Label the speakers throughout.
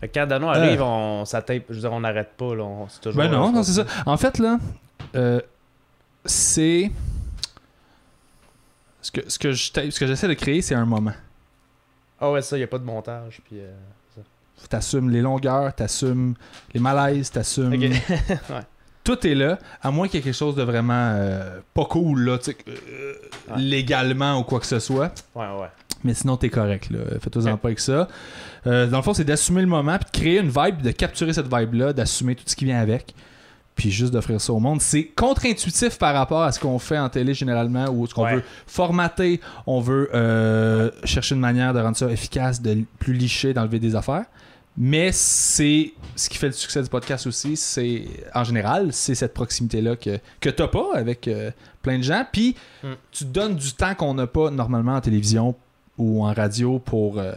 Speaker 1: Fait que quand Dano arrive, on s'attape. Je veux dire, on n'arrête pas. Là, on, c'est toujours
Speaker 2: Euh. Ben non,
Speaker 1: je
Speaker 2: non,
Speaker 1: pense
Speaker 2: c'est ça.
Speaker 1: que-
Speaker 2: En fait, là, euh, c'est. Ce que, ce que je tape- ce que j'essaie de créer, c'est un moment.
Speaker 1: Ah ouais, ça, il n'y a pas de montage. Puis, euh,
Speaker 2: T'assumes les longueurs, t'assumes les malaises, t'assumes.
Speaker 1: ok.
Speaker 2: Tout est là, à moins qu'il y ait quelque chose de vraiment euh, pas cool, là, tu sais, euh,
Speaker 1: Ouais.
Speaker 2: légalement ou quoi que ce soit.
Speaker 1: ouais, ouais.
Speaker 2: Mais sinon, t'es correct, là. Fais-toi-en
Speaker 1: Ok.
Speaker 2: pas avec ça. Euh, dans le fond, c'est d'assumer le moment, puis de créer une vibe, de capturer cette vibe-là, d'assumer tout ce qui vient avec, puis juste d'offrir ça au monde. C'est contre-intuitif par rapport à ce qu'on fait en télé généralement, où ce qu'on
Speaker 1: Ouais.
Speaker 2: veut formater, on veut euh, chercher une manière de rendre ça efficace, de l- plus licher, d'enlever des affaires. Mais c'est ce qui fait le succès du podcast aussi, c'est en général, c'est cette proximité-là que, que t'as pas avec euh, plein de gens. Puis
Speaker 1: Mm.
Speaker 2: tu donnes du temps qu'on n'a pas normalement en télévision ou en radio pour euh,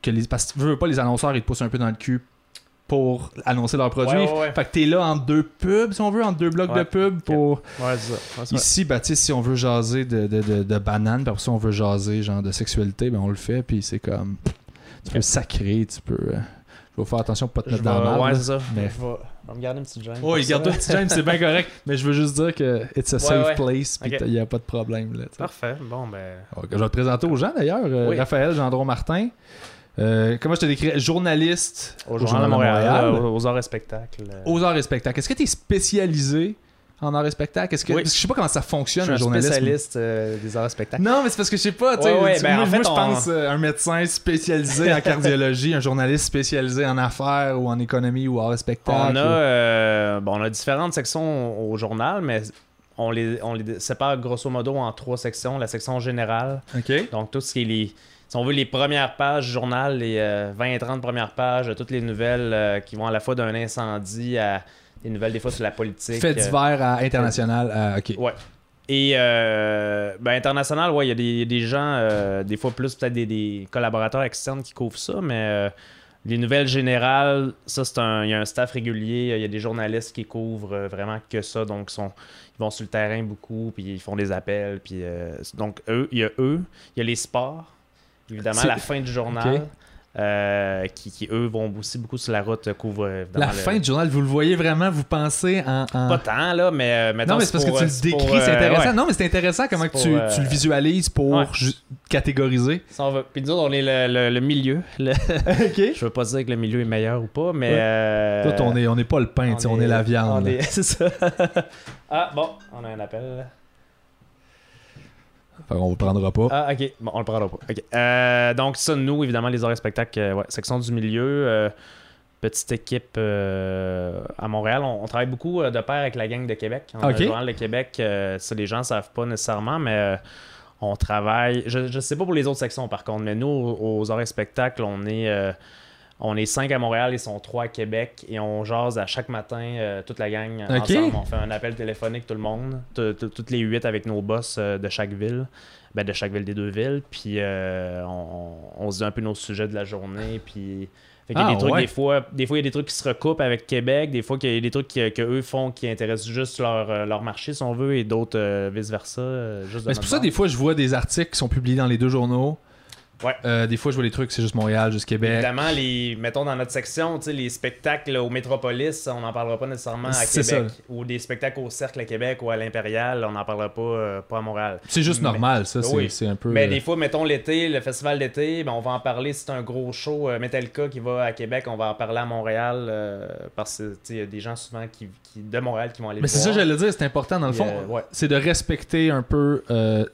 Speaker 2: que les. Parce que tu veux veux pas, les annonceurs ils te poussent un peu dans le cul pour annoncer leurs produits.
Speaker 1: Ouais, ouais, ouais.
Speaker 2: Fait que t'es là entre deux pubs, si on veut, entre deux blocs
Speaker 1: Ouais.
Speaker 2: de pubs pour.
Speaker 1: Ouais, c'est ça. Ouais, c'est
Speaker 2: Ici, bah, tu sais, si on veut jaser de, de, de, de bananes, puis après ça, on veut jaser genre de sexualité, ben on le fait, puis c'est comme. Tu peux sacrer, tu peux. euh, faut faire attention pour pas te
Speaker 1: Je
Speaker 2: mettre dans
Speaker 1: vais-
Speaker 2: la merde,
Speaker 1: ouais,
Speaker 2: là.
Speaker 1: c'est ça.
Speaker 2: mais-
Speaker 1: Je vais, je vais me garder une petite gêne.
Speaker 2: Ouais, il garde petit James, c'est bien correct. Mais je veux juste dire que it's a
Speaker 1: Ouais,
Speaker 2: safe
Speaker 1: ouais.
Speaker 2: place, puis
Speaker 1: Ok.
Speaker 2: il n'y a pas de problème. Là, tu sais.
Speaker 1: Parfait. Bon, ben.
Speaker 2: Alors, je vais te présenter aux gens d'ailleurs. euh,
Speaker 1: Oui.
Speaker 2: Raphaël Gendron Martin. Euh, comment je te décris Journaliste
Speaker 1: Au Journal de Montréal, euh, aux arts et spectacles. euh,
Speaker 2: aux arts et spectacles. Est-ce que tu es spécialisé en arts et spectacles Est-ce que...
Speaker 1: Oui.
Speaker 2: parce que je sais pas comment ça
Speaker 1: je
Speaker 2: fonctionne
Speaker 1: suis
Speaker 2: le
Speaker 1: un
Speaker 2: journalisme.
Speaker 1: spécialiste euh, des arts et spectacles.
Speaker 2: Non, mais c'est parce que je sais pas. tu sais,
Speaker 1: Ouais, ouais,
Speaker 2: tu-
Speaker 1: ben,
Speaker 2: moi,
Speaker 1: en fait,
Speaker 2: moi, je
Speaker 1: on-
Speaker 2: pense euh, un médecin spécialisé en cardiologie, un journaliste spécialisé en affaires ou en économie ou arts et spectacles.
Speaker 1: On a, euh, bon, on a différentes sections au journal, mais on les, on les sépare grosso modo en trois sections. La section générale,
Speaker 2: Ok.
Speaker 1: donc tout ce qui est les. Si on veut les premières pages du journal, les euh, 20 et 30 premières pages, de toutes les nouvelles euh, qui vont à la fois d'un incendie à des nouvelles des fois sur la politique.
Speaker 2: Fait
Speaker 1: euh,
Speaker 2: divers à international. à- ok.
Speaker 1: Ouais. Et euh, ben, international, ouais, il y a des, des gens, euh, des fois plus peut-être des, des collaborateurs externes qui couvrent ça, mais euh, les nouvelles générales, ça c'est un, il y a un staff régulier, il y a des journalistes qui couvrent euh, vraiment que ça, donc sont, ils vont sur le terrain beaucoup, puis ils font des appels, puis euh, donc eux, il y a eux, il y a les sports, évidemment à
Speaker 2: C'est-
Speaker 1: la fin du journal.
Speaker 2: Ok.
Speaker 1: euh, qui, qui, eux vont aussi beaucoup sur la route, euh, couvrent évidemment
Speaker 2: La
Speaker 1: le-
Speaker 2: fin du journal, vous le voyez vraiment, vous pensez en. en-
Speaker 1: Pas tant, là, mais euh, mettons,
Speaker 2: non, mais c'est parce
Speaker 1: pour,
Speaker 2: que tu
Speaker 1: euh,
Speaker 2: le
Speaker 1: c'est pour,
Speaker 2: décris, c'est
Speaker 1: euh,
Speaker 2: intéressant.
Speaker 1: ouais.
Speaker 2: Non, mais c'est intéressant comment
Speaker 1: C'est
Speaker 2: que tu,
Speaker 1: pour, euh,
Speaker 2: tu le visualises pour
Speaker 1: ouais.
Speaker 2: ju- catégoriser.
Speaker 1: Ça, on va- Puis nous autres, on est le, le- le milieu. Le- Je veux pas dire que le milieu est meilleur ou pas, mais.
Speaker 2: Ouais.
Speaker 1: euh,
Speaker 2: Toi, on est, on est pas le pain, tu sais, on, est, la viande.
Speaker 1: on
Speaker 2: là.
Speaker 1: est- C'est ça. ah, bon, on a un appel.
Speaker 2: Fait qu'on le prendra pas.
Speaker 1: Ah, ok. Bon, on le prendra pas. Ok. Euh, donc, ça, nous, évidemment, les horaires spectacles, euh, ouais, section du milieu. euh, petite équipe euh, à Montréal. On, on travaille beaucoup euh, de pair avec la gang de Québec. On a
Speaker 2: Ok.
Speaker 1: le Journal de Québec, euh, ça, les gens ne savent pas nécessairement, mais. euh, on travaille, je ne sais pas pour les autres sections par contre, mais nous, aux, aux horaires spectacles, on est, euh, on est cinq à Montréal, ils sont trois à Québec, et on jase à chaque matin euh, toute la gang
Speaker 2: Ok.
Speaker 1: ensemble. On fait un appel téléphonique tout le monde, t- t- toutes les huit avec nos boss euh, de chaque ville, ben, de chaque ville des deux villes, puis euh, on, on se dit un peu nos sujets de la journée, puis... Fait qu'il y a
Speaker 2: Ah,
Speaker 1: des trucs,
Speaker 2: ouais.
Speaker 1: des fois, des fois, il y a des trucs qui se recoupent avec Québec, des fois, il y a des trucs qui- que eux font qui intéressent juste leur, euh, leur marché, si on veut, et d'autres euh, vice-versa. euh, juste de
Speaker 2: Mais
Speaker 1: notre
Speaker 2: c'est pour ça,
Speaker 1: bord.
Speaker 2: des fois, je vois des articles qui sont publiés dans les deux journaux.
Speaker 1: Ouais.
Speaker 2: Euh, des fois, je vois des trucs, c'est juste Montréal, juste Québec.
Speaker 1: Évidemment, les, mettons dans notre section, tu sais, les spectacles au Métropolis, on n'en parlera pas nécessairement à
Speaker 2: C'est
Speaker 1: Québec. Ou des spectacles au Cercle à Québec ou à l'Impérial, on n'en parlera pas, euh, pas à Montréal.
Speaker 2: C'est juste
Speaker 1: Mais-
Speaker 2: normal, ça. c'est-
Speaker 1: Oui.
Speaker 2: C'est un peu.
Speaker 1: Mais
Speaker 2: euh,
Speaker 1: des fois, mettons l'été, le festival d'été, ben, on va en parler. C'est un gros show euh, Metallica qui va à Québec, on va en parler à Montréal euh, parce que tu sais, il y a des gens souvent qui, qui- de Montréal qui vont aller
Speaker 2: Mais
Speaker 1: le
Speaker 2: c'est ça,
Speaker 1: voir.
Speaker 2: j'allais dire, c'est important dans le
Speaker 1: Puis,
Speaker 2: fond.
Speaker 1: euh, ouais.
Speaker 2: C'est de respecter un peu euh,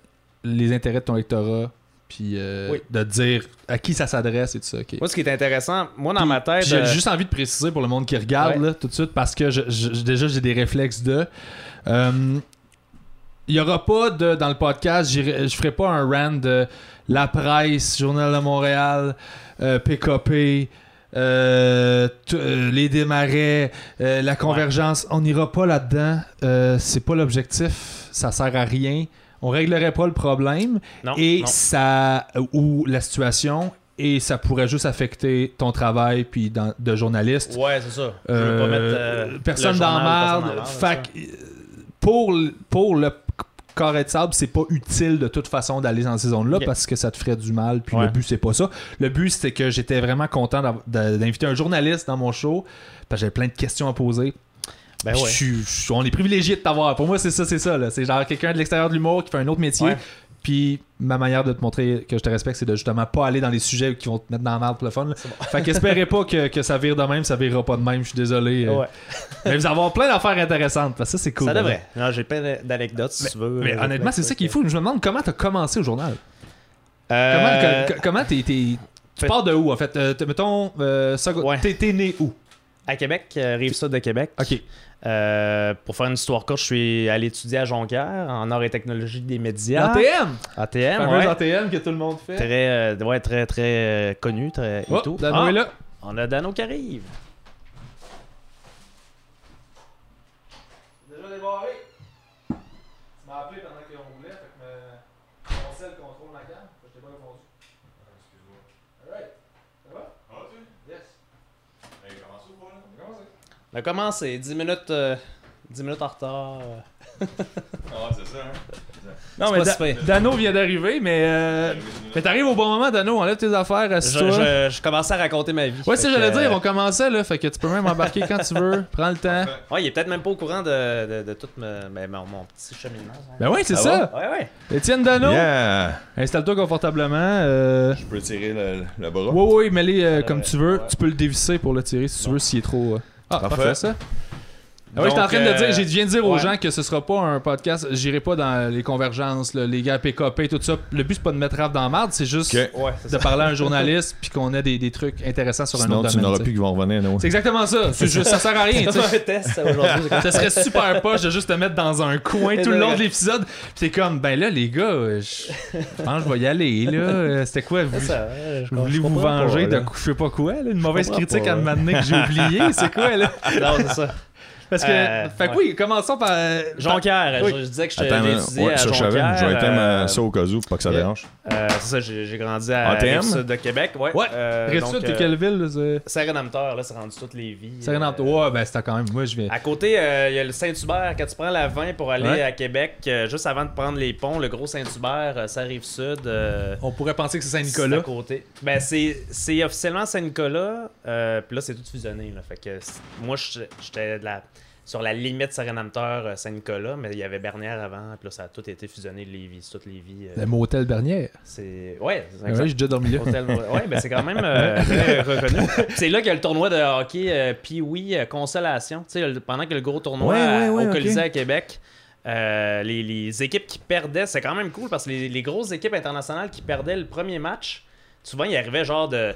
Speaker 2: les intérêts de ton lectorat, puis euh,
Speaker 1: Oui.
Speaker 2: de dire à qui ça s'adresse et tout ça. ok.
Speaker 1: Moi, ce qui est intéressant, moi, dans ma tête.
Speaker 2: Puis J'ai
Speaker 1: euh,
Speaker 2: juste envie de préciser pour le monde qui regarde
Speaker 1: Ouais.
Speaker 2: là, tout de suite parce que je, je- déjà j'ai des réflexes de. euh, Il y aura pas de dans le podcast, j'irai- je ferai pas un rant de La Presse, Journal de Montréal, euh, PKP. euh, t- euh, les démarrais, euh, la convergence, on n'ira pas là-dedans. Euh, c'est pas l'objectif, ça sert à rien. On réglerait pas le problème
Speaker 1: non,
Speaker 2: et
Speaker 1: non.
Speaker 2: ça ou la situation et ça pourrait juste affecter ton travail puis dans- de journaliste.
Speaker 1: Ouais, c'est ça. Je veux
Speaker 2: Euh,
Speaker 1: pas mettre, euh,
Speaker 2: personne
Speaker 1: le
Speaker 2: dans
Speaker 1: journal, personne
Speaker 2: marde.
Speaker 1: dans marde,
Speaker 2: Fac- pour, l- pour le carré de sable, c'est pas utile de toute façon d'aller dans ces zones-là
Speaker 1: Ok.
Speaker 2: parce que ça te ferait du mal. Puis
Speaker 1: Ouais.
Speaker 2: le but, c'est pas ça. Le but, c'était que j'étais vraiment content d'av- d'a- d'inviter un journaliste dans mon show parce que j'avais plein de questions à poser.
Speaker 1: Ben
Speaker 2: Puis
Speaker 1: ouais.
Speaker 2: je suis- je suis- on est privilégié de t'avoir. Pour moi, c'est ça, c'est ça. là. C'est genre quelqu'un de l'extérieur de l'humour qui fait un autre métier.
Speaker 1: Ouais.
Speaker 2: Puis ma manière de te montrer que je te respecte, c'est de justement pas aller dans les sujets qui vont te mettre dans la merde pour le fun. là. Fait qu'espérez pas que, que ça vire de même, ça virera pas de même, je suis désolé. euh.
Speaker 1: Ouais.
Speaker 2: Mais vous allez avoir plein d'affaires intéressantes, parce que ça c'est cool. hein.
Speaker 1: Ça devrait. Non, j'ai plein d'anecdotes si tu veux.
Speaker 2: Mais
Speaker 1: Euh,
Speaker 2: honnêtement, c'est ça qui est fou. Je me demande comment t'as commencé au journal. Comment-
Speaker 1: Euh,
Speaker 2: co- co- Comment t'es. t'es- Tu
Speaker 1: fait-
Speaker 2: pars de où en fait Euh, t- Mettons, euh, seconde-
Speaker 1: Ouais.
Speaker 2: t'es t'es né où
Speaker 1: À Québec, euh, Rive-Sud de Québec.
Speaker 2: Ok.
Speaker 1: Euh, pour faire une histoire courte, je suis allé étudier à Jonquière en art et technologie des médias.
Speaker 2: L'ATM
Speaker 1: ATM,
Speaker 2: Fameux
Speaker 1: ouais.
Speaker 2: ATM que tout le monde fait.
Speaker 1: Très, euh, ouais, très, très euh, connu, très et
Speaker 2: Oh,
Speaker 1: tout.
Speaker 2: Dano
Speaker 1: Ah,
Speaker 2: est là.
Speaker 1: On a Dano qui arrive.
Speaker 2: Déjà débarré. Tu m'as appelé pendant qu'on roulait, fait que me... mon sel contrôle ma cam, fait que je t'ai pas répondu.
Speaker 3: Ah, Excuse-moi.
Speaker 2: Alright, ça va?
Speaker 3: Ah, tu Ben,
Speaker 2: Yes.
Speaker 3: Hey, comment ça ou pas, là?
Speaker 2: On va commencer.
Speaker 1: On a commencé, 10 minutes, euh, 10 minutes en retard. euh.
Speaker 3: Ah, c'est ça, hein?
Speaker 2: Non,
Speaker 1: C'est
Speaker 2: mais
Speaker 1: pas
Speaker 2: Da-
Speaker 1: si pire.
Speaker 2: Dano vient d'arriver, mais. euh, Mais t'arrives au bon moment, Dano, enlève tes affaires,
Speaker 1: Je,
Speaker 2: assis-toi.
Speaker 1: je- je commençais à raconter ma vie.
Speaker 2: Ouais,
Speaker 1: Fait
Speaker 2: c'est
Speaker 1: que,
Speaker 2: j'allais dire,
Speaker 1: euh,
Speaker 2: on commençait là, fait que tu peux même embarquer quand tu veux, prends le temps.
Speaker 1: Ouais, il est peut-être même pas au courant de, de, de tout me- mais mon, mon petit cheminement. ça. Ah
Speaker 2: Ben oui, c'est ça.
Speaker 1: Ouais, ouais.
Speaker 2: Étienne Dano,
Speaker 3: Yeah!
Speaker 2: installe-toi confortablement. euh,
Speaker 3: Je peux tirer le, le bras.
Speaker 2: Oui, oui, mets-les euh, comme tu veux.
Speaker 1: Ouais.
Speaker 2: Tu peux le dévisser pour le tirer si tu veux, s'il est trop. euh, Ah,
Speaker 3: Parfait.
Speaker 2: parfait ça. Ah ouais, j'étais en
Speaker 1: Donc,
Speaker 2: train de
Speaker 1: euh,
Speaker 2: dire, je viens de dire aux
Speaker 1: ouais.
Speaker 2: gens que ce sera pas un podcast, j'irai pas dans les convergences, là, les gars PKP, tout ça. Le but c'est pas de mettre Raph dans la marde, c'est juste
Speaker 3: Ok.
Speaker 1: Ouais, c'est
Speaker 2: de
Speaker 1: ça.
Speaker 2: parler à un journaliste puis qu'on ait des, des trucs intéressants sur un
Speaker 3: Sinon,
Speaker 2: autre
Speaker 3: tu
Speaker 2: domaine.
Speaker 3: n'auras
Speaker 2: tu sais.
Speaker 3: plus qui vont revenir, non?
Speaker 2: C'est exactement ça. C'est juste- ça sert à rien. tu sais.
Speaker 1: un test ça, aujourd'hui.
Speaker 2: Ça serait super poche de juste te mettre dans un coin tout le long de l'épisode. Puis t'es comme, ben là, les gars, euh, je je pense que je vais y aller. là. Euh, C'était quoi? Vous,
Speaker 1: C'est ça, ouais, je-
Speaker 2: vous voulez
Speaker 1: je
Speaker 2: vous
Speaker 1: comprends pas,
Speaker 2: venger
Speaker 1: là.
Speaker 2: de cou- je sais pas quoi? là? Une mauvaise
Speaker 1: comprends
Speaker 2: critique
Speaker 1: pas,
Speaker 2: à me
Speaker 1: ouais.
Speaker 2: m'amener que j'ai oublié? C'est quoi, là?
Speaker 1: Non, c'est ça.
Speaker 2: Parce que,
Speaker 1: Euh,
Speaker 2: fait que
Speaker 1: ouais.
Speaker 2: oui, commençons par. euh,
Speaker 1: Jonquière,
Speaker 2: Oui.
Speaker 1: je, je disais que j'étais
Speaker 3: Attends,
Speaker 1: j'ai
Speaker 3: là,
Speaker 1: étudié
Speaker 3: ouais,
Speaker 1: à
Speaker 3: ça, je savais.
Speaker 1: Jonquière.
Speaker 3: Je vais éteindre
Speaker 1: euh,
Speaker 3: euh, ça au cas où, pour pas que ça
Speaker 1: yeah.
Speaker 3: dérange.
Speaker 1: euh, c'est ça, j'ai j'ai grandi à
Speaker 3: ATM?
Speaker 1: Rive-Sud de Québec. Ouais.
Speaker 2: Ouais,
Speaker 1: euh,
Speaker 2: Rive-Sud,
Speaker 1: donc,
Speaker 2: t'es
Speaker 1: euh,
Speaker 2: quelle ville? là, c'est-
Speaker 1: Saguenay-Namateur, là, c'est rendu toutes les vies. euh,
Speaker 2: C'est rien Ouais, ben c'était quand même. Moi, je viens.
Speaker 1: À côté, euh, il y a le Saint-Hubert. Quand tu prends la 20 pour aller
Speaker 2: Ouais.
Speaker 1: à Québec, euh, juste avant de prendre les ponts, le gros Saint-Hubert, euh, ça arrive sud. euh,
Speaker 2: On pourrait penser que c'est
Speaker 1: C'est à
Speaker 2: Saint-Nicolas.
Speaker 1: côté. Ben, c'est, c'est officiellement Saint-Nicolas, euh, puis là, c'est tout fusionné. Là. Fait que c'est- moi, je- j'étais de la- sur la limite Saint-Renamteur, euh, Saint-Nicolas, mais il y avait Bernière avant, puis là, ça a tout été fusionné, Lévis, c'est toutes Lévis. euh,
Speaker 2: Le motel Bernière.
Speaker 1: c'est... Ouais, c'est
Speaker 2: Ouais, j'ai déjà dormi là.
Speaker 1: Hôtel- Ouais, ben c'est quand même euh, très reconnu. C'est là qu'il y a le tournoi de hockey euh, Pee-Wee euh, Consolation. Tu sais, le- pendant que le gros tournoi
Speaker 3: Ouais, ouais,
Speaker 1: à-
Speaker 3: ouais,
Speaker 1: au
Speaker 3: ok.
Speaker 1: Colisée à Québec, euh, les, les équipes qui perdaient, c'est quand même cool parce que les, les grosses équipes internationales qui perdaient le premier match, souvent ils arrivaient genre de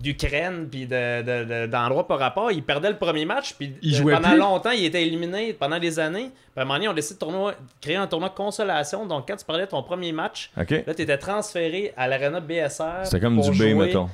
Speaker 1: d'Ukraine puis de- de- de- d'endroits par rapport, ils perdaient le premier match puis
Speaker 2: Ils
Speaker 1: euh,
Speaker 2: jouaient
Speaker 1: pendant
Speaker 2: plus.
Speaker 1: longtemps ils étaient éliminés pendant des années. Puis à un moment donné, on décide de tournoi- créer un tournoi de consolation. Donc quand tu parlais de ton premier match,
Speaker 3: OK.
Speaker 1: Là, tu étais transféré à l'Arena BSR.
Speaker 3: C'était comme
Speaker 1: pour
Speaker 3: du B,
Speaker 1: jouer.
Speaker 3: mettons.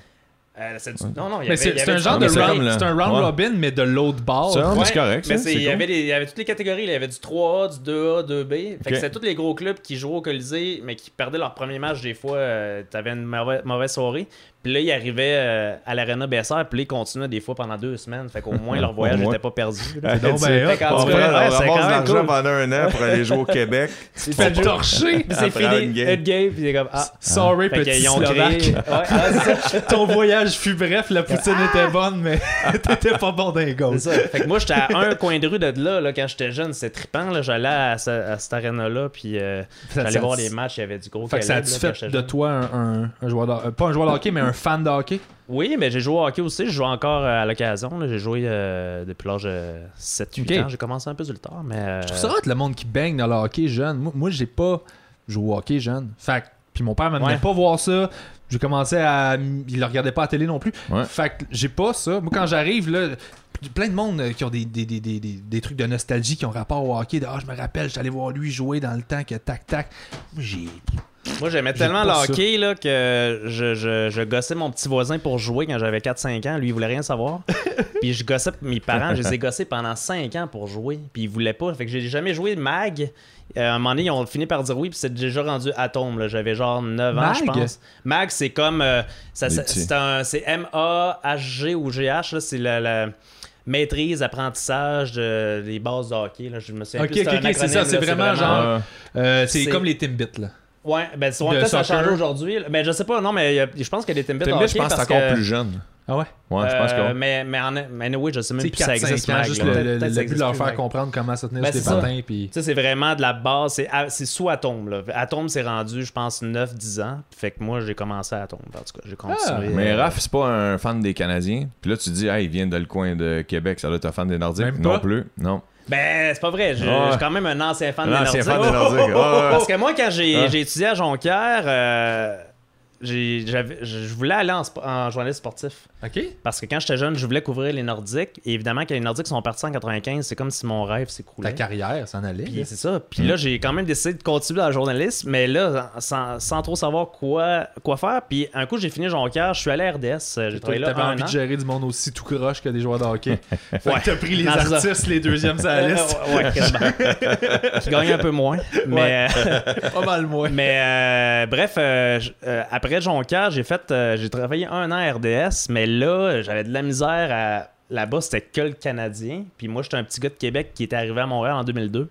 Speaker 1: Euh, c'est du- Non, non, il y
Speaker 2: Mais
Speaker 1: avait,
Speaker 2: c'est
Speaker 1: il y
Speaker 2: c'est
Speaker 1: avait
Speaker 2: un
Speaker 1: du-
Speaker 2: genre
Speaker 3: Non,
Speaker 2: de
Speaker 3: mais c'est
Speaker 2: round,
Speaker 3: comme le-
Speaker 2: c'est un round
Speaker 3: ouais.
Speaker 2: robin, mais de l'autre bord.
Speaker 3: Ça,
Speaker 1: Ouais,
Speaker 3: C'est correct,
Speaker 1: mais
Speaker 3: ça,
Speaker 1: c'est-
Speaker 3: c'est
Speaker 1: il, y
Speaker 3: cool.
Speaker 1: avait les- il y avait toutes les catégories. là. Il y avait du 3A, du 2A, 2B. Fait que
Speaker 3: Ok.
Speaker 1: c'était tous les gros clubs qui jouaient au Colisée, mais qui perdaient leur premier match des fois. tu T'avais une mauvaise, mauvaise soirée. Puis là, ils arrivaient euh, à l'Arena BSR, puis là, ils continuaient des fois pendant deux semaines. Fait qu'au moins, leur voyage
Speaker 3: Au moins.
Speaker 1: n'était pas perdu.
Speaker 3: Ah,
Speaker 2: donc
Speaker 3: tu-
Speaker 2: ben hot.
Speaker 1: Fait qu'en
Speaker 3: on
Speaker 1: tout
Speaker 3: prend,
Speaker 1: cas,
Speaker 3: on
Speaker 1: ouais, c'est quand
Speaker 3: ramasse
Speaker 1: même
Speaker 3: l'argent
Speaker 1: cool.
Speaker 3: pendant un an pour aller jouer au Québec.
Speaker 2: C'est fait torcher.
Speaker 1: Puis c'est
Speaker 3: Après
Speaker 1: fini,
Speaker 3: une game.
Speaker 1: une game, puis c'est comme Ah,
Speaker 2: Sorry,
Speaker 1: fait
Speaker 2: petit
Speaker 1: qu'ils ont créé.
Speaker 2: Slovaque.
Speaker 1: Ouais, ah, c'est ça.
Speaker 2: Ton voyage fut bref, la poutine
Speaker 1: Ah!
Speaker 2: était bonne, mais t'étais pas bon d'un
Speaker 1: C'est ça. Fait que moi, j'étais à un coin de rue de là, là quand j'étais jeune. C'était trippant. là. J'allais à, ce- à cette arena-là, puis euh, j'allais
Speaker 2: ça-
Speaker 1: voir les matchs. Il y avait du gros
Speaker 2: Fait que ça
Speaker 1: calibre,
Speaker 2: a-tu
Speaker 1: là, quand
Speaker 2: fait
Speaker 1: j'étais
Speaker 2: de
Speaker 1: jeune.
Speaker 2: toi un, un- un joueur de euh, Pas un joueur de hockey, mais un fan de hockey?
Speaker 1: Oui, mais j'ai joué au hockey aussi. Je joue encore euh, à l'occasion. là. J'ai joué euh, depuis l'âge de 7-8
Speaker 2: Ok.
Speaker 1: ans. J'ai commencé un peu sur le tard, mais... euh,
Speaker 2: Je trouve ça hot, le monde qui baigne dans le hockey jeune. Moi, moi, j'ai pas joué au hockey jeune. Fait que- puis mon père m'amenait
Speaker 1: Ouais.
Speaker 2: pas voir ça. J'ai commencé à. Il le regardait pas à la télé non plus.
Speaker 3: Ouais.
Speaker 2: Fait que j'ai pas ça. Moi, quand j'arrive, là. Plein de monde euh, qui ont des, des, des, des, des- des trucs de nostalgie qui ont rapport au hockey. De, ah, je me rappelle, j'étais allé voir lui jouer dans le temps que tac-tac. Moi, j'ai.
Speaker 1: Moi, j'aimais tellement le
Speaker 2: pas ça.
Speaker 1: hockey là, que je, je, je gossais mon petit voisin pour jouer quand j'avais 4-5 ans. Lui, il voulait rien savoir. puis je gossais mes parents, je les ai gossés pendant 5 ans pour jouer. Puis ils voulaient pas. Fait que j'ai jamais joué mag. Euh, à un moment donné, ils ont fini par dire oui, puis c'est déjà rendu Atom. là. J'avais genre 9 ans, je
Speaker 2: Mag?
Speaker 1: pense. Mag, c'est comme. euh, ça-
Speaker 3: Les
Speaker 1: ça-
Speaker 3: petits.
Speaker 1: c'est un- c'est M-A-H-G ou G-H. là, C'est la. la maîtrise, apprentissage de- des bases de hockey. Là. Je me souviens
Speaker 2: Ok,
Speaker 1: plus,
Speaker 2: ok,
Speaker 1: un
Speaker 2: ok, c'est ça,
Speaker 1: acronyme,
Speaker 2: c'est
Speaker 1: là,
Speaker 2: vraiment genre- Ah. Euh, c'est
Speaker 1: C'est-
Speaker 2: comme les Timbits, là.
Speaker 1: Ouais, ben c'est
Speaker 2: De
Speaker 1: peut-être ça a
Speaker 2: soccer.
Speaker 1: changé aujourd'hui. là. Mais je sais pas, non, mais il y a- je pense que les Timbits.
Speaker 3: T'aimes bien, je pense que c'est encore plus jeune.
Speaker 2: Ah ouais?
Speaker 3: Ouais, je pense que.
Speaker 1: euh, Mais, mais, en, mais anyway, je sais même
Speaker 2: C'est
Speaker 1: plus si ça
Speaker 2: 4-5
Speaker 1: existe.
Speaker 2: ans,
Speaker 1: Mag,
Speaker 2: juste
Speaker 1: là.
Speaker 2: le,
Speaker 1: Peut-être
Speaker 2: le,
Speaker 1: que ça
Speaker 2: le but de
Speaker 1: existe
Speaker 2: leur
Speaker 1: plus,
Speaker 2: faire
Speaker 1: Mag.
Speaker 2: comprendre comment se tenir
Speaker 1: Ben,
Speaker 2: sur les
Speaker 1: c'est ça.
Speaker 2: patins. Puis...
Speaker 1: Tu sais, c'est vraiment de la base. C'est, à- c'est sous Atom. Là. Atom s'est rendu, je pense, 9-10 ans. Fait que moi, j'ai commencé à Atom. En tout cas, j'ai continué.
Speaker 3: Mais
Speaker 1: Euh,
Speaker 3: Raph, c'est pas un fan des Canadiens. Puis là, tu dis, ah, il vient de le coin de Québec, ça doit être un fan des Nordiques.
Speaker 2: Même pas.
Speaker 3: Non plus. Non.
Speaker 1: Ben, c'est pas vrai. Je,
Speaker 3: Ouais.
Speaker 1: je suis quand même un ancien fan
Speaker 3: Un
Speaker 1: des
Speaker 3: ancien
Speaker 1: Nordiques.
Speaker 3: fan des Nordiques.
Speaker 1: Parce que moi, quand j'ai,
Speaker 3: Ah.
Speaker 1: j'ai étudié à Jonquière, euh, j'ai- j'avais- je je voulais aller en spo- en journaliste sportif.
Speaker 2: Ok?
Speaker 1: Parce que quand j'étais jeune, je voulais couvrir les Nordiques. Et évidemment, quand les Nordiques sont partis en 95, c'est comme si mon rêve
Speaker 2: Ta
Speaker 1: s'écroulait.
Speaker 2: carrière, ça en allait.
Speaker 1: Puis
Speaker 2: là.
Speaker 1: c'est ça. Puis
Speaker 3: Mm.
Speaker 1: là, j'ai quand même décidé de continuer dans le journalisme, mais là, sans, sans trop savoir quoi, quoi faire. Puis un coup, j'ai fini Jonquière, je suis allé à RDS. euh, J'ai
Speaker 2: Toi,
Speaker 1: travaillé là
Speaker 2: T'avais
Speaker 1: un
Speaker 2: envie
Speaker 1: an.
Speaker 2: de gérer du monde aussi tout croche que des joueurs de hockey. fait
Speaker 1: Ouais.
Speaker 2: que t'as pris les
Speaker 1: Non, c'est ça.
Speaker 2: artistes, les deuxièmes sur la liste.
Speaker 1: Euh, ouais, quasiment. Qui gagne un peu moins. Mais,
Speaker 2: Pas mal moins.
Speaker 1: mais euh, bref, euh, j- euh, après Jonquière, j'ai fait euh, j'ai travaillé un an à RDS, mais là, j'avais de la misère à. Là-bas, c'était que le Canadien. Puis moi, j'étais un petit gars de Québec qui était arrivé à Montréal en 2002.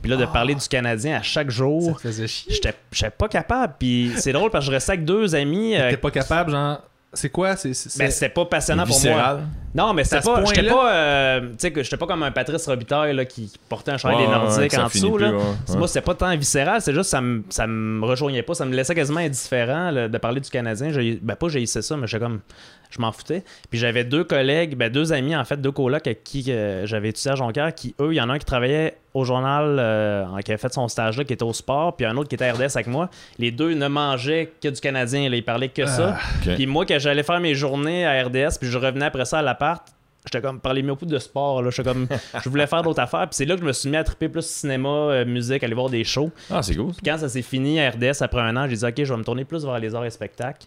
Speaker 1: Puis là,
Speaker 3: Ah.
Speaker 1: de parler du Canadien à chaque
Speaker 2: Ça
Speaker 1: jour,
Speaker 2: te faisait chier.
Speaker 1: j'étais j'étais pas capable. Puis c'est drôle parce que je restais avec deux amis. euh,
Speaker 2: T'es pas capable, genre. C'est quoi? C'est. c'est-
Speaker 1: ben,
Speaker 2: c'est-
Speaker 1: c'était pas passionnant pour moi.
Speaker 3: Viscéral.
Speaker 1: Non, mais
Speaker 2: À
Speaker 1: c'était
Speaker 2: ce
Speaker 1: pas.
Speaker 2: point-là?
Speaker 1: J'étais pas. euh, tu sais, que j'étais pas comme un Patrice Robitaille là, qui qui portait un chandail
Speaker 3: Ouais,
Speaker 1: des
Speaker 3: ouais, ouais,
Speaker 1: Nordiques
Speaker 3: que ça
Speaker 1: en
Speaker 3: finit
Speaker 1: dessous.
Speaker 3: plus,
Speaker 1: là.
Speaker 3: ouais,
Speaker 1: C'est-
Speaker 3: ouais.
Speaker 1: Moi, c'était pas tant viscéral, c'est juste ça me ça me rejoignait pas, ça me laissait quasiment indifférent là, de parler du Canadien. J'ai- ben pas j'ai ça, mais j'étais comme je m'en foutais. Puis j'avais deux collègues, ben deux amis en fait, deux colocs avec qui euh, j'avais étudié à Jonquière, qui eux, il y en a un qui travaillait au journal, euh, qui avait fait son stage là, qui était au sport, puis un autre qui était à RDS avec moi. Les deux ne mangeaient que du Canadien, là, ils parlaient que ça.
Speaker 3: ok.
Speaker 1: Puis moi, quand j'allais faire mes journées à RDS, puis je revenais après ça à l'appart, j'étais comme parlez mieux beaucoup de sport là, j'étais comme je voulais faire d'autres affaires, puis c'est là que je me suis mis à triper plus cinéma, euh, musique, aller voir des shows.
Speaker 3: Ah, c'est cool. ça.
Speaker 1: Puis quand ça s'est fini à RDS après un an, j'ai dit OK, je vais me tourner plus vers les arts et spectacles.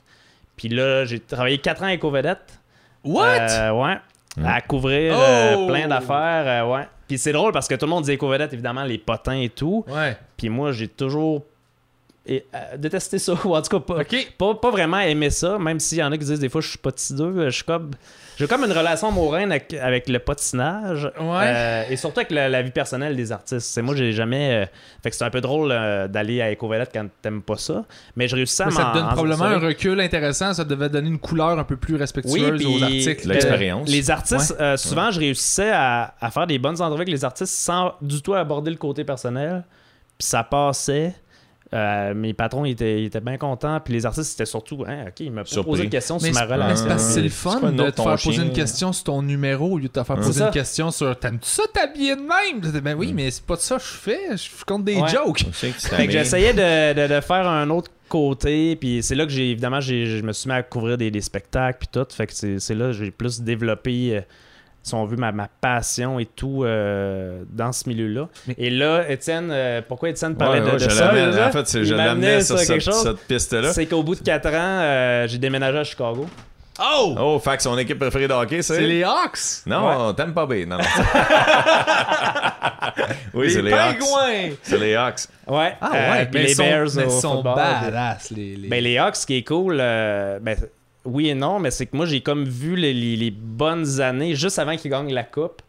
Speaker 1: Puis là, j'ai travaillé 4 ans avec Ovedette.
Speaker 2: What?
Speaker 1: Euh, ouais. À couvrir euh,
Speaker 2: Oh!
Speaker 1: plein d'affaires, euh, ouais. Puis c'est drôle parce que tout le monde disait Ecovedette, évidemment, les potins et tout.
Speaker 2: Ouais.
Speaker 1: Puis moi, j'ai toujours et, euh, détesté ça, ou en tout cas pas,
Speaker 2: Ok.
Speaker 1: pas, pas vraiment aimé ça, même s'il y en a qui disent des fois je suis potideux, je suis comme j'ai comme une relation moraine avec, avec le patinage euh, et surtout avec la, la vie personnelle des artistes. C'est moi j'ai jamais euh, fait que c'est un peu drôle euh, d'aller à Ecovelette quand t'aimes pas ça, mais je réussis à
Speaker 2: Ça,
Speaker 1: m'en-
Speaker 2: te donne
Speaker 1: en-
Speaker 2: probablement un
Speaker 1: sortir.
Speaker 2: recul intéressant. Ça devait donner une couleur un peu plus
Speaker 1: oui,
Speaker 2: respectueuse
Speaker 1: puis
Speaker 2: aux articles.
Speaker 1: euh,
Speaker 3: L'expérience.
Speaker 1: Les artistes, euh, souvent, je réussissais à, à faire des bonnes entrevues avec les artistes sans du tout aborder le côté personnel. Puis ça passait. Euh, mes patrons ils étaient, ils étaient bien contents. Puis les artistes, c'était surtout, hein, OK, ils m'ont pas
Speaker 3: Surpris.
Speaker 1: posé une question
Speaker 2: Mais
Speaker 1: sur ma
Speaker 2: c'est- mais c'est
Speaker 1: relation.
Speaker 2: parce que c'est le
Speaker 3: C'est
Speaker 2: fun
Speaker 3: quoi le nom
Speaker 2: de
Speaker 3: de
Speaker 2: te
Speaker 3: ton
Speaker 2: faire poser
Speaker 3: chien?
Speaker 2: une question sur ton numéro au lieu de te faire poser
Speaker 1: ça. Mm.
Speaker 2: une question sur T'aimes-tu ça t'habiller de même Ben oui, mais c'est pas ça que je fais. Je compte des
Speaker 1: Ouais.
Speaker 2: jokes.
Speaker 3: Je sais que c'est
Speaker 1: Fait que
Speaker 3: amélioré.
Speaker 1: j'essayais de, de- de faire un autre côté, puis c'est là que j'ai évidemment j'ai- je me suis mis à couvrir des, des spectacles puis tout. Fait que c'est c'est là que j'ai plus développé, euh, si on veut, ma, ma passion et tout euh, dans ce milieu-là.
Speaker 2: Mais-
Speaker 1: Et là, Étienne, euh, pourquoi Étienne parlait
Speaker 3: Ouais,
Speaker 1: de,
Speaker 3: ouais,
Speaker 1: de
Speaker 3: je
Speaker 1: ça?
Speaker 3: l'amène-
Speaker 1: là?
Speaker 3: En fait, c'est-
Speaker 1: Il
Speaker 3: je l'amenais
Speaker 1: m'amenait
Speaker 3: sur
Speaker 1: ça,
Speaker 3: cette,
Speaker 1: quelque chose.
Speaker 3: cette piste-là.
Speaker 1: C'est qu'au bout de 4 ans, euh, j'ai déménagé à Chicago.
Speaker 2: Oh
Speaker 3: Oh, fait que son équipe préférée de hockey, c'est.
Speaker 2: C'est les Hawks
Speaker 3: Non, t'aimes pas bien. Non, non. oui, c'est les Hawks.
Speaker 2: Pingouins
Speaker 3: C'est les Hawks.
Speaker 1: Ouais.
Speaker 2: Ah
Speaker 1: euh,
Speaker 2: ouais,
Speaker 1: puis
Speaker 2: mais
Speaker 1: les
Speaker 2: ils sont-
Speaker 1: Bears
Speaker 2: mais
Speaker 1: au
Speaker 2: ils sont
Speaker 1: football, puis-
Speaker 2: badass les, les-
Speaker 1: Ben, les Hawks, ce qui est cool, euh, ben, oui et non, mais c'est que moi, j'ai comme vu les, les- les bonnes années juste avant qu'ils gagnent la Coupe.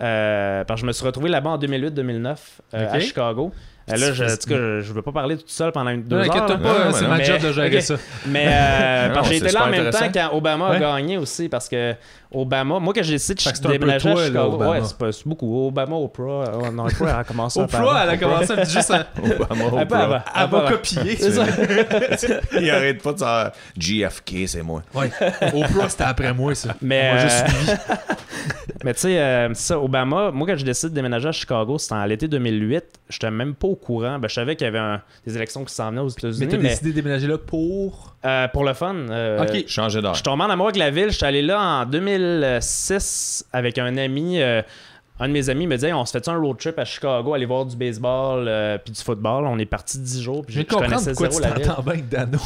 Speaker 1: Euh, parce que je me suis retrouvé là-bas en 2008-2009 euh, à
Speaker 2: Ok.
Speaker 1: Chicago. Euh, là, je, en tout cas, je, je veux pas parler tout seul pendant une, deux
Speaker 2: Non,
Speaker 1: heures.
Speaker 2: inquiète-toi
Speaker 1: là.
Speaker 3: Non,
Speaker 2: pas,
Speaker 3: non,
Speaker 2: c'est
Speaker 3: non,
Speaker 2: ma
Speaker 1: mais-
Speaker 2: job de gérer
Speaker 1: ok.
Speaker 2: ça.
Speaker 1: Mais euh,
Speaker 3: Non,
Speaker 1: parce que
Speaker 3: c'est
Speaker 1: j'étais là
Speaker 3: super
Speaker 1: en même temps
Speaker 3: intéressant.
Speaker 1: quand Obama
Speaker 2: Ouais.
Speaker 1: a gagné aussi parce que Obama, moi quand j'ai décidé
Speaker 2: Fait que c'est
Speaker 1: de
Speaker 2: un peu
Speaker 1: déménager à
Speaker 2: toi, là,
Speaker 1: Chicago,
Speaker 2: Obama.
Speaker 1: ouais, c'est pas- c'est beaucoup. Obama, Oprah, oh, non, Oprah elle a commencé à parler.
Speaker 2: Oprah, elle a commencé à me dire juste à,
Speaker 3: Obama,
Speaker 1: Un peu
Speaker 3: Oprah.
Speaker 1: avant.
Speaker 2: à
Speaker 1: Un peu
Speaker 2: me
Speaker 1: avant.
Speaker 2: copier.
Speaker 1: C'est ça.
Speaker 3: Il arrête pas de s'en- JFK, c'est moi.
Speaker 2: Ouais. Oprah, c'était après moi, ça.
Speaker 1: Mais,
Speaker 2: Moi, je
Speaker 1: euh,
Speaker 2: suis
Speaker 1: Mais tu sais, euh, c'est ça, Obama, moi quand j'ai décidé de déménager à Chicago, c'était en l'été 2008, j'étais même pas au courant. Ben, je savais qu'il y avait un- des élections qui s'en venaient aux
Speaker 2: Mais
Speaker 1: États-Unis,
Speaker 2: t'as
Speaker 1: mais,
Speaker 2: décidé de déménager là pour.
Speaker 1: euh, pour le fun, euh,
Speaker 2: Ok.
Speaker 3: Changer
Speaker 1: je
Speaker 3: d'heure.
Speaker 1: suis tombé en amour avec la ville. Je suis allé là en 2006 avec un ami, euh, un de mes amis me dit Hey, on se fait un road trip à Chicago aller voir du baseball euh, puis du football. On est parti 10 jours puis
Speaker 2: Je
Speaker 1: je,
Speaker 2: viens
Speaker 1: je
Speaker 2: de comprendre
Speaker 1: connaissais
Speaker 2: pourquoi
Speaker 1: zéro
Speaker 2: tu
Speaker 1: la ville.
Speaker 2: t'entends bien avec Dano.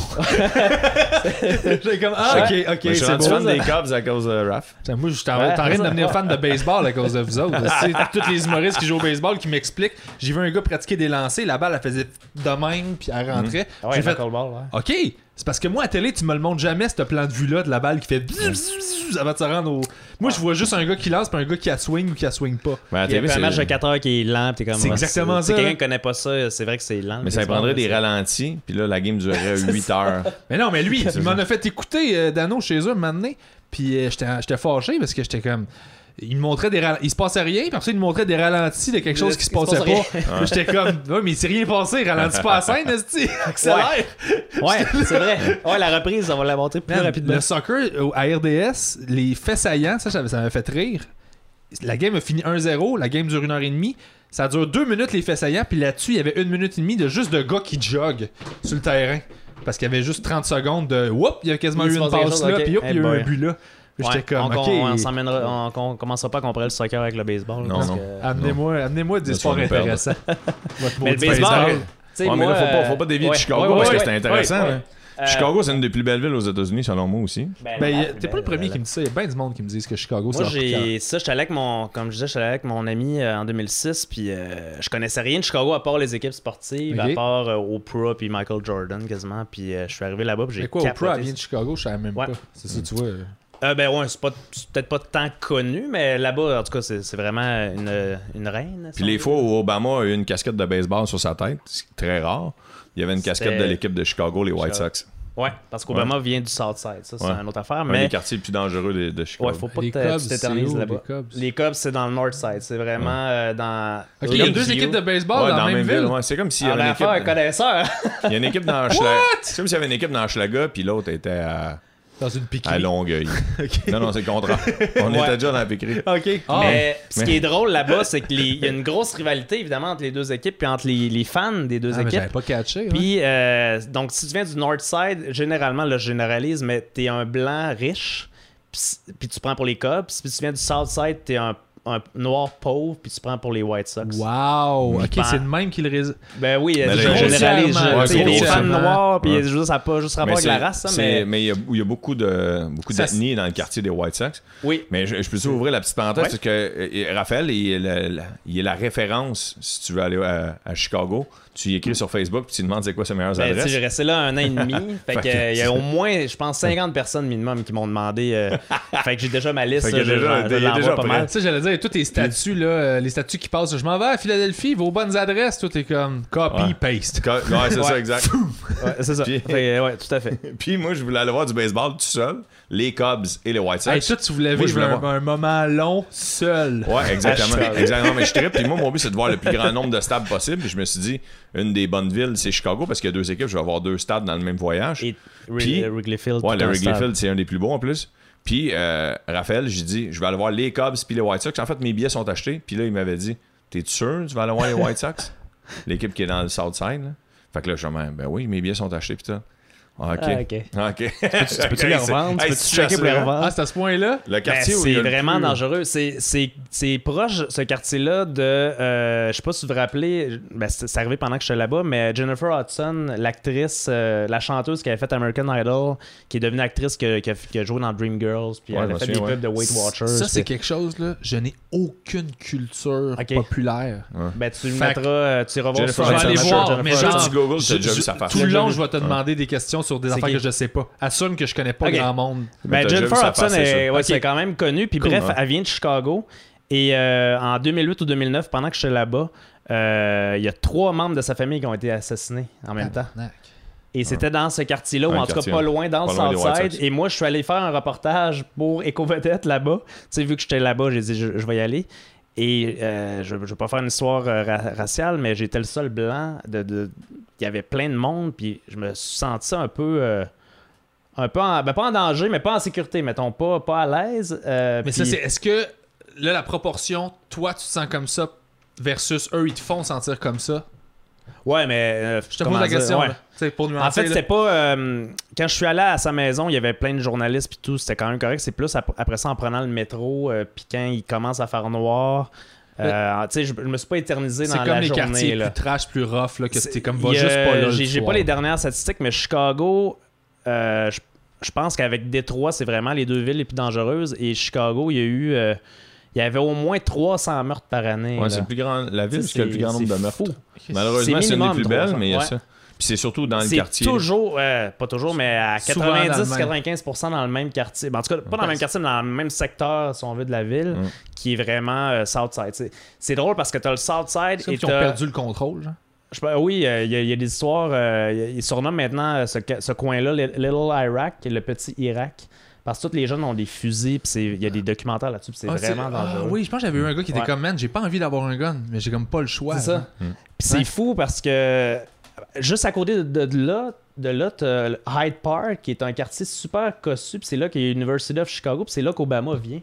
Speaker 2: J'ai comme, ah, ok, ok,
Speaker 3: Mais je suis
Speaker 2: c'est
Speaker 3: rendu
Speaker 2: bon.
Speaker 3: fan des Cubs à cause de Raph.
Speaker 2: Putain, Moi, je suis en
Speaker 1: Ouais.
Speaker 2: t'es en train de devenir fan de baseball à cause de vous autres. C'est tous les humoristes qui jouent au baseball qui m'expliquent. J'ai vu un gars pratiquer des lancers, la balle, elle faisait de même, puis elle rentrait.
Speaker 1: Ah ouais,
Speaker 2: J'ai fait,
Speaker 1: knuckleball, ouais.
Speaker 2: ok, c'est parce que moi, à télé, tu me le montres jamais, ce plan de vue-là de la balle qui fait bzzz, bzzz, bzzz avant de se rendre au. Moi, je vois juste un gars qui lance, puis un gars qui a swing ou qui a swing pas.
Speaker 3: Mais à
Speaker 1: Il y a
Speaker 3: TV,
Speaker 1: un
Speaker 3: c'est-
Speaker 1: match de 4 heures qui est lent, pis t'es comme.
Speaker 2: C'est
Speaker 1: Ah,
Speaker 2: exactement
Speaker 1: Si
Speaker 2: ça.
Speaker 1: quelqu'un qui connaît pas ça, c'est vrai que c'est lent.
Speaker 3: Mais ça
Speaker 1: c'est
Speaker 3: prendrait
Speaker 1: bon,
Speaker 3: des
Speaker 1: mais
Speaker 3: ralentis, puis là, la game durerait 8 heures.
Speaker 2: Mais non, mais lui,
Speaker 3: C'est
Speaker 2: il m'en
Speaker 3: ça.
Speaker 2: a fait écouter euh, Dano chez eux un moment donné. Puis euh, j'étais j'étais fâché parce que j'étais comme. Il me montrait des ralentis. Il se passait rien, puis après ça, il me montrait des ralentis de quelque chose qui se passait
Speaker 1: rien.
Speaker 2: pas. Puis J'étais comme, ouais, mais il s'est rien passé, il ralentit pas la scène, esti. Accélère.
Speaker 1: c'est- Ouais, c'est vrai. Ouais, la reprise, on va la montrer plus
Speaker 2: Man,
Speaker 1: rapidement.
Speaker 2: Le soccer euh, à RDS, les faits saillants, ça, ça ça m'a fait rire. La game a fini 1-0, la game dure une heure et demie. Ça dure deux minutes les faits saillants, puis là-dessus, il y avait une minute et demie de juste de gars qui joguent sur le terrain. Parce qu'il y avait juste 30 secondes de whoop, il y a quasiment
Speaker 1: Il
Speaker 2: eu
Speaker 1: se
Speaker 2: une
Speaker 1: passe quelque
Speaker 2: passe
Speaker 1: chose,
Speaker 2: là,
Speaker 1: ok.
Speaker 2: puis hop, il y a
Speaker 1: Eh
Speaker 2: eu
Speaker 1: boy.
Speaker 2: un but là. J'étais
Speaker 1: Ouais,
Speaker 2: comme,
Speaker 1: on,
Speaker 2: ok.
Speaker 1: on, on s'emmènera- on- on commencera pas à comparer le soccer avec le baseball.
Speaker 3: Non,
Speaker 1: parce
Speaker 3: non.
Speaker 1: que-
Speaker 2: Amenez-moi, amenez-moi des
Speaker 3: Là, tu
Speaker 2: sports
Speaker 3: vas nous perdre.
Speaker 2: intéressants. Votre
Speaker 1: Mais le
Speaker 2: maudit
Speaker 1: baseball,
Speaker 2: baseball.
Speaker 1: tu sais,
Speaker 3: Ouais, mais là,
Speaker 1: moi,
Speaker 3: faut pas,
Speaker 1: euh,
Speaker 3: faut pas dévier
Speaker 1: ouais.
Speaker 3: de Chicago
Speaker 1: Ouais, ouais,
Speaker 3: parce que
Speaker 1: ouais.
Speaker 3: c'était intéressant.
Speaker 1: Ouais,
Speaker 3: hein.
Speaker 1: Euh,
Speaker 3: Chicago, c'est une des plus belles villes aux États-Unis, selon moi aussi.
Speaker 1: ben,
Speaker 2: Ben, y
Speaker 1: la
Speaker 2: a-
Speaker 1: plus
Speaker 2: t'es pas le
Speaker 1: belle,
Speaker 2: premier
Speaker 1: la-
Speaker 2: qui me dit ça. Il y a bien du monde qui me dit que Chicago, c'est
Speaker 1: Moi,
Speaker 2: leur piquant.
Speaker 1: j'ai ça, j'étais allé avec mon comme je disais, j'étais allé avec mon ami euh, en 2006 puis euh, je connaissais rien de Chicago à part les équipes sportives,
Speaker 2: Ok.
Speaker 1: à part euh, Oprah puis Michael Jordan quasiment, puis euh, je suis arrivé là-bas, puis j'ai
Speaker 2: Mais quoi, Oprah, elle
Speaker 1: capoté.
Speaker 2: vient de Chicago, je savais même
Speaker 1: Ouais.
Speaker 2: pas. C'est ça, tu vois. euh.
Speaker 1: Euh, ben ouais, c'est pas c'est peut-être pas tant connu, mais là-bas en tout cas, c'est c'est vraiment une, une reine.
Speaker 3: Puis les fois où Obama a eu une casquette de baseball sur sa tête, c'est très rare, il y avait une casquette
Speaker 1: C'était-
Speaker 3: de l'équipe de Chicago, les White
Speaker 1: Chicago.
Speaker 3: Sox.
Speaker 1: Ouais, parce qu'Obama vient du Southside, ça c'est
Speaker 3: Ouais.
Speaker 1: une autre affaire,
Speaker 3: Un
Speaker 1: mais
Speaker 3: des quartiers les plus dangereux de, de Chicago.
Speaker 1: ouais, faut pas
Speaker 2: Les
Speaker 1: que
Speaker 2: Cubs,
Speaker 1: tu
Speaker 2: c'est
Speaker 1: t'éternises
Speaker 2: où,
Speaker 1: là-bas.
Speaker 2: les Cubs?
Speaker 1: Les Cubs, c'est dans le Northside, c'est vraiment euh, dans
Speaker 2: Ok, il y a deux
Speaker 1: Lakeview.
Speaker 2: équipes de baseball
Speaker 3: Ouais,
Speaker 2: dans, la même ville.
Speaker 3: ouais. C'est comme s'il y
Speaker 1: On
Speaker 3: avait
Speaker 1: a
Speaker 3: une
Speaker 1: affaire à un
Speaker 3: équipe,
Speaker 1: connaisseur.
Speaker 3: il y a une équipe dans Hochelaga. C'est comme s'il y avait une équipe dans Hochelaga, puis l'autre était à,
Speaker 2: Dans une piquerie.
Speaker 3: à Longueuil. Non, non, c'est le contraire. On
Speaker 1: Ouais.
Speaker 3: était déjà dans la piquerie.
Speaker 2: OK. Ah,
Speaker 1: mais ce qui
Speaker 3: mais-
Speaker 1: est drôle là-bas, c'est qu'il y a une grosse rivalité évidemment entre les deux équipes puis entre les, les fans des deux
Speaker 2: ah, mais j'avais
Speaker 1: équipes.
Speaker 2: pas catché. hein.
Speaker 1: Puis euh, donc si tu viens du Northside, généralement là je généralise mais t'es un blanc riche puis puis tu prends pour les Cubs, puis si tu viens du Southside, t'es un un noir pauvre puis tu prends pour les White Sox.
Speaker 2: Wow. OK,
Speaker 1: Ben-
Speaker 2: c'est le même qu'il résume.
Speaker 1: Ben oui, euh,
Speaker 3: Mais
Speaker 1: je
Speaker 3: là,
Speaker 1: généralise,
Speaker 2: grossièrement,
Speaker 1: je- tu sais,
Speaker 3: ouais,
Speaker 1: les fans
Speaker 2: grossièrement.
Speaker 1: noirs puis
Speaker 3: Ouais.
Speaker 1: je veux dire, ça n'a pas juste rapport
Speaker 3: Mais
Speaker 1: avec la
Speaker 3: c'est-
Speaker 1: race ça,
Speaker 3: c'est-
Speaker 1: mais
Speaker 3: mais il y, a- il y a beaucoup de beaucoup
Speaker 2: Ça,
Speaker 3: d'ethnies dans le quartier des White Sox.
Speaker 1: oui.
Speaker 3: Mais je, je peux ouvrir la petite parenthèse
Speaker 1: Ouais.
Speaker 3: parce que euh, euh, Raphaël, il est, la, la- il est la référence si tu veux aller à, à Chicago. Tu y écris sur Facebook puis tu demandes c'est quoi ses meilleures
Speaker 1: Ben, tu sais,
Speaker 3: adresses.
Speaker 1: j'ai resté là un an et demi. fait que, euh, il y a au moins, je pense, 50 personnes minimum qui m'ont demandé. euh, fait que j'ai déjà ma liste.
Speaker 3: Fait qu'il y a
Speaker 1: je-
Speaker 3: déjà-
Speaker 1: je-
Speaker 3: il y
Speaker 1: je
Speaker 3: a déjà
Speaker 1: l'envoie pas
Speaker 3: prêt.
Speaker 1: mal.
Speaker 2: Ben, Tu sais, j'allais dire, tous tes statuts, là, euh, les statuts qui passent, je m'en vais à Philadelphie, vos bonnes adresses, tout est comme copy,
Speaker 3: Ouais.
Speaker 2: paste.
Speaker 3: Co- Ouais, c'est ça,
Speaker 1: Ouais.
Speaker 3: exact.
Speaker 1: Ouais, c'est ça.
Speaker 3: Puis-
Speaker 1: Fait que, ouais, tout à fait.
Speaker 3: puis moi, je voulais aller voir du baseball tout seul, les Cubs et les White Sox.
Speaker 2: Hey, toi, tu voulais
Speaker 3: Moi, je
Speaker 2: vivre
Speaker 3: voulais
Speaker 2: un,
Speaker 3: voir.
Speaker 2: un moment long seul.
Speaker 3: Ouais, exactement.
Speaker 1: Hashtag.
Speaker 3: exactement. Mais je trippe. Puis moi, mon but, c'est de voir le plus grand nombre de stades possible. Puis je me suis dit, une des bonnes villes, c'est Chicago parce qu'il y a deux équipes. Je vais avoir deux stades dans le même voyage.
Speaker 1: Et Wri-
Speaker 3: Puis-
Speaker 1: euh, Wrigley Field.
Speaker 3: Ouais,
Speaker 1: tout
Speaker 3: le
Speaker 1: un
Speaker 3: Wrigley
Speaker 1: stade.
Speaker 3: Field, c'est un des plus beaux en plus. Puis euh, Raphaël, j'ai dit, je vais aller voir les Cubs puis les White Sox. En fait, mes billets sont achetés. Puis là, il m'avait dit, t'es sûr tu vas aller voir les White Sox L'équipe qui est dans le Southside. Là. Fait que là, je me dis, ben oui, mes billets sont achetés. Puis tout. Ah, ok.
Speaker 1: Ah, ok.
Speaker 3: Ah, ok. Tu peux-tu
Speaker 1: Peux-tu les revendre? Tu Peux-tu checker pour les revendre?
Speaker 2: Ah, c'est à ce point-là?
Speaker 3: Le
Speaker 1: Ben,
Speaker 3: quartier où il
Speaker 1: c'est
Speaker 3: y a le
Speaker 1: vraiment
Speaker 3: plus-
Speaker 1: dangereux. C'est- C'est c'est proche, ce quartier-là, de. euh, je sais pas si vous vous rappelez, ben, c'est c'est arrivé pendant que j'étais là-bas, mais Jennifer Hudson, l'actrice, euh, la chanteuse qui avait fait American Idol, qui est devenue actrice, qui a, qui a- qui a joué dans Dreamgirls, puis
Speaker 3: Ouais,
Speaker 1: elle
Speaker 3: je
Speaker 1: a
Speaker 3: me
Speaker 1: fait des
Speaker 3: souviens, ouais.
Speaker 1: pubs de Weight Watchers.
Speaker 2: Ça, c'est
Speaker 1: puis-
Speaker 2: quelque chose, là. Je n'ai aucune culture
Speaker 1: Ok.
Speaker 2: populaire.
Speaker 1: Ben, tu le
Speaker 2: Fait-
Speaker 1: mettras, euh, tu iras voir sur
Speaker 3: Jennifer
Speaker 2: Je vais
Speaker 3: Hudson,
Speaker 2: aller
Speaker 3: Jennifer
Speaker 2: voir,
Speaker 3: Hudson.
Speaker 2: mais
Speaker 3: Juste
Speaker 2: genre,
Speaker 3: tu googles,
Speaker 2: je-
Speaker 3: t'as déjà vu
Speaker 2: je-
Speaker 3: sa face.
Speaker 2: Tout le
Speaker 3: T'as
Speaker 2: long,
Speaker 3: déjà
Speaker 2: je vais te demander des questions sur des
Speaker 1: C'est
Speaker 2: affaires
Speaker 1: qui?
Speaker 2: que je sais pas. Assume que je connais pas
Speaker 1: Ok.
Speaker 2: grand monde.
Speaker 3: Mais
Speaker 1: Ben,
Speaker 3: t'as
Speaker 1: Jennifer
Speaker 3: déjà vu sa
Speaker 1: Hudson,
Speaker 3: face, c'est
Speaker 1: est,
Speaker 3: sûr.
Speaker 1: ouais,
Speaker 3: Ok.
Speaker 1: c'est quand même connue. Puis
Speaker 3: Cool,
Speaker 1: bref,
Speaker 3: hein.
Speaker 1: elle vient de Chicago. Et euh, en 2008 ou 2009, pendant que j'étais là-bas, euh, il y a trois membres de sa famille qui ont été assassinés en même
Speaker 3: Ah.
Speaker 1: temps.
Speaker 2: Tabarnak.
Speaker 1: Et c'était dans ce quartier-là, ou
Speaker 3: Dans
Speaker 1: en
Speaker 3: le
Speaker 1: tout cas
Speaker 3: quartier,
Speaker 1: pas
Speaker 3: hein.
Speaker 1: loin, dans
Speaker 3: Pas
Speaker 1: le
Speaker 3: loin des White
Speaker 1: Southside.
Speaker 3: Sox.
Speaker 1: Et moi, je suis allé faire un reportage pour Éco-Vedette là-bas. Tu sais, vu que j'étais là-bas, j'ai dit, je, je vais y aller. Et euh, je, je vais pas faire une histoire euh, ra- raciale, mais j'étais le seul blanc. de- de- Il y avait plein de monde, puis je me suis senti un peu. euh, un peu en- ben, pas en danger, mais pas en sécurité, mettons, pas, pas à l'aise. euh,
Speaker 2: Mais ça,
Speaker 1: puis-
Speaker 2: c'est. Est-ce que là, la proportion, toi, tu te sens comme ça versus eux, ils te font sentir comme ça?
Speaker 1: Ouais, mais. euh,
Speaker 2: Je te
Speaker 1: comment
Speaker 2: pose la
Speaker 1: dire,
Speaker 2: question.
Speaker 1: ouais.
Speaker 2: là. Tu sais, pour nuancer.
Speaker 1: En fait,
Speaker 2: là.
Speaker 1: c'était pas. euh, quand je suis allé à sa maison, il y avait plein de journalistes puis tout. C'était quand même correct. C'est plus ap- après ça, en prenant le métro, euh, puis quand il commence à faire noir. Euh, tu sais, je, je me suis pas éternisé
Speaker 2: C'est
Speaker 1: dans
Speaker 2: comme
Speaker 1: la
Speaker 2: les
Speaker 1: journée.
Speaker 2: quartiers
Speaker 1: là.
Speaker 2: plus trash, plus rough, là, que
Speaker 1: C'est-
Speaker 2: t'es comme va
Speaker 1: il y a-
Speaker 2: juste pas là. le
Speaker 1: J'ai j'ai pas
Speaker 2: soir.
Speaker 1: les dernières statistiques, mais Chicago, euh, je, je pense qu'avec Détroit, c'est vraiment les deux villes les plus dangereuses. Et Chicago, il y a eu. euh, il y avait au moins 300 meurtres par année.
Speaker 3: Ouais,
Speaker 1: là.
Speaker 3: c'est le plus grand, la ville
Speaker 1: Tu sais,
Speaker 3: qui a le plus grand
Speaker 1: c'est-
Speaker 3: nombre de
Speaker 1: c'est
Speaker 3: meurtres.
Speaker 1: fou.
Speaker 3: Malheureusement, c'est une des
Speaker 1: minimum
Speaker 3: plus belles,
Speaker 1: 300,
Speaker 3: mais il y a
Speaker 1: ouais.
Speaker 3: ça. Puis c'est surtout dans le
Speaker 1: C'est
Speaker 3: quartier.
Speaker 1: toujours, euh, pas toujours, mais à
Speaker 2: Souvent dans le
Speaker 1: 90-95% dans le même quartier. Ben, en tout cas, pas dans le même quartier, mais dans le même secteur, si on veut, de la ville,
Speaker 3: Mm.
Speaker 1: qui est vraiment euh, Southside. C'est- C'est drôle parce que t'as le Southside
Speaker 2: C'est comme
Speaker 1: et
Speaker 2: qu'ils ont
Speaker 1: t'as-
Speaker 2: perdu le contrôle, genre.
Speaker 1: je sais pas, oui, euh, il y, a- il y a des histoires. euh, il y a- ils surnomment maintenant euh, ce, ca- ce coin-là Li- Little Iraq, le petit Irak, parce que tous les jeunes ont des fusils, puis c'est- il y a des documentaires là-dessus, puis c'est
Speaker 2: Ah,
Speaker 1: vraiment
Speaker 2: c'est-
Speaker 1: dangereux.
Speaker 2: Ah, oui, je pense que j'avais eu un gars qui était
Speaker 1: Ouais.
Speaker 2: comme, man, j'ai pas envie d'avoir un gun, mais j'ai comme pas le choix.
Speaker 1: C'est ça.
Speaker 2: hein.
Speaker 3: Mm.
Speaker 1: Puis c'est fou parce que juste à côté de, de- de là, de là, t'as le Hyde Park, qui est un quartier super cossu, puis c'est là qu'il y a l'University of Chicago, puis c'est là qu'Obama vient.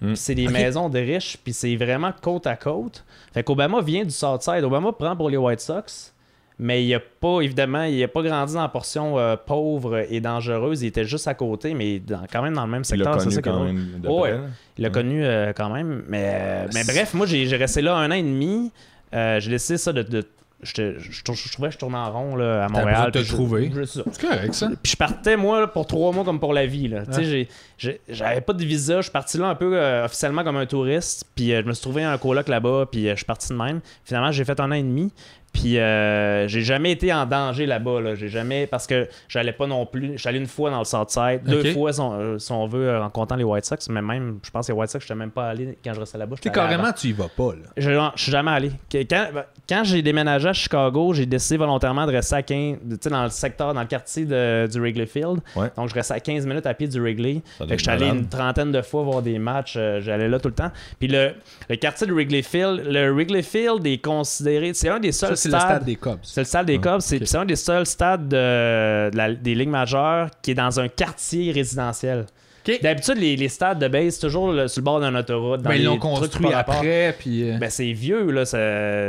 Speaker 3: Mm.
Speaker 1: Puis c'est des maisons de riches, puis c'est vraiment côte à côte. Fait qu'Obama vient du Southside. Obama prend pour les White Sox, mais il a pas, évidemment, il a pas grandi dans la portion euh, pauvre et dangereuse. Il était juste à côté, mais dans- quand même dans le même
Speaker 3: Il l'a
Speaker 1: secteur. C'est
Speaker 3: connu
Speaker 1: ça qui est
Speaker 3: quand
Speaker 1: drôle.
Speaker 3: même. de
Speaker 1: Oh,
Speaker 3: près,
Speaker 1: ouais.
Speaker 3: là.
Speaker 1: Il l'a
Speaker 3: Mm.
Speaker 1: connu euh, quand même. Mais, euh, mais bref, moi, j'ai j'ai resté là un an et demi. Euh, j'ai laissé ça de. de- j'étais- je, je- je trouvais que je tournais en rond là, à
Speaker 2: besoin
Speaker 1: Montréal.
Speaker 2: de te
Speaker 1: puis je-
Speaker 2: trouver.
Speaker 1: je- c'est ça.
Speaker 2: C'est correct, ça.
Speaker 1: Puis je partais, moi, là, pour trois mois comme pour la vie. là. Tu sais, j'ai- j'ai- J'avais pas de visa. Je suis parti là un peu euh, officiellement comme un touriste. Puis euh, je me suis trouvé un coloc là-bas. Puis euh, je suis parti de même. Finalement, j'ai fait un an et demi. Puis euh, j'ai jamais été en danger là-bas. Là. J'ai jamais. Parce que j'allais pas non plus. J'allais une fois dans le Southside. Deux
Speaker 2: Ok.
Speaker 1: fois, si on, euh, si on veut, euh, en comptant les White Sox. Mais même, je pense que les White Sox, je même pas allé quand je restais là-bas.
Speaker 2: T'es
Speaker 1: J'étais allé
Speaker 2: carrément, tu y vas pas, là.
Speaker 1: je, non, je suis jamais allé. Que- Quand, ben, quand j'ai déménagé à Chicago, j'ai décidé volontairement de rester à 15, de- tu sais, dans le secteur, dans le quartier de- du Wrigley Field.
Speaker 3: Ouais.
Speaker 1: Donc, je restais à 15 minutes à pied du Wrigley.
Speaker 3: Ça doit
Speaker 1: Fait que
Speaker 3: être
Speaker 1: je suis allé
Speaker 3: malade.
Speaker 1: une trentaine de fois voir des matchs. euh, J'allais là tout le temps. Puis le, le quartier du Wrigley Field, le Wrigley Field est considéré, c'est un des
Speaker 2: Ça,
Speaker 1: seuls
Speaker 2: c'est le
Speaker 1: stades.
Speaker 2: stade des Cubs.
Speaker 1: C'est le stade des
Speaker 3: Ah,
Speaker 1: Cubs. C'est
Speaker 2: ok.
Speaker 1: c'est un des seuls stades de- de la- des ligues majeures qui est dans un quartier résidentiel.
Speaker 2: Ok.
Speaker 1: D'habitude, les, les stades de base, c'est toujours le- sur le bord d'un autoroute. dans
Speaker 2: Ben, ils
Speaker 1: les
Speaker 2: l'ont
Speaker 1: trucs
Speaker 2: construit
Speaker 1: par rapport.
Speaker 2: après, puis. euh,
Speaker 1: Ben, c'est vieux, là. ça-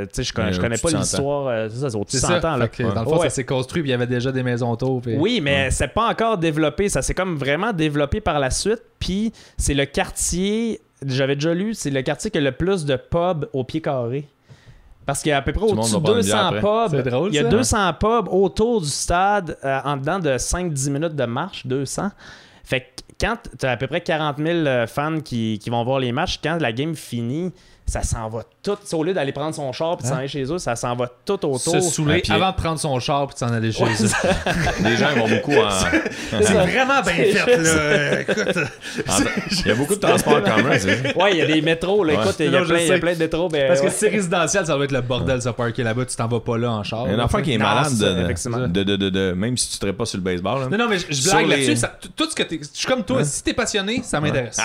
Speaker 1: Tu sais, je
Speaker 2: Ben,
Speaker 1: connais,
Speaker 3: Mais
Speaker 1: je connais
Speaker 3: au-dessus
Speaker 1: pas
Speaker 3: de 100 ans.
Speaker 1: l'histoire. euh, C'est ça, c'est au-dessus
Speaker 2: C'est
Speaker 1: de
Speaker 2: ça.
Speaker 1: 100 ans, là.
Speaker 2: Fait que, dans le fond,
Speaker 1: Ouais.
Speaker 2: ça s'est construit, puis il y avait déjà des maisons autour. puis-
Speaker 1: Oui, mais c'est pas encore développé. Ça s'est comme vraiment développé par la suite. Puis c'est le quartier, j'avais déjà lu, c'est le quartier qui a le plus de pubs au pied carré. Parce qu'il y a à peu près
Speaker 3: le monde
Speaker 1: au-dessus
Speaker 3: va
Speaker 1: de
Speaker 3: boire une bière
Speaker 1: 200
Speaker 2: C'est
Speaker 1: pubs.
Speaker 2: drôle,
Speaker 1: Il y a
Speaker 2: ça.
Speaker 1: 200 pubs autour du stade euh, en dedans de 5-10 minutes de marche, 200. Fait que quand t'as à peu près 40 000 euh, fans qui, qui vont voir les matchs, quand la game finit, ça s'en va tout. Tu sais, au lieu d'aller prendre son char et
Speaker 2: Hein?
Speaker 1: de s'en aller chez eux, ça s'en va tout autour.
Speaker 2: Se
Speaker 3: À
Speaker 2: saouler
Speaker 3: pied.
Speaker 2: avant de prendre son char, puis de s'en aller chez eux.
Speaker 3: Les gens ils vont beaucoup en.
Speaker 1: C'est ça.
Speaker 2: vraiment bien
Speaker 1: C'est Ben
Speaker 2: fait, là. Écoute,
Speaker 3: en- Il y a beaucoup de transports en commun. c'est-
Speaker 1: Ouais, il y a des métros, là.
Speaker 3: Ouais.
Speaker 1: Écoute, il y a
Speaker 2: Non, je
Speaker 1: plein, il y a
Speaker 2: sais.
Speaker 1: plein de métros. ben,
Speaker 2: Parce que
Speaker 1: ouais.
Speaker 2: si c'est résidentiel, ça va être le bordel, ça parker là-bas, tu t'en vas pas là en char.
Speaker 3: Il y a un
Speaker 2: là,
Speaker 3: enfant
Speaker 2: tu
Speaker 3: qui est
Speaker 2: sais. Non,
Speaker 3: malade
Speaker 2: Ah, c'est-
Speaker 3: de, de, de, de- de- même si tu serais pas sur le baseball. là.
Speaker 2: Non, non, mais je, je
Speaker 3: Sur
Speaker 2: blague
Speaker 3: les-
Speaker 2: là-dessus. ça- t- Tout ce que t'es. Je suis comme toi, si t'es passionné, ça m'intéresse.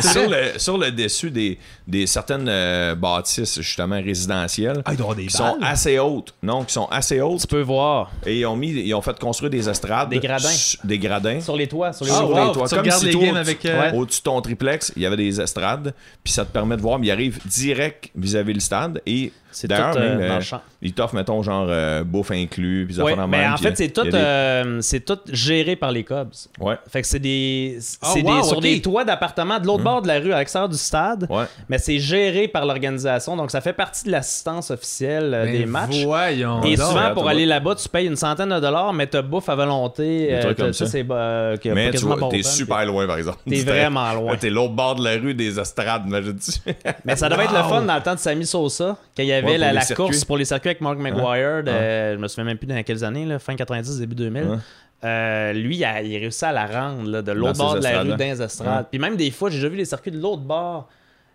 Speaker 2: C'est
Speaker 3: sur
Speaker 2: vrai.
Speaker 3: le, sur le dessus des, des certaines euh, bâtisses, justement, résidentielles,
Speaker 2: Ah, il doit y avoir des
Speaker 3: qui sont
Speaker 2: balles.
Speaker 3: assez hautes. Non, qui sont assez hautes.
Speaker 1: Tu peux voir
Speaker 3: Et ils ont, mis, ils ont fait construire des estrades.
Speaker 1: Des gradins.
Speaker 3: su- Des gradins.
Speaker 1: sur les toits, sur les
Speaker 3: sur
Speaker 2: Ah,
Speaker 1: toits.
Speaker 2: wow,
Speaker 3: les toits.
Speaker 2: tu
Speaker 3: Comme
Speaker 2: regardes
Speaker 3: si
Speaker 2: les
Speaker 3: toi,
Speaker 2: games
Speaker 3: tu-
Speaker 2: avec, euh, Ouais.
Speaker 3: Au-dessus de ton triplex, il y avait des estrades. Puis ça te permet de voir. Mais il arrive direct vis-à-vis le stade. Et
Speaker 1: C'est
Speaker 3: d'ailleurs,
Speaker 1: tout, euh,
Speaker 3: même,
Speaker 1: dans
Speaker 3: euh,
Speaker 1: le champ.
Speaker 3: ils t'offrent, mettons, genre euh, bouffe inclus. Puis des
Speaker 1: Ouais,
Speaker 3: affaires de
Speaker 1: mais
Speaker 3: même,
Speaker 1: en
Speaker 3: puis
Speaker 1: fait, c'est
Speaker 3: il y a
Speaker 1: tout,
Speaker 3: des-
Speaker 1: euh, c'est tout géré par les Cubs.
Speaker 3: Ouais.
Speaker 1: Fait que c'est des, c'est
Speaker 2: Ah,
Speaker 1: des-
Speaker 2: wow,
Speaker 1: sur
Speaker 2: ok.
Speaker 1: des toits d'appartements de l'autre bord de la rue, à l'extérieur du stade.
Speaker 3: Hmm. Ouais.
Speaker 1: Mais c'est géré par l'organisation, donc ça fait partie de l'assistance officielle euh,
Speaker 2: Mais
Speaker 1: des matchs.
Speaker 2: Voyons.
Speaker 1: Et
Speaker 2: donc.
Speaker 1: souvent,
Speaker 3: regarde,
Speaker 1: pour
Speaker 3: t'as
Speaker 1: aller
Speaker 3: beau-
Speaker 1: là-bas, tu payes une centaine de dollars, mais t'as bouffe à volonté.
Speaker 3: Des
Speaker 1: euh,
Speaker 3: trucs
Speaker 1: t'as-
Speaker 3: comme
Speaker 1: ça,
Speaker 3: ça.
Speaker 1: c'est euh, que-
Speaker 3: Mais tu
Speaker 1: quasiment
Speaker 3: vois, t'es
Speaker 1: pas autant,
Speaker 3: super loin, par exemple.
Speaker 1: T'es vraiment loin.
Speaker 3: Là, T'es l'autre bord de la rue des estrades, imagine-tu.
Speaker 1: Mais ça devait être le
Speaker 2: Wow.
Speaker 1: fun dans le temps de Sammy Sosa, quand il y avait
Speaker 3: Ouais, pour
Speaker 1: la,
Speaker 3: les
Speaker 1: la
Speaker 3: circuits.
Speaker 1: course pour les circuits avec Mark McGuire, de- je me souviens même plus dans quelles années, là, fin 90, début 2000.
Speaker 3: Ouais.
Speaker 1: Euh, lui, il, a, il réussit à la rendre là, de l'autre
Speaker 3: ces
Speaker 1: bord de la rue
Speaker 3: estrades-là.
Speaker 1: dans les estrades. Puis même des fois, j'ai déjà vu les circuits de l'autre bord,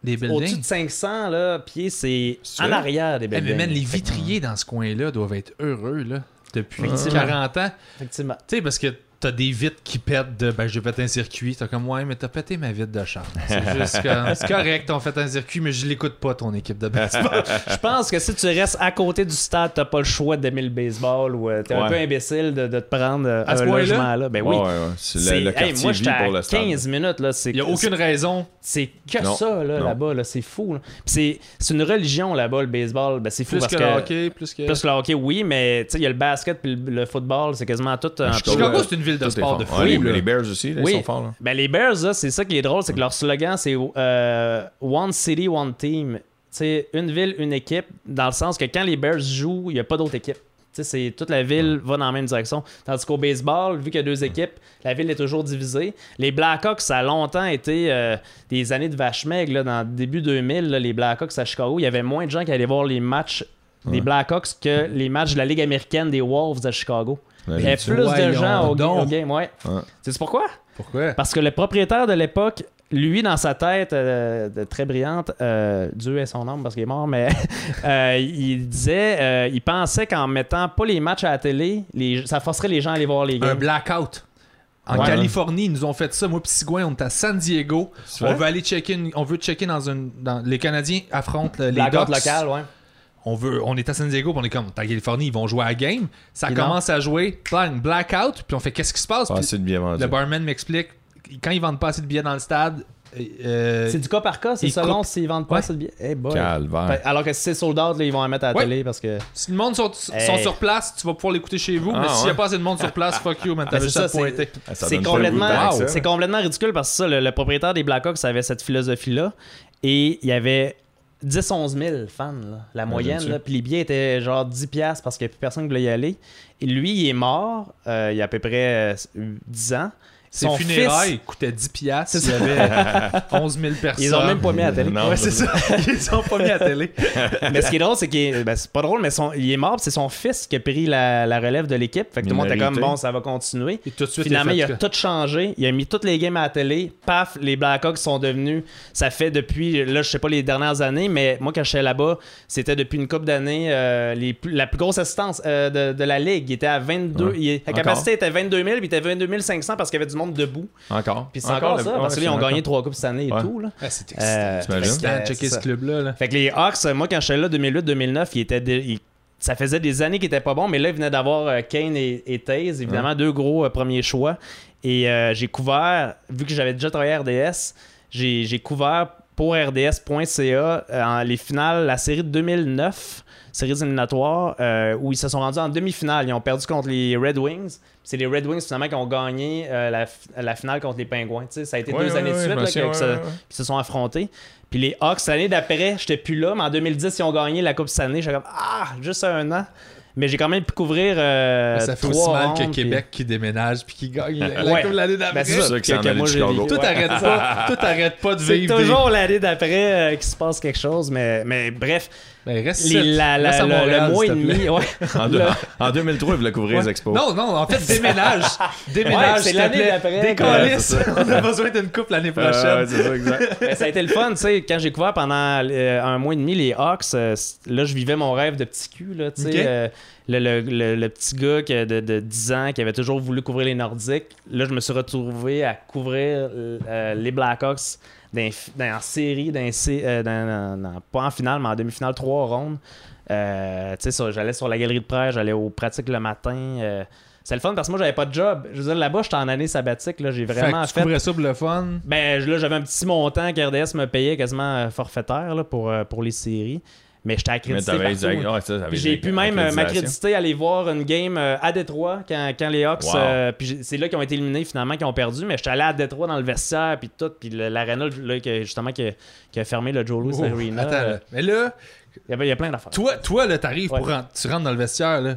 Speaker 2: Des
Speaker 1: au-dessus
Speaker 2: buildings.
Speaker 1: de 500, là, pieds, c'est
Speaker 3: C'est
Speaker 1: en
Speaker 3: vrai?
Speaker 1: arrière des
Speaker 2: Eh,
Speaker 1: buildings.
Speaker 2: mais man, les vitriers dans ce coin-là doivent être heureux, là. Depuis
Speaker 1: Effectivement.
Speaker 2: 40 ans.
Speaker 1: Effectivement.
Speaker 2: Tu sais, parce que t'as des vitres qui pètent de ben, j'ai fait un circuit. T'as comme, ouais, mais t'as pété ma vitre de char. C'est juste que, c'est correct, on fait un circuit, mais je l'écoute pas, ton équipe de baseball.
Speaker 1: Je pense que si tu restes à côté du stade, t'as pas le choix d'aimer le baseball ou euh, t'es un
Speaker 3: Ouais.
Speaker 1: peu imbécile de, de te prendre euh,
Speaker 2: À ce
Speaker 1: un
Speaker 2: point-là?
Speaker 1: logement là. Ben oui.
Speaker 3: Ouais, ouais, ouais. C'est le-
Speaker 1: C'est-
Speaker 3: le,
Speaker 1: hey,
Speaker 3: quartier
Speaker 1: moi,
Speaker 3: vit
Speaker 1: j'étais à
Speaker 3: pour le stade.
Speaker 1: 15 minutes, là. c'est-
Speaker 2: Il y a aucune raison.
Speaker 1: C'est que
Speaker 3: Non,
Speaker 1: ça, là,
Speaker 3: non.
Speaker 1: là-bas. Là, c'est fou. là. Puis C'est, c'est une religion, là-bas, le baseball. Ben, c'est fou
Speaker 2: Plus
Speaker 1: parce
Speaker 2: que,
Speaker 1: que...
Speaker 2: le hockey, plus que.
Speaker 1: Plus que le hockey, oui, mais tu sais, il y a le basket puis le, le football. C'est quasiment tout un peu...
Speaker 2: Chicago,
Speaker 3: Ouais.
Speaker 2: c'est une ville de
Speaker 3: Tout est
Speaker 2: sport
Speaker 3: fort.
Speaker 2: de
Speaker 3: Ouais,
Speaker 2: fou,
Speaker 3: les-
Speaker 2: là.
Speaker 3: les, Bears aussi, là,
Speaker 1: Oui.
Speaker 3: ils sont forts. Là.
Speaker 1: Ben, les Bears, là, c'est ça qui est drôle. C'est que leur slogan, c'est euh, One City, One Team ». sais, une ville, une équipe, dans le sens que quand les Bears jouent, il n'y a pas d'autre équipe. Tu sais, c'est- toute la ville va dans la même direction. Tandis qu'au baseball, vu qu'il y a deux équipes, la ville est toujours divisée. Les Blackhawks, ça a longtemps été euh, des années de vache maigre. là, dans le début 2000, là, les Blackhawks à Chicago, il y avait moins de gens qui allaient voir les matchs des Blackhawks que les matchs de la Ligue américaine des Wolves à Chicago. Il y avait plus de
Speaker 2: Voyons
Speaker 1: gens au,
Speaker 2: donc.
Speaker 1: au game, ouais.
Speaker 3: Ouais.
Speaker 1: C'est pourquoi?
Speaker 2: Pourquoi?
Speaker 1: Parce que le propriétaire de l'époque, lui, dans sa tête euh, de très brillante, euh, Dieu est son âme parce qu'il est mort, mais euh, il disait, euh, il pensait qu'en mettant pas les matchs à la télé, les- ça forcerait les gens à aller voir les
Speaker 2: Un
Speaker 1: games.
Speaker 2: blackout. En
Speaker 1: Ouais.
Speaker 2: Californie, ils nous ont fait ça. Moi, pis Sigouin, on est à San Diego.
Speaker 3: C'est
Speaker 2: On
Speaker 3: vrai?
Speaker 2: veut aller checker. une- On veut checker dans une. Dans... Les Canadiens affrontent le- les
Speaker 1: Blackout
Speaker 2: Ducks.
Speaker 1: local, ouais.
Speaker 2: On veut. On est à San Diego. pis On est comme. T'as Californie, ils vont jouer à la game. Ça
Speaker 1: Puis
Speaker 2: commence à jouer. Blank, blackout. Puis on fait qu'est-ce qui se passe?
Speaker 1: Ah,
Speaker 3: Pas
Speaker 2: Puis
Speaker 3: assez de bien vendu.
Speaker 2: le barman m'explique. Quand ils vendent pas assez de billets dans le stade. euh,
Speaker 1: C'est du cas par cas, c'est
Speaker 2: ils
Speaker 1: selon
Speaker 2: coupent-
Speaker 1: s'ils vendent pas,
Speaker 2: Ouais.
Speaker 1: c'est le billet. Eh boy.
Speaker 3: Calvaire.
Speaker 1: Fait- Alors que si c'est sold out, là, ils vont en mettre à la
Speaker 2: Ouais.
Speaker 1: télé parce que.
Speaker 2: Si le monde sont, sont
Speaker 1: Hey.
Speaker 2: sur place, tu vas pouvoir l'écouter chez vous.
Speaker 3: Ah,
Speaker 2: mais s'il n'y a
Speaker 3: ouais.
Speaker 2: pas assez de monde sur place, fuck you, man.
Speaker 1: Ben,
Speaker 2: T'avais
Speaker 1: c'est
Speaker 2: juste à
Speaker 1: ça,
Speaker 2: te pointer.
Speaker 3: Ah, ça
Speaker 1: C'est
Speaker 3: donne pas le goût
Speaker 1: complètement,
Speaker 3: tant que ça.
Speaker 1: c'est complètement ridicule parce que ça, le, le propriétaire des Blackhawks avait cette philosophie-là et il y avait 10-11 000 fans, là, la moyenne.
Speaker 3: Imagine-tu.
Speaker 1: là, Puis les billets étaient genre 10 piastres parce qu'il n'y a plus personne qui voulait y aller. Et lui, il est mort euh, il y a à peu près euh, 10 ans.
Speaker 2: Ses
Speaker 1: Son
Speaker 2: funérailles
Speaker 1: fils-
Speaker 2: coûtaient 10 piastres. Il y avait 11 000 personnes.
Speaker 1: ils ont même pas mis à la télé.
Speaker 3: Non,
Speaker 2: Ouais, c'est ça. Ils ont pas mis à la télé.
Speaker 1: mais ce qui est drôle, c'est qu'il est- ben, c'est pas drôle, mais son- il est mort, puis c'est son fils qui a pris la, la relève de l'équipe. Fait que tout le monde était comme
Speaker 3: Minorité.
Speaker 1: bon, ça va continuer.
Speaker 2: Et tout de suite,
Speaker 1: Finalement, il
Speaker 2: il
Speaker 1: a tout changé. Il a mis toutes les games à la télé. Paf, les Blackhawks sont devenus. Ça fait depuis, là, je sais pas les dernières années, mais moi, quand j'étais là-bas, c'était depuis une couple d'années euh, les plus- la plus grosse assistance euh, de, de la ligue. Il était à 22.
Speaker 3: Ouais.
Speaker 1: il- la
Speaker 3: Encore?
Speaker 1: capacité était 22 000, puis il était 22 500 parce qu'il y avait du monde debout.
Speaker 3: Encore.
Speaker 1: Puis c'est encore,
Speaker 3: le-
Speaker 1: ça,
Speaker 3: ouais,
Speaker 1: parce que là, ils ont
Speaker 3: c'est
Speaker 1: gagné
Speaker 3: encore.
Speaker 1: trois coupes cette année et
Speaker 3: Ouais.
Speaker 1: tout. Là.
Speaker 2: Ah, C'est
Speaker 1: Euh,
Speaker 3: T'imagines?
Speaker 1: fait que, euh,
Speaker 2: checker
Speaker 1: c'est
Speaker 2: ce
Speaker 1: ça.
Speaker 2: club-là. là.
Speaker 1: Fait que les Hawks, euh, moi, quand j'étais là, 2008-2009, ils étaient des- ils- ça faisait des années qu'ils étaient pas bons, mais là, ils venaient d'avoir euh, Kane et, et Taze, évidemment, deux gros euh, premiers choix. Et euh, j'ai couvert, vu que j'avais déjà travaillé à RDS, j'ai j'ai couvert pour RDS.ca euh, en- les finales, la série de 2009, série éliminatoire, euh, où ils se sont rendus en demi-finale. Ils ont perdu contre les Red Wings. C'est les Red Wings, finalement, qui ont gagné euh, la, fi- la finale contre les Pingouins. Tu sais, ça a été
Speaker 3: Ouais,
Speaker 1: deux
Speaker 3: ouais,
Speaker 1: années de
Speaker 3: ouais,
Speaker 1: suite
Speaker 3: je me
Speaker 1: là, que-
Speaker 3: souviens,
Speaker 1: que
Speaker 3: ouais,
Speaker 1: ça-
Speaker 3: ouais, ouais.
Speaker 1: qui se sont affrontés. Puis les Hawks, l'année d'après, j'étais plus là, mais en 2010, ils ont gagné la Coupe Stanley. J'étais comme, ah, juste un an. Mais j'ai quand même pu couvrir. euh,
Speaker 2: ça fait
Speaker 1: trois
Speaker 2: aussi mal
Speaker 1: rondes,
Speaker 2: que
Speaker 1: puis-
Speaker 2: Québec qui déménage puis qui gagne la
Speaker 1: Ouais.
Speaker 2: la Coupe l'année
Speaker 1: Ben,
Speaker 2: d'après.
Speaker 1: c'est ça,
Speaker 3: sûr que ça en
Speaker 1: que- que
Speaker 3: allait
Speaker 1: moi,
Speaker 3: de
Speaker 1: j'ai
Speaker 3: Chicago.
Speaker 1: vécu.
Speaker 2: Tout
Speaker 1: Ouais.
Speaker 2: arrête pas, tout arrête pas de
Speaker 1: C'est
Speaker 2: vivre. des-
Speaker 1: toujours l'année d'après euh, qu'il se passe quelque chose, mais, mais bref,
Speaker 2: Ben, reste
Speaker 1: les- la- la- le, le mois et demi, ouais,
Speaker 3: En, deux-
Speaker 1: le-
Speaker 3: en 2003, ils voulaient couvrir les
Speaker 2: Ouais.
Speaker 3: expos.
Speaker 2: Non, non, en fait, déménage. déménage,
Speaker 1: Ouais, c'est
Speaker 2: s'il te
Speaker 1: l'année
Speaker 2: plaît.
Speaker 1: d'après. euh,
Speaker 2: Décollisse.
Speaker 3: Ouais, c'est
Speaker 2: On a besoin d'une coupe l'année
Speaker 3: Euh,
Speaker 2: prochaine.
Speaker 3: ouais, c'est ça, exact.
Speaker 1: Mais ça a été le fun, tu sais. Quand j'ai couvert pendant euh, un mois et demi les Hawks, euh, c- là, je vivais mon rêve de petit cul, là, tu sais.
Speaker 2: Ok.
Speaker 1: euh, le, le- le- le petit gars qui a de, de 10 ans qui avait toujours voulu couvrir les Nordiques. Là, je me suis retrouvé à couvrir euh, les Blackhawks dans, dans, en série, dans, sé- euh, dans- dans- dans- pas en finale, mais en demi-finale, trois rondes. Euh, tu sais, sur- j'allais sur la galerie de presse, j'allais aux pratiques le matin. euh, c'est le fun parce que moi, j'avais pas de job. Je veux dire, là-bas, j'étais en année sabbatique. Là, j'ai vraiment
Speaker 2: tu
Speaker 1: fait.
Speaker 2: couvrais ça pour le fun.
Speaker 1: Ben je- là, j'avais un petit montant que RDS me payait quasiment euh, forfaitaire là, pour, euh, pour les séries. Mais j'étais
Speaker 3: Mais
Speaker 1: accrédité.
Speaker 3: t'avais
Speaker 1: partout. hein.
Speaker 3: dit- ouais, ça, t'avais
Speaker 1: Puis
Speaker 3: dit
Speaker 1: j'ai pu même euh,
Speaker 3: accréditation.
Speaker 1: m'accréditer, aller voir une game euh, à Détroit quand, quand les Hawks.
Speaker 3: Wow.
Speaker 1: euh, puis j'ai- c'est là qu'ils ont été éliminés finalement, qu'ils ont perdu. Mais j'étais allé à Détroit dans le vestiaire, puis tout. Puis le- l'arena, là, que- justement, qui a, qui a fermé le Joe Louis
Speaker 2: Oh,
Speaker 1: Arena.
Speaker 2: attends,
Speaker 1: euh,
Speaker 2: là. mais là,
Speaker 1: Il y, avait- il y a plein d'affaires.
Speaker 2: toi, toi là, t'arrives
Speaker 1: Ouais.
Speaker 2: pour rentrer- tu rentres dans le vestiaire là.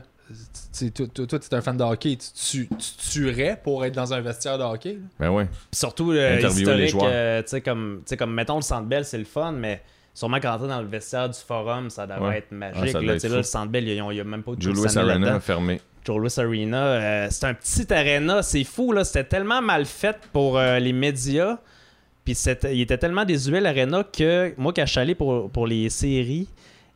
Speaker 2: Tu- tu- Toi, toi, toi, t'es un fan de hockey, tu, tu, tu tuerais pour être dans un vestiaire de hockey. là?
Speaker 3: Ben ouais.
Speaker 1: Puis surtout, euh,
Speaker 3: Interviewer les
Speaker 1: historique,
Speaker 3: joueurs.
Speaker 1: euh, tu sais, comme, tu sais, comme mettons le Centre Bell, c'est le fun, mais sûrement quand t'es dans le vestiaire du forum, ça devrait
Speaker 3: Ouais.
Speaker 1: être magique.
Speaker 3: ça
Speaker 1: là,
Speaker 3: doit
Speaker 1: Tu sais, là,
Speaker 3: être fou.
Speaker 1: le Centre Bell, il n'y a, même pas de
Speaker 3: Joe
Speaker 1: Cool
Speaker 3: Louis
Speaker 1: Stanley
Speaker 3: Arena
Speaker 1: là-dedans.
Speaker 3: fermé.
Speaker 1: Joe Louis Arena, euh, c'est un petit arena, c'est fou là, c'était tellement mal fait pour euh, les médias. Puis c'était- il était tellement désuet l'arena que moi quand je suis allé pour, pour les séries,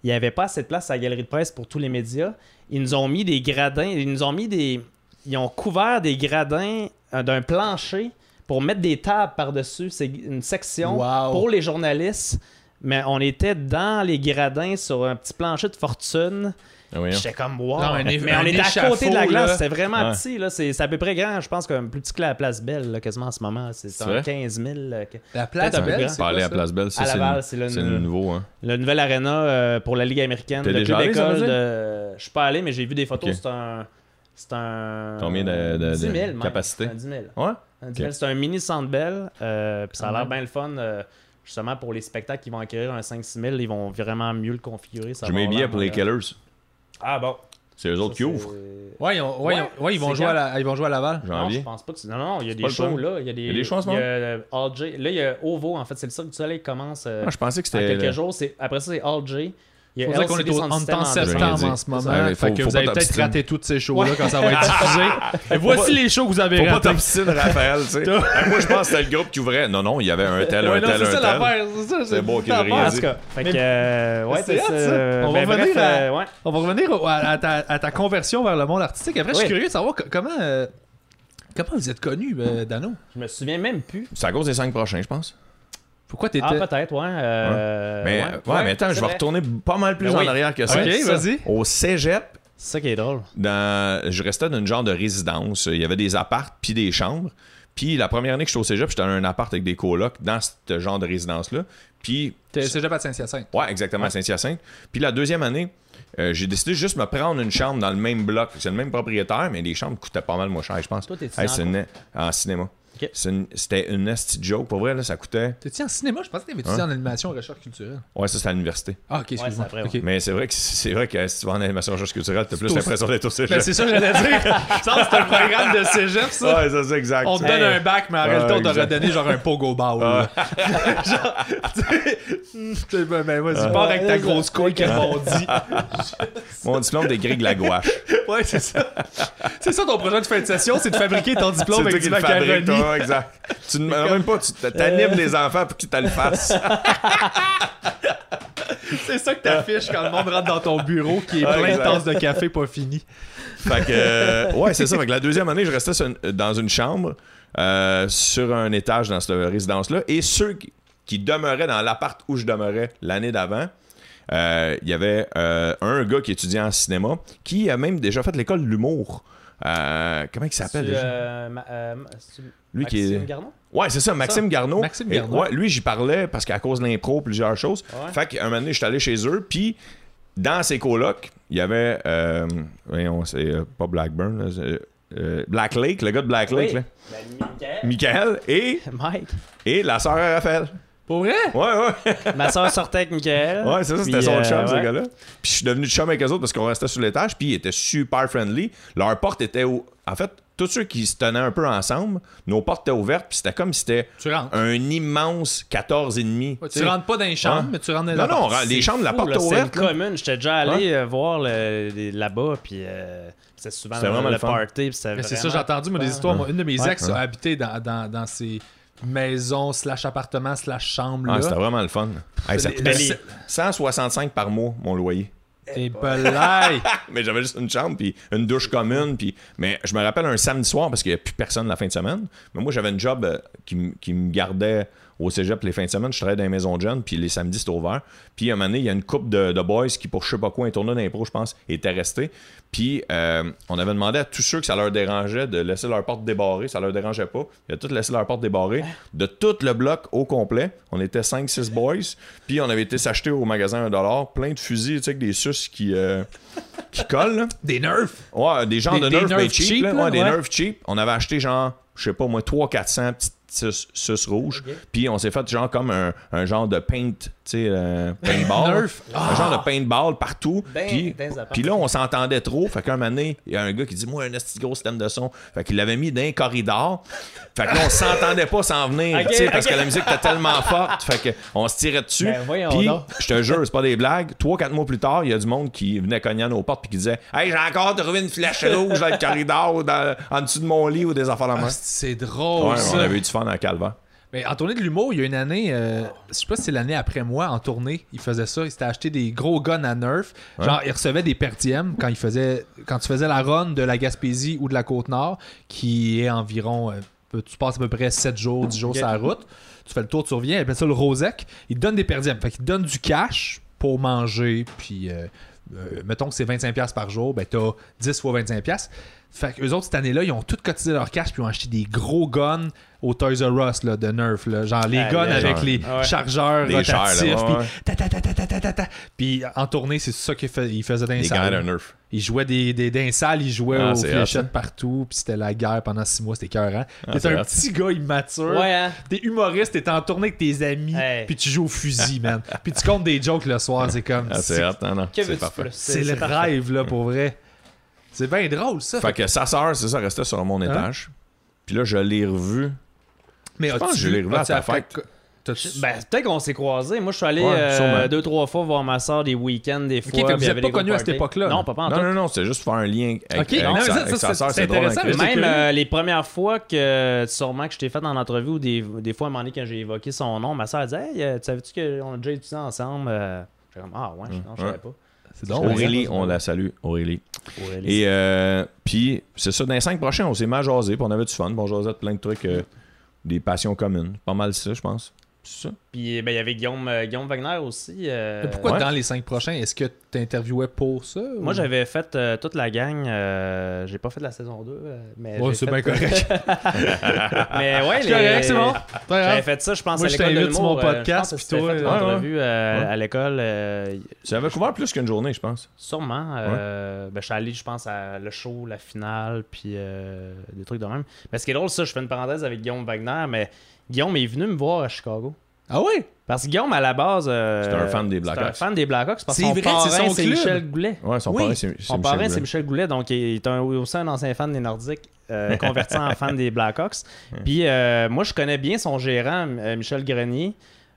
Speaker 1: il n'y avait pas assez de place à la galerie de presse pour tous les médias. Ils nous ont mis des gradins, ils nous ont mis des ils ont couvert des gradins euh, d'un plancher pour mettre des tables par-dessus, c'est une section
Speaker 2: Wow.
Speaker 1: pour les journalistes. Mais on était dans les gradins sur un petit plancher de fortune.
Speaker 3: Ah oui, hein.
Speaker 1: J'étais comme wow.
Speaker 2: Non, un é-
Speaker 1: mais
Speaker 2: un
Speaker 1: on était à côté de la
Speaker 2: échafaud,
Speaker 1: glace,
Speaker 2: là.
Speaker 1: c'était vraiment
Speaker 3: Ouais.
Speaker 1: petit là, c'est c'est à peu près grand, je pense que plus petit que la place Belle là, quasiment en ce moment, c'est c'est
Speaker 3: C'est
Speaker 1: un
Speaker 3: vrai?
Speaker 1: 15 000. là, que-
Speaker 2: La place
Speaker 1: Peut-être un peu
Speaker 2: belle,
Speaker 1: grand.
Speaker 2: c'est quoi
Speaker 3: Parler
Speaker 2: ça?
Speaker 3: à Place Belle, ça,
Speaker 1: À
Speaker 3: c'est
Speaker 1: Laval,
Speaker 3: le-
Speaker 1: c'est le-
Speaker 3: c'est le nouveau. hein.
Speaker 1: Le nouvel arena euh, pour la Ligue américaine,
Speaker 3: T'es
Speaker 1: le
Speaker 3: déjà
Speaker 1: club
Speaker 3: allé, ça
Speaker 1: d'école
Speaker 3: veut dire?
Speaker 1: de je suis pas allé mais j'ai vu des photos,
Speaker 3: Ok.
Speaker 1: c'est un c'est un
Speaker 3: Combien de- de-
Speaker 1: 10 000,
Speaker 3: de
Speaker 1: même.
Speaker 3: capacité?
Speaker 1: C'est un 10 000.
Speaker 3: Ouais?
Speaker 2: Ah.
Speaker 1: Un 10 000. C'est un mini centre belle, euh, puis ça a l'air bien le fun. euh, justement pour les spectacles qui vont acquérir un 5-6 000, ils vont vraiment mieux le configurer. ça
Speaker 3: J'ai
Speaker 1: va
Speaker 3: mes
Speaker 1: avoir
Speaker 3: billets pour les
Speaker 1: l'air meilleur.
Speaker 3: Killers.
Speaker 1: Ah bon.
Speaker 3: C'est eux
Speaker 1: Ça,
Speaker 3: autres qui
Speaker 1: c'est-
Speaker 3: ouvrent.
Speaker 2: Ouais, ils, ont- ouais, ils ont- ouais, ils vont
Speaker 1: C'est
Speaker 2: jouer à la- ils vont jouer à Laval.
Speaker 1: Non, je
Speaker 3: Janvier.
Speaker 1: pense pas que c'est- Non, non, il y a
Speaker 3: pas
Speaker 1: des
Speaker 3: le
Speaker 1: shows
Speaker 3: temps.
Speaker 1: là. Il y a des,
Speaker 3: Il y a des shows en ce
Speaker 1: il y a,
Speaker 3: moment?
Speaker 1: euh, All J. Là, il y a OVO en fait. C'est le Cirque du Soleil qui commence euh,
Speaker 3: Ah, je pensais que
Speaker 1: en
Speaker 3: c'était.
Speaker 1: quelques jours. C'est- Après ça, c'est All J. Il y
Speaker 2: Faut
Speaker 1: a
Speaker 2: dire qu'on est
Speaker 1: LCD
Speaker 2: au-
Speaker 1: Sound
Speaker 2: en
Speaker 1: System
Speaker 2: temps
Speaker 3: rien
Speaker 2: septembre
Speaker 3: dire.
Speaker 2: en ce moment.
Speaker 3: Ouais, mais
Speaker 2: fait
Speaker 3: faut-
Speaker 2: que
Speaker 3: faut
Speaker 2: vous
Speaker 3: pas
Speaker 2: allez peut-être
Speaker 3: t'obstiner.
Speaker 2: rater toutes ces shows-là quand ça va être diffusé. Et voici les shows que vous avez
Speaker 3: Faut pas
Speaker 2: ratés.
Speaker 3: t'obstiner, Raphaël, tu sais. Hey, Moi, je pense que c'était le groupe qui ouvrait. Non, non, il y avait un tel, un
Speaker 2: Ouais, non,
Speaker 3: tel,
Speaker 2: c'est ça
Speaker 3: un tel.
Speaker 2: l'affaire. C'est ça,
Speaker 3: C'est beau, ok, j'ai
Speaker 2: l'affaire.
Speaker 3: rien
Speaker 1: En
Speaker 3: dit.
Speaker 1: tout cas, fait
Speaker 2: Mais-
Speaker 1: que, euh, ouais,
Speaker 2: c'est
Speaker 1: c'est
Speaker 2: hot,
Speaker 1: ça.
Speaker 2: ça.
Speaker 1: Ben,
Speaker 2: On va
Speaker 1: bref,
Speaker 2: revenir à-
Speaker 1: euh, ouais.
Speaker 2: On va revenir au- à, à ta, à ta conversion vers le monde artistique. Après, je suis
Speaker 1: Oui.
Speaker 2: curieux de savoir co- comment, euh, comment vous êtes connu, euh, Dano.
Speaker 1: Je me souviens même plus.
Speaker 3: C'est à cause des cinq prochains, je pense.
Speaker 2: Pourquoi t'étais...
Speaker 1: Ah, peut-être, ouais. euh,
Speaker 3: Mais,
Speaker 1: ouais.
Speaker 3: ouais, mais attends,
Speaker 1: c'est
Speaker 3: je vais
Speaker 1: vrai.
Speaker 3: retourner pas mal plus
Speaker 1: Ben
Speaker 3: en
Speaker 1: oui.
Speaker 3: arrière que ça.
Speaker 2: ok,
Speaker 1: Ouais, c'est
Speaker 2: vas-y.
Speaker 3: Au cégep,
Speaker 1: C'est ça qui est drôle.
Speaker 3: dans- je restais dans une genre de résidence. Il y avait des appartes puis des chambres. Puis la première année que j'étais au cégep, j'étais dans un appart avec des colocs dans ce genre de résidence-là. Puis
Speaker 2: T'es cégep à Saint-Hyacinthe.
Speaker 3: Ouais, exactement, à Saint-Hyacinthe. Puis la deuxième année, euh, j'ai décidé juste de me prendre une chambre dans le même bloc. C'est le même propriétaire, mais les chambres coûtaient pas mal moins cher, je pense.
Speaker 1: Toi, t'es-tu
Speaker 3: Hey,
Speaker 1: dans
Speaker 3: c'est une- En cinéma.
Speaker 1: Ok.
Speaker 3: C'est une- C'était une nasty joke. Pour vrai, là, ça coûtait.
Speaker 2: T'étais en cinéma? Je pensais que t'avais étudié
Speaker 3: Hein?
Speaker 2: en animation et recherche culturelle.
Speaker 3: Ouais, ça, c'était à l'université.
Speaker 2: Ah, ok, excuse-moi.
Speaker 1: c'est après,
Speaker 2: Ok.
Speaker 1: ouais.
Speaker 3: Mais c'est vrai que c'est vrai que euh, si tu vas en animation recherche culturelle, t'as plus
Speaker 2: au-
Speaker 3: l'impression d'être au cégep.
Speaker 2: Ben, c'est ça que j'allais dire. Je pense que c'est un programme de cégep, ça.
Speaker 3: Ouais, ça, c'est exact.
Speaker 2: On te
Speaker 1: Hey.
Speaker 2: donne un bac, mais en réalité,
Speaker 3: Ouais,
Speaker 2: on t'aurait
Speaker 3: exact. Ah.
Speaker 2: donné genre un pogo ball. là. genre, tu sais, ben, ben,
Speaker 3: Ah.
Speaker 2: vas-y, pars avec ta grosse couille, qu'est-ce qu'on dit.
Speaker 3: Mon diplôme des grilles de la gouache.
Speaker 2: Ouais, c'est ça. C'est ça ton projet de fin de session, c'est de fabriquer ton diplôme
Speaker 3: c'est toi
Speaker 2: avec
Speaker 3: qui
Speaker 2: du
Speaker 3: le fabriques,
Speaker 2: macaroni.
Speaker 3: toi, exact. Tu ne demandes même pas, tu
Speaker 2: Euh.
Speaker 3: t'animes les enfants pour qu'ils te le fassent.
Speaker 2: C'est ça que t'affiches quand le monde rentre dans ton bureau qui est
Speaker 3: Ouais,
Speaker 2: plein de
Speaker 3: Ah, exact.
Speaker 2: tasses de café pas fini.
Speaker 3: Fait que, euh, ouais, c'est ça. Fait que la deuxième année, je restais sur une- dans une chambre, euh, sur un étage dans cette résidence-là. Et ceux qui- qui demeuraient dans l'appart où je demeurais l'année d'avant, euh, il y avait euh, un gars qui étudiait en cinéma qui a même déjà fait l'école de l'humour. Euh, comment il s'appelle
Speaker 1: Tu,
Speaker 3: déjà?
Speaker 1: euh, ma- euh, ma- c'est-
Speaker 3: Lui qui
Speaker 1: Maxime
Speaker 3: est-
Speaker 1: Garneau?
Speaker 3: Ouais, c'est ça, Maxime Garneau.
Speaker 2: Maxime
Speaker 3: Et
Speaker 2: Garneau.
Speaker 3: ouais, lui, j'y parlais parce qu'à cause de l'impro, plusieurs choses.
Speaker 1: Ouais.
Speaker 3: Fait qu'un moment donné, j'étais allé chez eux, puis dans ses colocs, il y avait. Euh, voyons, c'est euh, pas Blackburn, là, c'est, euh, Black Lake, le gars de Black Lake,
Speaker 1: Oui.
Speaker 3: là.
Speaker 1: Ben, Mickaël.
Speaker 3: Michael et,
Speaker 1: Mike.
Speaker 3: et la sœur à Raphaël.
Speaker 2: Pour vrai?
Speaker 3: Ouais, ouais.
Speaker 1: Ma soeur sortait avec Michael.
Speaker 3: Ouais, c'est ça, c'était
Speaker 1: Puis,
Speaker 3: son
Speaker 1: euh,
Speaker 3: chum, ce
Speaker 1: ouais.
Speaker 3: gars-là. Puis je suis devenu chum avec eux autres parce qu'on restait sur l'étage, puis ils étaient super friendly. Leur porte était. Au... En fait, tous ceux qui se tenaient un peu ensemble, nos portes étaient ouvertes, puis c'était comme si c'était
Speaker 2: Tu rentres.
Speaker 3: un immense 14 et demi.
Speaker 2: tu rentres pas dans les chambres,
Speaker 3: Ouais.
Speaker 2: mais tu rentres dans
Speaker 3: Hein? Non, non, on
Speaker 2: partie.
Speaker 3: rend- les chambres de la
Speaker 1: Fou,
Speaker 3: porte
Speaker 1: là, C'est une
Speaker 3: ouverte. là.
Speaker 1: commune. J'étais déjà allé euh, voir le- les- là-bas, puis euh, c'était souvent
Speaker 3: C'était
Speaker 1: le,
Speaker 3: vraiment
Speaker 1: le
Speaker 3: le fun.
Speaker 1: party. puis c'était
Speaker 2: Mais c'est ça,
Speaker 1: vraiment-
Speaker 2: j'ai entendu moi, des
Speaker 1: Ouais.
Speaker 2: histoires. Moi, une de mes
Speaker 1: Ouais.
Speaker 2: ex a habité dans, dans, dans ces maisons, slash appartements, slash chambres.
Speaker 3: Ah,
Speaker 2: là.
Speaker 3: c'était vraiment le fun. Hey, ça
Speaker 2: Les-
Speaker 3: coûtait
Speaker 2: les-
Speaker 3: c- 165 par mois, mon loyer.
Speaker 2: T'es belay.
Speaker 3: Mais j'avais juste une chambre, puis une douche commune. Puis... Mais je me rappelle un samedi soir, parce qu'il n'y a plus personne la fin de semaine. Mais moi, j'avais une job euh, qui, m- qui me gardait au cégep les fins de semaine. Je travaillais dans les maisons de jeunes, puis les samedis, c'était ouvert. Puis à un moment donné, il y a une couple de, de boys qui, pour je sais pas quoi, un tournoi d'impro, je pense, était resté. Puis euh, on avait demandé à tous ceux que ça leur dérangeait de laisser leur porte débarrée. Ça leur dérangeait pas. Ils ont tous laissé leur porte débarrée. De tout le bloc au complet, on était 5-6 boys. Puis on avait été s'acheter au magasin 1$, plein de fusils, tu sais, avec des suces qui, euh, qui collent. là.
Speaker 2: Des nerfs.
Speaker 3: Ouais, des genres
Speaker 2: Des-
Speaker 3: de
Speaker 2: des
Speaker 3: nerfs,
Speaker 2: nerfs
Speaker 3: mais cheap,
Speaker 2: cheap,
Speaker 3: là.
Speaker 2: là,
Speaker 3: Ouais, des
Speaker 2: ouais.
Speaker 3: nerfs cheap. On avait acheté genre, je sais pas moi, 300-400 petites suces, suces rouges. Puis on s'est fait genre comme un, un genre de paint, tu sais, euh, paintball.
Speaker 2: Nerf.
Speaker 3: Un genre de paintball partout.
Speaker 1: Ben,
Speaker 3: puis,
Speaker 1: dans les apparts.
Speaker 3: puis là, on s'entendait trop. Fait qu'un moment donné, il y a un gars qui dit Moi, un petit gros système de son. Fait qu'il l'avait mis dans un corridor. Fait que là, on s'entendait pas s'en venir,
Speaker 1: Ok,
Speaker 3: tu sais, parce
Speaker 1: ok.
Speaker 3: que la musique était tellement forte. Fait qu'on se tirait dessus.
Speaker 1: Ben, voyons
Speaker 3: puis,
Speaker 1: donc.
Speaker 3: je te jure, c'est pas des blagues. Trois, quatre mois plus tard, il y a du monde qui venait cogner à nos portes puis qui disait Hey, j'ai encore trouvé une flèche rouge dans le corridor ou dans- en dessous de mon lit ou des affaires de main.
Speaker 2: Ah, C'est drôle,
Speaker 3: Ouais,
Speaker 2: ça.
Speaker 3: on avait eu du fun dans le calvaire.
Speaker 2: Mais en tournée de l'humour, il y a une année, euh, je sais pas si c'est l'année après moi, en tournée, il faisait ça. Il s'était acheté des gros guns à Nerf. Genre, il recevait des per diem quand, il faisait, quand tu faisais la run de la Gaspésie ou de la Côte-Nord, qui est environ. euh, peu- tu passes à peu près 7 jours, 10 jours
Speaker 1: Ok.
Speaker 2: sur la route. Tu fais le tour, tu reviens. Il appelle ça le Rosec. Il te donne des per diem. Fait qu'il te donne du cash pour manger, puis. euh, euh, mettons que c'est 25$ piastres par jour, ben t'as 10 fois 25$. piastres. Fait que eux autres, cette année-là, ils ont tout cotisé leur cash puis ils ont acheté des gros guns au Toys R Us là, de Nerf. là. Genre les
Speaker 1: Ah,
Speaker 2: guns
Speaker 1: les
Speaker 2: avec
Speaker 3: gens.
Speaker 2: les
Speaker 1: Ah ouais. Ah
Speaker 2: chargeurs
Speaker 3: Des chairs, là,
Speaker 2: rotatifs.
Speaker 3: ouais, ouais.
Speaker 2: puis, ta, ta, ta, ta, ta, ta, ta, ta. Puis en tournée, c'est ça qu'ils faisaient. Ils faisaient dans les
Speaker 3: Des
Speaker 2: salles.
Speaker 3: gants d'un nerf.
Speaker 2: Ils jouaient des, des, dans les salles, ils jouaient
Speaker 3: Ah,
Speaker 2: aux
Speaker 3: c'est hot,
Speaker 2: fléchettes
Speaker 3: ça.
Speaker 2: partout. Puis c'était la guerre pendant six mois, c'était écœurant.
Speaker 3: Ah,
Speaker 2: T'es
Speaker 3: c'est
Speaker 2: un
Speaker 3: hot.
Speaker 2: petit gars immature.
Speaker 1: Ouais, hein?
Speaker 2: T'es humoriste, t'es en tournée avec tes amis,
Speaker 1: Hey.
Speaker 2: puis tu joues au fusil, man. Puis tu comptes des jokes le soir, c'est comme.
Speaker 3: Ah, c'est
Speaker 2: c'est-
Speaker 3: hot, non, non.
Speaker 1: Que
Speaker 3: c'est
Speaker 1: veux-tu
Speaker 3: parfait.
Speaker 1: plus?
Speaker 2: c'est le rêve, là, pour vrai. C'est bien drôle, ça.
Speaker 3: Fait que sa sœur, c'est ça, restait sur
Speaker 2: Hein?
Speaker 3: mon étage. Puis là, je l'ai revu.
Speaker 2: mais
Speaker 3: pense que je l'ai revu à ta fête.
Speaker 1: Ben, peut-être qu'on s'est croisés. Moi, je suis allé
Speaker 3: Ouais,
Speaker 1: euh,
Speaker 3: sûrement.
Speaker 1: deux, trois fois voir ma soeur des week-ends, des fois.
Speaker 2: fait que
Speaker 1: puis
Speaker 2: vous
Speaker 1: il y
Speaker 2: êtes
Speaker 1: avait
Speaker 2: pas
Speaker 1: des gros
Speaker 2: connus à cette
Speaker 1: parties.
Speaker 2: époque-là.
Speaker 1: Non, pas en
Speaker 3: Non, non, non, c'est juste faire un lien avec,
Speaker 2: Ok,
Speaker 3: avec
Speaker 2: non, mais
Speaker 3: sa,
Speaker 2: ça,
Speaker 3: avec
Speaker 2: ça,
Speaker 3: sa
Speaker 2: c'est-
Speaker 3: sœur,
Speaker 2: c'est
Speaker 3: c'est drôle. hein,
Speaker 2: intéressant,
Speaker 3: avec-
Speaker 2: mais- j'étais
Speaker 1: Même
Speaker 2: curieux.
Speaker 1: euh, les premières fois que, sûrement que je t'ai fait en entrevue ou des, des fois, à un moment donné, quand j'ai évoqué son nom, ma soeur disait Hey, euh, tu savais-tu qu'on a déjà étudié ensemble Euh, J'étais comme Ah, ouais, non, je savais
Speaker 3: Hum, ouais.
Speaker 1: pas.
Speaker 2: C'est
Speaker 1: Ouais.
Speaker 3: Aurélie, on la salue, Aurélie.
Speaker 1: Aurélie.
Speaker 3: Et euh, puis, c'est ça, dans les cinq prochains, on s'est mal jasé, puis on avait du fun. Bon, jasé de plein de trucs, euh, des passions communes. Pas mal ça, je pense. C'est ça?
Speaker 1: Puis, ben, il y avait Guillaume, euh, Guillaume Wagner aussi. euh,
Speaker 2: Pourquoi
Speaker 3: Ouais.
Speaker 2: dans les cinq prochains, est-ce que tu interviewais pour ça? ou-
Speaker 1: Moi, j'avais fait euh, toute la gang. euh, j'ai pas fait de la saison 2. euh, mais
Speaker 2: Ouais,
Speaker 1: j'ai
Speaker 2: c'est
Speaker 1: fait-
Speaker 2: bien correct.
Speaker 1: Mais ouais,
Speaker 2: C'est
Speaker 1: les-
Speaker 2: correct, c'est bon. Pas
Speaker 1: J'avais
Speaker 2: grave.
Speaker 1: fait ça, je pense,
Speaker 2: Moi,
Speaker 1: à
Speaker 2: je
Speaker 1: l'école de
Speaker 2: t'invite sur mon
Speaker 1: l'humour, euh, je
Speaker 2: podcast,
Speaker 1: pense que
Speaker 2: puis
Speaker 1: c'était
Speaker 2: toi,
Speaker 1: fait
Speaker 2: euh, ouais,
Speaker 1: l'entrevue euh,
Speaker 3: Ouais.
Speaker 1: à l'école. euh,
Speaker 3: Tu avais couvert plus qu'une journée, je pense.
Speaker 1: sûrement. euh, ben, je suis allé, je pense, à le show, la finale, puis euh, des trucs de même. Mais ce qui est drôle, ça, je fais une parenthèse avec Guillaume Wagner, mais Guillaume est venu me voir à Chicago.
Speaker 2: Ah oui?
Speaker 1: Parce que Guillaume, à la base. euh,
Speaker 3: C'est un fan des Black
Speaker 1: c'est un
Speaker 3: Hawks.
Speaker 1: fan des Blackhawks. Parce que
Speaker 2: C'est
Speaker 1: son
Speaker 2: vrai, c'est
Speaker 1: parrain,
Speaker 2: son
Speaker 1: c'est
Speaker 2: club.
Speaker 1: Michel Goulet.
Speaker 3: Ouais, son
Speaker 2: Oui.
Speaker 3: parrain, c'est c'est
Speaker 1: Son
Speaker 3: Michel
Speaker 1: parrain, c'est
Speaker 3: Goulet.
Speaker 1: Michel Goulet, donc il est un, aussi un ancien fan des Nordiques, euh, converti en fan des Blackhawks. Puis euh, moi, je connais bien son gérant, euh, Michel Grenier,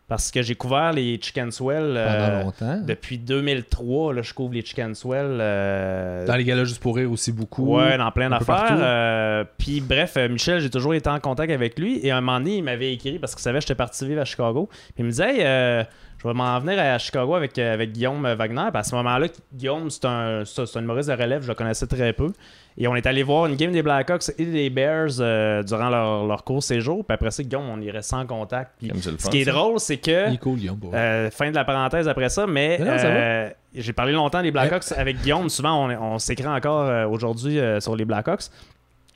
Speaker 1: parce que j'ai couvert les Chicken Swell euh,
Speaker 2: Pendant longtemps.
Speaker 1: depuis 2003. Là, je couvre les Chicken Swell. euh,
Speaker 2: Dans les galas juste pour rire aussi beaucoup.
Speaker 1: Ouais, dans plein
Speaker 2: un peu
Speaker 1: d'affaires.
Speaker 2: partout.
Speaker 1: Euh, puis bref, euh, Michel, j'ai toujours été en contact avec lui. Et un moment donné, il m'avait écrit parce qu'il savait que j'étais parti vivre à Chicago. Puis il me disait, Hey, euh, je vais m'en venir à Chicago avec, euh, avec Guillaume euh, Wagner. Puis à ce moment-là, Guillaume, c'est un, c'est c'est un humoriste de relève, je le connaissais très peu. Et on est allé voir une game des Blackhawks et des Bears euh, durant leur, leur court séjour. Puis après ça, Guillaume, on irait sans contact. Puis
Speaker 3: Comme c'est le
Speaker 1: ce
Speaker 3: fun,
Speaker 1: qui est
Speaker 3: ça.
Speaker 1: drôle, c'est que.
Speaker 2: Il est cool, Guillaume. pour vrai.
Speaker 1: Euh, fin de la parenthèse après ça, mais
Speaker 2: Non, non, ça
Speaker 1: euh, j'ai parlé longtemps des Blackhawks avec Guillaume. Souvent, on, on s'écrit encore euh, aujourd'hui euh, sur les Blackhawks.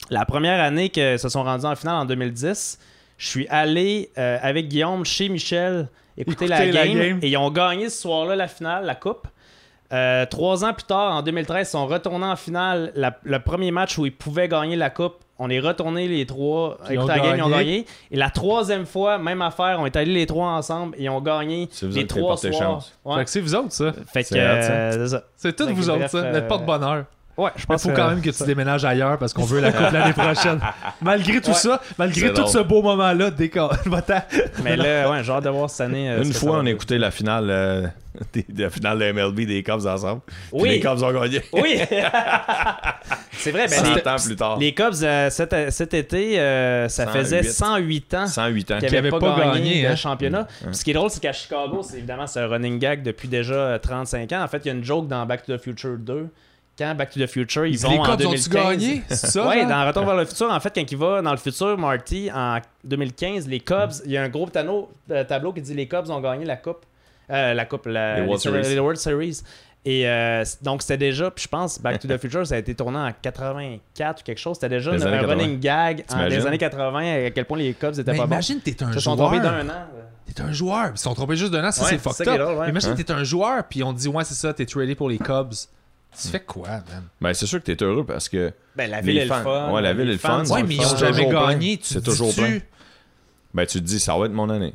Speaker 1: La première année qu'ils se sont rendus en finale en 2010, je suis allé euh, avec Guillaume chez Michel écouter la,
Speaker 2: Écouter la
Speaker 1: game,
Speaker 2: game.
Speaker 1: et ils ont gagné ce soir-là la finale, la coupe. Euh, trois ans plus tard, en 2013, ils sont retournés en finale. La- le premier match où ils pouvaient gagner la coupe, on est retournés les trois.
Speaker 2: ils ont
Speaker 1: écouter la game, ils ont
Speaker 2: gagné.
Speaker 1: gagné. Et la troisième fois, même affaire, on est allés les trois ensemble et on gagné
Speaker 3: C'est vous
Speaker 1: les
Speaker 3: autres qui
Speaker 1: trois
Speaker 3: portez
Speaker 1: soirs.
Speaker 3: chance.
Speaker 1: Ouais.
Speaker 2: Fait que c'est vous autres, ça.
Speaker 1: Fait que
Speaker 3: C'est hot, ça.
Speaker 1: euh, c'est ça.
Speaker 2: C'est tout
Speaker 1: Fait que
Speaker 2: vous autres,
Speaker 1: bref,
Speaker 2: ça.
Speaker 1: euh,
Speaker 2: Notre porte-bonheur.
Speaker 1: Ouais, je
Speaker 2: Il
Speaker 1: pense
Speaker 2: faut quand même que tu déménages ailleurs parce qu'on veut la coupe l'année prochaine. Malgré tout
Speaker 1: Ouais.
Speaker 2: ça, malgré
Speaker 3: C'est
Speaker 2: tout
Speaker 3: drôle.
Speaker 2: ce beau moment-là, dès qu'on va-t'en.
Speaker 1: Mais là, ouais, j'ai hâte de voir cette année. euh, ce
Speaker 3: Une
Speaker 1: que
Speaker 3: fois,
Speaker 1: ça
Speaker 3: on
Speaker 1: va
Speaker 3: écoutait la finale, euh, des- la finale de MLB des Cubs ensemble. Puis
Speaker 1: Oui.
Speaker 3: Les Cubs ont gagné.
Speaker 1: donner. Oui! c'est vrai, ben,
Speaker 3: 100
Speaker 1: les,
Speaker 3: ans plus tard.
Speaker 1: les Cubs, euh, cet, cet été, euh, ça
Speaker 3: 108.
Speaker 1: faisait 108 ans
Speaker 3: 108 ans.
Speaker 1: qu'ils
Speaker 2: Qu'ils
Speaker 1: n'avaient pas,
Speaker 2: avaient pas
Speaker 1: gagné,
Speaker 2: gagné,
Speaker 1: le
Speaker 2: hein.
Speaker 1: championnat. Puis ce qui est drôle, c'est qu'à Chicago, c'est évidemment ce running gag depuis déjà euh, 35 ans. En fait, il y a une joke dans Back to the Future 2. Quand Back to the Future, ils vont en 2015.
Speaker 2: C'est ça? hein?
Speaker 1: Ouais,
Speaker 2: genre?
Speaker 1: dans Retour vers le futur, en fait, quand il va dans le futur, Marty, en 2015, les Cubs, il y a un gros tano- euh, tableau qui dit les Cubs ont gagné la Coupe. Euh, la Coupe, la,
Speaker 3: Les World Series.
Speaker 1: les World Series. Et euh, c- donc, c'était déjà, puis je pense, Back to the Future, ça a été tourné en 84 ou quelque chose. C'était déjà
Speaker 3: Les
Speaker 1: un
Speaker 3: années 80.
Speaker 1: running gag en,
Speaker 3: T'imagines?
Speaker 1: des années 80 à quel point les Cubs étaient
Speaker 2: Mais
Speaker 1: pas bons.
Speaker 2: imagine, t'es un
Speaker 1: Ils se sont trompés
Speaker 2: joueur.
Speaker 1: d'un an. euh.
Speaker 2: T'es un joueur. Ils se sont trompés juste d'un an, ça
Speaker 1: Ouais,
Speaker 2: c'est
Speaker 1: c'est ça
Speaker 2: fucked
Speaker 1: qui est
Speaker 2: up.
Speaker 1: drôle, ouais.
Speaker 2: Imagine,
Speaker 3: Hein?
Speaker 2: t'es un joueur, puis on te dit, ouais, c'est ça, t'es tradé pour les Cubs. Tu fais quoi, man?
Speaker 3: Ben, c'est sûr que t'es heureux parce que.
Speaker 1: Ben, la
Speaker 3: Les
Speaker 1: ville est le
Speaker 3: fans.
Speaker 1: fun.
Speaker 3: Ouais, la ville
Speaker 1: les
Speaker 3: est le
Speaker 1: fans
Speaker 3: fun.
Speaker 1: sont
Speaker 2: Ouais,
Speaker 3: le
Speaker 2: mais ils
Speaker 3: fun.
Speaker 2: ont
Speaker 3: C'est
Speaker 2: jamais
Speaker 3: toujours
Speaker 2: gagné.
Speaker 3: plein.
Speaker 2: Tu
Speaker 3: C'est
Speaker 2: te
Speaker 3: toujours
Speaker 2: dis-tu?
Speaker 3: plein. Ben, tu te dis, ça va être mon année.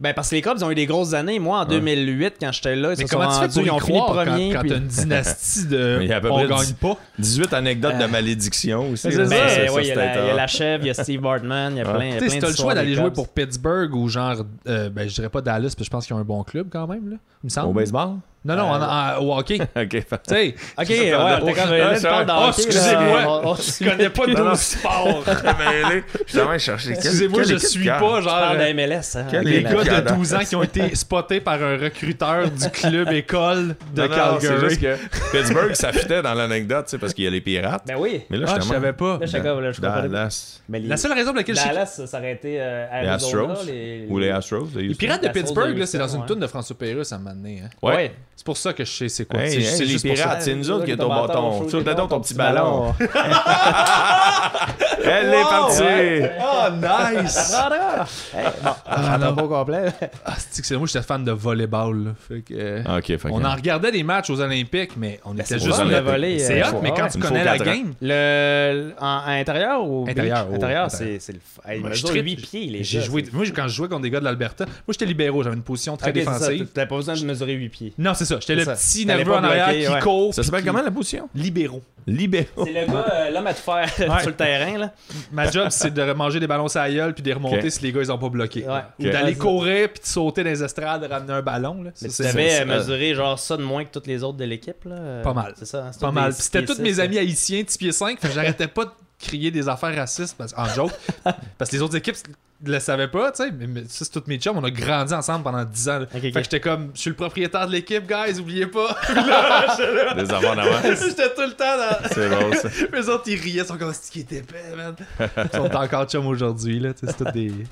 Speaker 1: Ben, parce que les Cubs ont eu des grosses années. Moi, en 2008, quand j'étais là, ils
Speaker 2: Mais
Speaker 1: se sont
Speaker 2: comment tu fais
Speaker 1: rendus,
Speaker 2: pour y
Speaker 1: ils ont fini
Speaker 2: croire quand-
Speaker 1: premier.
Speaker 2: quand
Speaker 1: puis-
Speaker 2: t'as une dynastie
Speaker 3: Il y a à
Speaker 2: de
Speaker 3: peu
Speaker 2: on
Speaker 3: près
Speaker 2: gagne
Speaker 3: dix-
Speaker 2: pas?
Speaker 3: 18 anecdotes de malédiction aussi.
Speaker 2: C'est
Speaker 3: là.
Speaker 2: ça.
Speaker 1: Euh. Ben,
Speaker 2: c'est
Speaker 1: ouais, il y a
Speaker 3: c'était
Speaker 1: la- il y a
Speaker 3: étonnant.
Speaker 1: la chef, il y a Steve Bartman, il y a
Speaker 3: Ouais.
Speaker 1: plein, il y a
Speaker 2: Tu sais,
Speaker 1: plein
Speaker 2: si t'as le choix
Speaker 1: d'histoires
Speaker 2: d'aller
Speaker 1: des
Speaker 2: jouer
Speaker 1: Cubs.
Speaker 2: pour Pittsburgh ou genre, euh, ben je dirais pas Dallas, parce que je pense qu'ils ont un bon club quand même, là, il me semble.
Speaker 3: Au baseball? Euh,
Speaker 2: Non, non, en- en- au hockey. tu
Speaker 3: Ok. fait-
Speaker 2: sais,
Speaker 1: Ok, ouais, on comme
Speaker 3: Ah,
Speaker 1: là,
Speaker 3: c'est
Speaker 1: on parle
Speaker 3: vrai.
Speaker 1: dans
Speaker 2: Oh,
Speaker 1: le hockey, là,
Speaker 2: excusez-moi.
Speaker 1: on- on-
Speaker 2: je connais pas
Speaker 3: Non, non,
Speaker 2: tous.
Speaker 3: sport. mêlé. Justement, je cherchais.
Speaker 2: Excusez-moi, je suis pas
Speaker 1: on
Speaker 2: genre
Speaker 1: hein.
Speaker 2: euh,
Speaker 1: parle de MLS. hein.
Speaker 3: Quel
Speaker 1: Ok,
Speaker 2: les
Speaker 3: Les
Speaker 1: là.
Speaker 2: gars de
Speaker 3: cadres.
Speaker 2: 12 ans qui ont été spotés par un recruteur du club école de
Speaker 3: C'est
Speaker 2: Calgary.
Speaker 3: juste que Pittsburgh, ça fitait dans l'anecdote, tu sais, parce qu'il y a les pirates.
Speaker 1: Ben oui.
Speaker 3: Mais là,
Speaker 2: Ah, je
Speaker 3: justement,
Speaker 2: savais pas.
Speaker 1: Là, je là, je comprends pas.
Speaker 3: Dallas.
Speaker 1: Mais les-
Speaker 2: La seule raison pour laquelle je
Speaker 1: Dallas, ça aurait été euh,
Speaker 3: Les
Speaker 1: Arizona.
Speaker 3: Astros. Ou les Astros.
Speaker 2: Les pirates de
Speaker 1: la sauce de
Speaker 2: Pittsburgh, là,
Speaker 1: Houston,
Speaker 2: c'est dans une
Speaker 1: ouais.
Speaker 2: toune de François Pérusse à un moment donné. hein.
Speaker 1: Ouais.
Speaker 2: C'est pour ça que je sais c'est quoi.
Speaker 3: Hey,
Speaker 2: C'est-
Speaker 3: hey,
Speaker 2: c'est
Speaker 3: les
Speaker 2: juste pour ça.
Speaker 3: pirates, c'est nous autres qui a ton bâton. Tu as ton petit ballon.
Speaker 1: Ballon.
Speaker 3: Elle est partie.
Speaker 2: Oh, nice!
Speaker 1: Ah, non. pas au complet.
Speaker 2: Ah, c'est que c'est- moi, j'étais fan de volleyball. là. Fait que, euh,
Speaker 3: Ah, OK, fait que-
Speaker 2: On en regardait des matchs aux Olympiques, mais on était
Speaker 1: Ben, c'est
Speaker 2: juste.
Speaker 3: fun,
Speaker 2: sur
Speaker 3: le
Speaker 2: le-
Speaker 1: volley,
Speaker 2: C'est
Speaker 1: euh,
Speaker 2: hot,
Speaker 1: faut-
Speaker 2: mais quand
Speaker 1: ouais.
Speaker 2: tu
Speaker 3: Il me
Speaker 2: connais
Speaker 3: faut
Speaker 2: la
Speaker 3: quatre ans.
Speaker 2: game.
Speaker 1: Le, en, à intérieur ou beach?
Speaker 2: Intérieur, oh,
Speaker 1: intérieur,
Speaker 2: intérieur.
Speaker 1: c'est c'est le. f- Hey, il
Speaker 2: Moi,
Speaker 1: mesure
Speaker 2: je trippe.
Speaker 1: 8 pieds, les
Speaker 2: J'ai
Speaker 1: gars,
Speaker 2: joué.
Speaker 1: c'est-
Speaker 2: Moi, quand je jouais contre des gars de l'Alberta, moi, j'étais libéraux, j'avais une position très
Speaker 1: Ok, c'est ça,
Speaker 2: défensive.
Speaker 1: T'as pas besoin de mesurer 8 pieds.
Speaker 2: Non, c'est ça. J'étais le
Speaker 1: C'est ça.
Speaker 2: petit
Speaker 1: T'allais
Speaker 2: nerveux
Speaker 1: pas
Speaker 2: en arrière
Speaker 1: bloquer,
Speaker 2: qui
Speaker 1: ouais.
Speaker 2: court.
Speaker 3: Ça s'appelle comment la position?
Speaker 2: Libéraux.
Speaker 3: Libéraux.
Speaker 1: C'est le gars, euh, l'homme à te faire sur le terrain, là.
Speaker 2: Ma job, c'est de manger des ballons à la gueule puis de les remonter
Speaker 3: Ok.
Speaker 2: si les gars, ils ont pas bloqué.
Speaker 1: Ouais.
Speaker 2: Ou
Speaker 3: Ok.
Speaker 2: d'aller
Speaker 1: Ouais,
Speaker 2: courir puis de sauter dans les estrades, ramener un ballon. Là. Ça,
Speaker 1: Mais tu
Speaker 2: c'est-
Speaker 1: devais
Speaker 3: c'est-
Speaker 1: euh, mesurer genre ça de moins que toutes les autres de l'équipe, là. Euh,
Speaker 2: Pas mal.
Speaker 1: C'est ça. hein, c'est
Speaker 2: Pas
Speaker 1: tous
Speaker 2: mal.
Speaker 1: des
Speaker 2: Puis C'était
Speaker 1: six pieds
Speaker 2: tous mes
Speaker 1: six,
Speaker 2: amis haïtiens, petit pied 5, fait que j'arrêtais pas de crier des affaires racistes parce, en joke. parce que les autres équipes le savaient pas, tu sais. Mais, mais ça, c'est toutes mes chums. On a grandi ensemble pendant 10 ans. là.
Speaker 1: Ok, ok.
Speaker 2: fait que j'étais comme, je suis le propriétaire de l'équipe, guys, oubliez pas.
Speaker 3: Des avant en avant.
Speaker 2: j'étais tout le temps dans.
Speaker 3: C'est bon, ça.
Speaker 2: Les autres, ils riaient, ils sont comme, c'est qui était épais, man. ils sont encore chums aujourd'hui, là. tu sais, C'est tout des.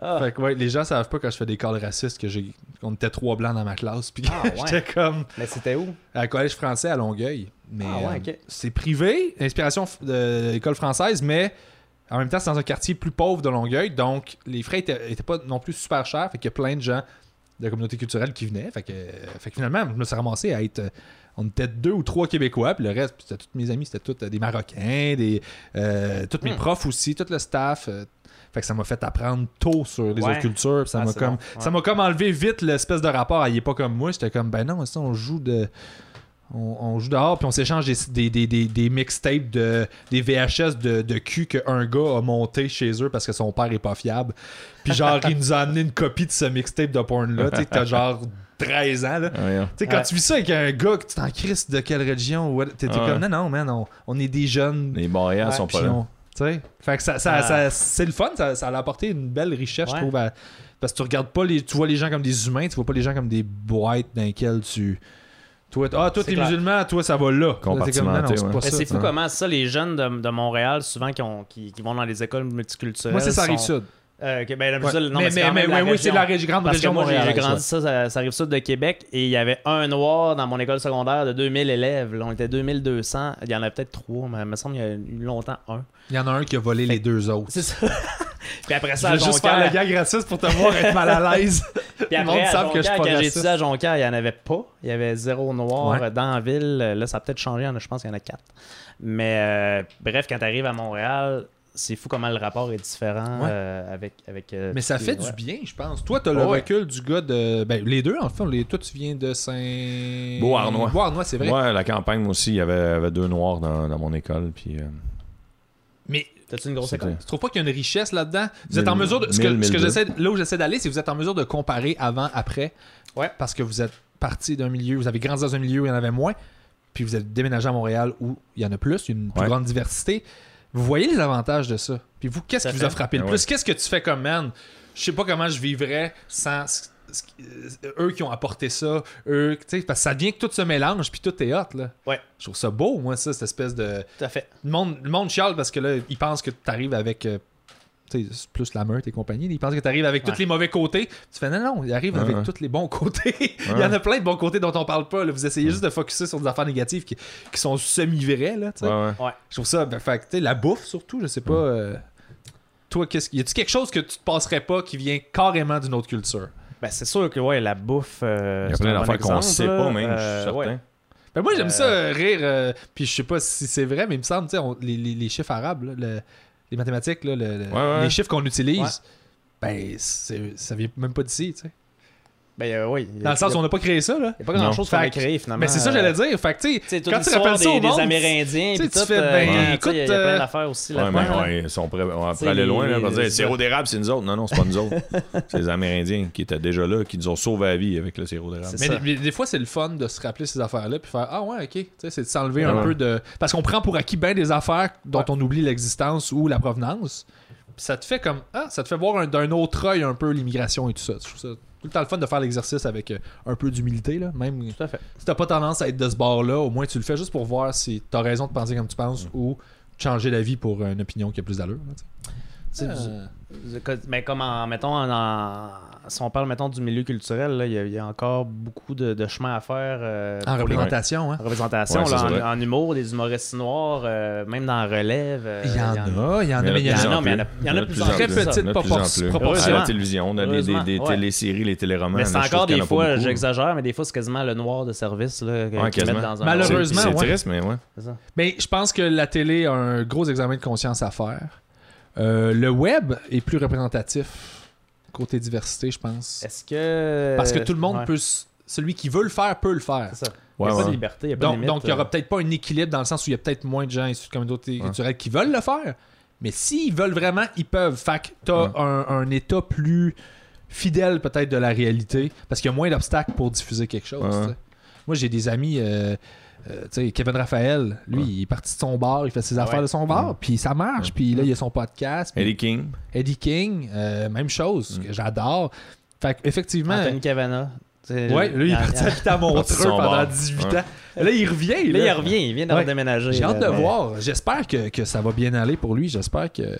Speaker 1: Ah.
Speaker 2: Fait que, ouais, les gens savent pas quand je fais des calls racistes que j'ai. On était trois blancs dans ma classe, puis
Speaker 1: Ah, ouais.
Speaker 2: j'étais comme.
Speaker 1: Mais c'était où
Speaker 2: À collège français à Longueuil. Mais
Speaker 1: Ah ouais,
Speaker 2: euh,
Speaker 1: ok.
Speaker 2: c'est privé, inspiration f- de l'école française, mais en même temps, c'est dans un quartier plus pauvre de Longueuil, donc les frais étaient, étaient pas non plus super chers, fait qu'il y a plein de gens de la communauté culturelle qui venaient. Fait que, euh, fait que finalement, je me suis ramassé à être. euh, On était deux ou trois Québécois, puis le reste, puis c'était tous mes amis, c'était tous euh, des Marocains, des, euh, tous mes
Speaker 1: Hmm.
Speaker 2: profs aussi, tout le staff. euh, fait que ça m'a fait apprendre tôt sur les
Speaker 1: Ouais.
Speaker 2: autres cultures. puis ça
Speaker 1: Ah,
Speaker 2: m'a
Speaker 1: c'est
Speaker 2: comme,
Speaker 1: bon, ouais.
Speaker 2: ça m'a comme enlevé vite l'espèce de rapport. à Il est pas comme moi. J'étais comme, ben non, ça, on joue de. On, on joue dehors, puis on s'échange des, des, des, des, des mixtapes, de, des VHS de, de cul qu'un gars a monté chez eux parce que son père est pas fiable. Puis genre, il nous a amené une copie de ce mixtape de porn-là. Tu sais, t'as genre 13 ans, là.
Speaker 3: Voyons.
Speaker 2: Tu sais, quand
Speaker 1: Ouais.
Speaker 2: tu vis ça avec un gars que tu t'en crises de quelle religion, what- t'es t'es
Speaker 3: Ah ouais.
Speaker 2: comme, non, non, man, on, on est des jeunes.
Speaker 3: Les barrières
Speaker 1: Ouais,
Speaker 3: sont pas
Speaker 2: Puis
Speaker 3: là.
Speaker 2: on- tu sais, fait que ça, ça-
Speaker 1: Ah.
Speaker 2: ça- c'est le fun, ça, ça a apporté une belle richesse,
Speaker 1: Ouais.
Speaker 2: je trouve. à- parce que tu regardes pas les, tu vois les gens comme des humains, tu vois pas les gens comme des boîtes dans lesquelles tu. Toi, t- ah, toi,
Speaker 1: C'est
Speaker 2: t'es
Speaker 1: clair.
Speaker 2: musulman, toi, ça va là.
Speaker 3: Compartimenté,
Speaker 2: Là, t'es comme, non, non, c'est
Speaker 3: ouais.
Speaker 2: pas
Speaker 1: Mais
Speaker 2: ça,
Speaker 1: c'est fou
Speaker 2: hein.
Speaker 1: comment ça, les jeunes de, de Montréal, souvent qui, ont, qui, qui vont dans les écoles multiculturelles.
Speaker 2: Moi, c'est ça,
Speaker 1: sont-
Speaker 2: Rive-Sud.
Speaker 1: Euh, que- ben, la
Speaker 2: Ouais.
Speaker 1: Rive-Sud, non,
Speaker 2: Mais,
Speaker 1: c'est
Speaker 2: mais,
Speaker 1: quand
Speaker 2: mais,
Speaker 1: même la
Speaker 2: oui, c'est
Speaker 1: région.
Speaker 2: la régi- grande
Speaker 1: Parce que
Speaker 2: région
Speaker 1: moi, j'ai- j'ai
Speaker 2: montréalaise,
Speaker 1: grandi
Speaker 2: ouais.
Speaker 1: ça, ça, ça arrive sud de Québec, et il y avait un noir dans mon école secondaire de 2000 élèves. Là, on était 2200. Il y en a peut-être trois, mais il me semble qu'il y a eu longtemps un.
Speaker 2: Il y en a un qui a volé les deux autres.
Speaker 1: C'est ça. Puis après
Speaker 2: Je
Speaker 1: ça, à
Speaker 2: vais juste faire
Speaker 1: Jonquière,
Speaker 2: le gag raciste pour te voir être mal à l'aise.
Speaker 1: puis
Speaker 2: le monde
Speaker 1: après, à
Speaker 2: savent que je
Speaker 1: Jonquière,
Speaker 2: suis pas
Speaker 1: quand j'ai
Speaker 2: raciste.
Speaker 1: étudié à Jonquière, il n'y en avait pas. Il y avait zéro noir
Speaker 2: Ouais.
Speaker 1: euh, dans la ville. Là, ça a peut-être changé. il y en a- Je pense qu'il y en a quatre. Mais euh, bref, quand tu arrives à Montréal, c'est fou comment le rapport est différent
Speaker 2: Ouais.
Speaker 1: euh, avec, avec. euh,
Speaker 2: Mais ça
Speaker 1: tout
Speaker 2: fait
Speaker 1: qui- ouais.
Speaker 2: du bien, je pense. Toi, t'as le
Speaker 3: Ouais.
Speaker 2: recul du gars de. Ben, les deux, en fait. Les... Toi, tu viens de Saint.
Speaker 3: Beauharnois.
Speaker 2: Beauharnois, c'est vrai.
Speaker 3: Ouais, la campagne moi aussi, il y avait, il y avait deux noirs dans, dans mon école. Puis, euh,
Speaker 2: Mais
Speaker 1: T'as-tu une grosse
Speaker 3: C'était-
Speaker 1: école?
Speaker 2: Tu trouves pas qu'il y a une richesse là-dedans Vous
Speaker 3: Mille-
Speaker 2: êtes en mesure de. Ce
Speaker 3: mille,
Speaker 2: que, ce que
Speaker 3: mille
Speaker 2: j'essaie, là où j'essaie d'aller, c'est que vous êtes en mesure de comparer avant, après.
Speaker 1: Ouais.
Speaker 2: Parce que vous êtes parti d'un milieu, vous avez grandi dans un milieu où il y en avait moins, puis vous êtes déménagé à Montréal où il y en a plus, il y a une plus
Speaker 3: Ouais.
Speaker 2: grande diversité. Vous voyez les avantages de ça. Puis vous, qu'est-ce
Speaker 1: Ça
Speaker 2: qui vous
Speaker 1: fait.
Speaker 2: a frappé le
Speaker 3: Ah
Speaker 2: plus Qu'est-ce que tu fais comme man Je sais pas comment je vivrais sans. ce- ce- euh, Eux qui ont apporté ça, eux, tu sais, parce que ça vient que tout se mélange, puis tout est hot, là.
Speaker 1: Ouais.
Speaker 2: Je trouve ça beau, moi, ça, cette espèce de.
Speaker 1: Tout à fait.
Speaker 2: Le monde, le monde chiale parce que là, ils pensent que tu arrives avec. euh, tu sais, c'est plus la meute et compagnie. Ils pensent que tu arrives avec
Speaker 1: Ouais.
Speaker 2: tous les mauvais côtés. Tu fais non, non, ils arrivent
Speaker 3: Ouais,
Speaker 2: avec
Speaker 3: ouais.
Speaker 2: tous les bons côtés. Il y en a plein de bons côtés dont on parle pas. là. Vous essayez juste de focuser sur des affaires négatives qui, qui sont semi-vraies. là, tu sais.
Speaker 3: ouais, ouais.
Speaker 2: Je trouve ça. ben, fait que, tu sais, la bouffe surtout, je sais pas. euh, toi, qu'est-ce y a-tu quelque chose que tu te passerais pas qui vient carrément d'une autre culture
Speaker 1: Ben, c'est sûr que ouais, la bouffe. euh,
Speaker 3: Il y a
Speaker 1: c'est
Speaker 3: plein
Speaker 1: un bon
Speaker 3: d'affaires qu'on
Speaker 1: exemple,
Speaker 3: sait
Speaker 1: là.
Speaker 3: pas, même, je
Speaker 1: Euh,
Speaker 3: suis certain.
Speaker 1: ouais.
Speaker 2: Ben, moi, j'aime
Speaker 1: Euh.
Speaker 2: ça euh, rire. euh, puis je sais pas si c'est vrai, mais il me semble, tu sais, on- les, les- les chiffres arabes, là, le- les mathématiques, là, le- le-
Speaker 3: ouais.
Speaker 2: les chiffres qu'on utilise,
Speaker 1: Ouais.
Speaker 2: ben, c'est- ça vient même pas d'ici, tu sais.
Speaker 1: Ben, euh, oui. Il y a-
Speaker 2: Dans le
Speaker 1: il
Speaker 2: sens
Speaker 1: y
Speaker 2: où
Speaker 1: a-
Speaker 2: on n'a pas créé ça, là.
Speaker 1: il y a pas grand chose qu'on
Speaker 2: Fait
Speaker 1: a
Speaker 2: que-
Speaker 1: créé finalement.
Speaker 2: Mais c'est ça,
Speaker 1: Euh,
Speaker 2: j'allais dire. Fait que,
Speaker 1: tu sais,
Speaker 2: tu sais,
Speaker 1: toute
Speaker 2: quand tu
Speaker 1: l'histoire
Speaker 2: rappelles ça au
Speaker 1: des, des
Speaker 2: monde,
Speaker 1: Amérindiens,
Speaker 2: tu sais,
Speaker 1: puis
Speaker 2: tu
Speaker 1: tout,
Speaker 2: fais,
Speaker 1: euh,
Speaker 2: ben,
Speaker 1: tu sais,
Speaker 2: écoute,
Speaker 1: Il y a plein
Speaker 2: euh,
Speaker 1: d'affaires aussi
Speaker 3: Ouais,
Speaker 1: là-dedans.
Speaker 3: mais ouais, ils sont prêts- on
Speaker 1: C'est
Speaker 3: peut aller
Speaker 1: les-
Speaker 3: loin. Là,
Speaker 1: les-
Speaker 3: pour dire,
Speaker 1: les-
Speaker 3: sirop d'érable, c'est nous autres. Non, non, c'est pas nous autres. c'est les Amérindiens qui étaient déjà là, qui nous ont sauvé la vie avec le sirop d'érable.
Speaker 1: C'est
Speaker 2: Mais,
Speaker 1: ça.
Speaker 2: des- mais des fois, c'est le fun de se rappeler ces affaires-là puis faire Ah ouais, ok. Tu sais, c'est de s'enlever
Speaker 3: Ouais.
Speaker 2: un peu de. Parce qu'on prend pour acquis bien des affaires dont
Speaker 1: Ouais.
Speaker 2: on oublie l'existence ou la provenance. Puis ça te fait comme Ah, ça te fait voir un- d'un autre œil un peu l'immigration et tout ça. Je trouve ça tout le temps le fun de faire l'exercice avec euh, un peu d'humilité, là. Même
Speaker 1: Tout à fait.
Speaker 2: si t'as pas tendance à être de ce bord-là, au moins tu le fais juste pour
Speaker 1: Mm.
Speaker 2: voir si t'as raison de penser comme tu penses ou changer d'avis pour une opinion qui a plus d'allure. là, tu sais. Euh,
Speaker 1: Tu sais, vous- vous- co- Mais comme en, mettons, en- en- si on parle, mettons, du milieu culturel, là, il y, a- il y a encore beaucoup de, de chemin à faire euh,
Speaker 2: En
Speaker 1: pour les
Speaker 2: représentation, hein?
Speaker 1: représentations,
Speaker 3: Ouais,
Speaker 1: là,
Speaker 3: ça, c'est vrai.
Speaker 1: en, en humour, des humoristes noirs, euh, même dans relève. euh,
Speaker 2: Il y en a, il y en a, mais il y en
Speaker 1: plus
Speaker 2: a.
Speaker 1: en mais il y en a- il y en a plus en
Speaker 3: plus
Speaker 1: très
Speaker 3: plus.
Speaker 2: petite
Speaker 3: Il y en a de plus en
Speaker 2: proportion-
Speaker 3: plus.
Speaker 2: proportion.
Speaker 3: À la télévision, on a des, des, des
Speaker 1: Ouais.
Speaker 3: téléséries, les téléromans.
Speaker 1: Mais
Speaker 3: là,
Speaker 1: c'est
Speaker 3: je trouve
Speaker 1: encore
Speaker 3: qu'il y
Speaker 1: des
Speaker 3: en a pas
Speaker 1: fois,
Speaker 3: beaucoup.
Speaker 1: j'exagère, mais des fois, c'est quasiment le noir de service là, que-
Speaker 3: Ouais,
Speaker 1: qu'ils
Speaker 3: quasiment.
Speaker 1: mettent dans un-
Speaker 2: Malheureux.
Speaker 3: C'est- C'est
Speaker 2: Heureusement, ouais.
Speaker 3: triste, mais ouais.
Speaker 1: C'est ça.
Speaker 2: Mais je pense que la télé a un gros examen de conscience à faire. Euh, le web est plus représentatif côté diversité, je pense.
Speaker 1: Est-ce que.
Speaker 2: Parce que tout le monde
Speaker 1: Euh, Ouais,
Speaker 2: peut. s- Celui qui veut le faire peut le faire.
Speaker 1: C'est ça. Il
Speaker 3: Ouais,
Speaker 1: n'y a pas de
Speaker 3: ouais.
Speaker 1: liberté, il n'y a pas de
Speaker 2: Donc,
Speaker 1: limite.
Speaker 2: donc, il n'y
Speaker 1: euh.
Speaker 2: aura peut-être pas un équilibre dans le sens où il y a peut-être moins de gens issus de communautés culturelles qui veulent le faire. Mais s'ils veulent vraiment, ils peuvent. Fait que t'as
Speaker 3: Ouais.
Speaker 2: un, un état plus fidèle peut-être de la réalité parce qu'il y a moins d'obstacles pour diffuser quelque chose.
Speaker 3: Ouais.
Speaker 2: tu sais. Moi, j'ai des amis. euh, euh, tu sais, Kevin Raphaël, lui,
Speaker 3: Ouais. Mm.
Speaker 2: il est parti de son bar, il fait ses affaires
Speaker 1: Ah ouais.
Speaker 2: de son bar, puis ça marche, puis là, il y a son podcast. puis
Speaker 3: Eddie Mm. King.
Speaker 2: Eddie King, euh, même chose, que j'adore. Fait qu'effectivement,
Speaker 1: Anthony Cavana.
Speaker 2: ouais, lui, il est parti habiter à
Speaker 3: Parti de
Speaker 2: Montreux
Speaker 3: son
Speaker 2: pendant
Speaker 3: bar.
Speaker 2: 18
Speaker 3: Ouais.
Speaker 2: ans. Là, il revient.
Speaker 1: Là, il
Speaker 2: là.
Speaker 1: revient, il vient de
Speaker 2: Ouais.
Speaker 1: redéménager.
Speaker 2: J'ai hâte de
Speaker 1: là,
Speaker 3: euh,
Speaker 2: le
Speaker 1: ouais.
Speaker 2: voir. J'espère que, que ça va bien aller pour lui. J'espère que,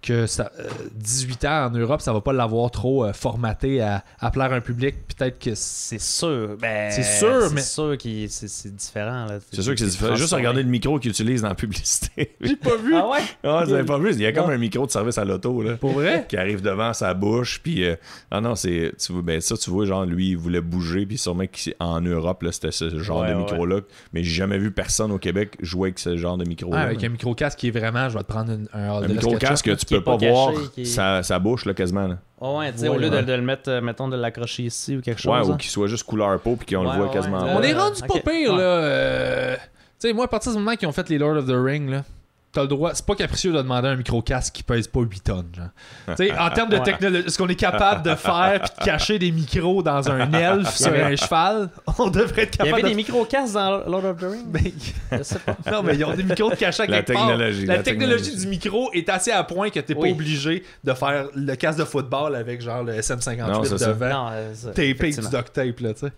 Speaker 2: que ça, euh, 18 ans en Europe, ça va pas l'avoir trop euh, formaté à, à plaire à un public. Peut-être que c'est.
Speaker 1: C'est sûr. Ben,
Speaker 2: C'est sûr, mais-
Speaker 1: C'est sûr que c'est c'est différent. là.
Speaker 3: C'est sûr que c'est différent. Juste
Speaker 1: transformé.
Speaker 3: regarder le micro qu'il utilise dans la publicité.
Speaker 2: J'ai pas vu.
Speaker 1: Ah ouais?
Speaker 3: Ah, vous avez pas vu? Il y a comme
Speaker 1: Non.
Speaker 3: un micro de service à l'auto, là.
Speaker 2: Pour vrai?
Speaker 3: Qui arrive devant sa bouche, puis. euh, ah non, c'est. Tu vois, ben ça, tu vois, genre, lui, il voulait bouger, puis sûrement qu'en Europe, là, c'était ce genre
Speaker 1: Ouais,
Speaker 3: de
Speaker 1: ouais.
Speaker 3: micro-là. Mais j'ai jamais vu personne au Québec jouer avec ce genre de micro-là.
Speaker 2: Ah, avec un micro-casque qui est vraiment. Je vais te prendre une- un
Speaker 3: Un
Speaker 2: hors de
Speaker 3: micro-casque que tu
Speaker 1: qui est
Speaker 3: peux pas,
Speaker 1: pas caché,
Speaker 3: voir
Speaker 1: qui est-
Speaker 3: sa, sa bouche, là, quasiment, là.
Speaker 1: Ah ouais, tu sais,
Speaker 2: Ouais,
Speaker 1: au lieu de,
Speaker 3: ouais.
Speaker 1: de le mettre, euh, mettons, de l'accrocher ici ou quelque chose.
Speaker 3: Ouais,
Speaker 1: hein.
Speaker 3: ou qu'il soit juste couleur peau, puis qu'on
Speaker 1: Ouais,
Speaker 3: le voit
Speaker 1: ouais,
Speaker 3: quasiment
Speaker 1: ouais.
Speaker 3: pas.
Speaker 2: On est
Speaker 1: Euh,
Speaker 2: rendu pas
Speaker 1: ok.
Speaker 2: pire,
Speaker 1: Ouais.
Speaker 2: là. euh, Tu sais, moi, à partir du moment qu'ils ont fait les Lord of the Ring, là. T'as le droit, c'est pas capricieux de demander un micro-casque qui pèse pas 8 tonnes. Genre. Tu sais, en termes de
Speaker 1: Ouais.
Speaker 2: technologie, ce qu'on est capable de faire puis de cacher des micros dans un elfe sur un cheval, on devrait être
Speaker 1: Il y
Speaker 2: capable
Speaker 1: avait
Speaker 2: de
Speaker 1: des micro-casques dans Lord of the Rings.
Speaker 2: Mais-
Speaker 1: Je sais pas.
Speaker 2: non, mais ils ont des micros de cachet à
Speaker 3: La
Speaker 2: quelque part.
Speaker 3: technologie,
Speaker 2: La,
Speaker 3: la
Speaker 2: technologie,
Speaker 3: technologie.
Speaker 2: du micro est assez à point que t'es pas
Speaker 1: Oui.
Speaker 2: obligé de faire le casque de football avec genre le SM58
Speaker 3: Non, c'est ça.
Speaker 2: devant.
Speaker 1: Non, euh, ça,
Speaker 2: Tapé avec du
Speaker 1: effectivement.
Speaker 2: duct tape, là, tu sais.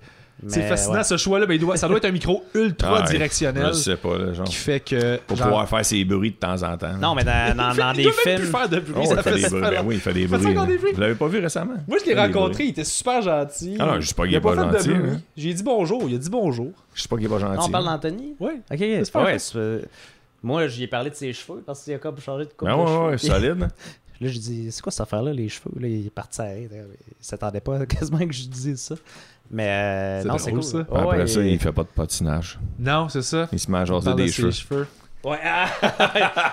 Speaker 2: C'est
Speaker 1: Mais,
Speaker 2: fascinant
Speaker 1: ouais.
Speaker 2: ce choix-là. mais il doit- ça doit être un micro ultra
Speaker 3: Ah, ouais.
Speaker 2: directionnel
Speaker 3: Je sais pas, là, genre.
Speaker 2: qui fait que.
Speaker 3: Pour
Speaker 2: genre,
Speaker 3: pouvoir faire ses bruits de temps en temps.
Speaker 1: Non, mais dans, dans,
Speaker 2: il fait-
Speaker 1: dans
Speaker 2: il
Speaker 1: des
Speaker 2: doit même
Speaker 1: films.
Speaker 2: plus faire de bruit,
Speaker 3: Oh,
Speaker 2: ça
Speaker 3: il fait
Speaker 2: fait
Speaker 3: des
Speaker 2: ça
Speaker 3: bruits.
Speaker 2: fait
Speaker 3: Ben oui, il fait des
Speaker 2: fait
Speaker 3: bruits.
Speaker 2: encore des
Speaker 3: là.
Speaker 2: bruits.
Speaker 3: Vous l'avez pas vu récemment?
Speaker 2: Moi, je l'ai
Speaker 3: Il fait des
Speaker 2: rencontré,
Speaker 3: bruits.
Speaker 2: il était super gentil.
Speaker 3: Ah non, je dis pas qu'il
Speaker 2: Il a
Speaker 3: est pas
Speaker 2: fait de
Speaker 3: gentil,
Speaker 2: bruit.
Speaker 3: hein.
Speaker 2: J'ai dit bonjour, il a dit bonjour.
Speaker 3: Je sais pas qu'il est pas
Speaker 1: Ah,
Speaker 3: gentil.
Speaker 1: on parle d'Anthony?
Speaker 2: Ouais.
Speaker 1: Ok,
Speaker 2: C'est pas
Speaker 1: ouais,
Speaker 2: fait.
Speaker 1: c'est, euh, Moi, j'y ai parlé de ses cheveux parce qu'il a comme changé de coupe.
Speaker 3: Ben
Speaker 1: de
Speaker 3: ouais,
Speaker 1: cheveux.
Speaker 3: ouais, solide.
Speaker 1: Là, je dis, c'est quoi cette affaire-là, les cheveux? Là, il est parti s'arrêter. Il s'attendait pas quasiment que je disais ça. Mais euh,
Speaker 2: C'est
Speaker 1: non, c'est
Speaker 2: drôle,
Speaker 1: cool.
Speaker 2: ça.
Speaker 1: Ouais,
Speaker 3: Après
Speaker 1: ouais,
Speaker 3: ça,
Speaker 1: et-
Speaker 3: il fait pas de patinage.
Speaker 2: Non, c'est ça.
Speaker 3: Il se met à
Speaker 2: On
Speaker 3: jaser
Speaker 2: parle de
Speaker 3: des
Speaker 2: ses
Speaker 3: cheveux.
Speaker 2: cheveux.
Speaker 1: Ouais, ah,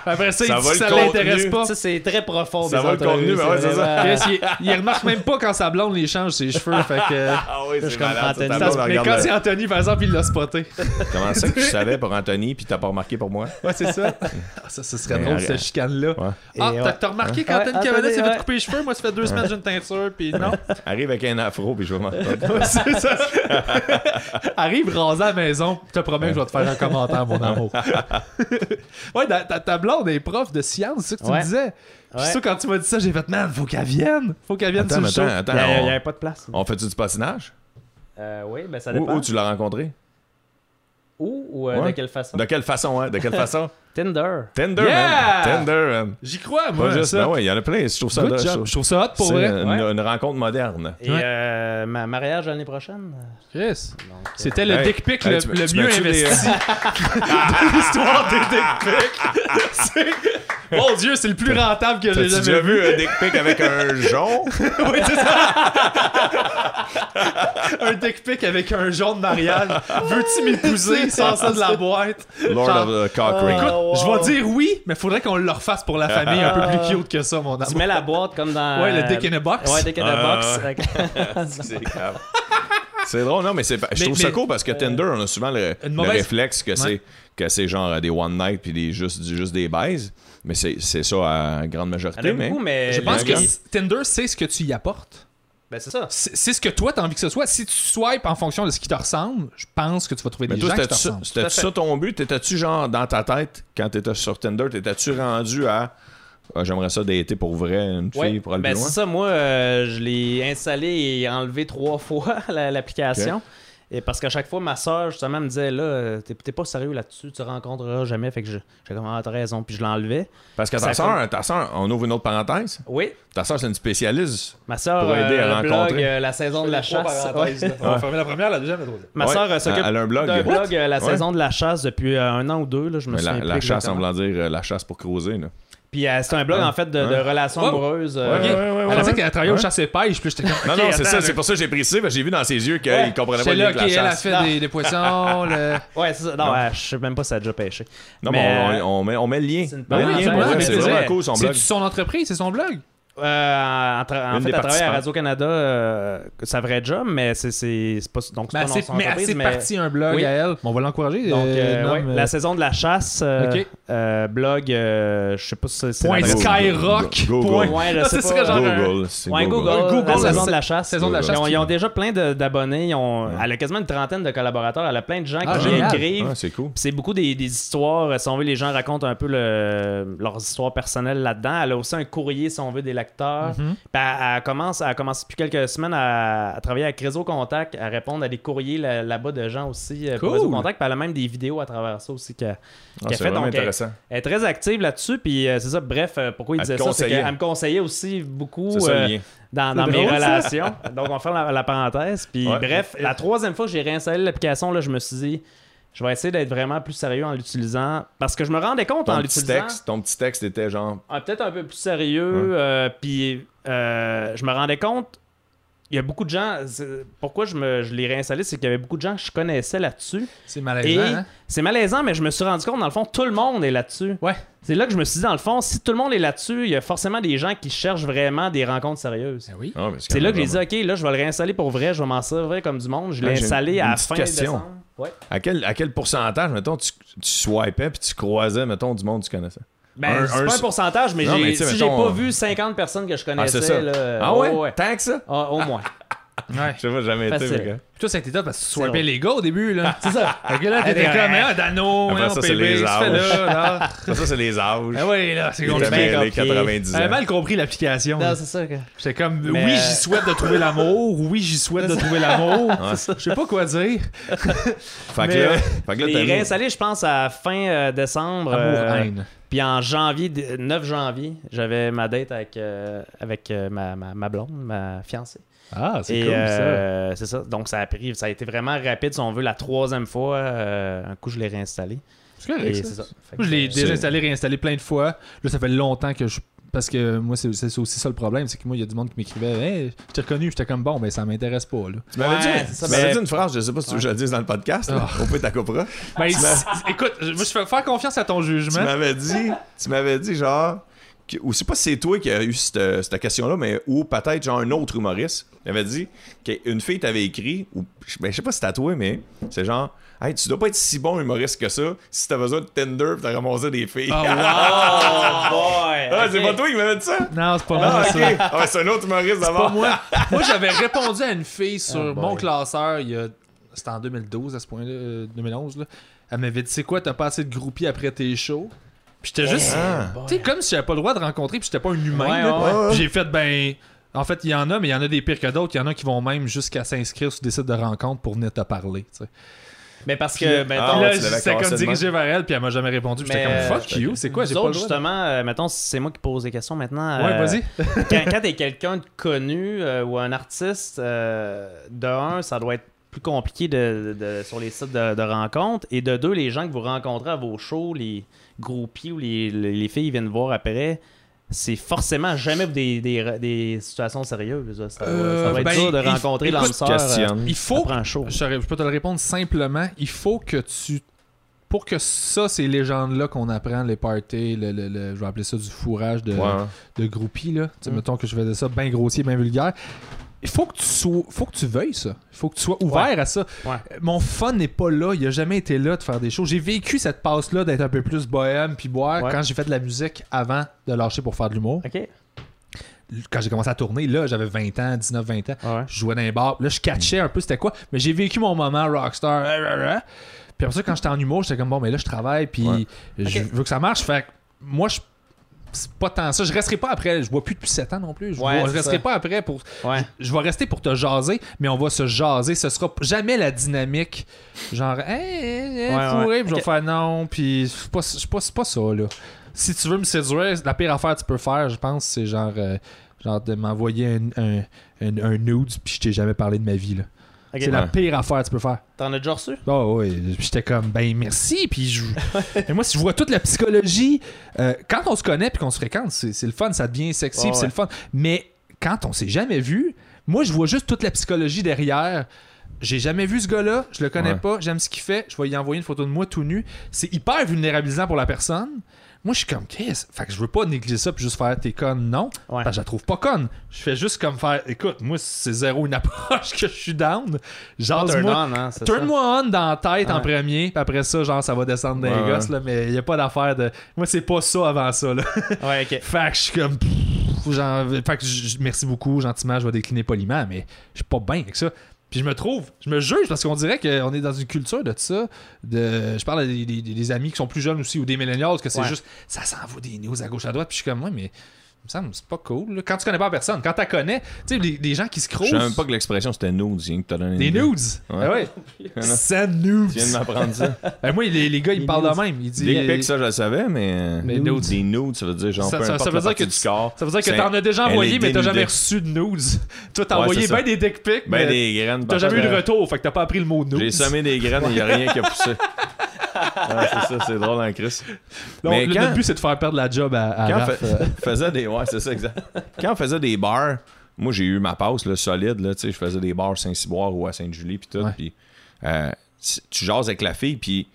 Speaker 2: Après ça,
Speaker 3: Ça
Speaker 2: il dit
Speaker 3: va
Speaker 2: que
Speaker 3: le
Speaker 2: ça
Speaker 3: contenu.
Speaker 2: l'intéresse pas.
Speaker 1: ça, c'est très profond.
Speaker 3: Ça
Speaker 1: des
Speaker 3: va le
Speaker 1: entrevues,
Speaker 3: contenu, mais ouais, c'est ça.
Speaker 1: vraiment-
Speaker 2: Chris, il, il remarque même pas quand sa blonde les change ses cheveux. Fait que.
Speaker 3: Ah oui,
Speaker 1: c'est malade, ça. Ta
Speaker 2: Ça,
Speaker 1: blonde,
Speaker 2: mais quand c'est Anthony, par exemple, il l'a spoté.
Speaker 3: Comment ça que tu savais pour Anthony puis t'as pas remarqué pour moi?
Speaker 2: Ouais, c'est ça. Ah, ça, ce serait
Speaker 3: Mais
Speaker 2: drôle,
Speaker 3: arrête.
Speaker 2: cette chicane-là.
Speaker 3: Ouais.
Speaker 2: Ah,
Speaker 1: Et
Speaker 2: t'as-
Speaker 1: ouais.
Speaker 2: t'as remarqué
Speaker 1: Ouais,
Speaker 2: qu'Anthony Cavana
Speaker 1: attendez,
Speaker 2: s'est fait
Speaker 1: ouais.
Speaker 2: couper les cheveux? Moi, ça fait deux semaines que j'ai une teinture, puis Ah non.
Speaker 3: Arrive avec un afro puis je vais m'en
Speaker 2: Ouais, c'est ça. Arrive rasé à la maison, je te promets que je vais te faire un commentaire, mon amour. ouais, ta, ta- ta blonde est prof de science, c'est ça que tu
Speaker 1: Ouais.
Speaker 2: me disais. Puis
Speaker 1: euh, Ouais.
Speaker 2: ça, quand tu m'as dit ça, j'ai fait, man, faut qu'elle vienne. Faut qu'elle vienne
Speaker 3: Attends,
Speaker 2: sur le show.
Speaker 3: attends, attends.
Speaker 1: Il n'y
Speaker 3: on-
Speaker 1: avait pas de place.
Speaker 3: On fait-tu du patinage?
Speaker 1: Euh, oui, mais ça
Speaker 3: Où,
Speaker 1: dépend.
Speaker 3: où tu l'as rencontré?
Speaker 1: Où ou euh,
Speaker 3: Ouais.
Speaker 1: de quelle façon?
Speaker 3: De quelle façon, hein? De quelle façon?
Speaker 1: Tinder.
Speaker 3: Tender,
Speaker 2: Yeah!
Speaker 3: man! Tender, man!
Speaker 2: J'y crois,
Speaker 3: Pas
Speaker 2: moi.
Speaker 3: juste,
Speaker 2: ça.
Speaker 3: ben ouais, il y en a plein. Je trouve ça
Speaker 2: Good
Speaker 3: là, je
Speaker 2: job.
Speaker 3: trouve-
Speaker 2: Je trouve ça hot pour
Speaker 3: C'est euh,
Speaker 2: vrai.
Speaker 3: une,
Speaker 1: Ouais.
Speaker 3: une rencontre moderne.
Speaker 1: Et
Speaker 2: Ouais.
Speaker 1: euh, ma mariage l'année prochaine. euh,
Speaker 2: Yes.
Speaker 1: donc, euh,
Speaker 2: C'était le
Speaker 3: Hey,
Speaker 2: dick pic
Speaker 3: ben, hey,
Speaker 2: le,
Speaker 3: tu-
Speaker 2: le
Speaker 3: tu
Speaker 2: mieux
Speaker 3: mets-tu des-
Speaker 2: investi de l'histoire des dick pics. C'est- Mon Dieu, c'est le plus rentable que j'ai
Speaker 3: T'as-tu
Speaker 2: jamais
Speaker 3: déjà vu un dick pic avec un jonc?
Speaker 2: Oui, c'est ça. un dick pic avec un jaune de mariage. Veux-tu m'épouser sans ça de la boîte?
Speaker 3: Lord of the
Speaker 2: euh,
Speaker 3: Cock Ring.
Speaker 1: Ah, wow.
Speaker 2: Je vais dire oui, mais faudrait qu'on le refasse pour la famille un peu plus cute que ça, mon
Speaker 1: Tu
Speaker 2: amour.
Speaker 1: mets la boîte comme dans.
Speaker 2: Ouais, le dick in a box.
Speaker 1: Ouais, dick in a
Speaker 3: Ah,
Speaker 1: box.
Speaker 3: ouais.
Speaker 1: avec-
Speaker 3: C'est grave. C'est drôle, non, mais c'est, je
Speaker 2: Mais-
Speaker 3: trouve
Speaker 2: mais-
Speaker 3: ça cool parce que Tinder, on a souvent le,
Speaker 2: Une
Speaker 3: le
Speaker 2: mauvaise-
Speaker 3: réflexe que c'est que c'est genre euh, des one night puis des juste, du- juste des baises, mais c'est, c'est ça à
Speaker 1: Il
Speaker 3: grande
Speaker 1: y
Speaker 3: majorité.
Speaker 1: en a
Speaker 3: mais
Speaker 1: beaucoup, mais.
Speaker 2: Je
Speaker 1: le-
Speaker 2: pense que
Speaker 3: gars.
Speaker 2: Tinder, c'est ce que tu y apportes.
Speaker 1: Ben, c'est ça.
Speaker 2: C'est c'est ce que toi, t'as envie que ce soit. Si tu swipes en fonction de ce qui te ressemble, je pense que tu vas trouver
Speaker 3: mais
Speaker 2: des
Speaker 3: toi,
Speaker 2: gens qui te
Speaker 3: c'était-tu,
Speaker 2: ressemblent.
Speaker 3: c'était-tu ça ton but? T'étais-tu genre dans ta tête quand t'étais sur Tinder, t'étais-tu rendu à Ah, j'aimerais ça dater pour vrai une fille
Speaker 1: Ouais.
Speaker 3: pour aller
Speaker 1: Ben,
Speaker 3: plus loin?
Speaker 1: c'est ça, moi, euh, je l'ai installé et enlevé trois fois la- l'application. Et parce qu'à chaque fois, ma soeur, justement, me disait là, euh, t'es t'es pas sérieux là-dessus, tu rencontreras jamais. Fait que je- j'étais comme, ah, t'as raison. Puis je l'enlevais.
Speaker 3: Parce que
Speaker 1: Ça
Speaker 3: ta soeur, ta sœur, on ouvre une autre parenthèse.
Speaker 1: Oui,
Speaker 3: Ta soeur, c'est une spécialiste.
Speaker 1: ma soeur,
Speaker 3: Pour aider à
Speaker 1: le blog,
Speaker 3: rencontrer.
Speaker 1: euh, la saison de la chasse. Ouais.
Speaker 2: On va fermer la première, la deuxième, la troisième.
Speaker 1: Ma
Speaker 3: Ouais,
Speaker 1: soeur euh,
Speaker 3: elle-
Speaker 1: s'occupe
Speaker 3: elle a un blog.
Speaker 1: d'un
Speaker 3: What?
Speaker 1: blog, euh, la
Speaker 3: Ouais.
Speaker 1: saison de la chasse, depuis euh, un an ou deux. Là, je me
Speaker 3: Mais la,
Speaker 1: souviens
Speaker 3: la
Speaker 1: plus
Speaker 3: chasse,
Speaker 1: exactement.
Speaker 3: semblant dire euh, la chasse pour creuser. Là.
Speaker 1: Puis euh, c'est un blog, en fait, de, de
Speaker 3: Hein?
Speaker 1: relations
Speaker 2: Oh.
Speaker 1: amoureuses. euh,
Speaker 3: Ouais, ouais, ouais,
Speaker 2: Elle
Speaker 3: ouais,
Speaker 2: a dit
Speaker 3: ouais.
Speaker 2: qu'elle a travaillé au
Speaker 3: Ouais.
Speaker 2: chasse et pêche, puis j'étais comme.
Speaker 3: Non,
Speaker 2: ok,
Speaker 3: non, c'est
Speaker 2: attends,
Speaker 3: ça.
Speaker 2: là.
Speaker 3: C'est pour ça que j'ai précisé. parce que J'ai vu dans ses yeux qu'il
Speaker 1: Ouais.
Speaker 3: comprenait
Speaker 2: J'étais
Speaker 3: pas le lien
Speaker 2: là, ok,
Speaker 3: avec la
Speaker 2: elle a
Speaker 3: chasse.
Speaker 2: fait des, des poissons. le-
Speaker 1: Ouais, c'est ça. Non, ouais, je sais même pas si ça a déjà pêché.
Speaker 3: Non, mais,
Speaker 1: mais euh,
Speaker 3: on, on met, on met le lien.
Speaker 1: c'est une
Speaker 3: On met le
Speaker 1: parenthèse.
Speaker 3: lien pour
Speaker 2: Ouais, mais
Speaker 3: vrai, Ben, C'est
Speaker 2: hein, ben, c'est
Speaker 3: vraiment
Speaker 1: vrai.
Speaker 3: cool son blog.
Speaker 2: C'est-tu son entreprise, c'est son blog?
Speaker 1: Euh, en tra- en
Speaker 3: Une
Speaker 1: fait,
Speaker 3: des
Speaker 1: elle travaille à
Speaker 3: participantes.
Speaker 1: Radio-Canada, euh, sa vraie job, mais c'est c'est- c'est pas. Donc, c'est
Speaker 2: Mais
Speaker 1: pas non
Speaker 2: assez,
Speaker 1: son
Speaker 2: Ben, mais
Speaker 1: entreprise,
Speaker 2: assez
Speaker 1: mais-
Speaker 2: parti un blog
Speaker 1: Oui.
Speaker 2: à elle. On va l'encourager.
Speaker 1: Donc,
Speaker 2: euh,
Speaker 1: euh,
Speaker 2: non,
Speaker 1: ouais,
Speaker 2: mais-
Speaker 1: la saison de la chasse, euh,
Speaker 2: Ok.
Speaker 1: euh, blog, euh, je sais pas si c'est- c'est.
Speaker 2: Point
Speaker 1: l'adresse.
Speaker 3: Google.
Speaker 2: Skyrock.
Speaker 3: Google.
Speaker 2: Point.
Speaker 1: Ouais, je
Speaker 2: Là,
Speaker 1: sais
Speaker 2: ce
Speaker 1: pas. euh,
Speaker 2: serait genre un-
Speaker 3: Google. c'est
Speaker 1: Ouais, Google,
Speaker 2: Google,
Speaker 1: la saison
Speaker 2: la
Speaker 1: de la chasse.
Speaker 2: saison de la chasse.
Speaker 1: Ils ont, ils ont déjà plein de- d'abonnés. ils ont-
Speaker 3: Ouais.
Speaker 1: Elle a quasiment une trentaine de collaborateurs. Elle a plein de gens
Speaker 2: Ah,
Speaker 1: qui
Speaker 2: génial.
Speaker 1: écrivent.
Speaker 3: Ah, c'est cool.
Speaker 1: Puis C'est beaucoup des, des histoires. euh, Si on veut, les gens racontent un peu le- leurs histoires personnelles là-dedans. Elle a aussi un courrier, si on veut, des lecteurs.
Speaker 2: Mhm.
Speaker 1: Puis elle, elle commence, elle a commencé depuis quelques semaines à, à travailler avec Réseau Contact, à répondre à des courriers là- là-bas de gens aussi euh, pour
Speaker 2: Cool.
Speaker 1: Réseau Contact. Puis elle a même des vidéos à travers ça aussi qu'elle
Speaker 3: Ah,
Speaker 1: qu'elle
Speaker 3: C'est
Speaker 1: fait.
Speaker 3: vraiment
Speaker 1: Donc, elle-
Speaker 3: intéressant.
Speaker 1: elle est très active là-dessus. Puis euh, c'est ça, bref, euh, pourquoi il
Speaker 3: Elle te
Speaker 1: disait ça, c'est
Speaker 3: conseillait.
Speaker 1: qu'elle me conseillait aussi beaucoup
Speaker 3: C'est ça
Speaker 1: euh,
Speaker 3: le lien.
Speaker 1: dans, dans
Speaker 2: C'est
Speaker 1: mes
Speaker 2: drôle, ça.
Speaker 1: relations. Donc, on fait la, la parenthèse. Puis,
Speaker 3: Ouais.
Speaker 1: bref, la troisième fois que j'ai réinstallé l'application, là, je me suis dit, je vais essayer d'être vraiment plus sérieux en l'utilisant. Parce que je me rendais compte en
Speaker 3: Ton petit,
Speaker 1: l'utilisant.
Speaker 3: texte, ton petit texte était genre.
Speaker 1: ah, Peut-être un peu plus sérieux. euh, puis, euh, je me rendais compte. Il y a beaucoup de gens. c'est- Pourquoi je, me, je l'ai réinstallé, c'est qu'il y avait beaucoup de gens que je connaissais là-dessus.
Speaker 2: C'est
Speaker 1: Et
Speaker 2: malaisant. hein?
Speaker 1: c'est malaisant, mais je me suis rendu compte, dans le fond, tout le monde est là-dessus.
Speaker 2: Ouais.
Speaker 1: C'est là que je me suis dit, dans le fond, si tout le monde est là-dessus, il y a forcément des gens qui cherchent vraiment des rencontres sérieuses.
Speaker 2: Ben oui.
Speaker 3: Ah, mais quand
Speaker 1: C'est là
Speaker 3: même
Speaker 1: que j'ai dit,
Speaker 3: vraiment-
Speaker 1: OK, là, je vais le réinstaller pour vrai, je vais m'en servir comme du monde. Je l'ai
Speaker 3: Ah, j'ai
Speaker 1: installé
Speaker 3: une
Speaker 1: à la
Speaker 3: petite
Speaker 1: fin
Speaker 3: question.
Speaker 1: décembre. Ouais.
Speaker 3: À quel, à quel pourcentage, mettons, tu, tu swipais puis tu croisais, mettons, du monde que tu connaissais?
Speaker 1: Ben,
Speaker 3: Un-
Speaker 1: c'est
Speaker 3: un-
Speaker 1: pas un pourcentage, mais,
Speaker 3: Non,
Speaker 1: j'ai-
Speaker 3: mais tu sais,
Speaker 1: si j'ai
Speaker 3: mettons,
Speaker 1: pas
Speaker 3: euh,
Speaker 1: vu 50 personnes que je
Speaker 3: Ah,
Speaker 1: connaissais,
Speaker 3: c'est ça.
Speaker 1: là,
Speaker 3: ah ouais?
Speaker 1: oh,
Speaker 3: Tant que ça?
Speaker 1: Ah, au moins.
Speaker 2: Ouais.
Speaker 3: Je sais pas, j'ai jamais
Speaker 1: Facile.
Speaker 3: été, mais
Speaker 2: Puis Toi, ça a été top parce que tu
Speaker 1: C'est
Speaker 2: swipais
Speaker 1: drôle.
Speaker 2: les gars au début. là.
Speaker 1: C'est ça.
Speaker 2: Fait que là, t'étais
Speaker 1: Ouais.
Speaker 2: comme, hein, Dano,
Speaker 3: Après
Speaker 2: hein,
Speaker 3: ça,
Speaker 2: on
Speaker 3: c'est
Speaker 2: PB,
Speaker 3: les
Speaker 2: tu fais là. là.
Speaker 3: quand- Ça, c'est les âges.
Speaker 2: Ben oui, là, c'est
Speaker 3: Les
Speaker 1: est
Speaker 2: compliqué.
Speaker 1: bien
Speaker 3: les
Speaker 1: copiés.
Speaker 3: 90 ans.
Speaker 2: J'avais mal compris l'application.
Speaker 1: Non,
Speaker 2: là.
Speaker 1: c'est ça. que-
Speaker 2: J'étais comme,
Speaker 1: Mais-
Speaker 2: oui, j'y souhaite de trouver l'amour. Oui, j'y souhaite de trouver l'amour.
Speaker 3: Ouais.
Speaker 2: Je sais pas quoi dire.
Speaker 3: Fait que
Speaker 2: Mais-
Speaker 3: là, fait que
Speaker 1: Je
Speaker 3: là,
Speaker 1: l'ai
Speaker 3: t'as mis-
Speaker 1: réinstallé, je pense, à fin euh, décembre. euh,
Speaker 2: Amour-haine.
Speaker 1: Puis en janvier, d- 9 janvier, j'avais ma date avec, euh, avec euh, ma, ma, ma blonde, ma fiancée.
Speaker 2: Ah,
Speaker 1: Et euh, c'est ça. Donc ça a pris, ça a été vraiment rapide, si on veut, la troisième fois. euh, un coup, je l'ai réinstallé.
Speaker 2: C'est
Speaker 3: Ah,
Speaker 2: correct,
Speaker 1: Et
Speaker 2: ça.
Speaker 1: c'est ça. Fait
Speaker 2: Moi, je
Speaker 1: que,
Speaker 2: l'ai
Speaker 1: euh,
Speaker 2: déjà
Speaker 3: c'est-
Speaker 2: installé, réinstallé plein de fois. Là, ça fait longtemps que je. Parce que moi, c'est c'est aussi ça le problème. C'est que moi, il y a du monde qui m'écrivait Hey, je t'ai reconnu. J'étais comme bon, ben ça m'intéresse pas. Là.
Speaker 3: Tu m'avais
Speaker 1: Ouais,
Speaker 3: dit,
Speaker 1: c'est ça,
Speaker 3: tu m'avais
Speaker 1: mais-
Speaker 3: dit une phrase, je sais pas si tu veux que je le dise dans le podcast, là. on peut t'accoupera.
Speaker 2: Ben, c- écoute, je, moi, je fais faire confiance à ton
Speaker 3: Tu
Speaker 2: jugement.
Speaker 3: m'avais dit, tu m'avais dit genre, que- ou je sais pas si c'est toi qui as eu cette, cette question-là, mais ou peut-être genre un autre humoriste m'avait dit qu'une fille t'avait écrit, ou je- ben, je sais pas si c'est à toi, mais c'est genre, hey, tu dois pas être si bon humoriste que ça si t'as besoin de Tinder pis t'as ramassé des filles.
Speaker 2: Ah, wow.
Speaker 1: Oh boy!
Speaker 3: Ah, c'est
Speaker 1: Ok.
Speaker 3: pas toi qui m'avait dit ça?
Speaker 2: Non, c'est pas moi
Speaker 3: Ah,
Speaker 2: ça.
Speaker 3: ok. Ah, ben, c'est un autre humoriste
Speaker 2: Pas
Speaker 3: d'abord.
Speaker 2: moi. moi, j'avais répondu à une fille sur
Speaker 1: boy.
Speaker 2: mon classeur il y a. C'était en 2012 à ce point-là, euh, 2011. Là. Elle m'avait dit C'est quoi, t'as pas assez de groupies après tes shows Puis j'étais juste.
Speaker 3: Ah.
Speaker 2: Tu sais, comme si j'avais pas le droit de rencontrer, puis j'étais pas un humain.
Speaker 1: Ouais,
Speaker 2: là.
Speaker 1: ouais,
Speaker 3: ouais.
Speaker 2: Puis J'ai fait, ben. En fait, il y en a, mais il y en a des pires que d'autres. Il y en a qui vont même jusqu'à s'inscrire sur des sites de rencontres pour venir te parler. tu sais.
Speaker 1: Mais parce
Speaker 2: Puis
Speaker 1: que,
Speaker 2: là-
Speaker 1: ben,
Speaker 3: Ah,
Speaker 1: mettons,
Speaker 3: ouais,
Speaker 2: là,
Speaker 3: tu l'avais
Speaker 2: j'étais comme
Speaker 3: cassé de
Speaker 2: dirigé vers elle, puis elle m'a jamais répondu. puis J'étais
Speaker 1: Mais,
Speaker 2: comme,
Speaker 1: euh,
Speaker 2: fuck you, c'est quoi,
Speaker 1: nous
Speaker 2: j'ai pas
Speaker 1: autres,
Speaker 2: le droit. de-
Speaker 1: justement, euh, mettons, c'est moi qui pose des questions maintenant.
Speaker 2: Ouais,
Speaker 1: euh,
Speaker 2: vas-y.
Speaker 1: quand quand t'es quelqu'un de connu euh, ou un artiste, euh, de un, ça doit être plus compliqué de, de- de- sur les sites de, de rencontres. Et de deux, les gens que vous rencontrez à vos shows, les groupies ou les, les, les filles viennent voir après, c'est forcément jamais des, des, des situations sérieuses. là. Ça,
Speaker 2: Euh,
Speaker 1: ça va être
Speaker 2: ben,
Speaker 1: dur de
Speaker 2: il-
Speaker 1: rencontrer
Speaker 2: écoute,
Speaker 1: l'âme sœur euh,
Speaker 3: Questionne.
Speaker 2: Il faut
Speaker 1: après un show.
Speaker 2: Je, saurais- je peux te le répondre simplement. Il faut que tu. Pour que ça, ces légendes-là qu'on apprend, les parties, le, le- le- je vais appeler ça du fourrage de,
Speaker 3: Ouais, hein.
Speaker 2: de groupies, là. Tu sais,
Speaker 1: Mm.
Speaker 2: mettons que je faisais ça bien grossier, bien vulgaire. Il faut que tu sois, faut que tu veuilles ça. Il faut que tu sois ouvert à ça.
Speaker 1: Ouais.
Speaker 2: Euh, Mon fun n'est pas là. Il a jamais été là de faire des choses. J'ai vécu cette passe-là d'être un peu plus bohème puis boire
Speaker 1: Ouais.
Speaker 2: quand j'ai fait de la musique avant de lâcher pour faire de l'humour.
Speaker 1: Ok.
Speaker 2: Quand j'ai commencé à tourner, là, j'avais 20 ans, 19, 20 ans.
Speaker 1: Ouais.
Speaker 2: Je jouais dans les bars. Là, je catchais un peu c'était quoi. Mais j'ai vécu mon moment rockstar. euh, euh, euh. Puis après ça, quand j'étais en humour, j'étais comme bon, mais là, je travaille. Puis
Speaker 3: Ouais.
Speaker 2: je
Speaker 1: Ok.
Speaker 2: veux que ça marche. Fait que moi, je. c'est pas tant ça. Je resterai pas après. Je bois plus depuis 7 ans non plus. Je,
Speaker 1: Ouais,
Speaker 2: bois- je
Speaker 1: c'est
Speaker 2: resterai
Speaker 1: ça.
Speaker 2: pas après pour.
Speaker 1: Ouais.
Speaker 2: Je vais rester pour te jaser, mais on va se jaser. Ce sera p- jamais la dynamique. Genre, hey, hey, hey,
Speaker 1: Ouais,
Speaker 2: fourré,
Speaker 1: ouais.
Speaker 2: puis je vais
Speaker 1: Ok.
Speaker 2: faire non, puis c'est pas, c'est pas, c'est pas ça, là. Si tu veux me séduire, la pire affaire que tu peux faire, je pense, c'est genre, euh, genre de m'envoyer un, un, un, un nude, puis je t'ai jamais parlé de ma vie, là.
Speaker 1: Ok.
Speaker 2: C'est la
Speaker 3: Ouais.
Speaker 2: pire affaire que tu peux faire.
Speaker 1: T'en as déjà reçu?
Speaker 2: Oh oui, j'étais comme ben merci puis je Mais moi si je vois toute la psychologie euh, quand on se connaît puis qu'on se fréquente, c'est c'est le fun, ça devient sexy,
Speaker 1: Ouais,
Speaker 2: puis c'est
Speaker 1: ouais.
Speaker 2: le fun. Mais quand on s'est jamais vu, moi je vois juste toute la psychologie derrière. J'ai jamais vu ce gars-là, je le connais
Speaker 3: Ouais.
Speaker 2: pas, j'aime ce qu'il fait, je vais y envoyer une photo de moi tout nu. C'est hyper vulnérabilisant pour la personne. Moi je suis comme qu'est-ce Fait que je veux pas négliger ça puis juste faire t'es conne, non.
Speaker 1: Ouais.
Speaker 2: Parce que je la trouve pas conne. Je fais juste comme faire écoute, moi c'est zéro une approche que je suis down.
Speaker 1: Pas turn
Speaker 2: Jase-moi
Speaker 1: on, hein, c'est ça.
Speaker 2: Turn-moi on dans la tête en
Speaker 1: Ouais.
Speaker 2: premier, puis après ça, genre, ça va descendre dans les
Speaker 3: Ouais,
Speaker 2: gosses, là, mais il a pas d'affaire de. Moi, c'est pas ça avant ça, là.
Speaker 1: Ouais, ok.
Speaker 2: fait que je suis comme. pff, genre, fait que je- je- merci beaucoup, gentiment, je vais décliner poliment, mais je suis pas bien avec ça. Puis je me trouve, je me juge parce qu'on dirait qu'on est dans une culture de ça. De, je parle à des, des- des amis qui sont plus jeunes aussi ou des millennials, que c'est
Speaker 1: Ouais.
Speaker 2: juste ça s'envoie des news à gauche à droite. Puis je suis comme, ouais, mais il me semble que c'est pas cool. là. Quand tu connais pas la personne, quand tu connais, tu sais, les, les gens qui se
Speaker 3: Je
Speaker 2: croisent.
Speaker 3: savais même pas que l'expression c'était nude, c'est rien que t'as donné. une
Speaker 2: Des
Speaker 3: idée.
Speaker 2: nudes!
Speaker 3: Ouais.
Speaker 2: Ah ouais! Send nudes!
Speaker 3: Tu viens de m'apprendre ça.
Speaker 2: Ben moi, les, les gars, ils me
Speaker 1: Les
Speaker 2: parlent de
Speaker 1: nudes.
Speaker 2: même. Ils disent,
Speaker 3: Des pics, ça, je le savais,
Speaker 2: euh,
Speaker 3: mais. euh,
Speaker 2: Mais nudes.
Speaker 3: Des nudes, ça veut dire genre.
Speaker 2: Ça-
Speaker 3: peu
Speaker 2: ça- ça
Speaker 3: importe
Speaker 2: veut
Speaker 3: la
Speaker 2: dire
Speaker 3: partie
Speaker 2: que
Speaker 3: du
Speaker 2: tu-
Speaker 3: corps.
Speaker 2: ça veut dire que
Speaker 3: C'est-
Speaker 2: t'en as déjà
Speaker 3: Ben, elle est
Speaker 2: envoyé, mais t'as jamais
Speaker 3: dénudée.
Speaker 2: reçu de nudes. Toi, t'as
Speaker 3: Ouais,
Speaker 2: envoyé
Speaker 3: c'est ça.
Speaker 2: bien des dick pics, mais
Speaker 3: Ben, des graines.
Speaker 2: t'as
Speaker 3: par
Speaker 2: jamais eu
Speaker 3: contre,
Speaker 2: de
Speaker 3: euh,
Speaker 2: retour, fait que t'as pas appris le mot nudes.
Speaker 3: J'ai semé des graines, il n'y a rien qui a poussé. Ah, c'est ça, c'est drôle en crise.
Speaker 2: Là, on-
Speaker 3: Mais
Speaker 2: le,
Speaker 3: quand-
Speaker 2: notre but, c'est de faire perdre la job à, à
Speaker 3: Quand on
Speaker 2: Raph,
Speaker 3: fa-
Speaker 2: euh,
Speaker 3: faisait des. Ouais, c'est ça, exact. Quand on faisait des bars, moi j'ai eu ma passe là, solide, là, tu sais, je faisais des bars à Saint-Cyboire ou à Sainte-Julie, puis tout.
Speaker 2: Ouais.
Speaker 3: Puis euh, si- tu jases avec la fille, puis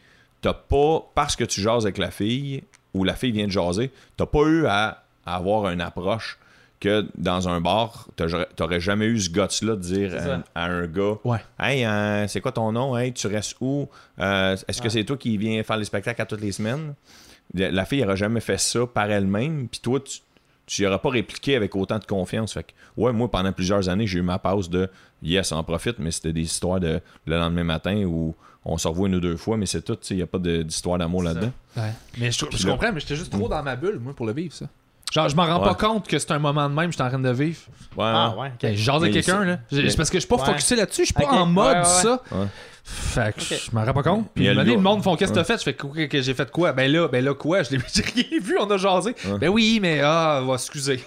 Speaker 3: t'as pas, parce que tu jases avec la fille, ou la fille vient de jaser, t'as pas eu à, à avoir une approche que dans un bar, t'as- t'aurais jamais eu ce guts-là de dire
Speaker 1: C'est
Speaker 3: à,
Speaker 1: ça.
Speaker 3: à un gars
Speaker 2: Ouais.
Speaker 3: Hey, euh, c'est quoi ton nom? Hey, tu restes où? Euh, Est-ce que c'est toi qui viens faire les spectacles à toutes les semaines? La la fille n'aurait jamais fait ça par elle-même, puis toi, tu tu n'y auras pas répliqué avec autant de confiance. Fait que, ouais, moi, pendant plusieurs années, j'ai eu ma pause de yes, on en profite, mais c'était des histoires de le lendemain matin où on se revoit une ou deux fois, mais c'est tout. Il n'y a pas de- d'histoire d'amour
Speaker 1: C'est
Speaker 3: là-dedans.
Speaker 2: ouais. Mais je, je
Speaker 3: là-
Speaker 2: comprends, mais j'étais juste trop dans ma bulle, moi, pour le vivre, ça. Genre, je m'en rends
Speaker 3: Ouais.
Speaker 2: pas compte que c'est un moment de même, j'étais en train de vivre.
Speaker 3: Ouais,
Speaker 1: Ah,
Speaker 3: ouais.
Speaker 1: ouais. ok.
Speaker 2: J'ai jasé
Speaker 3: Mais
Speaker 2: quelqu'un,
Speaker 3: c'est-
Speaker 2: là. J'ai-
Speaker 3: mais-
Speaker 2: C'est parce que je suis pas
Speaker 1: Ouais.
Speaker 2: focusé là-dessus, je suis pas
Speaker 1: Ok.
Speaker 2: en mode
Speaker 1: Ouais, ouais,
Speaker 2: ça.
Speaker 3: ouais.
Speaker 2: Fait que
Speaker 1: Ok.
Speaker 2: je m'en rends pas compte.
Speaker 3: Il
Speaker 2: Puis
Speaker 3: y a
Speaker 2: une
Speaker 3: le
Speaker 2: minute,
Speaker 3: gars-
Speaker 2: le monde font qu'est-ce que t'as fait? Je fais que que j'ai fait quoi? Ben là, ben là quoi? Je l'ai j'ai rien vu, on a jasé.
Speaker 3: Ouais.
Speaker 2: Ben oui, mais ah, va s'excuser.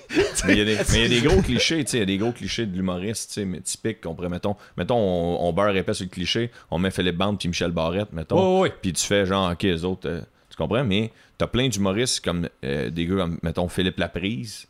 Speaker 3: Mais il y a des- mais il y, a des gros clichés, tu sais, il y a des gros clichés de l'humoriste, tu sais, mais typique qu'on pourrait, mettons, mettons on, on beurre épais sur le cliché, on met Philippe Bande puis Michel Barrette, mettons.
Speaker 2: Ouais, ouais.
Speaker 3: Puis tu fais genre, OK, les autres, euh, tu comprends, mais t'as plein d'humoristes comme euh, des gars comme, mettons, Philippe Laprise.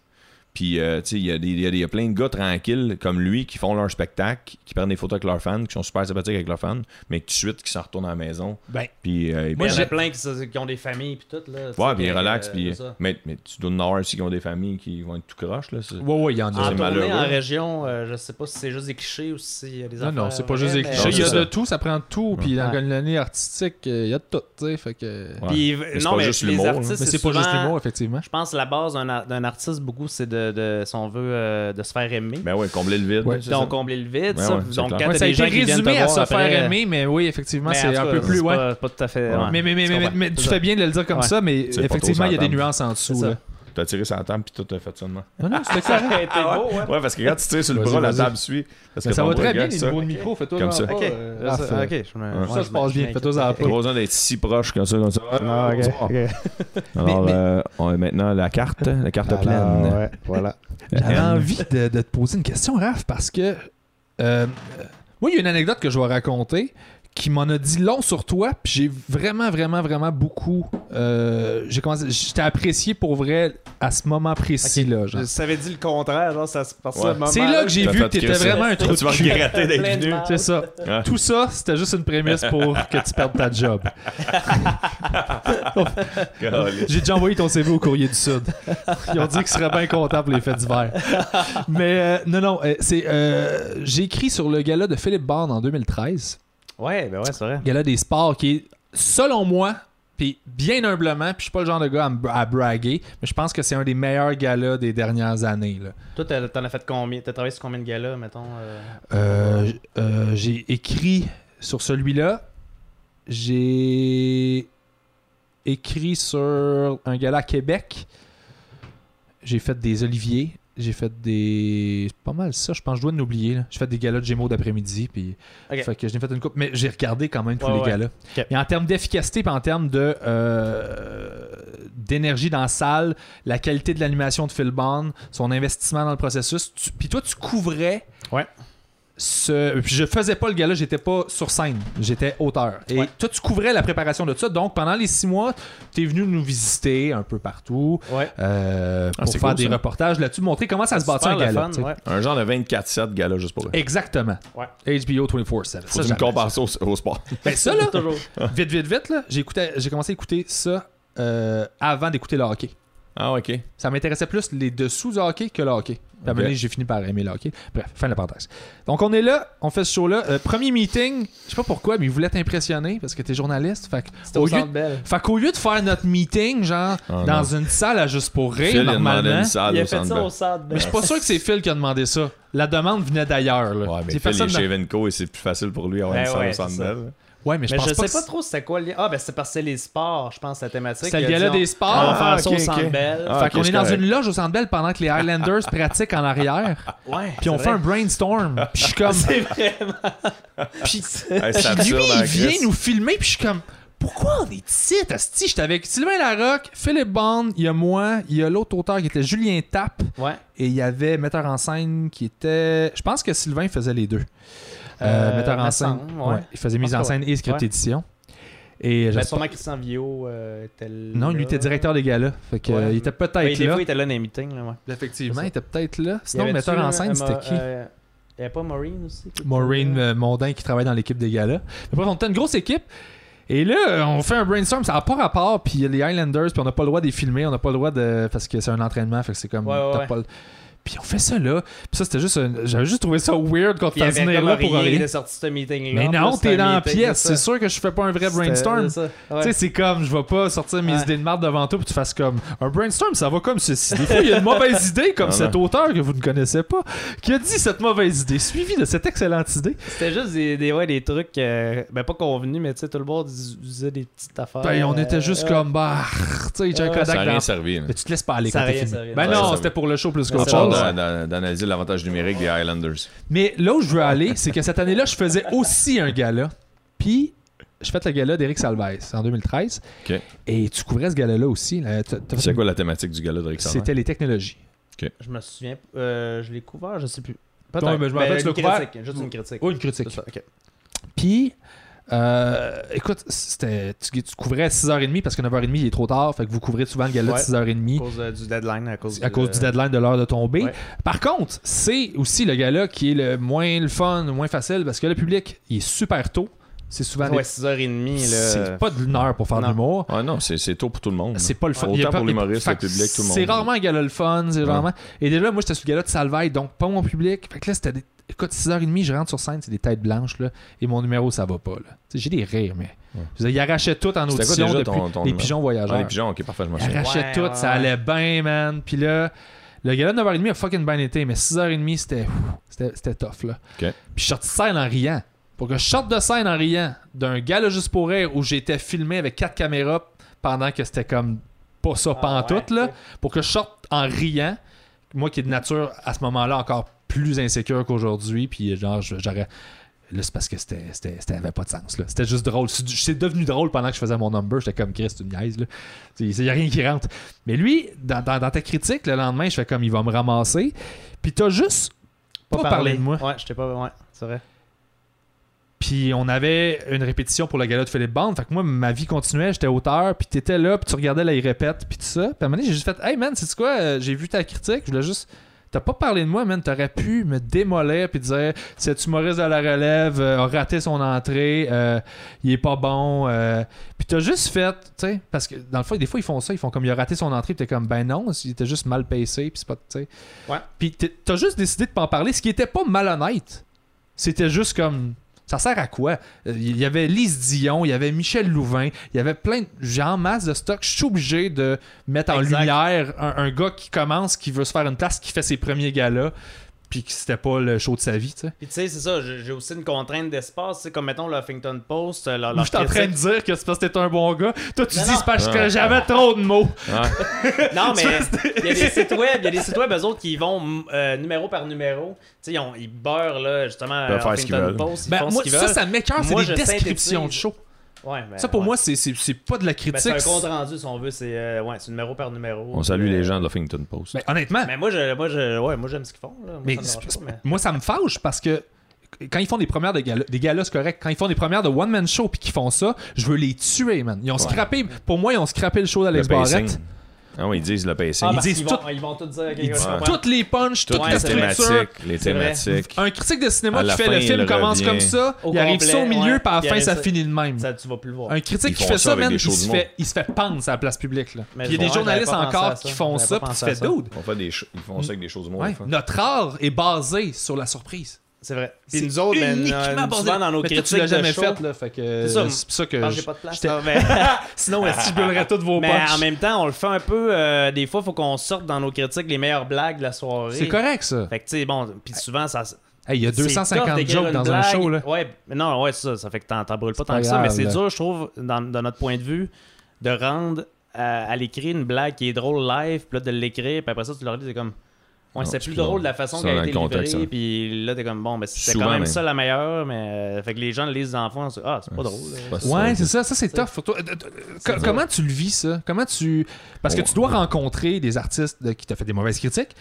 Speaker 3: Puis, euh, tu sais, il y, a des- il y a des- il y a plein de gars tranquilles comme lui qui font leur spectacle, qui prennent des photos avec leurs fans, qui sont super sympathiques avec leurs fans, mais que tout de suite, qui s'en retournent à la maison.
Speaker 2: Ben,
Speaker 3: Puis, euh, ils
Speaker 1: Moi,
Speaker 3: prennent-
Speaker 1: j'ai plein qui, se- qui ont des familles puis tout. Là, tu
Speaker 3: Ouais,
Speaker 1: sais,
Speaker 3: puis ils
Speaker 1: que,
Speaker 3: relaxent.
Speaker 1: euh,
Speaker 3: puis,
Speaker 1: c'est ça.
Speaker 3: mais, mais tu dois en avoir aussi qui ont des familles qui vont être tout croche, là. c'est-
Speaker 2: Ouais, ouais, il y en
Speaker 1: En
Speaker 2: a.
Speaker 3: c'est
Speaker 1: tournée,
Speaker 3: malheureux.
Speaker 1: en région, euh, je sais pas si c'est juste des clichés ou si c'est euh, des
Speaker 2: Non, non,
Speaker 1: affaires
Speaker 2: c'est pas juste des
Speaker 1: vraies,
Speaker 2: clichés.
Speaker 1: mais-
Speaker 2: Il y a
Speaker 3: c'est
Speaker 2: de
Speaker 3: ça.
Speaker 2: tout, ça prend tout. Puis dans
Speaker 1: Ouais.
Speaker 2: l'année artistique, euh, il y a de tout, tu sais. Fait que.
Speaker 3: Ouais.
Speaker 1: Puis,
Speaker 3: Mais c'est
Speaker 1: non,
Speaker 3: pas
Speaker 1: mais
Speaker 3: juste
Speaker 1: les
Speaker 3: l'humour, là.
Speaker 1: artistes,
Speaker 2: Mais c'est pas juste
Speaker 1: souvent-
Speaker 2: l'humour, effectivement.
Speaker 1: Je pense que la base d'un ar- d'un artiste, beaucoup, c'est de, de- si on veut, euh, de se faire aimer.
Speaker 3: Ben ouais, combler le vide.
Speaker 2: Ouais.
Speaker 3: c'est
Speaker 1: donc,
Speaker 3: ça.
Speaker 1: combler le vide.
Speaker 3: Ouais,
Speaker 1: ça.
Speaker 3: ouais, c'est
Speaker 1: donc,
Speaker 3: clair.
Speaker 1: quand
Speaker 2: Ouais,
Speaker 1: t'as
Speaker 2: ça a
Speaker 1: des gens
Speaker 2: été
Speaker 1: qui viennent te
Speaker 2: résumé à
Speaker 1: voir
Speaker 2: se
Speaker 1: après-
Speaker 2: faire aimer, mais oui, effectivement,
Speaker 1: Mais en
Speaker 2: c'est
Speaker 1: tout
Speaker 2: un
Speaker 1: cas,
Speaker 2: peu plus,
Speaker 1: c'est
Speaker 2: ouais.
Speaker 1: Pas, pas tout à fait.
Speaker 3: Ouais.
Speaker 1: ouais.
Speaker 2: Mais, mais, mais,
Speaker 1: Tu
Speaker 2: mais,
Speaker 1: comprends.
Speaker 2: mais tu
Speaker 1: C'est
Speaker 2: fais
Speaker 1: ça.
Speaker 2: bien de le dire comme
Speaker 1: Ouais.
Speaker 2: ça, mais
Speaker 3: C'est pas
Speaker 2: effectivement,
Speaker 3: trop
Speaker 2: il y a des
Speaker 3: s'entendre.
Speaker 2: nuances en dessous.
Speaker 1: C'est
Speaker 2: Là.
Speaker 3: T'as tiré sur la table, puis tout a fait ça de même.
Speaker 2: Non, non, c'était clair.
Speaker 3: Ah,
Speaker 1: Ça a été beau, Ah, ouais.
Speaker 3: Ouais, parce que quand tu tires sur le
Speaker 2: Vas-y,
Speaker 3: bras, la
Speaker 2: vas-y.
Speaker 3: table suit. Parce
Speaker 2: Mais
Speaker 3: que
Speaker 2: ça
Speaker 3: ton
Speaker 2: va
Speaker 3: bras
Speaker 2: très bien,
Speaker 3: ah, regarde
Speaker 2: les
Speaker 3: ça.
Speaker 2: niveaux de micro, fais-toi
Speaker 3: Comme
Speaker 2: genre
Speaker 3: ça.
Speaker 2: pas,
Speaker 1: Ok,
Speaker 2: euh,
Speaker 1: ça,
Speaker 2: Raph, euh,
Speaker 1: ok, je me-
Speaker 3: Ouais.
Speaker 1: ouais,
Speaker 2: Ça se
Speaker 1: je
Speaker 2: passe
Speaker 1: me-
Speaker 2: bien,
Speaker 1: je
Speaker 2: fais-toi-en
Speaker 1: m'inquiète.
Speaker 2: pas.
Speaker 3: Pas besoin d'être si proche comme ça. Comme ça.
Speaker 4: Ah, ok,
Speaker 3: Bonsoir.
Speaker 4: ok.
Speaker 3: Alors,
Speaker 2: Mais- mais-
Speaker 3: euh, on a maintenant la carte, la carte
Speaker 4: Alors,
Speaker 3: pleine.
Speaker 4: ouais, voilà.
Speaker 2: J'avais
Speaker 3: Euh,
Speaker 2: envie de, de te poser une question, Raph, parce que. euh, euh, moi, il y a une anecdote que je vais raconter qui m'en a dit long sur toi, puis j'ai vraiment, vraiment, vraiment beaucoup. euh, j'ai commencé, je t'ai apprécié pour vrai à ce moment précis-là. genre.
Speaker 1: Je- Ça avait dit le contraire, genre, ça se passait à
Speaker 3: Ouais.
Speaker 1: ce moment-là.
Speaker 2: C'est là que j'ai
Speaker 3: T'as
Speaker 2: vu
Speaker 3: fait
Speaker 2: que t'étais
Speaker 3: crisser.
Speaker 2: vraiment un trou
Speaker 3: Tu vas
Speaker 2: de cul.
Speaker 3: regretter d'être
Speaker 1: Plein de
Speaker 3: venu.
Speaker 1: mal.
Speaker 2: C'est ça.
Speaker 3: Ouais.
Speaker 2: Tout ça, c'était juste une prémisse pour que tu perdes ta job. J'ai déjà envoyé ton CV au courrier du Sud. Ils ont dit qu'ils seraient bien contents pour les fêtes d'hiver. Mais euh, non, non, euh, c'est euh, j'ai écrit sur le gala de Philippe Barne en 2013,
Speaker 1: Ouais, ben ouais, c'est vrai.
Speaker 2: gala des sports qui est, selon moi, puis bien humblement, puis je suis pas le genre de gars à, me- à braguer, mais je pense que c'est un des meilleurs galas des dernières années. là.
Speaker 1: Toi, t'as- t'en as fait combien T'as travaillé sur combien de gars-là, mettons euh?
Speaker 2: Euh, j- euh, j'ai écrit sur celui-là. J'ai écrit sur un gala à Québec. J'ai fait des oliviers. J'ai fait des. c'est Pas mal ça, je pense. que Je dois en oublier. là. J'ai fait des galas de Gémeaux d'après-midi. Puis...
Speaker 1: Ok.
Speaker 2: Fait que j'ai fait une coupe. Mais j'ai regardé quand même tous
Speaker 1: Ouais,
Speaker 2: les
Speaker 1: ouais.
Speaker 2: galas.
Speaker 1: Ok.
Speaker 2: Et en termes d'efficacité, puis en termes de, euh, d'énergie dans la salle, la qualité de l'animation de Phil Bond, son investissement dans le processus. tu- Puis toi, tu couvrais.
Speaker 1: Ouais.
Speaker 2: Ce... Puis je faisais pas le gala, j'étais pas sur scène, j'étais auteur. Et
Speaker 1: Ouais.
Speaker 2: toi, tu couvrais la préparation de ça. Donc pendant les six mois, tu es venu nous visiter un peu partout
Speaker 1: Ouais.
Speaker 2: euh, pour
Speaker 3: Ah, c'est
Speaker 2: faire
Speaker 3: cool,
Speaker 2: des
Speaker 3: ça.
Speaker 2: reportages là-dessus, montrer comment ça se bâtit
Speaker 1: Super
Speaker 2: un
Speaker 1: le
Speaker 2: gala.
Speaker 1: fun,
Speaker 2: tu sais.
Speaker 1: ouais.
Speaker 3: Un genre de 24-7 gala juste pour eux.
Speaker 2: Exactement.
Speaker 1: Ouais.
Speaker 2: HBO 24/7.
Speaker 3: Faut
Speaker 2: Ça,
Speaker 3: que tu me
Speaker 2: j'aime.
Speaker 3: compares ça au, au sport.
Speaker 2: Ben, ça, là,
Speaker 1: Toujours.
Speaker 2: vite, vite, vite, là, j'ai, écouté- j'ai commencé à écouter ça euh, avant d'écouter le hockey.
Speaker 3: Ah, ok.
Speaker 2: Ça m'intéressait plus les dessous du hockey que le hockey. Puis à un moment donné, j'ai fini par aimer le hockey. Bref, fin de la parenthèse. Donc, on est là, on fait ce show-là. Euh, premier meeting, je sais pas pourquoi, mais ils voulaient t'impressionner parce que t'es journaliste. Fait, que-
Speaker 1: C'était
Speaker 2: au
Speaker 1: au
Speaker 2: lieu,
Speaker 1: Centre Bell.
Speaker 2: fait qu'au lieu de faire notre meeting, genre,
Speaker 3: Ah,
Speaker 2: dans
Speaker 3: non.
Speaker 2: une salle à juste pour rire,
Speaker 3: Phil, il a demandé
Speaker 2: normalement.
Speaker 3: une salle
Speaker 1: Il a
Speaker 3: au
Speaker 1: fait
Speaker 3: Ah, Centre
Speaker 1: ça
Speaker 3: Bell.
Speaker 1: au Centre Bell.
Speaker 2: Mais je suis pas sûr que c'est Phil qui a demandé ça. La demande venait d'ailleurs. là.
Speaker 3: Ouais, mais
Speaker 2: C'est
Speaker 3: Phil, il est
Speaker 2: personne
Speaker 3: chez Evenco et c'est plus facile pour lui avoir
Speaker 1: Ben
Speaker 3: une salle
Speaker 1: ouais,
Speaker 3: au Centre
Speaker 1: c'est ça.
Speaker 3: Bell.
Speaker 2: Ouais, mais je
Speaker 1: Mais
Speaker 2: pense
Speaker 1: je
Speaker 2: pas.
Speaker 1: sais pas trop c'était quoi le lien. Ah, ben c'est parce que c'est les sports, je pense, la thématique.
Speaker 2: C'est le
Speaker 1: Il a
Speaker 2: gala
Speaker 1: dit, on-
Speaker 2: des sports.
Speaker 1: On va faire
Speaker 3: Ah,
Speaker 1: ça
Speaker 3: ok,
Speaker 1: au Centre
Speaker 3: ok.
Speaker 1: Bell.
Speaker 3: Ah,
Speaker 2: Fait
Speaker 3: ok,
Speaker 2: qu'on est
Speaker 3: c'est
Speaker 2: dans
Speaker 3: correct.
Speaker 2: une loge au Centre Bell pendant que les Highlanders pratiquent en arrière.
Speaker 1: Ouais.
Speaker 2: Puis on
Speaker 1: Ah. c'est
Speaker 2: fait un
Speaker 1: vrai.
Speaker 2: brainstorm. Puis je suis comme.
Speaker 1: C'est vraiment.
Speaker 2: Puis
Speaker 3: Hey, c'est
Speaker 2: lui,
Speaker 3: absurde,
Speaker 2: il
Speaker 3: hein,
Speaker 2: vient
Speaker 3: Chris.
Speaker 2: nous filmer. Puis je suis comme. Pourquoi on est ici, Asti? J'étais avec Sylvain Larocque, Philippe Bond, il y a moi, il y a l'autre auteur qui était Julien Tapp.
Speaker 1: Ouais.
Speaker 2: Et il y avait metteur en scène qui était. Je pense que Sylvain faisait les deux. Euh,
Speaker 1: Euh,
Speaker 2: metteur en
Speaker 1: me
Speaker 2: scène.
Speaker 1: semble, ouais.
Speaker 2: ouais. Il faisait mise en
Speaker 1: pense que
Speaker 2: scène et script
Speaker 1: Ouais.
Speaker 2: édition. Et euh,
Speaker 1: Mais
Speaker 2: j'espère-
Speaker 1: Ben, sûrement Christian Villot euh, était là.
Speaker 2: Non, lui était directeur des galas. Fait que,
Speaker 1: Ouais.
Speaker 2: euh, il était peut-être
Speaker 1: Ben, Des
Speaker 2: là.
Speaker 1: fois, il était là dans les meetings. là, ouais.
Speaker 2: Effectivement,
Speaker 1: C'est ça.
Speaker 2: il était peut-être là.
Speaker 1: Y
Speaker 2: Sinon, le
Speaker 1: avait-tu,
Speaker 2: metteur en
Speaker 1: euh,
Speaker 2: scène,
Speaker 1: Emma-
Speaker 2: c'était qui
Speaker 1: euh, Il n'y avait pas Maureen aussi qui était
Speaker 2: Maureen
Speaker 1: là?
Speaker 2: euh, Mondin qui travaille dans l'équipe des galas. Mais bref, on était une grosse équipe. Et là, euh, on fait un brainstorm, ça n'a pas rapport, puis les Highlanders, puis on n'a pas le droit de les filmer, on n'a pas le droit de. Parce que c'est un entraînement, fait que c'est comme.
Speaker 1: Ouais, ouais,
Speaker 2: t'as
Speaker 1: ouais.
Speaker 2: pas le- Puis on fait ça là, puis ça c'était juste. un- J'avais juste trouvé ça weird quand
Speaker 1: Puis il
Speaker 2: t'as
Speaker 1: y avait
Speaker 2: venir
Speaker 1: comme
Speaker 2: là pour
Speaker 1: rien
Speaker 2: rien.
Speaker 1: de sorti de ce meeting
Speaker 2: Mais non, t'es dans la pièce, c'est sûr que je fais pas un vrai brainstorm. Tu sais, c'est comme, je vais pas sortir mes
Speaker 1: Ouais.
Speaker 2: idées de marde devant toi puis tu fasses comme un brainstorm, ça va comme ceci. Des fois, il y a une mauvaise idée, comme
Speaker 1: Ah
Speaker 3: Non,
Speaker 2: cet auteur que vous ne connaissez pas, qui a dit cette mauvaise idée, suivie de cette excellente idée.
Speaker 1: C'était juste des, des, ouais, des trucs, euh, ben pas convenus, mais tu sais, tout le monde dis- disait des petites affaires.
Speaker 2: Ben, on
Speaker 1: euh,
Speaker 2: était juste
Speaker 1: ouais.
Speaker 2: comme, bah, tu sais, Jack
Speaker 1: Ouais.
Speaker 3: Ça n'a
Speaker 2: Kodak dans-
Speaker 3: rien servi. là.
Speaker 2: Mais tu te laisses pas aller
Speaker 1: Ça
Speaker 2: quand
Speaker 1: a
Speaker 2: t'es
Speaker 1: rien,
Speaker 2: filmé.
Speaker 1: ça a rien.
Speaker 2: Ben
Speaker 3: Ouais, ça
Speaker 2: non,
Speaker 3: a
Speaker 2: c'était pour le show plus
Speaker 1: Ouais,
Speaker 2: qu'autre
Speaker 1: ça a
Speaker 3: Sport
Speaker 2: chose.
Speaker 1: rien.
Speaker 3: d'a- d'a- d'analyser l'avantage numérique des Highlanders.
Speaker 2: Mais là où je veux aller, c'est que cette année-là, je faisais aussi un gala. Puis, je fais le gala d'Éric Salvez en 2013.
Speaker 3: Ok.
Speaker 2: Et tu couvrais ce gala-là aussi. là. T'as- t'as fait
Speaker 3: C'est
Speaker 2: une-
Speaker 3: quoi la thématique du gala de Rick Salvin?
Speaker 2: C'était les technologies.
Speaker 1: Je me souviens, euh, je l'ai couvert, je sais plus. Peut-être. Ben,
Speaker 2: Ouais, mais je me rappelle, tu
Speaker 1: une
Speaker 2: l'as couvert.
Speaker 1: critique, Juste une critique.
Speaker 2: Ou une critique.
Speaker 1: C'est ça, ok.
Speaker 2: Puis, euh, écoute, c'était, tu, tu couvrais à 6h30 parce que 9h30 il est trop tard. Fait que vous couvrez souvent le gala
Speaker 1: Ouais.
Speaker 2: de 6h30
Speaker 1: À cause euh, du deadline, à cause
Speaker 2: à
Speaker 1: du-
Speaker 2: cause du deadline de l'heure de tomber.
Speaker 1: Ouais.
Speaker 2: Par contre, c'est aussi le gala qui est le moins le fun, le moins facile parce que le public, il est super tôt. C'est souvent
Speaker 1: Ouais,
Speaker 2: des-
Speaker 1: 6h30.
Speaker 2: c'est
Speaker 1: là.
Speaker 2: pas de l'heure pour faire de
Speaker 1: Non.
Speaker 2: l'humour.
Speaker 3: Ah non, c'est c'est tôt pour tout le monde. Ah,
Speaker 2: C'est pas le fun.
Speaker 3: Autant
Speaker 2: Il y a pas-
Speaker 3: pour l'humoriste,
Speaker 2: fait
Speaker 3: le
Speaker 2: que
Speaker 3: public, tout le monde.
Speaker 2: C'est rarement un gala le fun. C'est rarement... Et déjà, moi, j'étais sur le gala de Salvaille, donc pas mon public. Fait que là, c'était des... Écoute, 6h30, je rentre sur scène, c'est des têtes blanches, là, et mon numéro, ça va pas. là. Tu sais, J'ai des rires, mais. Je veux dire, ils arrachaient tout en
Speaker 3: C'était quoi
Speaker 2: audition
Speaker 3: déjà
Speaker 2: depuis
Speaker 3: ton- ton
Speaker 2: les
Speaker 3: numéro?
Speaker 2: pigeons voyageurs.
Speaker 3: Ah, les pigeons, ok, parfait, je m'en
Speaker 2: Ils
Speaker 3: souviens.
Speaker 2: arrachaient
Speaker 1: Ouais,
Speaker 2: tout,
Speaker 1: ouais,
Speaker 2: ça
Speaker 1: ouais.
Speaker 2: allait bien, man. Puis là, le gala de 9h30 a fucking bien été, mais 6h30, c'était, ouf, c'était, c'était tough, là.
Speaker 3: Ok.
Speaker 2: Puis je suis sorti de scène en riant. Pour que je sorte de scène en riant d'un gala juste pour rire où j'étais filmé avec quatre caméras pendant que c'était comme pas ça
Speaker 1: Ah,
Speaker 2: pantoute,
Speaker 1: ouais,
Speaker 2: là.
Speaker 1: ok.
Speaker 2: Pour que je sorte en riant, moi qui est de nature à ce moment-là encore plus insécure qu'aujourd'hui, puis genre, je- j'aurais. Là, c'est parce que c'était, c'était, c'était- avait pas de sens. Là. C'était juste drôle. C'est, du- c'est devenu drôle pendant que je faisais mon number. J'étais comme Chris, tu me niaises. là. Il n'y a rien qui rentre. Mais lui, dans, dans- dans ta critique, le lendemain, je fais comme il va me ramasser. Puis t'as juste pas, parlé de moi.
Speaker 1: Ouais, j'étais pas. Ouais, c'est vrai.
Speaker 2: Puis on avait une répétition pour la gala de Philippe Bond. Fait que moi, ma vie continuait. J'étais auteur. Puis t'étais là. Puis tu regardais la répète. Puis tout ça. Puis à un moment donné, j'ai juste fait Hey man, c'est quoi Euh, J'ai vu ta critique. Je voulais juste. T'as pas parlé de moi, man. T'aurais pu me démolir. Puis dire Cet humoriste de la relève euh, a raté son entrée. euh, il est pas bon. euh. Puis t'as juste fait. Tu sais, parce que dans le fond, des fois, ils font ça. Ils font comme il a raté son entrée. Puis t'es comme Ben non, il était juste mal pacé. Puis c'est pas. Tu sais.
Speaker 1: Ouais.
Speaker 2: Puis t'es- t'as juste décidé de pas en parler. Ce qui était pas malhonnête. C'était juste comme. Ça sert à quoi? Euh, Il y avait Lise Dion, il y avait Michel Louvain, il y avait plein de gens en masse de stock. Je suis obligé de mettre en
Speaker 1: Exact.
Speaker 2: lumière un, un gars qui commence, qui veut se faire une place, qui fait ses premiers galas. puis que c'était pas le show de sa vie, tu sais.
Speaker 1: Puis tu sais, c'est ça, j'ai j'ai aussi une contrainte d'espace. C'est comme, mettons, le Huffington Post, euh, leur,
Speaker 2: Moi,
Speaker 1: leur
Speaker 2: je suis en train de
Speaker 1: critique.
Speaker 2: dire que c'est parce que t'es un bon gars. Toi, tu
Speaker 1: Non,
Speaker 2: dis
Speaker 1: non.
Speaker 2: c'est parce que
Speaker 3: Ouais.
Speaker 2: j'avais trop de mots.
Speaker 1: Non, mais il y a des sites web, il y a des sites web, eux autres, qui vont mm, euh, numéro par numéro. Tu sais, ils, ont- ils beurrent, là, justement,
Speaker 3: peuvent
Speaker 1: euh,
Speaker 3: faire ce qu'ils
Speaker 1: Huffington
Speaker 3: veulent.
Speaker 1: Post, ils
Speaker 2: Ben,
Speaker 1: font
Speaker 2: moi,
Speaker 1: ce qu'ils
Speaker 2: ça,
Speaker 1: veulent.
Speaker 2: ça m'écœure,
Speaker 1: Moi,
Speaker 2: c'est des
Speaker 1: je
Speaker 2: descriptions de
Speaker 1: synthétise.
Speaker 2: show.
Speaker 1: Ouais, ben,
Speaker 2: ça, pour
Speaker 1: ouais.
Speaker 2: moi, c'est- c'est c'est pas de la
Speaker 1: Ben,
Speaker 2: critique.
Speaker 1: c'est un compte rendu, si on veut, c'est euh, ouais, c'est numéro par numéro.
Speaker 3: On salue
Speaker 1: Euh,
Speaker 3: les gens de l'Huffington Post.
Speaker 2: Mais Ben, honnêtement,
Speaker 1: Mais moi, je, moi, je, ouais, moi j'aime ce qu'ils font. Là. Moi,
Speaker 2: Mais
Speaker 1: Ben, ça me dérange
Speaker 2: c'est-
Speaker 1: pas, mais- Ah,
Speaker 2: moi, ça me fâche parce que quand ils font des premières de gala- des galas, c'est correct. Quand ils font des premières de one-man show puis qu'ils font ça, je veux les tuer, man. Ils ont scrappé, pour moi, ils ont scrappé le ben, show
Speaker 3: le
Speaker 2: d'Alex
Speaker 3: pacing.
Speaker 2: Barrett.
Speaker 3: Ah oui, ils disent le pacing.
Speaker 1: Ah,
Speaker 2: ils
Speaker 1: parce
Speaker 2: disent
Speaker 1: qu'ils
Speaker 2: tout-
Speaker 1: vont, ils vont tout dire. ok,
Speaker 2: Ils
Speaker 1: ouais,
Speaker 2: disent
Speaker 1: je comprends.
Speaker 2: toutes les punches, toute
Speaker 3: Toutes
Speaker 1: Ouais,
Speaker 2: la
Speaker 3: les
Speaker 1: c'est
Speaker 2: structure.
Speaker 3: thématiques. Les
Speaker 1: C'est vrai.
Speaker 3: thématiques.
Speaker 2: Un critique de cinéma
Speaker 3: À
Speaker 2: qui
Speaker 3: la
Speaker 2: fait
Speaker 3: fin,
Speaker 2: le film
Speaker 3: il
Speaker 2: commence
Speaker 3: revient.
Speaker 2: comme ça,
Speaker 1: Au
Speaker 2: il arrive ça au
Speaker 1: complet,
Speaker 2: milieu,
Speaker 1: ouais,
Speaker 2: puis à la
Speaker 1: puis
Speaker 2: fin,
Speaker 1: il
Speaker 2: ça
Speaker 1: arrive ça.
Speaker 2: finit de même.
Speaker 1: Ça, tu vas plus le voir.
Speaker 2: Un critique
Speaker 3: Ils
Speaker 2: qui
Speaker 3: font
Speaker 2: fait
Speaker 3: ça
Speaker 2: ça,
Speaker 3: avec
Speaker 2: man,
Speaker 3: des
Speaker 2: il
Speaker 3: shows
Speaker 2: se,
Speaker 3: d'humour.
Speaker 2: fait, il se fait pendre sur la place publique. Là.
Speaker 1: Mais
Speaker 2: Puis il y a des
Speaker 1: ouais,
Speaker 2: journalistes
Speaker 1: j'avais pas
Speaker 2: encore
Speaker 1: pensé à
Speaker 2: qui
Speaker 1: ça.
Speaker 2: font
Speaker 1: J'avais
Speaker 2: ça,
Speaker 1: pas
Speaker 2: puis tu
Speaker 1: pensé à
Speaker 2: fais
Speaker 1: ça.
Speaker 2: dude.
Speaker 3: On fait des ch- Ils font ça avec des choses moins
Speaker 2: ouais, notre art est basé sur la surprise.
Speaker 1: C'est vrai. Puis
Speaker 2: C'est
Speaker 1: nous autres, ben,
Speaker 2: uniquement
Speaker 1: euh,
Speaker 2: basé-
Speaker 1: souvent dans nos
Speaker 2: Mais toi,
Speaker 1: critiques.
Speaker 2: tu l'as jamais
Speaker 1: de show,
Speaker 2: fait, là. Fait que
Speaker 1: C'est ça,
Speaker 2: c'est pour ça que.
Speaker 1: parce que
Speaker 2: je-
Speaker 1: j'ai pas de place. Ah, ben, non,
Speaker 2: j'étais-
Speaker 1: mais-
Speaker 2: Sinon, est-ce que je brûlerais toutes vos
Speaker 1: Mais
Speaker 2: punches?
Speaker 1: en même temps, on le fait un peu. euh, des fois, faut qu'on sorte dans nos critiques les meilleures blagues de la soirée.
Speaker 2: C'est correct, ça.
Speaker 1: Fait que, tu sais, bon, puis souvent, ça. s-
Speaker 2: Hey, il y a
Speaker 1: c'est tough
Speaker 2: 250
Speaker 1: d'écrire
Speaker 2: jokes
Speaker 1: une
Speaker 2: dans un
Speaker 1: blague.
Speaker 2: show, là.
Speaker 1: Ouais, mais non, ouais, c'est ça. Ça fait que t'en t'en brûles pas tant
Speaker 2: pas
Speaker 1: que ça, mais
Speaker 2: grave,
Speaker 1: c'est
Speaker 2: là.
Speaker 1: dur, je trouve, dans, dans notre point de vue, de rendre euh, à l'écrit une blague qui est drôle live, puis là, de l'écrire, puis après ça, tu leur dis, c'est comme. Ouais,
Speaker 3: Non,
Speaker 1: c'est
Speaker 3: c'est
Speaker 1: plus
Speaker 3: plus
Speaker 1: drôle
Speaker 3: drôle.
Speaker 1: de la façon
Speaker 3: Ça,
Speaker 1: qu'elle
Speaker 3: dans
Speaker 1: a
Speaker 3: le
Speaker 1: été
Speaker 3: contexte,
Speaker 2: hein.
Speaker 1: livrée,
Speaker 3: ça.
Speaker 1: puis là, t'es comme, bon, ben, c'était quand
Speaker 3: Souvent,
Speaker 1: même
Speaker 3: mais-
Speaker 1: ça la meilleure, mais. euh, fait que les gens le lisent dans le fond, c'est- ah, c'est pas drôle. là.
Speaker 3: pas
Speaker 2: Ouais,
Speaker 3: ça.
Speaker 2: c'est ça. Ça, c'est tough pour toi. Euh, euh, euh, co-
Speaker 3: dur.
Speaker 2: Comment tu le vis, ça? Comment tu. Parce que
Speaker 3: Ouais.
Speaker 2: tu dois rencontrer des artistes de- qui t'ont fait des mauvaises critiques.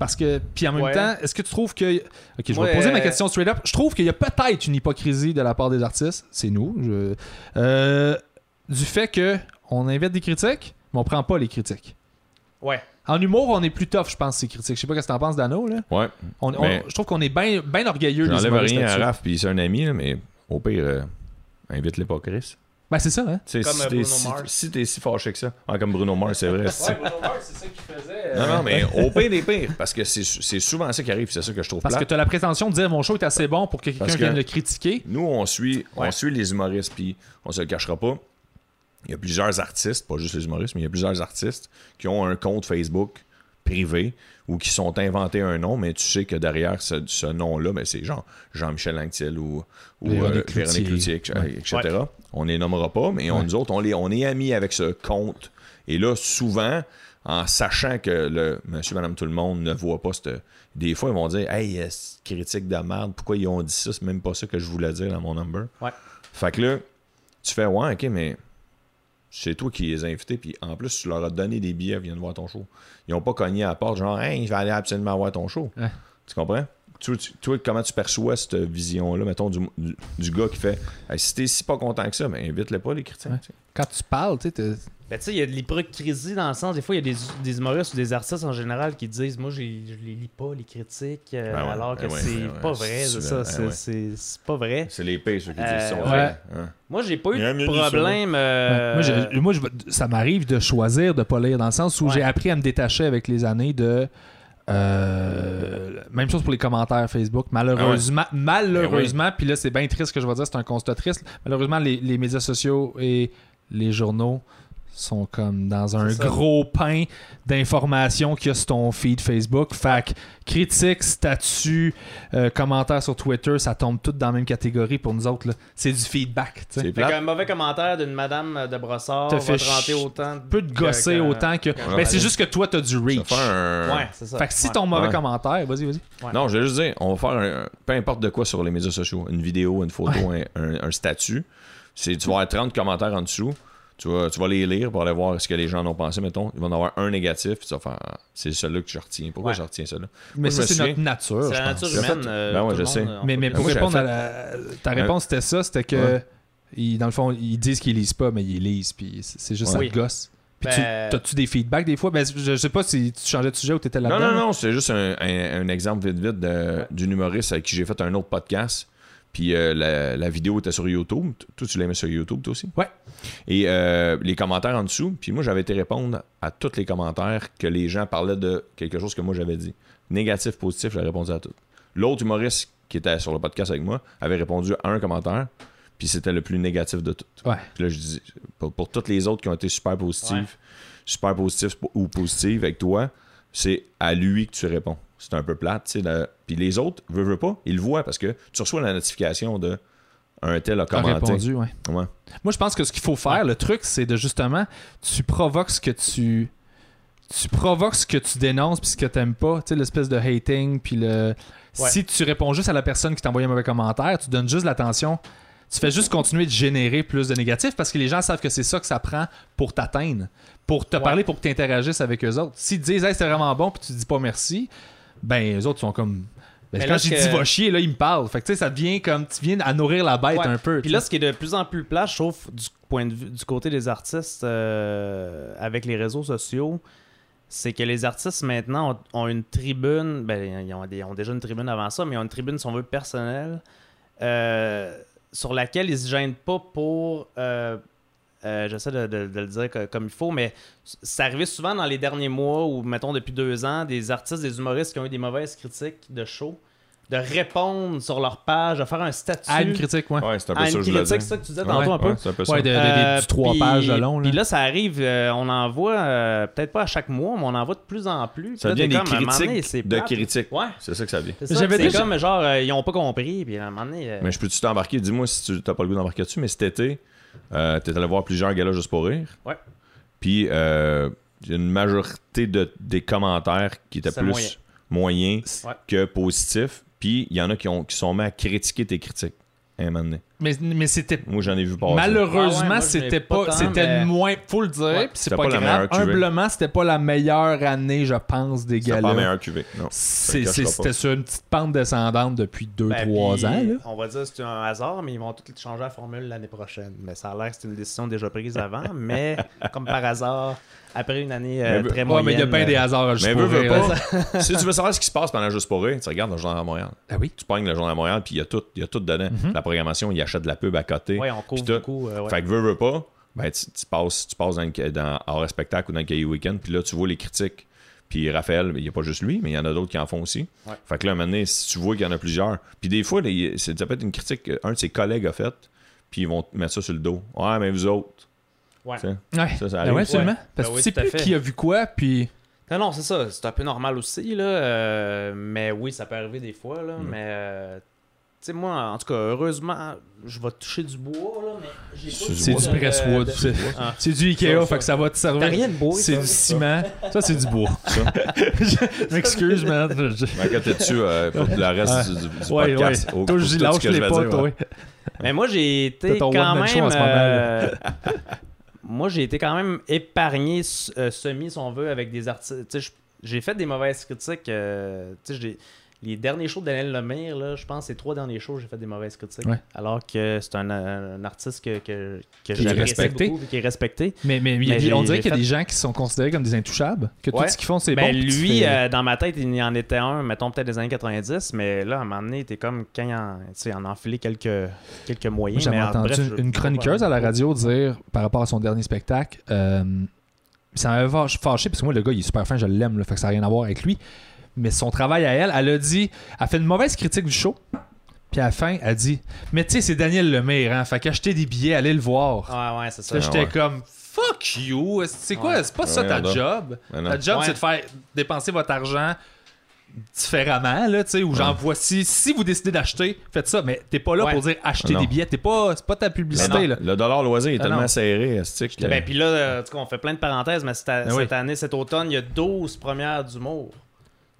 Speaker 2: Parce que. Puis en même
Speaker 1: Ouais.
Speaker 2: temps, est-ce que tu trouves que. Ok, je vais
Speaker 1: Ouais,
Speaker 2: poser ma
Speaker 1: euh,
Speaker 2: question straight up. Je trouve qu'il y a peut-être une hypocrisie de la part des artistes. C'est nous. je- Euh, du fait que on invite des critiques, mais on prend pas les critiques.
Speaker 1: Ouais.
Speaker 2: En humour, on est plus tough, je pense, ces critiques. Je sais pas ce que t'en penses, Dano. Là.
Speaker 3: Ouais.
Speaker 2: On- on-
Speaker 3: Mais-
Speaker 2: je trouve qu'on est bien ben orgueilleux des
Speaker 3: J'enlève
Speaker 2: humoristes
Speaker 3: rien à
Speaker 2: là-dessus.
Speaker 3: Raph, puis c'est un ami, là, mais au pire, euh, invite les pas Chris.
Speaker 2: Ben, c'est ça, hein?
Speaker 3: Tu sais,
Speaker 1: Comme,
Speaker 3: si
Speaker 1: euh,
Speaker 3: t'es
Speaker 1: Bruno
Speaker 3: si,
Speaker 1: Mars.
Speaker 3: si t'es si fâché que ça. Ah, comme Bruno Mars, c'est vrai. c'est-
Speaker 2: c'est ça qu'il faisait. euh,
Speaker 3: Non, non, mais au pire des pires, parce que c'est c'est souvent ça qui arrive, c'est ça que je trouve
Speaker 2: Parce que
Speaker 3: plate.
Speaker 2: t'as la prétention de dire mon show est assez bon pour que quelqu'un
Speaker 3: Parce que-
Speaker 2: vienne le critiquer.
Speaker 3: Nous, on suit, on
Speaker 2: Ouais.
Speaker 3: suit les humoristes, puis on se le cachera pas. Il y a plusieurs artistes, pas juste les humoristes, mais il y a plusieurs artistes qui ont un compte Facebook privé ou qui sont inventés un nom, mais tu sais que derrière ce, ce nom-là, ben, c'est genre Jean-Michel Anctil ou, ou
Speaker 2: Véronique
Speaker 3: euh, Véronique
Speaker 2: Cloutier.
Speaker 3: Cloutier, etc. On les nommera pas, mais on, nous autres, on, les, on est amis avec ce compte. Et là, souvent, en sachant que le monsieur, madame, tout le monde ne voit pas cette. Des fois, ils vont dire Hey, euh, c'est critique de merde, pourquoi ils ont dit ça C'est même pas ça que je voulais dire dans mon number.
Speaker 1: Ouais.
Speaker 3: Fait que là, tu fais Ouais, ok, mais c'est toi qui les as invités, puis en plus, tu leur as donné des billets, viennent voir ton show. Ils n'ont pas cogné à la porte, genre, hey, je vais aller absolument voir ton show.
Speaker 2: Ouais.
Speaker 3: Tu comprends? Tu- tu- toi, comment tu perçois cette vision-là, mettons, du, du, du gars qui fait Hey, si t'es si pas content que ça, ben invite-les pas, les critiques.
Speaker 2: Ouais.
Speaker 3: tu sais.
Speaker 2: Quand tu parles, tu sais, t'es-
Speaker 1: Ben, tu sais, il y a de l'hypocrisie dans le sens, des fois, il y a des, des humoristes ou des artistes en général qui disent Moi, j'ai- je les lis pas, les critiques, euh,
Speaker 3: Ben ouais,
Speaker 1: alors que
Speaker 3: ben ouais,
Speaker 1: c'est
Speaker 3: ben ouais,
Speaker 1: pas
Speaker 3: c'est
Speaker 1: vrai, c'est
Speaker 3: souvent,
Speaker 1: ça,
Speaker 3: ben
Speaker 1: c'est-
Speaker 3: ouais.
Speaker 1: c'est c'est pas vrai.
Speaker 3: C'est les pires, ceux qui disent
Speaker 1: Euh,
Speaker 3: ça.
Speaker 1: ouais.
Speaker 3: vrai, hein.
Speaker 1: Moi, j'ai pas eu
Speaker 3: Il y a mieux
Speaker 1: de
Speaker 3: dit ça.
Speaker 1: problème. euh,
Speaker 2: Moi, je- moi, je- ça m'arrive de choisir de pas lire dans le sens où
Speaker 1: Ouais.
Speaker 2: j'ai appris à me détacher avec les années de. euh, même chose pour les commentaires Facebook. Malheureusement,
Speaker 1: Ah Eh
Speaker 2: malheureusement, puis là c'est bien triste que je vais dire, c'est un constat triste. Malheureusement, les, les médias sociaux et les journaux sont comme dans un
Speaker 1: C'est ça.
Speaker 2: gros pain d'informations qu'il y a sur ton feed Facebook. Fait que critique, statut, euh, commentaires sur Twitter, ça tombe tout dans la même catégorie pour nous autres. là. C'est du feedback. tu sais.
Speaker 3: C'est
Speaker 1: Fait qu'un
Speaker 3: plate.
Speaker 1: mauvais commentaire d'une madame de brossard
Speaker 2: Te
Speaker 1: va
Speaker 2: fait
Speaker 1: te renter
Speaker 2: ch-
Speaker 1: autant. de-
Speaker 2: peut te gosser
Speaker 1: que-
Speaker 2: autant que.
Speaker 1: que-
Speaker 2: Ben, c'est juste que toi, t'as du
Speaker 3: Ça
Speaker 2: reach.
Speaker 3: fait un-
Speaker 1: Ouais, c'est ça.
Speaker 2: Fait que si
Speaker 1: Ouais.
Speaker 2: ton mauvais
Speaker 3: Ouais.
Speaker 2: commentaire, vas-y, vas-y.
Speaker 1: Ouais.
Speaker 3: Non, je vais juste dire, on va faire un- peu importe de quoi sur les médias sociaux, une vidéo, une photo, un, un- un statut. C'est, tu vas avoir 30 commentaires en dessous. Tu vas, tu vas les lire pour aller voir ce que les gens en ont pensé, mettons. Ils vont en avoir un négatif, puis tu vas faire Ah, c'est celui-là que je retiens. Pourquoi
Speaker 1: Ouais.
Speaker 3: je retiens celui-là
Speaker 2: Mais
Speaker 3: je
Speaker 2: ça,
Speaker 3: me
Speaker 2: c'est
Speaker 3: souviens-
Speaker 2: notre nature.
Speaker 1: C'est
Speaker 2: je
Speaker 1: la
Speaker 2: pense.
Speaker 1: nature
Speaker 3: J'ai
Speaker 1: humaine.
Speaker 3: fait-
Speaker 1: euh,
Speaker 3: Ben ouais,
Speaker 1: tout le
Speaker 3: je
Speaker 1: monde,
Speaker 3: sais.
Speaker 1: euh,
Speaker 2: Mais,
Speaker 1: on
Speaker 2: mais
Speaker 1: peut-
Speaker 2: pour
Speaker 3: Moi, j'ai
Speaker 2: répondre à la- ta réponse, c'était ça c'était que. ils- dans le fond, ils disent qu'ils lisent pas, mais ils lisent, puis c'est c'est juste
Speaker 1: Ouais.
Speaker 2: ça
Speaker 1: Oui.
Speaker 2: te gosse. Puis tu-
Speaker 1: Ben-
Speaker 2: t'as-tu des feedbacks des fois? Ben, je je sais pas si tu changeais de sujet ou t'étais
Speaker 3: Non,
Speaker 2: là-dedans.
Speaker 3: non, non, c'est juste un, un- un exemple vite vite de- d'une humoriste avec qui j'ai fait un autre podcast. Puis euh, la, la vidéo était sur YouTube. T- Toi, tu l'as mis sur YouTube, toi aussi?
Speaker 2: Ouais.
Speaker 3: Et euh, les commentaires en dessous. Puis moi, j'avais été répondre à tous les commentaires que les gens parlaient de quelque chose que moi j'avais dit. Négatif, positif, j'ai répondu à tout. L'autre humoriste qui était sur le podcast avec moi avait répondu à un commentaire. Puis c'était le plus négatif de tout.
Speaker 2: Ouais.
Speaker 3: Puis là, je dis, pour, pour toutes les autres qui ont été super positives,
Speaker 1: Ouais.
Speaker 3: super positives po- ou positives avec toi, c'est à lui que tu réponds. c'est un peu plate. tu sais, de- Puis les autres, veux, veux pas, ils le voient parce que tu reçois la notification de un tel a
Speaker 2: T'as
Speaker 3: commenté.
Speaker 2: répondu, ouais.
Speaker 3: Ouais.
Speaker 2: Moi, je pense que ce qu'il faut faire, le truc, c'est de justement, tu provoques ce que tu. Tu provoques ce que tu dénonces puis ce que t'aimes pas. Tu sais, l'espèce de hating, puis le.
Speaker 1: Ouais.
Speaker 2: Si tu réponds juste à la personne qui t'a envoyé un mauvais commentaire, tu donnes juste l'attention. Tu fais juste continuer de générer plus de négatifs parce que les gens savent que c'est ça que ça prend pour t'atteindre, pour te
Speaker 1: Ouais.
Speaker 2: parler, pour que tu interagisses avec eux autres. S'ils te disent, hey, c'est vraiment bon, puis tu dis pas merci, ben, eux autres sont comme. Ben,
Speaker 1: Mais
Speaker 2: quand
Speaker 1: là,
Speaker 2: j'ai
Speaker 1: ce
Speaker 2: dit
Speaker 1: que-
Speaker 2: va chier, là, ils me parlent. Fait que tu sais, ça devient comme. Tu viens à nourrir la bête
Speaker 1: Ouais.
Speaker 2: un peu.
Speaker 1: Puis
Speaker 2: tu
Speaker 1: là,
Speaker 2: sais.
Speaker 1: ce qui est de plus en plus plat, je trouve, du point de vue du côté des artistes euh, avec les réseaux sociaux, c'est que les artistes maintenant ont, ont une tribune. Ben, ils ont, des- ont déjà une tribune avant ça, mais ils ont une tribune, si on veut, personnelle, euh, sur laquelle ils se gênent pas pour. euh, euh, J'essaie de, de- de le dire co- comme il faut, mais ça arrivait souvent dans les derniers mois ou, mettons, depuis deux ans, des artistes, des humoristes qui ont eu des mauvaises critiques de show, de répondre sur leur page, de faire un statut
Speaker 2: à une critique, ouais.
Speaker 3: Ouais, c'est un peu
Speaker 1: à Ah,
Speaker 3: ça
Speaker 1: une
Speaker 3: que je voulais
Speaker 1: critique,
Speaker 3: dire.
Speaker 1: c'est ça que tu disais
Speaker 3: Ouais,
Speaker 1: tantôt un peu.
Speaker 3: ouais, c'est un peu ça.
Speaker 2: Ouais, de, de- de-
Speaker 1: Euh,
Speaker 2: du trois
Speaker 1: puis-
Speaker 2: pages de long. Là.
Speaker 1: Puis là, ça arrive, euh, on en voit euh, peut-être pas à chaque mois, mais on en voit de plus en plus.
Speaker 3: Ça
Speaker 1: Puis là,
Speaker 3: devient
Speaker 1: t'es
Speaker 3: des
Speaker 1: comme, à un moment donné,
Speaker 3: critiques
Speaker 1: c'est
Speaker 3: de
Speaker 1: plate.
Speaker 3: critiques.
Speaker 1: Ouais.
Speaker 3: C'est ça que ça vient.
Speaker 1: C'est ça,
Speaker 2: J'avais
Speaker 1: c'est
Speaker 2: déjà-
Speaker 1: comme genre, euh, ils ont pas compris, puis à un moment donné. euh,
Speaker 3: Mais je peux-tu t'embarquer? Dis-moi si tu t'as pas le goût d'embarquer dessus, mais cet été, euh, t'es allé voir plusieurs galas juste pour rire.
Speaker 1: Ouais.
Speaker 3: Puis euh, il y a une majorité de, des commentaires qui étaient
Speaker 1: C'est
Speaker 3: plus
Speaker 1: moyen.
Speaker 3: moyens moyen
Speaker 1: Ouais.
Speaker 3: que positifs. Puis il y en a qui, ont, qui sont mis à critiquer tes critiques. à Un moment donné.
Speaker 2: mais mais c'était
Speaker 3: Moi, j'en ai vu passer.
Speaker 2: malheureusement,
Speaker 1: Ah ouais, moi, je l'ai
Speaker 2: c'était
Speaker 1: pas
Speaker 2: pas,
Speaker 1: tant,
Speaker 2: c'était
Speaker 1: mais-
Speaker 2: moins, faut le dire,
Speaker 1: Ouais.
Speaker 2: puis c'est
Speaker 3: C'était
Speaker 2: pas,
Speaker 3: pas la
Speaker 2: grave.
Speaker 3: meilleure cuvée.
Speaker 2: Humblement, c'était pas la meilleure année, je pense, des
Speaker 3: C'était pas la
Speaker 2: galas.
Speaker 3: meilleure cuvée. Non. Ça
Speaker 2: C'est-
Speaker 3: le
Speaker 2: c'est-
Speaker 3: cachera pas.
Speaker 2: C'était sur une petite pente descendante depuis
Speaker 1: ben,
Speaker 2: 2-3
Speaker 1: puis,
Speaker 2: ans. là.
Speaker 1: On va dire que c'est un hasard, mais ils vont tout changer la formule l'année prochaine. Mais ça a l'air que c'est une décision déjà prise avant, mais comme par hasard, après une année euh,
Speaker 3: Mais-
Speaker 1: très
Speaker 2: Ouais,
Speaker 1: moyenne.
Speaker 2: mais il y a bien des
Speaker 1: euh,
Speaker 2: hasards à juste
Speaker 3: Mais
Speaker 2: pour
Speaker 3: veux, veux
Speaker 2: rire, là.
Speaker 3: pas. si tu veux savoir ce qui se passe pendant Juste pour rire, tu regardes le Journal de Montréal.
Speaker 2: Ah oui.
Speaker 3: Tu pognes le Journal de Montréal, puis il y a tout, il y a tout dedans. La programmation, il achète de la pub à côté.
Speaker 1: Mhm. Ouais, on couvre
Speaker 3: Puis tout.
Speaker 1: beaucoup. euh, ouais.
Speaker 3: Fait que veux, veux pas, ben, tu, tu passes, tu passes dans, le- dans Hors Spectacle ou dans le Cahier Weekend, puis là, tu vois les critiques. Puis Raphaël, il n'y a pas juste lui, mais il y en a d'autres qui en font aussi.
Speaker 1: Ouais.
Speaker 3: Fait que là, à un moment donné, si tu vois qu'il y en a plusieurs, puis des fois, les- c'est- ça peut être une critique qu'un de ses collègues a faite, puis ils vont te mettre ça sur le dos. Ouais, mais vous autres.
Speaker 1: Ouais.
Speaker 3: Tu sais,
Speaker 2: Ouais.
Speaker 3: Ça, ça
Speaker 2: Ben
Speaker 3: arrive.
Speaker 2: ouais, absolument.
Speaker 1: Ouais.
Speaker 2: Parce
Speaker 1: Ben
Speaker 2: que
Speaker 1: oui,
Speaker 2: tu sais
Speaker 1: tout à
Speaker 2: plus
Speaker 1: fait.
Speaker 2: qui a vu quoi, puis.
Speaker 1: Non, non, c'est ça. C'est un peu normal aussi, là. euh, mais oui, ça peut arriver des fois, là. Mais, euh, tu sais, moi, en tout cas, heureusement, je vais toucher du bois, là, mais j'ai pas
Speaker 3: C'est
Speaker 1: eu
Speaker 2: C'est
Speaker 1: le
Speaker 2: du
Speaker 1: goût de-
Speaker 2: presswood.
Speaker 1: de-
Speaker 2: c'est-
Speaker 1: Ah.
Speaker 2: C'est du Ikea,
Speaker 1: Ça,
Speaker 2: fait que ça va te
Speaker 1: T'as
Speaker 2: servir.
Speaker 1: rien de bois,
Speaker 2: C'est
Speaker 1: ça.
Speaker 2: du ciment. Ça, c'est du bois. Je m'excuse, man. Je-
Speaker 3: Mais quand t'es-tu euh, pour le reste du, du- du
Speaker 2: Ouais,
Speaker 3: podcast?
Speaker 2: ouais.
Speaker 3: au-
Speaker 2: Toi,
Speaker 3: pour
Speaker 2: je
Speaker 3: tout ce
Speaker 2: lâche
Speaker 3: que je
Speaker 2: les
Speaker 3: vais
Speaker 2: pas,
Speaker 3: dire,
Speaker 2: toi.
Speaker 3: ouais.
Speaker 1: Mais moi, j'ai
Speaker 2: T'as
Speaker 1: été
Speaker 2: ton
Speaker 1: quand
Speaker 2: one-man show en
Speaker 1: même.
Speaker 2: ce moment, là.
Speaker 1: euh, moi, j'ai été quand même épargné, s- euh, semi, si on veut, avec des artistes. Tu sais, je- J'ai fait des mauvaises critiques. euh, tu sais, j'ai- les derniers shows de Daniel Lemire, là, je pense, ces trois derniers shows, j'ai fait des mauvaises critiques.
Speaker 2: Ouais.
Speaker 1: Alors que c'est un, euh, un artiste que, que, que
Speaker 2: Qui est
Speaker 1: j'apprécie
Speaker 2: respecté.
Speaker 1: beaucoup, qui est respecté.
Speaker 2: Mais, mais, il y a
Speaker 1: Mais
Speaker 2: des-
Speaker 1: j'ai-
Speaker 2: on dirait
Speaker 1: j'ai
Speaker 2: qu'il y a
Speaker 1: fait-
Speaker 2: des gens qui sont considérés comme des intouchables, que
Speaker 1: Ouais.
Speaker 2: tout ce qu'ils font, c'est
Speaker 1: Mais
Speaker 2: bon. puis tu
Speaker 1: lui,
Speaker 2: fais-
Speaker 1: euh, dans ma tête, il en était un, mettons peut-être des années 90, mais là, à un moment donné, t'es comme quand il en, tu sais, il en a enfilé quelques, quelques
Speaker 2: Moi,
Speaker 1: moyens.
Speaker 2: J'avais
Speaker 1: mais en-
Speaker 2: entendu
Speaker 1: bref,
Speaker 2: une-
Speaker 1: je-
Speaker 2: une chroniqueuse à la radio dire par rapport à son dernier spectacle. euh, ça m'avait fâ- fâché parce que moi, le gars, il est super fin, je l'aime, là, fait que ça n'a rien à voir avec lui. Mais son travail à elle, elle a dit elle fait une mauvaise critique du show. Puis à la fin, elle dit Mais tu sais, c'est Daniel Lemire, hein, fait qu'acheter des billets, allez le voir.
Speaker 1: Ouais, ouais, c'est ça.
Speaker 2: Là, j'étais
Speaker 3: Ah ouais.
Speaker 2: comme Fuck you, c'est quoi,
Speaker 1: Ouais.
Speaker 2: c'est pas ça
Speaker 3: Ouais,
Speaker 2: ta
Speaker 3: on a-
Speaker 2: job.
Speaker 3: Mais non.
Speaker 2: Ta job,
Speaker 1: Ouais.
Speaker 2: c'est de faire dépenser votre argent différemment, là, tu sais, ou genre,
Speaker 3: Ouais.
Speaker 2: voici, si vous décidez d'acheter, faites ça, mais t'es pas là
Speaker 1: Ouais.
Speaker 2: pour dire acheter
Speaker 3: Non.
Speaker 2: des billets, t'es pas, c'est pas ta
Speaker 3: Mais
Speaker 2: publicité,
Speaker 3: non,
Speaker 2: là.
Speaker 3: Le dollar loisir est
Speaker 2: Ah, non.
Speaker 3: tellement serré, stick.
Speaker 1: Ben, puis là, euh, en tout cas, on fait plein de parenthèses, mais cette,
Speaker 2: Ben
Speaker 1: cette
Speaker 2: oui.
Speaker 1: année, cet automne, il y a 12 premières d'humour.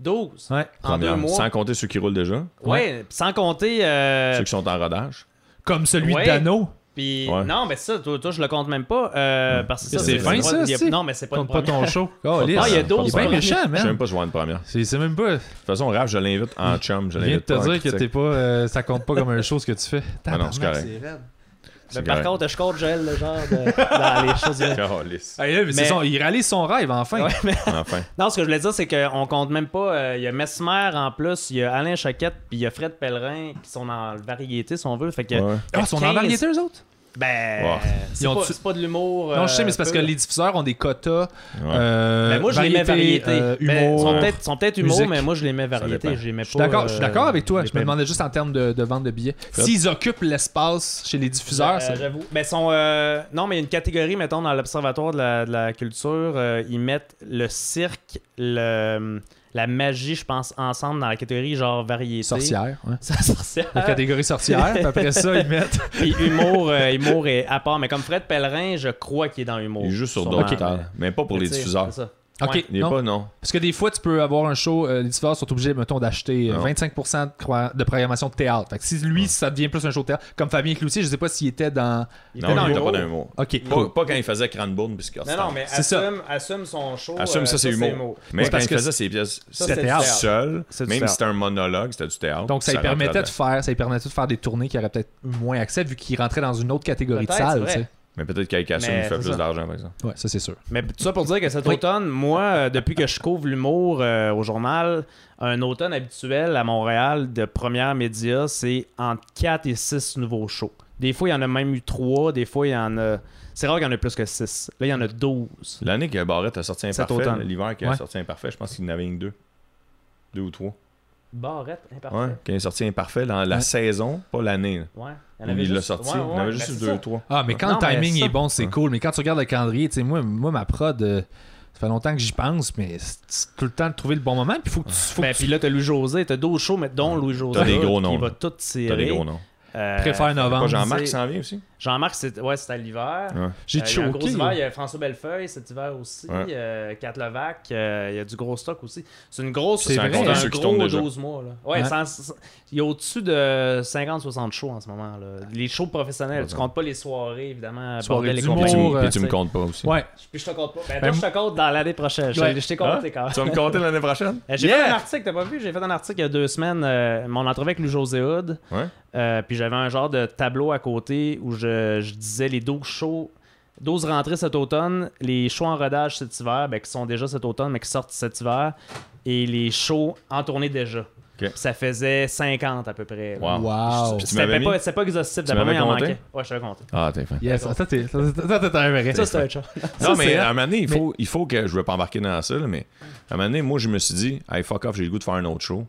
Speaker 1: 12
Speaker 2: Ouais.
Speaker 1: en deux mois. Euh,
Speaker 3: Sans compter ceux qui roulent déjà,
Speaker 1: Ouais, pis sans compter. euh,
Speaker 3: ceux qui sont en rodage.
Speaker 2: Comme celui
Speaker 1: Ouais.
Speaker 2: de Dano.
Speaker 1: puis-
Speaker 3: Ouais.
Speaker 1: Non, mais ça, toi, toi, je le compte même pas. euh, parce que ça,
Speaker 3: C'est fin,
Speaker 1: pas-
Speaker 2: ça,
Speaker 1: il y a-
Speaker 2: si.
Speaker 1: Non, mais c'est pas une
Speaker 2: Compte pas
Speaker 1: première.
Speaker 2: ton show. Oh,
Speaker 3: Non,
Speaker 1: il y a
Speaker 2: Il
Speaker 1: 12
Speaker 2: est bien
Speaker 1: premières.
Speaker 2: méchant,
Speaker 3: Je sais même
Speaker 2: man.
Speaker 3: pas si je vois une première. De
Speaker 2: C'est c'est même pas.
Speaker 3: toute façon, Raph, je l'invite en chum. Je
Speaker 2: Je viens de
Speaker 3: l'invite
Speaker 2: te
Speaker 3: pas en
Speaker 2: dire que
Speaker 3: critique.
Speaker 2: t'es pas. euh, ça compte pas comme un show ce que tu fais.
Speaker 3: Ah non, c'est
Speaker 2: Tabarnak,
Speaker 3: correct.
Speaker 2: raide.
Speaker 1: Mais
Speaker 3: C'est
Speaker 1: par
Speaker 3: correct.
Speaker 1: contre, je compte Joël, le genre, de- dans les choses.
Speaker 3: Calisse.
Speaker 2: Hey, là, mais c'est
Speaker 1: Mais-
Speaker 2: son- il réalise son rêve enfin.
Speaker 1: Ouais, mais-
Speaker 3: Enfin.
Speaker 1: Non, ce que je voulais dire, c'est qu'on compte même pas. euh, Il y a Mesmer en plus, il y a Alain Choquette, puis il y a Fred Pellerin qui sont dans la variété, si on veut. Fait que.
Speaker 3: Ouais.
Speaker 2: Ah, ils sont en
Speaker 1: 15.
Speaker 2: variété, eux autres?
Speaker 1: Ben.
Speaker 3: Wow.
Speaker 1: C'est
Speaker 2: Ils ont
Speaker 1: pas,
Speaker 2: tu-
Speaker 1: c'est pas de l'humour.
Speaker 2: non, je sais,
Speaker 1: euh,
Speaker 2: mais c'est parce que
Speaker 1: pur.
Speaker 2: les diffuseurs ont des quotas.
Speaker 3: Ouais.
Speaker 2: euh,
Speaker 1: Ben, moi, je les mets variété.
Speaker 2: euh,
Speaker 1: Ben, ils
Speaker 2: humour.
Speaker 1: sont peut-être sont peut-être humour,
Speaker 2: musique.
Speaker 1: mais moi, je les mets variété.
Speaker 3: dépend.
Speaker 1: Je les mets
Speaker 2: Je
Speaker 1: pas.
Speaker 2: suis d'accord, je suis
Speaker 1: euh,
Speaker 2: d'accord avec toi.
Speaker 1: les
Speaker 2: Je me
Speaker 1: mets-
Speaker 2: demandais juste en termes de, de vente de billets.
Speaker 3: Fred.
Speaker 2: S'ils occupent l'espace chez les diffuseurs,
Speaker 1: Euh,
Speaker 2: c'est-
Speaker 1: J'avoue. Ben, sont, euh, non, mais il y a une catégorie, mettons, dans l'Observatoire de la, de la culture. euh, ils mettent le cirque, le- la magie, je pense, ensemble dans la catégorie genre variété.
Speaker 2: Sorcière. ouais.
Speaker 1: Ça, sorcière.
Speaker 2: hein. La catégorie sorcière. puis après ça, ils mettent.
Speaker 1: Puis humour, euh, humour est à part. Mais comme Fred Pellerin, je crois qu'il est dans humour.
Speaker 3: Il est juste sur
Speaker 1: Sûrement,
Speaker 3: Docteur,
Speaker 1: mais-
Speaker 3: mais pas pour les
Speaker 1: Tu sais,
Speaker 3: diffuseurs.
Speaker 1: c'est ça.
Speaker 2: Ok,
Speaker 1: Ouais.
Speaker 3: Il est
Speaker 2: non.
Speaker 3: pas, non.
Speaker 2: Parce que des fois, tu peux avoir un show, euh, les diffuseurs sont obligés, mettons, d'acheter euh,
Speaker 3: Non.
Speaker 2: 25% de, croi- de programmation de théâtre. Fait que si lui, ça devient plus un show de théâtre, comme Fabien Cloutier, je sais pas s'il était dans.
Speaker 1: Il était
Speaker 3: Non,
Speaker 1: dans
Speaker 3: il
Speaker 1: le
Speaker 3: était pas
Speaker 1: rôle.
Speaker 3: d'un mot.
Speaker 2: Ok,
Speaker 3: Pas,
Speaker 2: cool.
Speaker 3: pas quand il faisait Cranbourne puis Scorsese.
Speaker 1: Non, non, mais
Speaker 2: C'est ça.
Speaker 1: assume, assume son show.
Speaker 3: Assume
Speaker 1: euh,
Speaker 3: ça, c'est humour. Mais
Speaker 2: C'est
Speaker 3: quand
Speaker 2: parce
Speaker 3: il
Speaker 2: que
Speaker 3: faisait ses pièces
Speaker 1: c'est
Speaker 2: du
Speaker 3: c'était
Speaker 2: théâtre.
Speaker 3: seul,
Speaker 1: C'est du
Speaker 3: même
Speaker 1: théâtre.
Speaker 3: si c'était un monologue, c'était du théâtre.
Speaker 2: Donc ça, lui
Speaker 3: rentre
Speaker 2: permettait de
Speaker 3: là-dedans.
Speaker 2: faire, ça lui permettait de faire des tournées qui auraient peut-être moins accès vu qu'il rentrait dans une autre catégorie de
Speaker 1: Peut-être,
Speaker 2: salles.
Speaker 1: c'est
Speaker 2: tu
Speaker 1: vrai.
Speaker 2: sais.
Speaker 3: Mais peut-être qu'avec Assume,
Speaker 1: Mais
Speaker 3: il fait
Speaker 1: c'est
Speaker 3: plus
Speaker 1: ça.
Speaker 3: d'argent, par exemple.
Speaker 2: Ouais, ça c'est sûr.
Speaker 1: Mais tout ça pour dire que cet
Speaker 2: Oui.
Speaker 1: automne, moi, euh, depuis que je couvre l'humour euh, au journal, un automne habituel à Montréal de première média, c'est entre 4 et 6 nouveaux shows. Des fois, il y en a même eu 3, des fois, il y en a. C'est rare qu'il y en a plus que 6. Là, il y en a 12.
Speaker 3: L'année que Barrette a sorti
Speaker 1: Cet
Speaker 3: Imparfait,
Speaker 1: automne.
Speaker 3: l'hiver qu'il a
Speaker 2: Ouais.
Speaker 3: sorti Imparfait, je pense qu'il en avait une deux. Deux ou trois.
Speaker 1: Barrette, imparfait.
Speaker 3: Ouais, quand il a sorti Imparfait dans la
Speaker 2: Ouais.
Speaker 3: saison, pas l'année. là.
Speaker 1: Ouais. en
Speaker 3: Où
Speaker 1: avait
Speaker 3: Il l'a
Speaker 1: juste-
Speaker 3: sorti,
Speaker 1: ouais,
Speaker 3: il en
Speaker 1: ouais,
Speaker 3: avait
Speaker 1: ben,
Speaker 3: juste eu
Speaker 1: c'est
Speaker 3: deux
Speaker 1: ça.
Speaker 3: ou trois.
Speaker 2: Ah, mais quand
Speaker 1: Non,
Speaker 2: le
Speaker 1: mais
Speaker 2: timing
Speaker 1: ça-
Speaker 2: est bon, c'est cool. Mais quand tu regardes le calendrier, tu sais, moi, moi, ma prod, euh, ça fait longtemps que j'y pense, mais c'est- c'est tout le temps de trouver le bon moment. Puis faut que tu. Faut
Speaker 1: Ben,
Speaker 2: que tu
Speaker 1: puis là, t'as Louis José, t'as 12 shows, mais dont Louis José.
Speaker 3: T'as des gros
Speaker 1: qui
Speaker 3: noms,
Speaker 1: va
Speaker 3: là.
Speaker 1: tout tirer.
Speaker 3: T'as des gros noms.
Speaker 1: Euh,
Speaker 2: préfères
Speaker 3: Pas
Speaker 2: novembre.
Speaker 3: Jean-Marc
Speaker 1: c'est-
Speaker 3: qui s'en vient aussi.
Speaker 1: Jean-Marc, c'est- ouais, c'était à l'hiver.
Speaker 3: Ouais.
Speaker 2: J'ai
Speaker 1: Euh, Il y a un gros
Speaker 2: choqué. hein.
Speaker 1: hiver, il y a François Bellefeuille cet hiver aussi,
Speaker 3: Ouais.
Speaker 1: euh, Kat Levac, euh, il y a du gros stock aussi. C'est une grosse,
Speaker 2: C'est
Speaker 1: un
Speaker 2: vrai,
Speaker 1: gros-
Speaker 2: hein,
Speaker 1: un
Speaker 3: ceux qui
Speaker 1: gros
Speaker 3: tournent déjà.
Speaker 1: 12 mois. Là. Ouais,
Speaker 2: Ouais.
Speaker 1: cent- cent- il y a au-dessus de 50-60 shows en ce moment. Là. Les shows professionnels, tu
Speaker 3: Ouais.
Speaker 1: comptes pas les soirées, évidemment,
Speaker 2: Soirées
Speaker 1: bordel et
Speaker 2: d'humour,
Speaker 3: Puis tu
Speaker 1: compagnie.
Speaker 2: euh,
Speaker 3: me- puis tu
Speaker 1: tu
Speaker 3: me
Speaker 1: sais.
Speaker 3: comptes pas aussi.
Speaker 2: Ouais.
Speaker 1: Puis je te compte pas. Ben,
Speaker 2: Ben,
Speaker 1: toi, je te compte dans l'année prochaine. Je-
Speaker 2: Ouais. Ah.
Speaker 1: Je t'ai
Speaker 3: Hein?
Speaker 1: compté quand même.
Speaker 3: Tu vas me compter l'année prochaine?
Speaker 1: Euh, J'ai
Speaker 2: Yeah!
Speaker 1: fait un article, t'as pas vu? J'ai fait un article il y a deux semaines, euh, mon entrevue avec Lou José Hood.
Speaker 3: Ouais.
Speaker 1: Euh, puis j'avais un genre de tableau à côté où je, je disais les 12 shows, 12 rentrées cet automne, les shows en rodage cet hiver, ben, qui sont déjà cet automne, mais qui sortent cet hiver, et les shows en tournée déjà. Puis Ça faisait 50 à peu près.
Speaker 2: Ah,
Speaker 3: Wow.
Speaker 2: Wow.
Speaker 3: Tu
Speaker 1: C'était ben
Speaker 3: m'avais
Speaker 1: pas,
Speaker 3: mis?
Speaker 1: c'était pas exhaustif, d'après moi,
Speaker 3: m'avais
Speaker 1: il en
Speaker 3: compté?
Speaker 1: manquait. Ouais, je t'avais compté.
Speaker 3: Ah, t'es fin.
Speaker 2: Yes, ça, t'es ça, t'es- ça, t'es un vrai.
Speaker 1: Ça, c'était un chat.
Speaker 3: Non,
Speaker 2: Ça,
Speaker 3: mais
Speaker 2: c'est-
Speaker 3: à un moment donné, il
Speaker 2: mais-
Speaker 3: faut, il faut que. Je veux pas embarquer dans ça, là, mais à un moment donné, moi, je me suis dit, hey, fuck off, j'ai le goût de faire un autre show.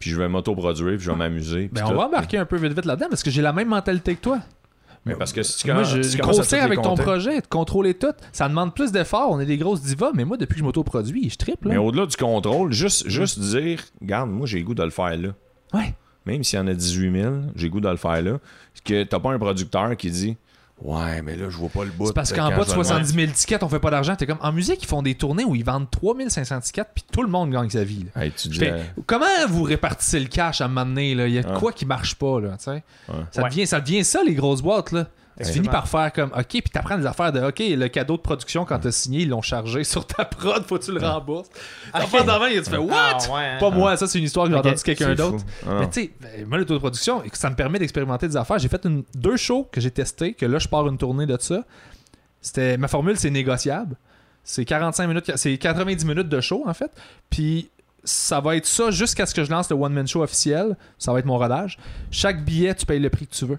Speaker 3: Puis je vais m'auto-produire, puis je vais m'amuser. puis
Speaker 2: Ben, on
Speaker 3: tout.
Speaker 2: va embarquer un peu vite vite là-dedans parce que j'ai la même mentalité que toi.
Speaker 3: Mais parce que si tu
Speaker 2: Moi,
Speaker 3: commences,
Speaker 2: je
Speaker 3: si tu commences à
Speaker 2: grossir
Speaker 3: tous les
Speaker 2: avec ton
Speaker 3: compter-
Speaker 2: projet, de contrôler tout, ça demande plus d'efforts. On est des grosses divas, mais moi, depuis que je m'autoproduis, je triple.
Speaker 3: Mais
Speaker 2: Là.
Speaker 3: au-delà du contrôle, juste, juste dire, garde, moi, j'ai le goût de le faire là.
Speaker 2: Ouais.
Speaker 3: Même s'il y en a 18 000, j'ai le goût de le faire là. Parce que t'as pas un producteur qui dit, ouais, mais là, je vois pas le bout.
Speaker 2: C'est parce
Speaker 3: de
Speaker 2: qu'en
Speaker 3: quand
Speaker 2: bas
Speaker 3: je
Speaker 2: de
Speaker 3: vais le faire.
Speaker 2: 70 000 tickets, on fait pas d'argent. T'es comme en musique, ils font des tournées où ils vendent 3500 tickets, puis tout le monde gagne sa vie. là.
Speaker 3: Hey, tu dis,
Speaker 2: Fait,
Speaker 3: euh,
Speaker 2: Comment vous répartissez le cash à un moment donné? là? Il y a de
Speaker 3: Ouais.
Speaker 2: quoi qui marche pas. Là, tu sais? ça,
Speaker 1: Ouais.
Speaker 2: devient, ça devient ça, les grosses boîtes. Là. Tu
Speaker 1: Exactement.
Speaker 2: finis par faire comme OK, puis t'apprends des affaires de OK, le cadeau de production, quand t'as signé, ils l'ont chargé sur ta prod, faut que tu le rembourses. Enfin, d'avant, il a- tu fais What?
Speaker 1: Ah, ouais, hein.
Speaker 2: Pas moi, ça, c'est une histoire que j'ai
Speaker 1: Ok.
Speaker 2: entendue de quelqu'un
Speaker 3: c'est
Speaker 2: d'autre.
Speaker 3: fou. Ah, non.
Speaker 2: Mais tu sais, ben, moi, l'autoproduction, ça me permet d'expérimenter des affaires. J'ai fait une- deux shows que j'ai testé, que là, je pars une tournée de ça. C'était Ma formule, c'est négociable. C'est 45 minutes, c'est 90 minutes de show, en fait. Puis ça va être ça jusqu'à ce que je lance le one-man show officiel. Ça va être mon rodage. Chaque billet, tu payes le prix que tu veux.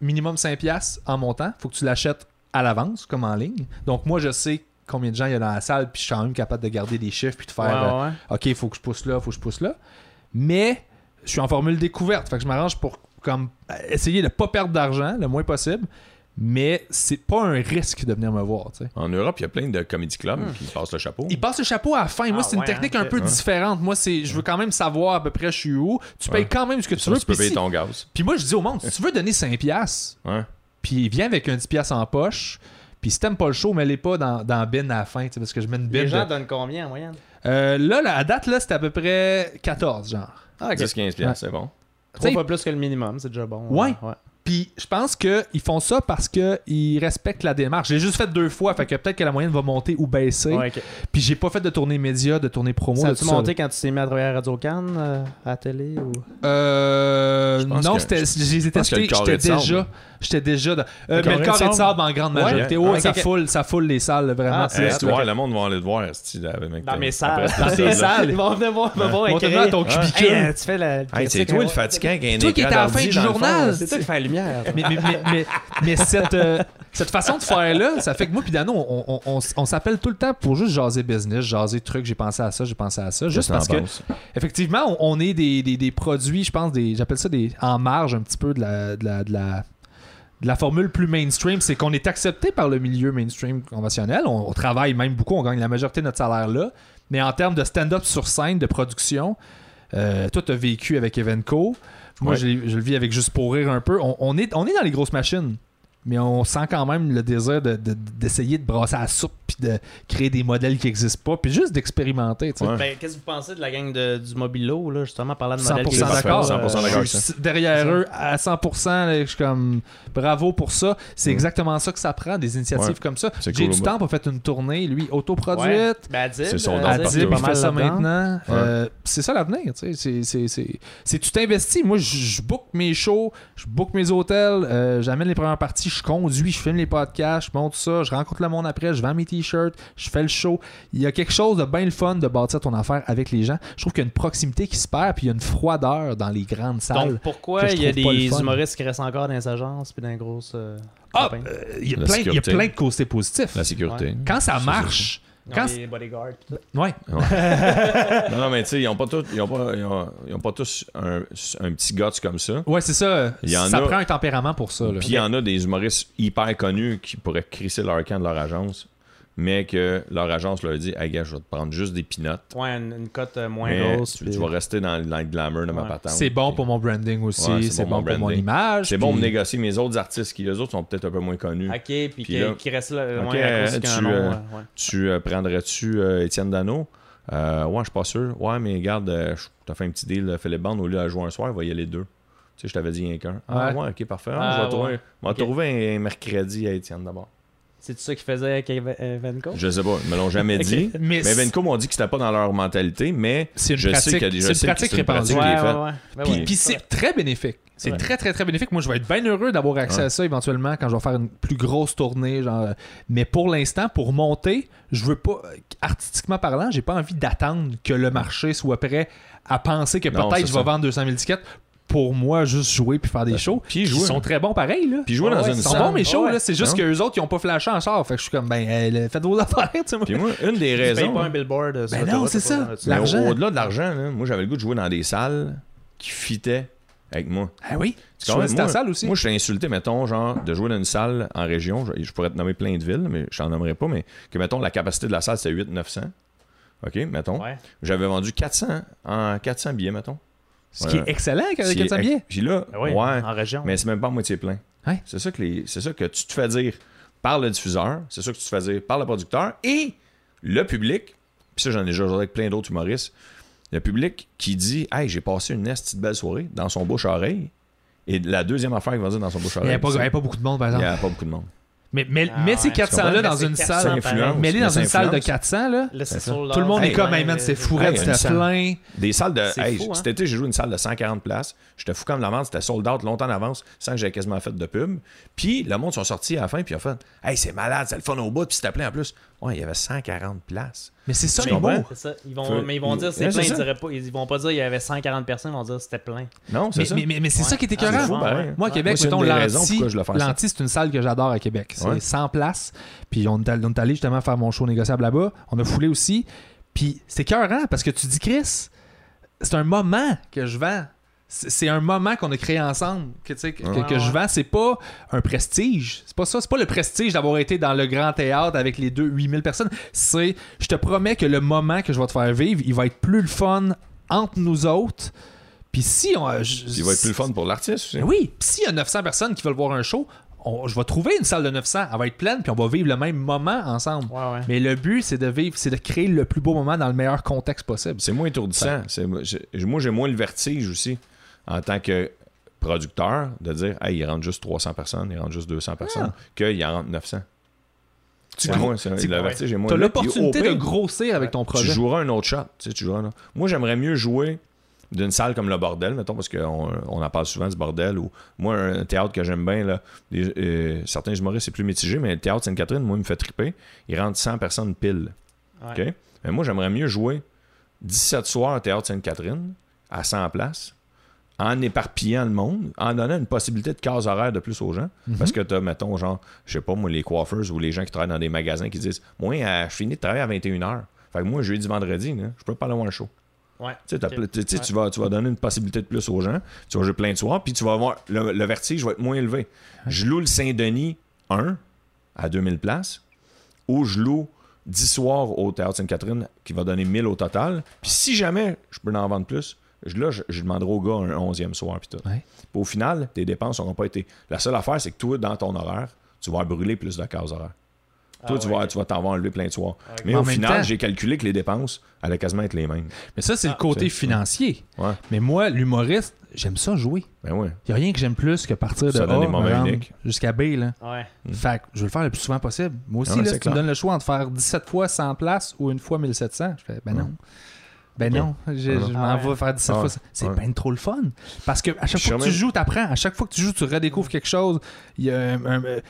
Speaker 2: Minimum 5$ piastres en montant. Faut que tu l'achètes à l'avance, comme en ligne. Donc, moi, je sais combien de gens il y a dans la salle, puis je suis quand même capable de garder des chiffres, puis de faire.
Speaker 1: Ouais,
Speaker 2: euh,
Speaker 3: hein.
Speaker 1: ouais, ouais.
Speaker 2: OK, il faut que je pousse là, faut que je pousse là. Mais je suis en formule découverte. Fait que je m'arrange pour comme essayer de ne pas perdre d'argent le moins possible. Mais c'est pas un risque de venir me voir. tu sais.
Speaker 3: En Europe, il y a plein de comedy clubs qui passent le chapeau.
Speaker 2: Hmm. Il passe le chapeau à la fin.
Speaker 1: Ah
Speaker 2: Moi, c'est une
Speaker 1: ouais,
Speaker 2: technique
Speaker 1: hein,
Speaker 2: un peu
Speaker 3: ouais.
Speaker 2: différente. Moi, c'est je veux quand même savoir à peu près je suis où. Tu payes
Speaker 3: Ouais.
Speaker 2: quand même ce que tu
Speaker 3: Ça,
Speaker 2: veux.
Speaker 3: tu peux
Speaker 2: Puis,
Speaker 3: payer
Speaker 2: si-
Speaker 3: ton gaz. hein?
Speaker 2: puis moi, je dis au monde, si tu veux donner 5$, piastres,
Speaker 3: Ouais.
Speaker 2: puis il vient avec un 10$ piastres en poche. Puis si t'aimes pas le show, mets-les pas dans, dans la bin à la fin, tu sais, parce que je mets une bin.
Speaker 1: Les gens
Speaker 2: de-
Speaker 1: donnent combien en moyenne?
Speaker 2: Euh, là, là, à date, là, c'était à peu près 14, genre.
Speaker 1: Ah, ok.
Speaker 3: 10-15 piastres, c'est bon.
Speaker 1: Trois
Speaker 2: T'sais-
Speaker 1: fois plus que le minimum, c'est déjà bon. hein.
Speaker 2: Ouais. Puis je pense qu'ils font ça parce qu'ils respectent la démarche. J'ai juste fait deux fois, fait que peut-être que la moyenne va monter ou baisser.
Speaker 1: Ouais, ok.
Speaker 2: Puis j'ai pas fait de tournée média, de tournée promo.
Speaker 1: Ça
Speaker 2: de
Speaker 1: a-tu
Speaker 2: tout ça,
Speaker 1: monté quand tu t'es mis à travailler à Radio-Can, euh, à la télé? Ou...
Speaker 2: là. Euh,
Speaker 3: Je pense
Speaker 2: non,
Speaker 3: que-
Speaker 2: c'était, j'ai
Speaker 3: pense
Speaker 2: testé,
Speaker 3: que le carré
Speaker 2: j'étais
Speaker 3: de sable.
Speaker 2: déjà, j'étais déjà dans- Euh,
Speaker 3: Le
Speaker 2: mais
Speaker 3: carré
Speaker 2: le
Speaker 3: de
Speaker 2: carré de
Speaker 3: sable? Ah,
Speaker 2: sable en grande
Speaker 1: Ouais.
Speaker 2: majorité.
Speaker 1: Ouais.
Speaker 2: Ouais,
Speaker 1: Ok,
Speaker 2: ça
Speaker 1: ok.
Speaker 2: foule, ça foule les salles, vraiment.
Speaker 1: Ah,
Speaker 2: c'est-
Speaker 1: ouais,
Speaker 3: Hey,
Speaker 1: c'est
Speaker 3: tu vois, le monde va aller te voir. esti, là, mec,
Speaker 1: Dans
Speaker 3: t'as-
Speaker 1: mes salles.
Speaker 3: après
Speaker 1: Dans
Speaker 3: cette
Speaker 1: tes
Speaker 3: salle-là.
Speaker 1: salles. Ils vont venir voir, me voir
Speaker 2: Montre-nous à
Speaker 1: écrire.
Speaker 2: ton
Speaker 3: Ouais.
Speaker 2: cubicule.
Speaker 1: Hey, euh, tu fais la.
Speaker 3: Hey, c'est toi le fatigant qui a un
Speaker 2: toi qui
Speaker 3: écran
Speaker 2: étais à la fin
Speaker 3: d'ordi
Speaker 2: du
Speaker 3: dans le fond,
Speaker 2: journal.
Speaker 3: esti.
Speaker 1: C'est toi qui fais la lumière.
Speaker 2: mais, mais, mais, mais- mais cette, euh, cette façon de faire là, ça fait que moi puis Dano, on, on- on s- on s'appelle tout le temps pour juste jaser business, jaser trucs, j'ai pensé à ça, j'ai pensé à ça, juste
Speaker 3: Qu'est-ce
Speaker 2: parce
Speaker 3: t'en
Speaker 2: que
Speaker 3: penses?
Speaker 2: effectivement, on, on est des, des- des produits, je pense, des j'appelle ça des en marge un petit peu de la, de la, de la, de la formule plus mainstream, c'est qu'on est accepté par le milieu mainstream conventionnel, on, on travaille même beaucoup, on gagne la majorité de notre salaire là, Mais en termes de stand-up sur scène, de production, euh, toi, tu as vécu avec Evenco. Moi,
Speaker 3: Ouais.
Speaker 2: je, l'ai- je le vis avec Juste pour rire un peu. On, on est, on est dans les grosses machines, mais on sent quand même le désir de- de- d'essayer de, brasser la soupe puis de créer des modèles qui n'existent pas, puis juste d'expérimenter. tu sais.
Speaker 3: Ouais.
Speaker 1: Ben, qu'est-ce que vous pensez de la gang de- du Mobilo, là, justement, parlant de modèle
Speaker 2: 100%
Speaker 1: qui existe
Speaker 2: d'accord.
Speaker 1: pas, euh,
Speaker 3: 100% d'accord avec
Speaker 2: Je
Speaker 3: ça.
Speaker 2: suis derrière eux à 100%. là, je suis comme bravo pour ça. C'est
Speaker 3: Mm.
Speaker 2: exactement ça que ça prend, des initiatives
Speaker 3: Ouais.
Speaker 2: comme ça.
Speaker 3: C'est
Speaker 2: J'ai
Speaker 3: cool,
Speaker 2: du
Speaker 3: moi.
Speaker 2: temps pour faire une tournée, lui,
Speaker 1: Ouais.
Speaker 2: autoproduite.
Speaker 1: Ben, Adib,
Speaker 3: C'est son
Speaker 1: euh,
Speaker 3: don
Speaker 2: à
Speaker 1: Adib,
Speaker 3: partout.
Speaker 1: il est
Speaker 2: Adib,
Speaker 1: pas
Speaker 2: il
Speaker 1: mal
Speaker 2: fait ça
Speaker 1: là-dedans.
Speaker 2: maintenant.
Speaker 3: Ouais.
Speaker 2: Euh, c'est ça l'avenir. tu sais. C'est- c'est- C'est c'est- tu t'investis. Moi, je je book mes shows, je book mes hôtels, euh, j'amène les premières parties, je conduis, je filme les podcasts, je monte ça, je rencontre le monde après, je vends mes t-shirts, je fais le show. Il y a quelque chose de bien le fun de bâtir ton affaire avec les gens. Je trouve qu'il y a une proximité qui se perd, puis il y a une froideur dans les grandes salles.
Speaker 1: Donc, pourquoi
Speaker 2: que je
Speaker 1: il y a
Speaker 2: trouve pas le
Speaker 1: des
Speaker 2: fun.
Speaker 1: humoristes qui restent encore dans les agences puis dans les grosses euh,
Speaker 2: Ah,
Speaker 1: campagnes?
Speaker 2: euh, il y a
Speaker 3: La
Speaker 2: plein- il y a
Speaker 3: sécurité.
Speaker 2: plein de côtés positifs.
Speaker 3: La sécurité.
Speaker 2: Quand ça
Speaker 3: C'est
Speaker 2: marche,
Speaker 1: Ils ont
Speaker 2: quand
Speaker 1: des bodyguards. pis tout.
Speaker 2: ouais,
Speaker 3: Non, non, mais tu sais, ils n'ont pas, tous- ils ont pas, ils ont- ils ont pas tous un, un petit guts comme ça.
Speaker 2: ouais c'est ça.
Speaker 3: Il y en
Speaker 2: Ça
Speaker 3: a-
Speaker 2: prend un tempérament pour ça. là.
Speaker 3: Puis il y en a des humoristes hyper connus qui pourraient crisser leur camp de leur agence, mais que leur agence leur dit Hey, gars, je vais te prendre juste des pinottes.
Speaker 1: Ouais, une, une cote euh, moins
Speaker 3: mais
Speaker 1: grosse.
Speaker 3: tu,
Speaker 1: pis-
Speaker 3: tu vas rester dans, dans le glamour de ma
Speaker 1: Ouais.
Speaker 3: patente.
Speaker 2: C'est bon
Speaker 3: Puis
Speaker 2: pour mon branding aussi,
Speaker 3: Ah Ouais,
Speaker 2: c'est,
Speaker 3: c'est
Speaker 2: bon,
Speaker 3: bon mon
Speaker 2: pour mon
Speaker 3: branding.
Speaker 2: image.
Speaker 3: C'est bon pour
Speaker 2: puis-
Speaker 3: négocier mes autres artistes qui, eux autres, sont peut-être un peu moins connus.
Speaker 1: Ok, puis
Speaker 3: Puis là-
Speaker 1: qui, qui reste là.
Speaker 3: Ok,
Speaker 1: ouais, à cause
Speaker 3: euh,
Speaker 1: qu'il y a un
Speaker 3: tu,
Speaker 1: nom,
Speaker 3: euh,
Speaker 1: ouais, ouais.
Speaker 3: Tu euh, prendrais-tu euh, Étienne Dano Euh, Ouais, je suis pas sûr. Ouais, mais regarde, euh, je- t'as fait un petit deal, euh, Philippe Bande, au lieu de jouer un soir, il va y aller deux. Tu sais, je t'avais dit rien qu'un. Ah,
Speaker 2: Ouais.
Speaker 3: ouais, ok, parfait.
Speaker 1: Ah,
Speaker 3: Ah, je vais
Speaker 1: ouais.
Speaker 3: trouver- on va
Speaker 1: Ok.
Speaker 3: trouver un mercredi à Étienne d'abord.
Speaker 1: C'est ça qu'il faisait avec Ev-
Speaker 2: Oh.
Speaker 1: Evenco?
Speaker 3: Je sais pas, ils me l'ont jamais
Speaker 1: Ok.
Speaker 3: dit.
Speaker 2: Mais
Speaker 3: Mais
Speaker 2: c'est-
Speaker 3: Venco m'ont dit que c'était pas dans leur mentalité, mais
Speaker 2: C'est une
Speaker 3: je
Speaker 2: pratique-
Speaker 3: sais qu'il y a des
Speaker 2: c'est
Speaker 3: je
Speaker 2: une
Speaker 3: sais que
Speaker 2: pratique
Speaker 3: c'est une pratique
Speaker 2: répandue.
Speaker 3: qui est faite.
Speaker 1: Ben
Speaker 2: puis,
Speaker 1: ouais.
Speaker 2: puis c'est très bénéfique. C'est
Speaker 1: Ouais.
Speaker 2: très, très, très bénéfique. Moi, je vais être bien heureux d'avoir accès
Speaker 3: Ouais.
Speaker 2: à ça éventuellement quand je vais faire une plus grosse tournée. Genre... euh, Mais pour l'instant, pour monter, je veux pas, euh, artistiquement parlant, j'ai pas envie d'attendre que le marché soit prêt à penser que
Speaker 3: Non,
Speaker 2: peut-être
Speaker 3: c'est
Speaker 2: je
Speaker 3: ça. Ben,
Speaker 2: vais vendre 200 000 tickets pour moi juste jouer puis faire des shows.
Speaker 3: Puis
Speaker 2: Ils
Speaker 3: jouer.
Speaker 2: sont très bons pareil. Là.
Speaker 3: Puis jouer dans
Speaker 1: Ouais,
Speaker 3: une
Speaker 2: Ils sont
Speaker 3: salle.
Speaker 2: bons mes shows,
Speaker 1: Ouais.
Speaker 2: là. Ah c'est juste
Speaker 3: Non.
Speaker 2: qu'eux autres ils ont pas flashé en char. Fait que je suis comme ben euh, faites vos affaires, tu sais, moi.
Speaker 3: Puis moi, une des
Speaker 1: Tu payes
Speaker 3: raisons.
Speaker 1: pas un billboard. euh, sur
Speaker 2: Ben non,
Speaker 1: l'autoroute,
Speaker 2: c'est
Speaker 1: t'as pas besoin de
Speaker 2: ça.
Speaker 3: mais au-
Speaker 2: l'argent.
Speaker 3: Au-delà de l'argent, là, moi j'avais le goût de jouer dans des salles qui fitaient avec moi.
Speaker 2: Ah oui? Tu
Speaker 3: Quand même,
Speaker 2: choisis ta
Speaker 3: moi-
Speaker 2: salle aussi?
Speaker 3: Moi, je t'ai insulté, mettons, genre, de jouer dans une salle en région. Je, je pourrais te nommer plein de villes, mais je t'en nommerai pas. Mais que, mettons, la capacité de la salle, c'est 8-900. OK, mettons.
Speaker 1: Ouais.
Speaker 3: J'avais vendu 400 en 400 billets, mettons.
Speaker 2: ce qui est
Speaker 3: Ouais.
Speaker 2: excellent avec
Speaker 3: Ce qui est-
Speaker 2: 400 billets. Ah
Speaker 3: Puis là,
Speaker 1: Ben oui,
Speaker 3: ouais,
Speaker 1: en région.
Speaker 3: mais c'est même pas à moitié plein.
Speaker 2: Ouais.
Speaker 3: C'est ça, que les- c'est ça que tu te fais dire par le diffuseur, c'est ça que tu te fais dire par le producteur et le public. Puis ça, j'en ai déjà joué avec plein d'autres humoristes. Le public qui dit Hey, j'ai passé une esti de belle soirée dans son bouche-oreille. Et la deuxième affaire qu'il va dire dans son
Speaker 2: Il n'y
Speaker 3: bouche-oreille,
Speaker 2: avait, pas- il y
Speaker 3: c'est-
Speaker 2: avait pas beaucoup de monde, par
Speaker 3: il
Speaker 2: exemple.
Speaker 3: y a pas beaucoup de monde.
Speaker 2: Mais, mais,
Speaker 1: Ah
Speaker 2: mais
Speaker 1: ouais,
Speaker 2: ces
Speaker 1: tu
Speaker 2: 400-là
Speaker 1: comprends?
Speaker 2: dans
Speaker 1: Mais
Speaker 2: une
Speaker 1: c'est
Speaker 3: Ça
Speaker 2: salle.
Speaker 1: 400. pareil.
Speaker 3: influence.
Speaker 2: Mais les
Speaker 3: mais
Speaker 2: dans
Speaker 3: ça
Speaker 2: une salle de
Speaker 3: influence.
Speaker 2: 400, là,
Speaker 1: Là, c'est
Speaker 3: C'est ça.
Speaker 1: sold
Speaker 2: tout le
Speaker 1: out.
Speaker 2: monde est
Speaker 3: Hey,
Speaker 2: comme,
Speaker 1: Ouais,
Speaker 2: hey man,
Speaker 1: mais-
Speaker 2: c'est fourette,
Speaker 3: Hey,
Speaker 2: c'était
Speaker 3: une salle.
Speaker 2: plein.
Speaker 3: Des salles de.
Speaker 1: C'est
Speaker 3: Hey,
Speaker 1: fou, hein?
Speaker 3: Cet été, j'ai joué une salle de 140 places. J'étais fou comme la menthe. C'était sold out longtemps en avance, sans que j'avais quasiment fait de pub. Puis le monde sont sortis à la fin, puis ils ont fait Hey, c'est malade, c'est le fun au bout, puis c'était plein en plus. Ouais, il y avait 140 places.
Speaker 2: Mais c'est ça
Speaker 3: Tu
Speaker 2: le
Speaker 3: comprends?
Speaker 2: mot.
Speaker 1: C'est ça. Ils vont,
Speaker 3: Faut-
Speaker 1: mais ils vont dire c'est
Speaker 3: Ouais,
Speaker 1: plein.
Speaker 3: c'est
Speaker 1: Ils,
Speaker 3: ça.
Speaker 1: diraient pas, ils vont pas dire il y avait 140 personnes. Ils vont dire c'était plein.
Speaker 3: Non, c'est
Speaker 2: Mais,
Speaker 3: ça.
Speaker 2: mais- mais- mais c'est
Speaker 1: Ouais.
Speaker 2: ça qui est
Speaker 1: Ah,
Speaker 2: écœurant.
Speaker 1: c'est fou, pareil.
Speaker 2: Moi, à
Speaker 1: Ouais.
Speaker 2: Québec,
Speaker 3: Moi, c'est
Speaker 2: mettons,
Speaker 3: une des raisons
Speaker 2: l'Anti,
Speaker 3: pourquoi je le fais, ça.
Speaker 2: l'Anti, c'est une salle que j'adore à Québec. C'est
Speaker 3: Ouais.
Speaker 2: 100 places. Puis on est allé on est allé justement faire mon show négociable là-bas. On a foulé aussi. Puis c'est écœurant parce que tu dis, Chris, c'est un moment que je vends. C'est c'est un moment qu'on a créé ensemble que, tu sais, que,
Speaker 3: Ouais.
Speaker 2: que je vends. C'est pas un prestige. C'est pas ça. C'est pas le prestige d'avoir été dans le grand théâtre avec les deux 8000 personnes. C'est, je te promets que le moment que je vais te faire vivre, il va être plus le fun entre nous autres. Puis si on. euh, je-
Speaker 3: Puis il va être plus le fun pour l'artiste aussi.
Speaker 2: ben oui, pis s'il y a 900 personnes qui veulent voir un show, on- je vais trouver une salle de 900, elle va être pleine, puis on va vivre le même moment ensemble.
Speaker 1: Ouais, ouais.
Speaker 2: Mais le but, c'est de vivre, c'est de créer le plus beau moment dans le meilleur contexte possible.
Speaker 3: C'est moins étourdissant. C'est- j'ai- moi, j'ai moins le vertige aussi en tant que producteur de dire Hey, il rentre juste 300 personnes, il rentre juste 200 personnes, qu'il en rentre 900. Tu moins, c'est-
Speaker 2: Ah. tu-
Speaker 3: le vertige est moins.
Speaker 2: T'as
Speaker 3: là. Puis au
Speaker 2: l'opportunité de
Speaker 3: pire,
Speaker 2: grossir avec ton projet.
Speaker 3: Tu joueras un autre shot. tu sais, tu joueras un autre- Moi, j'aimerais mieux jouer d'une salle comme le bordel, mettons, parce qu'on on en parle souvent, ce bordel. Ou moi, un théâtre que j'aime bien, là, les- euh, certains humoristes, c'est plus mitigé, mais le théâtre Sainte-Catherine, moi, il me fait triper. Il rentre 100 personnes pile.
Speaker 1: Ouais.
Speaker 3: OK? Mais moi, j'aimerais mieux jouer 17 soirs au théâtre Sainte-Catherine, à 100 places, en éparpillant le monde, en donnant une possibilité de case horaire de plus aux gens. Parce que t'as, mettons, genre, je sais pas, moi, les coiffeurs ou les gens qui travaillent dans des magasins qui disent Moi, euh, je finis de travailler à 21h. Fait que moi, jeudi, vendredi, là, je peux pas aller voir un show.
Speaker 1: Ouais.
Speaker 3: Tu sais, t'as
Speaker 1: Ok.
Speaker 3: ple- tu sais,
Speaker 1: Ouais.
Speaker 3: tu, vas, tu vas donner une possibilité de plus aux gens. Tu vas jouer plein de soirs, puis tu vas avoir. Le, le vertige va être moins élevé. Je loue le Saint-Denis 1 à 2000 places, ou je loue 10 soirs au Théâtre Sainte-Catherine, qui va donner 1000 au total. Puis si jamais je peux en vendre plus, je, là, je, je demanderai au gars un 11e soir. Puis tout.
Speaker 2: Ouais.
Speaker 3: Puis au final, tes dépenses n'auront pas été. La seule affaire, c'est que toi, dans ton horaire, tu vas brûler plus de cases horaires. Toi,
Speaker 1: Ah
Speaker 3: tu,
Speaker 1: ouais.
Speaker 3: vas, tu vas t'en enlever plein de soirs. Mais
Speaker 2: En
Speaker 3: au
Speaker 2: même
Speaker 3: final,
Speaker 2: temps-
Speaker 3: j'ai calculé que les dépenses allaient quasiment être les mêmes.
Speaker 2: Mais ça, c'est le
Speaker 1: Ah,
Speaker 2: côté
Speaker 3: c'est-
Speaker 2: financier.
Speaker 3: Ouais.
Speaker 2: Mais moi, l'humoriste, j'aime ça jouer.
Speaker 3: Ben ouais.
Speaker 2: Il n'y a rien que j'aime plus que partir de
Speaker 3: Ça
Speaker 2: A,
Speaker 3: donne des
Speaker 2: me
Speaker 3: moments
Speaker 2: rendre
Speaker 3: uniques. Mm.
Speaker 2: jusqu'à B. Là.
Speaker 1: Ouais.
Speaker 2: Fait que je veux le faire le plus souvent possible. Moi aussi,
Speaker 3: Ah Ouais,
Speaker 2: là,
Speaker 3: c'est
Speaker 2: si tu me
Speaker 3: clair.
Speaker 2: donnes le choix entre faire 17 fois 100 places ou une fois 1700, je fais ben non. Ben
Speaker 3: Ouais.
Speaker 2: non, je, je
Speaker 3: Ouais.
Speaker 1: Ah
Speaker 2: m'en vais faire 17
Speaker 3: Ouais.
Speaker 2: fois. 100. C'est
Speaker 3: Ouais.
Speaker 2: ben trop le fun. Parce que à chaque
Speaker 3: Je
Speaker 2: fois que tu
Speaker 3: suis
Speaker 2: joues, tu apprends. À chaque fois que tu joues, tu redécouvres quelque chose. Il y a un- un- euh,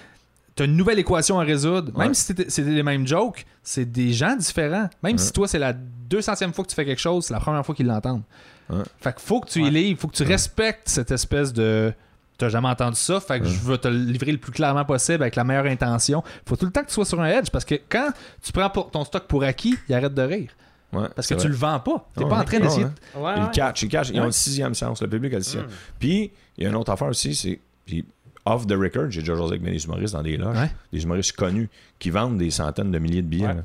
Speaker 2: t'as une nouvelle équation à résoudre. Même
Speaker 3: Ouais.
Speaker 2: si c'était c'était les mêmes jokes, c'est des gens différents. Même si toi, c'est la 200e fois que tu fais quelque chose, c'est la première fois qu'ils l'entendent.
Speaker 3: Ouais.
Speaker 2: Fait que faut que tu
Speaker 1: Ouais.
Speaker 2: y livres, faut que tu respectes cette espèce de. T'as jamais entendu ça, fait que je veux te le livrer le plus clairement possible avec la meilleure intention. Faut tout le temps que tu sois sur un edge parce que quand tu prends pour ton stock pour acquis, il arrête de rire.
Speaker 3: Ouais,
Speaker 2: Parce que
Speaker 3: c'est
Speaker 2: tu
Speaker 3: vrai.
Speaker 2: le vends pas. T'es
Speaker 3: Ouais,
Speaker 2: pas en
Speaker 3: ouais.
Speaker 2: train d'essayer.
Speaker 3: Ouais,
Speaker 2: de-
Speaker 1: Ouais, ouais.
Speaker 3: Ils catchent, ils catchent. Ils ont
Speaker 2: Ouais.
Speaker 3: le sixième sens. Le public a le sixième. Puis, il y a une autre affaire aussi, c'est. Puis, off the record, j'ai déjà joué avec des humoristes dans des loges,
Speaker 2: Ouais.
Speaker 3: des humoristes connus qui vendent des centaines de milliers de billets.
Speaker 1: Ouais.
Speaker 3: là.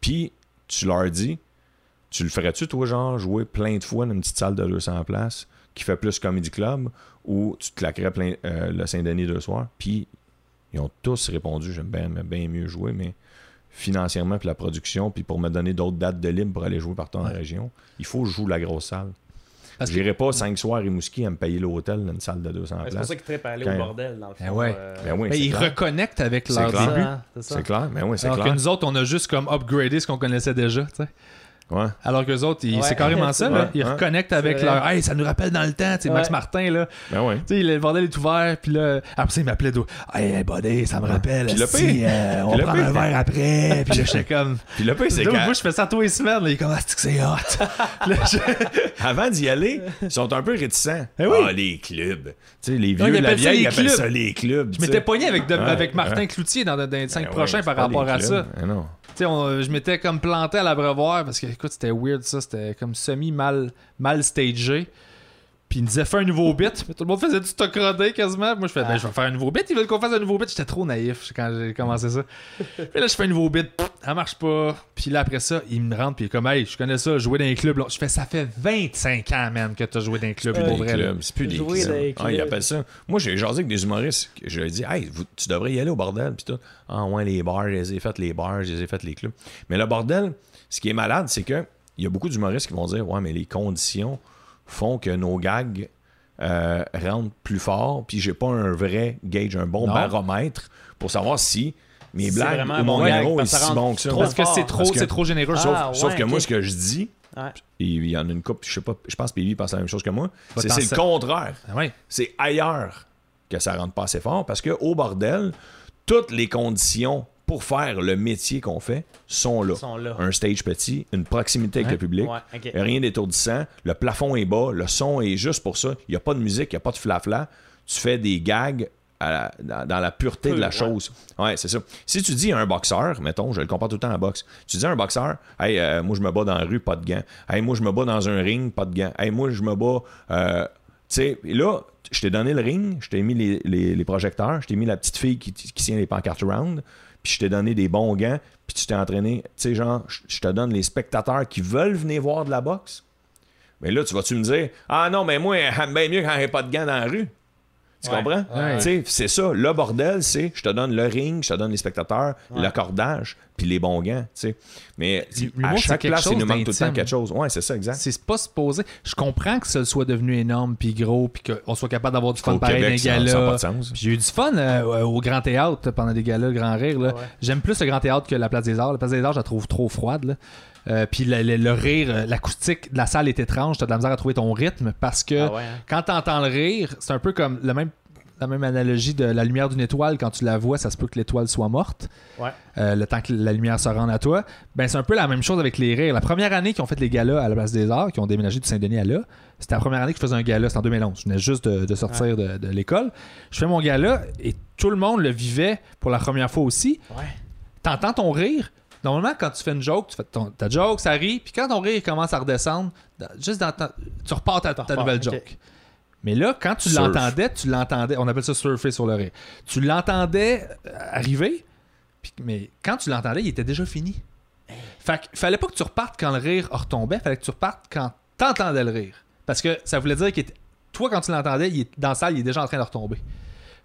Speaker 3: Puis, tu leur dis, tu le ferais-tu, toi, genre, jouer plein de fois dans une petite salle de 200 places qui fait plus Comedy Club ou tu te claquerais plein, euh, le Saint-Denis deux soirs? Puis, ils ont tous répondu, j'aime bien, j'aime bien mieux jouer, mais financièrement, puis la production, puis pour me donner d'autres dates de libre pour aller jouer partout en région, il faut que je joue la grosse salle.
Speaker 2: Parce que-
Speaker 3: J'irai pas cinq soirs et Rimouski à me payer l'hôtel dans une salle de 200
Speaker 1: Ouais, C'est pour
Speaker 3: places.
Speaker 1: ça qu'ils trippent à aller
Speaker 3: Quand-
Speaker 1: au bordel, dans le fond.
Speaker 2: Ben ouais.
Speaker 1: euh,
Speaker 3: Ben oui,
Speaker 2: Mais
Speaker 3: c'est
Speaker 2: ils
Speaker 3: clair.
Speaker 2: reconnectent avec
Speaker 3: C'est
Speaker 2: leur
Speaker 1: c'est
Speaker 3: clair.
Speaker 2: début.
Speaker 1: ça, c'est ça.
Speaker 3: C'est clair, mais oui, c'est
Speaker 2: Alors que
Speaker 3: clair.
Speaker 2: nous autres, on a juste comme upgradé ce qu'on connaissait déjà. tu sais.
Speaker 3: Ouais.
Speaker 2: Alors que les autres, ils-
Speaker 1: Ouais.
Speaker 2: c'est carrément ça.
Speaker 1: C'est
Speaker 2: là.
Speaker 3: vrai.
Speaker 2: Ils
Speaker 3: Ouais.
Speaker 2: reconnectent avec
Speaker 1: vrai.
Speaker 2: leur. Hey, ça nous rappelle dans le temps. tu sais, Max
Speaker 1: Ouais.
Speaker 2: Martin, là.
Speaker 3: Ben oui.
Speaker 2: Tu sais, le bordel est ouvert, puis là, après ça, il m'appelait d'où. Hey, hey, buddy, ça me rappelle.
Speaker 3: Puis le
Speaker 2: esti,
Speaker 3: pire-
Speaker 2: euh, on
Speaker 3: puis le
Speaker 2: prend
Speaker 3: pire-
Speaker 2: un verre après, puis là, j'étais comme.
Speaker 3: Puis le pire, c'est
Speaker 2: Là, moi,
Speaker 3: qu'avant
Speaker 2: je fais ça tous les semaines, là. Il est comme, ah, c'est que c'est hot. Là, je-
Speaker 3: d'y aller, ils sont un peu réticents.
Speaker 2: Eh oui.
Speaker 3: Ah, les clubs. Tu sais, les
Speaker 2: Non, ils
Speaker 3: vieux, la
Speaker 2: appellent ça
Speaker 3: vieille,
Speaker 2: les
Speaker 3: ils appellent
Speaker 2: clubs.
Speaker 3: ça les clubs. Eh
Speaker 2: Je m'étais pogné avec, de-
Speaker 3: Ouais,
Speaker 2: avec Martin
Speaker 3: ouais.
Speaker 2: Cloutier dans, dans les cinq prochains par rapport à ça.
Speaker 3: Eh non.
Speaker 2: Tu sais, on- euh, je m'étais comme planté à l'abreuvoir parce que, écoute, c'était weird ça. C'était comme semi-mal mal stagé. Puis il me disait, fais un nouveau bit. Puis tout le monde faisait du stock rodé quasiment. Puis Moi, je fais, ben, je vais faire un nouveau bit. Ils veulent qu'on fasse un nouveau bit. J'étais trop naïf quand j'ai commencé ça. Puis là, je fais un nouveau bit. Pff, Ça marche pas. Puis là, après ça, il me rentre. Puis il est comme, hey, je connais ça, jouer dans les clubs. là. Je fais, ça fait 25 ans, man, que t'as joué dans les clubs.
Speaker 3: Plus
Speaker 2: pour
Speaker 3: des
Speaker 2: vrai, là.
Speaker 3: clubs, c'est plus des
Speaker 1: Jouer dans les
Speaker 3: clubs. Ah, ils
Speaker 1: clubs.
Speaker 3: appellent ça. Moi, j'ai jasé avec des humoristes. Je leur ai dit, hey, vous- tu devrais y aller au bordel. Puis tout. Ah, ouais, les bars, je les ai faites, les bars, je les ai faites, les clubs. Mais le bordel, ce qui est malade, c'est que il y a beaucoup d'humoristes qui vont dire, ouais, mais les conditions font que nos gags euh, rentrent plus fort. Puis j'ai pas un vrai gauge, un bon
Speaker 2: Non.
Speaker 3: baromètre pour savoir si mes
Speaker 1: C'est
Speaker 3: blagues
Speaker 1: vraiment
Speaker 3: ou
Speaker 1: un
Speaker 3: mon
Speaker 1: bon gag,
Speaker 3: numéro est
Speaker 1: parce que ça
Speaker 3: si
Speaker 1: rentre
Speaker 3: bon que ça.
Speaker 1: trop
Speaker 2: Parce que
Speaker 1: fort.
Speaker 2: c'est trop,
Speaker 3: Parce que-
Speaker 2: c'est trop généreux.
Speaker 1: Ah,
Speaker 2: Sauf-
Speaker 1: ouais,
Speaker 3: Sauf que moi,
Speaker 1: ok.
Speaker 3: ce que je dis,
Speaker 1: Ouais.
Speaker 3: il y en a une couple, je sais pas, je pense que Pévi pense la même chose que moi,
Speaker 2: Va
Speaker 3: c'est
Speaker 2: t'en
Speaker 3: c'est le
Speaker 2: sa-
Speaker 3: contraire
Speaker 2: Ah ouais.
Speaker 3: c'est ailleurs que ça rentre pas assez fort parce que au bordel, toutes les conditions pour faire le métier qu'on fait sont là.
Speaker 1: Sont là.
Speaker 3: Un stage petit, une proximité avec
Speaker 2: Ouais.
Speaker 3: le public,
Speaker 1: Ouais, ok.
Speaker 3: rien d'étourdissant, le plafond est bas, le son est juste pour ça, il n'y a pas de musique, il n'y a pas de flafla, tu fais des gags à la- dans, dans la pureté
Speaker 1: Peu,
Speaker 3: de la
Speaker 1: ouais.
Speaker 3: chose. Ouais, c'est ça. Si tu dis à un boxeur, mettons, je le compare tout le temps à la boxe, tu dis à un boxeur, hey, euh, moi je me bats dans la rue, pas de gants. Hey, moi je me bats dans un ring, pas de gants. Hey, moi je me bats. euh, tu sais, et là, je t'ai donné le ring, je t'ai mis les, les- les projecteurs, je t'ai mis la petite fille qui, qui tient les pancartes round, puis je t'ai donné des bons gants, puis tu t'es entraîné. Tu sais, genre, je- je te donne les spectateurs qui veulent venir voir de la boxe. Mais là, tu vas-tu me dire, ah non, mais moi, j'aime bien mieux quand j'ai pas de gants dans la rue. Tu
Speaker 1: Ouais.
Speaker 3: comprends?
Speaker 2: Ouais.
Speaker 3: Tu sais, c'est ça. Le bordel, c'est je te donne le ring, je te donne les spectateurs, le cordage, puis les bons gants. tu sais. Mais
Speaker 2: L'humour,
Speaker 3: à
Speaker 2: c'est
Speaker 3: chaque
Speaker 2: quelque
Speaker 3: place, il
Speaker 2: chose
Speaker 3: nous manque tout le temps
Speaker 2: d'intime.
Speaker 3: quelque chose. Ouais, c'est ça, exact.
Speaker 2: c'est pas supposé. Je comprends que ça soit devenu énorme, puis gros, puis qu'on soit capable d'avoir du fun
Speaker 3: Au
Speaker 2: pareil
Speaker 3: Québec,
Speaker 2: dans
Speaker 3: ça
Speaker 2: les
Speaker 3: n'a pas
Speaker 2: galas.
Speaker 3: de sens.
Speaker 2: Puis J'ai eu du fun euh, au Grand Théâtre pendant des galas, Grand Rire. là.
Speaker 1: Ah ouais.
Speaker 2: J'aime plus le Grand Théâtre que la Place des Arts. La Place des Arts, je la trouve trop froide. là. Euh, puis le, le- le rire, euh, l'acoustique de la salle est étrange. T'as de la misère à trouver ton rythme parce que
Speaker 1: Ah ouais, hein.
Speaker 2: quand t'entends le rire, c'est un peu comme le même, la même analogie de la lumière d'une étoile. Quand tu la vois, ça se peut que l'étoile soit morte.
Speaker 1: Ouais.
Speaker 2: Euh, le temps que la lumière se rende à toi. Ben, c'est un peu la même chose avec les rires. La première année qu'ils ont fait les galas à la place des arts, qui ont déménagé du Saint-Denis à là, c'était la première année que je faisais un gala, c'était en 2011. Je venais juste de, de sortir de, de l'école. Je fais mon gala et tout le monde le vivait pour la première fois aussi.
Speaker 1: Ouais.
Speaker 2: T'entends ton rire. Normalement, quand tu fais une joke, tu fais ton- ta joke, ça rit. Puis quand ton rire commence à redescendre, dans- juste dans ta- tu repars ta, ta
Speaker 1: repars,
Speaker 2: nouvelle
Speaker 1: ok.
Speaker 2: joke. Mais là, quand tu
Speaker 3: Surf.
Speaker 2: l'entendais, tu l'entendais, on appelle ça surfer sur le rire. Tu l'entendais euh, arriver, puis- mais quand tu l'entendais, il était déjà fini. Fait que fallait pas que tu repartes quand le rire retombait, fallait que tu repartes quand t'entendais le rire. Parce que ça voulait dire que toi, quand tu l'entendais, il est- dans la salle, il est déjà en train de retomber.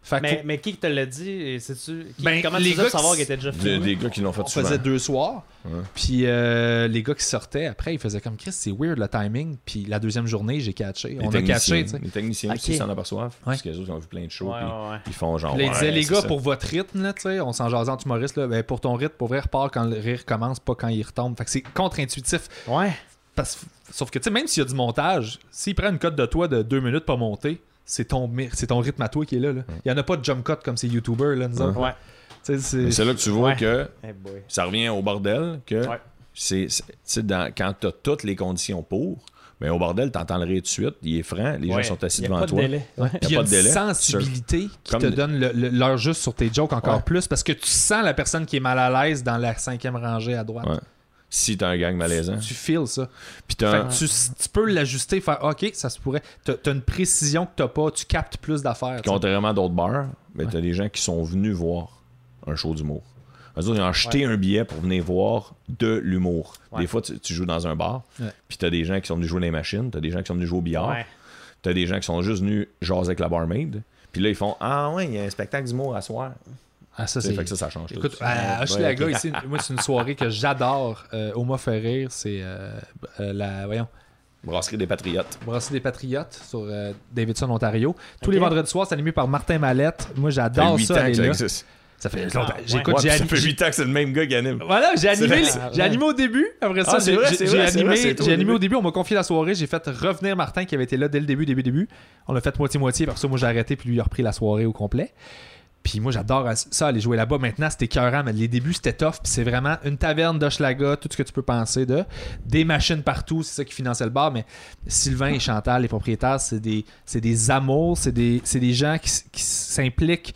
Speaker 2: Fait que
Speaker 1: Mais,
Speaker 2: faut-
Speaker 1: mais qui te l'a dit et sais-tu qui-
Speaker 2: Ben,
Speaker 1: Comment tu
Speaker 2: les gars
Speaker 1: faisais
Speaker 2: qui
Speaker 1: savoir
Speaker 2: s-
Speaker 1: qu'il était déjà
Speaker 3: Des,
Speaker 1: filmé
Speaker 3: des gars qui l'ont fait
Speaker 2: on
Speaker 3: souvent.
Speaker 2: faisait deux soirs.
Speaker 3: Ouais.
Speaker 2: Puis euh, les gars qui sortaient après, ils faisaient comme Chris, c'est weird le timing. Puis la deuxième journée, j'ai catché.
Speaker 3: Les
Speaker 2: on a
Speaker 3: techniciens,
Speaker 2: catché, tu sais.
Speaker 3: Les techniciens aussi
Speaker 1: Ok.
Speaker 3: s'en aperçoivent. Parce que les autres, ils ont vu plein de shows.
Speaker 1: Ouais,
Speaker 3: puis
Speaker 1: ouais, ouais.
Speaker 3: Ils font genre.
Speaker 2: Puis là, il
Speaker 3: ouais,
Speaker 2: disait, les
Speaker 3: c'est
Speaker 2: gars,
Speaker 3: ça.
Speaker 2: pour votre rythme, là, tu sais, on s'en jasait entre humoristes, là, ben, pour ton rythme, pour vrai, repart quand le rire commence, pas quand il retombe. Fait que c'est contre-intuitif.
Speaker 1: Ouais.
Speaker 2: Parce... Sauf que, tu sais, même s'il y a du montage, s'il prend une cote de toi de deux minutes pas monter, c'est ton, mi- c'est ton rythme à toi qui est là. là. Il y en a pas de jump cut comme ces YouTubers, là, nous autres.
Speaker 1: Ouais.
Speaker 2: Tu sais,
Speaker 3: Mais
Speaker 2: c'est-
Speaker 3: C'est là que tu vois
Speaker 1: Ouais.
Speaker 3: que
Speaker 1: Eh boy.
Speaker 3: ça revient au bordel. Que
Speaker 1: Ouais.
Speaker 3: c'est, c'est- tu sais, dans- quand tu as toutes les conditions pour, mais au bordel, tu entends le rire tout de suite. Il est franc. Les
Speaker 1: Ouais.
Speaker 3: gens sont assis
Speaker 1: Y a
Speaker 3: devant
Speaker 1: pas de
Speaker 3: toi.
Speaker 1: délai. Ouais.
Speaker 2: Puis il y a
Speaker 3: pas
Speaker 2: une
Speaker 3: de délai.
Speaker 2: sensibilité qui
Speaker 3: Comme
Speaker 2: te
Speaker 3: des-
Speaker 2: donne le- le- l'heure juste sur tes jokes encore
Speaker 3: Ouais.
Speaker 2: plus parce que tu sens la personne qui est mal à l'aise dans la cinquième rangée à droite.
Speaker 3: Ouais. Si t'as un gang malaisant.
Speaker 2: Tu feels ça.
Speaker 3: Puis t'as
Speaker 2: Fait
Speaker 3: un-
Speaker 2: que tu, tu peux l'ajuster, faire OK, ça se pourrait. T'as t'as une précision que t'as pas, tu captes plus d'affaires. tu sais.
Speaker 3: Contrairement à d'autres bars, mais t'as des gens qui sont venus voir un show d'humour. Eux autres, ils ont acheté un billet pour venir voir de l'humour.
Speaker 1: Ouais.
Speaker 3: Des fois, tu, tu joues dans un bar,
Speaker 2: Ouais.
Speaker 3: puis t'as des gens qui sont venus jouer dans les machines, t'as des gens qui sont venus jouer au billard,
Speaker 1: Ouais.
Speaker 3: t'as des gens qui sont juste venus jaser avec la barmaid. Puis là, ils font Ah ouais, il y a un spectacle d'humour à soir.
Speaker 2: Ah, ça,
Speaker 3: Ça
Speaker 2: c'est.
Speaker 3: fait que ça, ça change. tout.
Speaker 2: Écoute, ah. à
Speaker 3: Ouais,
Speaker 2: Hochelaga,
Speaker 3: ok.
Speaker 2: ici, moi, c'est une soirée que j'adore. Euh, Oma fait rire, c'est euh, euh, la. Voyons.
Speaker 3: Brasserie des Patriotes.
Speaker 2: Brasserie des Patriotes sur euh, Davidson, Ontario. Tous
Speaker 1: Ok.
Speaker 2: les vendredis soirs, c'est animé par Martin Mallette. Moi,
Speaker 3: Ça fait
Speaker 2: j'adore
Speaker 3: 8
Speaker 2: ça.
Speaker 3: ans
Speaker 2: aller
Speaker 3: que ça
Speaker 2: là.
Speaker 3: existe.
Speaker 2: Ça fait longtemps.
Speaker 1: Ah,
Speaker 2: J'écoute,
Speaker 3: Ouais,
Speaker 2: j'ai
Speaker 3: puis ça
Speaker 2: animé-
Speaker 3: fait 8 ans que c'est le même gars qui anime.
Speaker 2: Voilà, j'ai animé,
Speaker 3: vrai.
Speaker 2: j'ai animé au début. Après ça,
Speaker 3: Ah, c'est
Speaker 2: j'ai-
Speaker 3: vrai,
Speaker 2: j'ai
Speaker 3: c'est
Speaker 2: j'ai
Speaker 3: vrai, c'est
Speaker 2: animé,
Speaker 3: vrai, c'est toi
Speaker 2: j'ai
Speaker 3: au
Speaker 2: animé
Speaker 3: début.
Speaker 2: au début. On m'a confié la soirée. J'ai fait revenir Martin qui avait été là dès le début, début, début. On l'a fait moitié-moitié. Parce que moi, j'ai arrêté. Puis lui, il a repris la soirée au complet. Puis moi, j'adore ça, aller jouer là-bas. Maintenant, c'était écœurant, mais les débuts, c'était tough. Puis c'est vraiment une taverne d'Hochelaga, tout ce que tu peux penser de. Des machines partout, c'est ça qui finançait le bar. Mais Sylvain et Chantal, les propriétaires, c'est des, c'est des amours, c'est des, c'est des gens qui, s- qui s'impliquent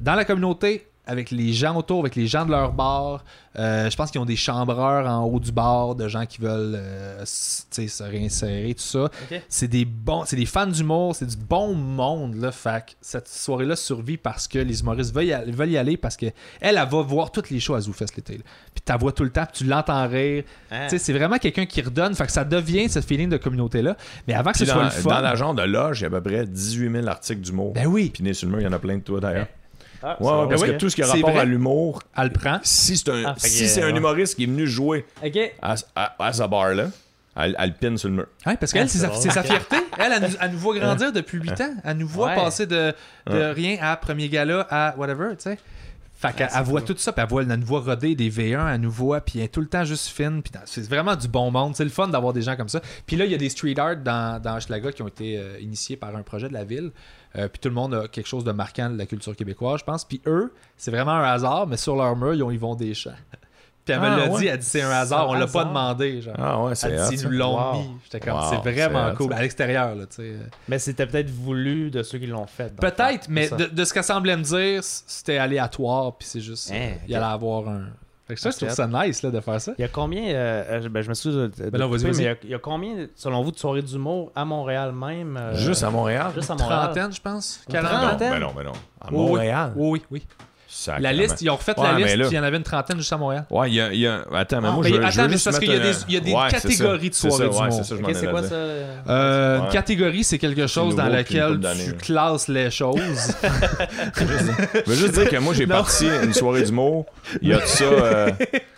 Speaker 2: dans la communauté, avec les gens autour, avec les gens de leur bar. Euh, je pense qu'ils ont des chambreurs en haut du bar, de gens qui veulent euh, s- tu sais, se réinsérer, tout ça.
Speaker 1: Ok.
Speaker 2: C'est des bons, c'est des fans d'humour, c'est du bon monde là. Fait que cette soirée-là survit parce que les humoristes veulent y aller, veulent y aller parce que elle, elle va voir toutes les choses à Zoufest l'été. là. Puis t'as vois tout le temps, puis tu l'entends rire.
Speaker 3: Hein?
Speaker 1: Ah.
Speaker 2: Tu sais, c'est vraiment quelqu'un qui redonne. Fait que ça devient ce feeling de communauté là. Mais avant que ce
Speaker 3: Puis
Speaker 2: soit
Speaker 3: dans,
Speaker 2: le fun,
Speaker 3: dans la genre de loge, il y a à peu près 18 000 articles d'humour.
Speaker 2: ben oui, Ben
Speaker 3: Puis né sur le mur, il y en a plein de toi d'ailleurs.
Speaker 1: Ah,
Speaker 3: Ouais, ouais,
Speaker 1: c'est
Speaker 3: parce
Speaker 1: bon,
Speaker 3: que tout ce qui a
Speaker 2: C'est
Speaker 3: rapport
Speaker 2: vrai.
Speaker 3: à l'humour,
Speaker 2: elle le prend.
Speaker 3: si c'est un,
Speaker 1: Ah, fait
Speaker 3: si
Speaker 1: que,
Speaker 3: c'est un
Speaker 1: ouais.
Speaker 3: humoriste qui est venu jouer
Speaker 1: Ok.
Speaker 3: à, à, à ce bar-là, elle, elle pine sur le mur.
Speaker 2: Ouais, parce
Speaker 1: Ah,
Speaker 2: qu'elle, c'est
Speaker 1: c'est
Speaker 2: sa,
Speaker 1: drôle.
Speaker 2: c'est sa fierté. Elle, elle nous, elle nous voit grandir depuis 8 ans. Elle nous voit
Speaker 1: Ouais.
Speaker 2: passer de, de rien à premier gala à whatever, tu sais. Fait qu'elle
Speaker 1: Ah, c'est
Speaker 2: elle voit
Speaker 1: cool.
Speaker 2: tout ça, puis elle, voit, elle nous voit roder des V1, elle nous voit, puis elle est tout le temps juste fine. Puis dans- c'est vraiment du bon monde. C'est le fun d'avoir des gens comme ça. Puis là, il y a des street art dans, dans Hochelaga qui ont été euh, initiés par un projet de la ville. Euh, puis tout le monde a quelque chose de marquant de la culture québécoise, je pense. Puis eux, c'est vraiment un hasard, mais sur leur mur, ils, ont- ils vont des champs. Puis elle me
Speaker 3: Ah,
Speaker 2: l'a
Speaker 3: ouais.
Speaker 2: dit, elle dit c'est un hasard, on l'a pas
Speaker 1: hasard.
Speaker 2: demandé. Genre.
Speaker 3: Ah ouais,
Speaker 2: Elle dit,
Speaker 3: hot,
Speaker 2: ils
Speaker 3: ça.
Speaker 2: nous l'ont
Speaker 1: Wow.
Speaker 2: mis. J'étais comme,
Speaker 3: Wow,
Speaker 2: c'est vraiment
Speaker 3: c'est hot,
Speaker 2: cool.
Speaker 3: ça.
Speaker 2: À l'extérieur, là, tu sais.
Speaker 1: Mais c'était peut-être voulu de ceux qui l'ont fait. dans le
Speaker 2: Peut-être,
Speaker 1: fond.
Speaker 2: mais
Speaker 1: C'est ça.
Speaker 2: de, de ce qu'elle semblait me dire, c- c'était aléatoire, puis c'est juste. euh,
Speaker 1: Hein,
Speaker 2: il allait avoir un. Fait que ça, je trouve ça nice, là, de faire ça.
Speaker 1: Il y a combien, euh, euh, ben, je me suis de, de
Speaker 2: Ben non,
Speaker 1: couper,
Speaker 2: vas-y,
Speaker 1: mais
Speaker 2: vas-y.
Speaker 1: il y a- il y, a combien, selon vous, de soirées d'humour à Montréal même euh,
Speaker 3: Juste à Montréal.
Speaker 1: juste à Montréal
Speaker 2: Trentaine, je pense.
Speaker 1: Une
Speaker 3: Non,
Speaker 2: Quarantaine.
Speaker 1: trentaine.
Speaker 3: mais Ben non, mais non. À
Speaker 2: Oui,
Speaker 3: Montréal.
Speaker 2: Oui, oui, oui. La liste, ils ont refait
Speaker 3: Ah, Ouais,
Speaker 2: la
Speaker 3: mais
Speaker 2: liste,
Speaker 3: là-
Speaker 2: puis il y en avait une trentaine juste à Montréal.
Speaker 3: Ouais, il y a, il y a- Attends, mais moi,
Speaker 2: Ah, mais
Speaker 3: je veux- je
Speaker 2: attends,
Speaker 3: veux
Speaker 2: mais
Speaker 3: juste
Speaker 2: parce
Speaker 3: mettre
Speaker 2: qu'il y a
Speaker 3: un-
Speaker 2: des- il y a des
Speaker 3: Ouais, c'est ça.
Speaker 2: catégories de
Speaker 3: C'est ça,
Speaker 2: soirées
Speaker 3: Ouais,
Speaker 2: d'humour.
Speaker 3: c'est ça, je m'en
Speaker 1: Ok, c'est
Speaker 3: allais
Speaker 1: quoi
Speaker 3: dire.
Speaker 1: ça euh?
Speaker 2: Euh,
Speaker 3: Ouais.
Speaker 2: Une catégorie, c'est quelque chose dans
Speaker 3: nouveau
Speaker 2: laquelle
Speaker 3: depuis une couple
Speaker 2: tu
Speaker 3: d'années.
Speaker 2: classes les choses.
Speaker 3: Je veux juste dire que moi, j'ai
Speaker 2: Non.
Speaker 3: parti une soirée d'humour, il y a de ça euh,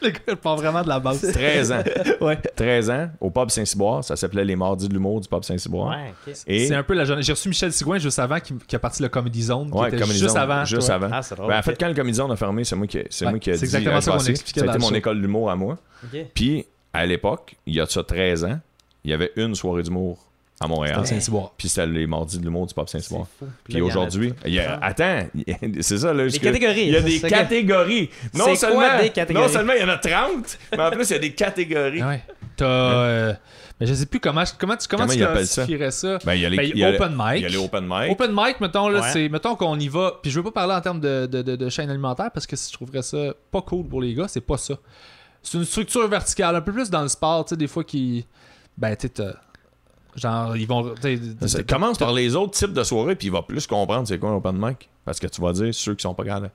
Speaker 2: Le gars, il part vraiment de la base.
Speaker 3: 13 ans.
Speaker 2: Ouais.
Speaker 3: 13 ans, au Pub Saint-Cyboire. Ça s'appelait les Mardis de l'humour du Pub Saint-Cyboire.
Speaker 1: Ouais, ok.
Speaker 3: Et
Speaker 2: C'est un peu la journée. J'ai reçu Michel Sigouin juste avant, qui, qui a parti le Comedy Zone, qui
Speaker 3: Ouais,
Speaker 2: était
Speaker 3: Comedy
Speaker 2: juste
Speaker 3: Zone,
Speaker 2: avant.
Speaker 3: Juste
Speaker 2: toi.
Speaker 3: avant.
Speaker 1: Ah, c'est drôle.
Speaker 3: Ben, en fait, quand le Comedy Zone a fermé, c'est moi qui, c'est
Speaker 2: Ouais,
Speaker 3: moi qui ai
Speaker 2: c'est
Speaker 3: dit.
Speaker 2: exactement
Speaker 3: hey,
Speaker 2: ça qu'on
Speaker 3: passez.
Speaker 2: expliquait
Speaker 3: Ça a
Speaker 2: dans
Speaker 3: été
Speaker 2: le
Speaker 3: mon
Speaker 2: show.
Speaker 3: école d'humour à moi.
Speaker 1: Ok.
Speaker 3: Puis, à l'époque, il y a de ça 13 ans, il y avait une soirée d'humour à Montréal.
Speaker 2: Dans Saint-Cyboire.
Speaker 3: Puis c'était les mardis de l'humour du Pop
Speaker 1: C'est
Speaker 3: Saint-Cyboire.
Speaker 1: fou.
Speaker 3: Puis
Speaker 1: là, il y en a
Speaker 3: aujourd'hui, il y a- attends, c'est ça là. ce que-
Speaker 1: catégories,
Speaker 3: Il y a
Speaker 1: c'est
Speaker 3: des
Speaker 1: ça que-
Speaker 3: catégories. Non
Speaker 1: C'est
Speaker 3: seulement,
Speaker 1: quoi des catégories?
Speaker 3: non seulement il y en a 30, mais en plus il y a des catégories.
Speaker 2: Ah Ouais. T'as. euh, mais je sais plus comment, comment tu comment,
Speaker 3: Comment
Speaker 2: tu
Speaker 3: ils appellent
Speaker 2: classifierais ça.
Speaker 3: Ben, il y a les
Speaker 2: Ben,
Speaker 3: il y a-
Speaker 2: open mic.
Speaker 3: Il y a les open mic.
Speaker 2: Open mic, mettons, là,
Speaker 1: Ouais.
Speaker 2: c'est. Mettons qu'on y va. Puis je veux pas parler en termes de, de, de- de chaîne alimentaire parce que je trouverais ça pas cool pour les gars, c'est pas ça. C'est une structure verticale, un peu plus dans le sport, tu sais, des fois qui. Ben, tu sais, t'as- Genre, ils vont. tu sais,
Speaker 3: Ça commence par les autres types de soirées, puis il va plus comprendre c'est quoi un open mic. Parce que tu vas dire ceux qui sont pas capables.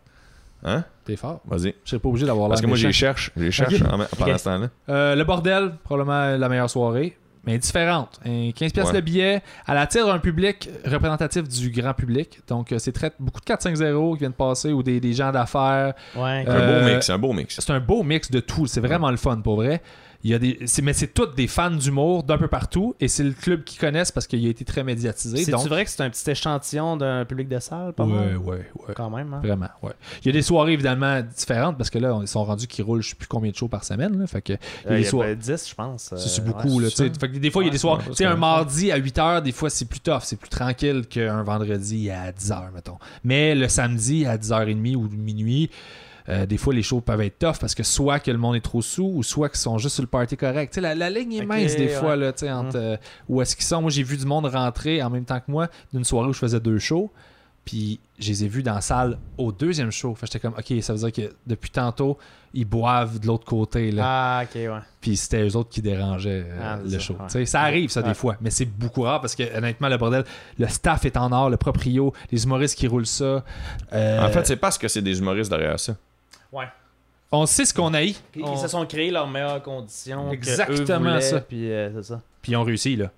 Speaker 3: Hein?
Speaker 2: T'es fort.
Speaker 3: Vas-y.
Speaker 2: Je serais pas obligé d'avoir
Speaker 3: Parce que
Speaker 2: l'air
Speaker 3: moi, je les
Speaker 2: méchant.
Speaker 3: cherche. Je les cherche en- pendant
Speaker 1: Ok.
Speaker 3: ce temps-là.
Speaker 2: Euh, le bordel, probablement la meilleure soirée, mais différente. Et 15 pièces
Speaker 3: Ouais.
Speaker 2: le billet. Elle attire un public représentatif du grand public. Donc, euh, c'est très, beaucoup de 4-5-0 qui viennent passer ou des, des gens d'affaires.
Speaker 1: Ouais.
Speaker 3: C'est un
Speaker 2: Euh,
Speaker 3: beau mix. C'est un beau mix.
Speaker 2: C'est un beau mix de tout. C'est vraiment le fun, pour vrai. Il y a des, c'est- mais c'est toutes des fans d'humour d'un peu partout. Et c'est le club qu'ils connaissent parce qu'il a été très médiatisé.
Speaker 1: C'est-tu
Speaker 2: Donc,
Speaker 1: vrai que c'est un petit échantillon d'un public de salle, pas
Speaker 2: ouais,
Speaker 1: mal?
Speaker 2: ouais, ouais.
Speaker 1: Quand même, hein?
Speaker 2: Vraiment, ouais. Il y a des soirées évidemment différentes parce que là, on- ils sont rendus qu'ils roulent je sais plus combien de shows par semaine. Là, fait que il y a
Speaker 1: Euh,
Speaker 2: des
Speaker 1: Il y a
Speaker 2: soirs-
Speaker 1: pas 10, je pense.
Speaker 2: C'est c'est
Speaker 1: euh,
Speaker 2: beaucoup,
Speaker 1: ouais,
Speaker 2: là.
Speaker 1: c'est
Speaker 2: tu sais.
Speaker 1: ça.
Speaker 2: Fait que des fois, il y a
Speaker 1: Ouais,
Speaker 2: des soirs.
Speaker 3: ouais,
Speaker 2: Tu
Speaker 3: c'est
Speaker 2: sais, un
Speaker 3: vrai.
Speaker 2: mardi à 8h, des fois, c'est plus tough, c'est plus tranquille qu'un vendredi à 10h, mettons. Mais le samedi à 10h30 ou minuit, euh, des fois, les shows peuvent être tough parce que soit que le monde est trop sous ou soit qu'ils sont juste sur le party correct. Tu sais, la, la ligne est
Speaker 1: Ok,
Speaker 2: mince des
Speaker 1: ouais. Hum.
Speaker 2: fois, là, tu sais, entre euh, où est-ce qu'ils sont. Moi, j'ai vu du monde rentrer en même temps que moi d'une soirée où je faisais deux shows. Puis je les ai vus dans la salle au deuxième show. Fait que j'étais comme, OK, ça veut dire que depuis tantôt, ils boivent de l'autre côté. Là
Speaker 1: Ah, ok, ouais.
Speaker 2: puis c'était eux autres qui dérangeaient euh,
Speaker 1: Ah, c'est
Speaker 2: le
Speaker 1: ça,
Speaker 2: show.
Speaker 1: ouais.
Speaker 2: Tu sais, Ça arrive, ça,
Speaker 1: Ouais.
Speaker 2: des fois, mais c'est beaucoup rare parce que, honnêtement, le bordel, le staff est en or, le proprio, les humoristes qui roulent ça. euh,
Speaker 3: En fait, c'est parce que c'est des humoristes derrière ça.
Speaker 1: Ouais.
Speaker 2: on sait ce qu'on haït,
Speaker 1: Ils
Speaker 2: on-
Speaker 1: se sont créés leurs meilleures conditions. que eux
Speaker 2: Exactement
Speaker 1: voulaient,
Speaker 2: ça.
Speaker 1: Puis euh, c'est ça.
Speaker 2: puis on réussit, là.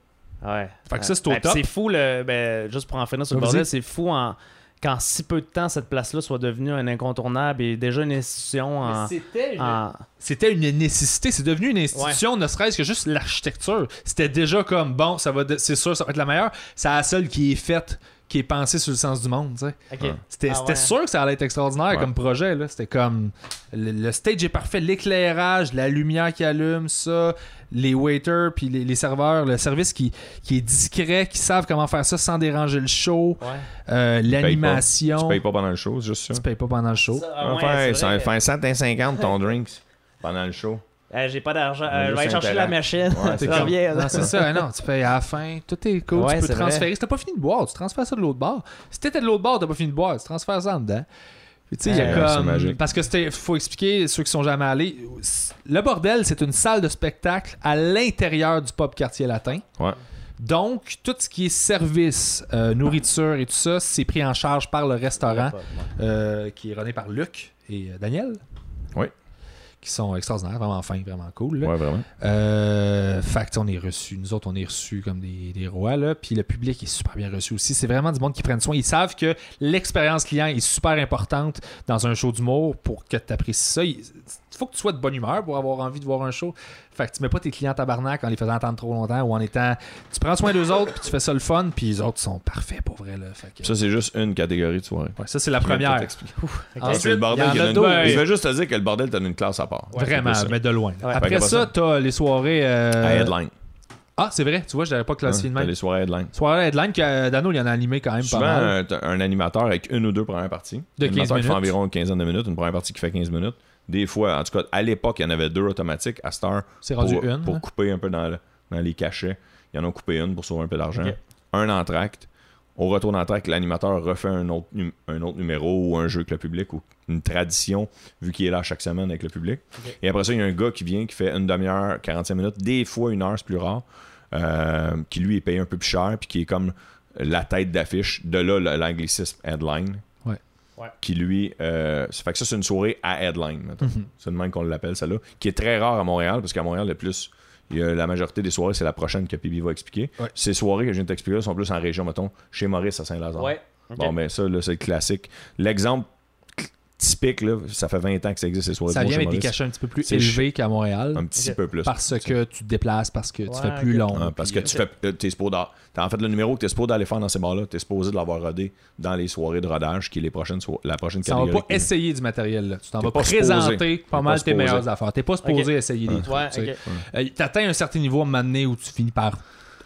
Speaker 1: Ouais.
Speaker 2: Fait que
Speaker 1: Ouais.
Speaker 2: ça, c'est au
Speaker 1: Ben, puis
Speaker 2: top.
Speaker 1: C'est fou, le, ben, juste pour en finir sur le
Speaker 2: Vas-y.
Speaker 1: bordel, c'est fou en, qu'en si peu de temps, cette place-là soit devenue un incontournable et déjà une institution en.
Speaker 2: C'était une...
Speaker 1: en-
Speaker 2: c'était une nécessité, c'est devenu une institution, ne serait-ce que juste l'architecture. C'était déjà comme, bon, ça va, de- c'est sûr, ça va être la meilleure, c'est la seule qui est faite, qui est pensée sur le sens du monde, tu sais.
Speaker 1: Ok.
Speaker 3: Ouais.
Speaker 2: C'était
Speaker 1: Ah
Speaker 2: c'était
Speaker 1: ouais.
Speaker 2: sûr que ça allait être extraordinaire
Speaker 3: Ouais.
Speaker 2: comme projet. là. C'était comme le, le stage est parfait, l'éclairage, la lumière qui allume, ça, les waiters, puis les, les serveurs, le service qui, qui est discret, qui savent comment faire ça sans déranger le show,
Speaker 1: Ouais.
Speaker 2: euh,
Speaker 3: pas. Tu
Speaker 2: l'animation.
Speaker 3: payes pas pendant le show, c'est juste ça.
Speaker 2: Tu payes pas pendant le show.
Speaker 1: Ça, ah, ouais,
Speaker 3: Enfin,
Speaker 1: c'est vrai.
Speaker 3: ça fait 150 ton drinks pendant le show.
Speaker 1: Euh, J'ai pas d'argent.
Speaker 3: On a
Speaker 1: Euh, je vais
Speaker 3: juste
Speaker 1: aller
Speaker 3: un
Speaker 1: chercher
Speaker 3: talent.
Speaker 1: la machine.
Speaker 3: Ouais, c'est
Speaker 1: ça
Speaker 3: comme-
Speaker 1: revient, là.
Speaker 2: Non, c'est ça, non, tu payes à la fin, tout est cool,
Speaker 1: Ouais,
Speaker 2: tu peux
Speaker 1: c'est
Speaker 2: transférer. Si t'as pas fini de boire, tu transfères ça de l'autre bord. Si t'étais de l'autre bord, t'as pas fini de boire, tu transfères ça en dedans. Puis tu sais, il y a
Speaker 3: Ouais, c'est
Speaker 2: comme.
Speaker 3: magique.
Speaker 2: Parce que c'était. Faut expliquer, ceux qui sont jamais allés. Le bordel, c'est une salle de spectacle à l'intérieur du pop quartier latin.
Speaker 3: Ouais.
Speaker 2: Donc, tout ce qui est service, euh, nourriture et tout ça, c'est pris en charge par le restaurant euh, qui est rené par Luc et euh, Daniel.
Speaker 3: Oui.
Speaker 2: Qui sont extraordinaires, vraiment fins, vraiment cool. là.
Speaker 3: Ouais, vraiment.
Speaker 2: Euh, fait que, tu sais, on est reçus. Nous autres, on est reçus comme des, des rois. Là. Puis le public est super bien reçu aussi. C'est vraiment du monde qui prennent soin. Ils savent que l'expérience client est super importante dans un show d'humour pour que tu apprécies ça. Il faut que tu sois de bonne humeur pour avoir envie de voir un show. Fait que tu mets pas tes clients en tabarnak en les faisant attendre trop longtemps ou en étant. Tu prends soin d'eux autres, puis tu fais ça le fun, puis les autres sont parfaits pour vrai. Là. Fait que-
Speaker 3: Ça, c'est juste une catégorie de soirée.
Speaker 2: Ouais, ça, c'est la
Speaker 3: Je viens de
Speaker 2: première.
Speaker 3: tout expliquer.
Speaker 1: Ensuite,
Speaker 3: Parce que le bordel,
Speaker 2: il y en
Speaker 3: il y en
Speaker 2: a
Speaker 3: a une-
Speaker 2: d'autres.
Speaker 3: Je vais juste te dire que le bordel, t'as une classe à part.
Speaker 2: Vraiment,
Speaker 3: c'est ça.
Speaker 2: mais de loin.
Speaker 1: Ouais.
Speaker 3: Fait
Speaker 2: Après
Speaker 3: qu'après
Speaker 2: ça,
Speaker 3: ça-
Speaker 2: t'as les soirées. euh,
Speaker 3: À Headline.
Speaker 2: Ah, c'est vrai, tu vois, je l'avais pas classifié
Speaker 3: Hein,
Speaker 2: de
Speaker 3: t'as
Speaker 2: même.
Speaker 3: les soirées Headline.
Speaker 2: Soirée headline que euh, Dano, il y en a animé quand même
Speaker 3: Souvent, euh,
Speaker 2: pas mal.
Speaker 3: un, t'as un animateur avec une ou deux premières parties.
Speaker 2: De
Speaker 3: Un
Speaker 2: 15
Speaker 3: animateur qui fait
Speaker 2: minutes.
Speaker 3: environ une quinzaine de minutes, une première partie qui fait 15 minutes. Des fois, en tout cas, à l'époque, il y en avait deux automatiques. À cette heure,
Speaker 2: C'est
Speaker 3: pour,
Speaker 2: rendu une.
Speaker 3: pour
Speaker 2: hein.
Speaker 3: couper un peu dans, le- dans les cachets, ils en ont coupé une pour sauver un peu d'argent.
Speaker 1: Ok.
Speaker 3: Un entracte. Au retour d'entracte, l'animateur refait un autre, num- un autre numéro ou un jeu avec le public ou une tradition, vu qu'il est là chaque semaine avec le public.
Speaker 1: Ok.
Speaker 3: Et après ça, il y a un gars qui vient, qui fait une demi-heure, 45 minutes, des fois une heure, c'est plus rare, euh, qui lui est payé un peu plus cher, puis qui est comme la tête d'affiche. De là, le- l'anglicisme headline.
Speaker 2: Ouais.
Speaker 1: Ouais.
Speaker 3: Qui lui. euh, ça fait que ça, c'est une soirée à headline, mettons.
Speaker 2: Mhm.
Speaker 3: C'est le même qu'on l'appelle, celle-là. Qui est très rare à Montréal, parce qu'à Montréal, le plus. il y a la majorité des soirées, c'est la prochaine que Pibi va expliquer.
Speaker 2: Ouais.
Speaker 3: Ces soirées que je viens de t'expliquer là, sont plus en région, mettons, chez Maurice à Saint-Lazare.
Speaker 1: Ouais. ok.
Speaker 3: Bon, mais ça, là, c'est le classique. L'exemple cl- typique, là, ça fait 20 ans que ça existe, ces soirées
Speaker 2: Ça
Speaker 3: de
Speaker 2: vient
Speaker 3: chez
Speaker 2: avec des
Speaker 3: Maurice.
Speaker 2: cachets un petit peu plus
Speaker 3: C'est
Speaker 2: élevés qu'à Montréal
Speaker 3: Un petit
Speaker 1: Ok.
Speaker 3: peu plus.
Speaker 2: parce que tu te déplaces, parce que tu
Speaker 1: Ouais,
Speaker 2: fais plus
Speaker 1: ok.
Speaker 2: long.
Speaker 3: Hein, parce que
Speaker 2: puis,
Speaker 3: tu
Speaker 1: euh,
Speaker 3: fais. euh, T'es supposé d'a- t'as- En fait, le numéro que t'es supposé d'aller faire dans ces bars-là, t'es supposé de l'avoir rodé dans les soirées de rodage, qui est les prochaines so- la prochaine
Speaker 2: euh, ça va
Speaker 3: catégorie.
Speaker 2: pas essayer du matériel. là. Tu t'en
Speaker 3: T'es
Speaker 2: vas
Speaker 3: pas supposé.
Speaker 2: présenter
Speaker 3: T'es
Speaker 2: pas
Speaker 3: pas
Speaker 2: mal tes
Speaker 3: supposé.
Speaker 2: meilleures affaires. T'es pas supposé essayer des trucs.
Speaker 1: Ouais,
Speaker 2: tu sais.
Speaker 1: ok.
Speaker 2: Euh, T'atteins un certain niveau à un moment donné où tu finis par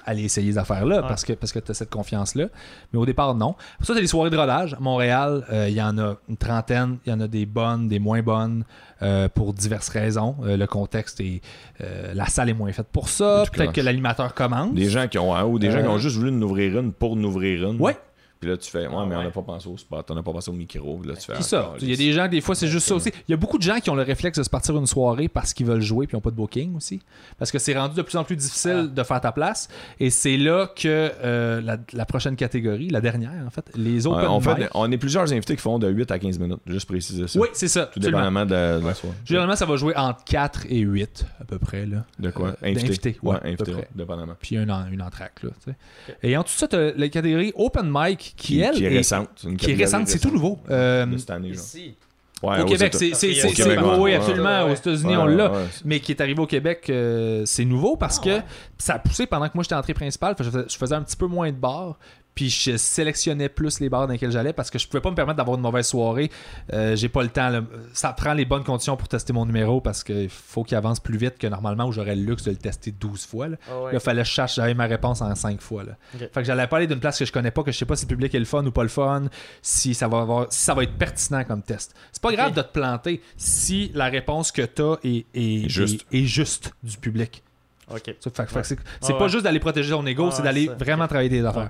Speaker 2: aller essayer des affaires-là parce que, parce que tu as cette confiance-là. Mais au départ, non. Pour ça, tu as les soirées de rodage. À Montréal, euh, il y en a une trentaine. Il y en a des bonnes, des moins bonnes euh, pour diverses raisons. Euh, le contexte et euh, la salle est moins faite pour ça.
Speaker 3: Tout
Speaker 2: Peut-être que
Speaker 3: croche.
Speaker 2: l'animateur commence.
Speaker 3: Des gens qui ont en haut, des gens qui
Speaker 2: Euh.
Speaker 3: ont juste voulu nous ouvrir une pour nous ouvrir une.
Speaker 2: Ouais.
Speaker 3: Puis là, tu fais, ouais,
Speaker 1: Ah
Speaker 3: mais on
Speaker 1: ouais.
Speaker 3: n'a pas pensé au spot, on n'a pas pensé au micro. Puis là, tu fais,
Speaker 2: C'est ça.
Speaker 3: ah,
Speaker 2: Il y a des gens, des fois, c'est juste ça aussi. Il y a beaucoup de gens qui ont le réflexe de se partir une soirée parce qu'ils veulent jouer puis ils n'ont pas de booking aussi. Parce que c'est rendu de plus en plus difficile
Speaker 3: Ah.
Speaker 2: de faire ta place. Et c'est là que euh, la, la prochaine catégorie, la dernière en fait, les open
Speaker 3: Ouais, on, fait,
Speaker 2: mic-
Speaker 3: on est plusieurs invités qui font de 8 à 15 minutes, juste préciser ça.
Speaker 2: Oui, c'est ça.
Speaker 3: Tout
Speaker 2: absolument.
Speaker 3: dépendamment de, de la soirée.
Speaker 2: Généralement, ça va jouer entre 4 et 8 à peu près. Là.
Speaker 3: De quoi
Speaker 2: Euh, d'invités, ouais,
Speaker 3: Ouais,
Speaker 2: à peu
Speaker 3: invité,
Speaker 2: près.
Speaker 3: ouais, dépendamment.
Speaker 2: Puis une, en- une entraque. Là, tu sais. Et en tout ça, t'as la catégorie open mic qui, elle,
Speaker 3: qui est récente. une
Speaker 2: qui est récente, c'est tout
Speaker 3: catégorie
Speaker 2: nouveau. Euh,
Speaker 3: récente De cette année, genre.
Speaker 1: Ici.
Speaker 3: Ouais,
Speaker 2: au
Speaker 3: aux
Speaker 2: Québec,
Speaker 3: États-
Speaker 2: c'est. c'est- c'est-
Speaker 1: Au
Speaker 2: c'est-
Speaker 3: Québec, ouais.
Speaker 2: Oui,
Speaker 3: Ouais,
Speaker 2: absolument.
Speaker 1: ouais.
Speaker 2: Aux États-Unis,
Speaker 3: Ouais,
Speaker 2: on l'a.
Speaker 3: ouais,
Speaker 2: mais qui est arrivé au Québec, euh, c'est nouveau parce que ça a poussé pendant que moi j'étais entrée principale. fait que Je faisais, je faisais un petit peu moins de bars, puis je sélectionnais plus les bars dans lesquels j'allais parce que je pouvais pas me permettre d'avoir une mauvaise soirée. Euh, J'ai pas le temps. là. Ça prend les bonnes conditions pour tester mon numéro parce qu'il faut qu'il avance plus vite que normalement où j'aurais le luxe de le tester 12 fois. Là,
Speaker 1: Ah ouais.
Speaker 2: il fallait que je cherche, j'avais ma réponse en 5 fois. Là.
Speaker 1: Ok.
Speaker 2: Fait que j'allais pas aller d'une place que je connais pas, que je sais pas si le public est le fun ou pas le fun, si ça va avoir, si ça va être pertinent comme test. C'est pas grave de te planter si la réponse que t'as est, est,
Speaker 3: Est juste.
Speaker 2: est- est juste du public.
Speaker 1: Ok.
Speaker 2: Tu sais, Fait, que- fait que c'est c'est
Speaker 1: Ah
Speaker 2: pas
Speaker 1: ouais.
Speaker 2: juste d'aller protéger ton ego,
Speaker 1: Ah
Speaker 2: c'est
Speaker 1: ouais,
Speaker 2: d'aller
Speaker 1: ça.
Speaker 2: vraiment travailler tes affaires.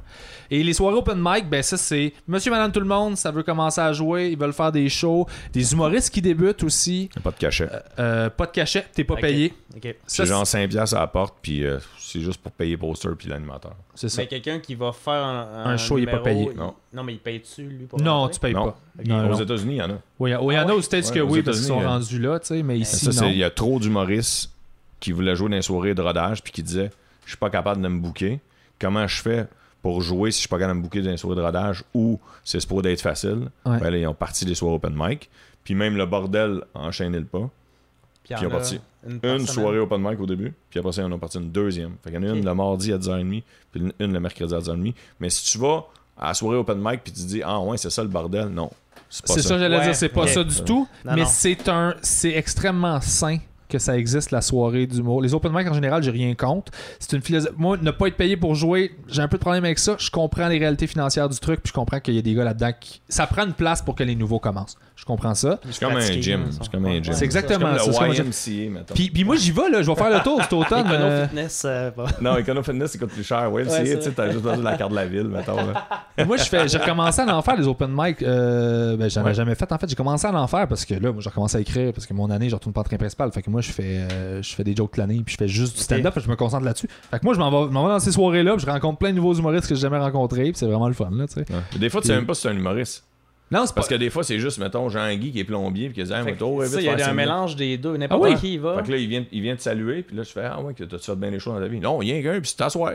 Speaker 2: Et les soirées open mic, ben ça c'est monsieur, madame, tout le monde, ça veut commencer à jouer, ils veulent faire des shows, des humoristes qui débutent aussi,
Speaker 3: Y a Pas de cachet.
Speaker 2: Euh, pas de cachet, t'es pas
Speaker 1: Ok.
Speaker 2: payé.
Speaker 1: Ok.
Speaker 2: Ça,
Speaker 3: C'est genre 5 piastres à la porte, puis euh, c'est juste pour payer poster puis l'animateur.
Speaker 2: c'est ça.
Speaker 1: Mais quelqu'un qui va faire un,
Speaker 2: Un show, il est pas
Speaker 1: numéro,
Speaker 2: payé.
Speaker 3: Non.
Speaker 1: Non, mais il paye-tu, lui, pour
Speaker 2: Non,
Speaker 1: rentrer?
Speaker 2: tu payes
Speaker 3: Non.
Speaker 2: pas. Non, non.
Speaker 3: Aux États-Unis, il y en a.
Speaker 2: Oui, il y, en a aux States
Speaker 3: Ah Ouais,
Speaker 2: que
Speaker 3: aux
Speaker 2: oui, parce qu'ils
Speaker 3: États-Unis,
Speaker 2: sont
Speaker 3: euh,
Speaker 2: rendus là, tu sais, mais ici,
Speaker 3: Ça, c'est-
Speaker 2: non.
Speaker 3: il y a trop d'humoristes qui voulaient jouer dans les soirées de rodage puis qui disaient Je suis pas capable de me bouquer. Comment je fais pour jouer si je suis pas capable de me bouquer dans les soirées de rodage ou c'est supposé d'être facile
Speaker 2: Ouais.
Speaker 3: Ben là, Ils ont parti des soirées open mic. Puis même le bordel enchaînait le pas.
Speaker 1: Puis il y
Speaker 3: Puis
Speaker 1: en
Speaker 3: on
Speaker 1: a
Speaker 3: partit.
Speaker 1: Une, par
Speaker 3: Une
Speaker 1: semaine.
Speaker 3: soirée open mic au début, puis après ça, ils en ont parti une deuxième. Fait qu'il y en a
Speaker 1: Ok.
Speaker 3: une le mardi à 10h30, puis une- une le mercredi à 10h30. Mais si tu vas à la soirée open mic puis tu dis Ah ouais, c'est ça le bordel, non. C'est pas
Speaker 2: C'est ça,
Speaker 3: ça.
Speaker 2: j'allais
Speaker 1: Ouais,
Speaker 2: dire, c'est pas
Speaker 1: ok.
Speaker 2: ça du tout,
Speaker 1: Non,
Speaker 2: mais
Speaker 1: non.
Speaker 2: c'est un c'est extrêmement sain que ça existe la soirée d'humour. Les open mic en général, j'ai rien contre. C'est une philosophie. Moi, ne pas être payé pour jouer, j'ai un peu de problème avec ça. Je comprends les réalités financières du truc, puis je comprends qu'il y a des gars là-dedans qui ça prend une place pour que les nouveaux commencent. Je comprends ça.
Speaker 1: Puis
Speaker 3: C'est comme un
Speaker 1: pratiquer,
Speaker 3: gym,
Speaker 1: ça.
Speaker 3: c'est comme un
Speaker 1: Ouais,
Speaker 3: gym.
Speaker 1: ouais,
Speaker 2: C'est
Speaker 3: C'est
Speaker 2: exactement
Speaker 3: comme
Speaker 2: ça. c'est comme
Speaker 3: le
Speaker 2: ça.
Speaker 3: YMCA, mettons.
Speaker 2: Puis, puis moi j'y vais là, je vais faire le tour cet automne.
Speaker 1: Econo
Speaker 2: euh,
Speaker 1: Fitness, euh, va-
Speaker 3: Non, Econo Fitness, ça coûte plus cher. Ouais, tu
Speaker 1: Ouais,
Speaker 3: sais,
Speaker 1: c'est
Speaker 3: tu sais, t'as juste besoin de la carte de la ville, mettons. là.
Speaker 2: moi, je fais, j'ai recommencé à en faire les open mic. Euh, ben, j'en ai
Speaker 3: Ouais.
Speaker 2: jamais fait. En fait, j'ai commencé à en faire parce que là, moi, j'ai recommencé à écrire parce que mon année, je retourne pas en train principal. Fait que moi, je fais, euh, je fais des jokes de l'année puis je fais juste du stand-up. Fait que Je me concentre là-dessus. Fait que moi, je m'en vais, je m'en vais dans ces soirées-là. puis Je rencontre plein de nouveaux humoristes que j'ai jamais rencontrés. Puis c'est vraiment le fun, là, tu sais.
Speaker 3: Mais Des fois, tu sais même pas si c'est un humoriste.
Speaker 2: Non, c'est
Speaker 3: Parce
Speaker 2: parce
Speaker 3: que des fois, c'est juste, mettons, Jean-Guy qui est plombier, puis qui dit Ah,
Speaker 1: Fait
Speaker 3: mais
Speaker 1: que
Speaker 3: toi, ouais,
Speaker 1: ça,
Speaker 3: vite,
Speaker 1: il y
Speaker 3: faire
Speaker 1: a un
Speaker 3: cinq
Speaker 1: mélange des deux. N'importe
Speaker 2: Ah oui.
Speaker 1: qui y
Speaker 3: minutes.
Speaker 1: va.
Speaker 3: Fait que là, il vient, il vient te saluer, puis là, je fais Ah ouais, que t'as-tu fait bien des choses dans ta vie Non, rien qu'un, puis c'est t'asseoir.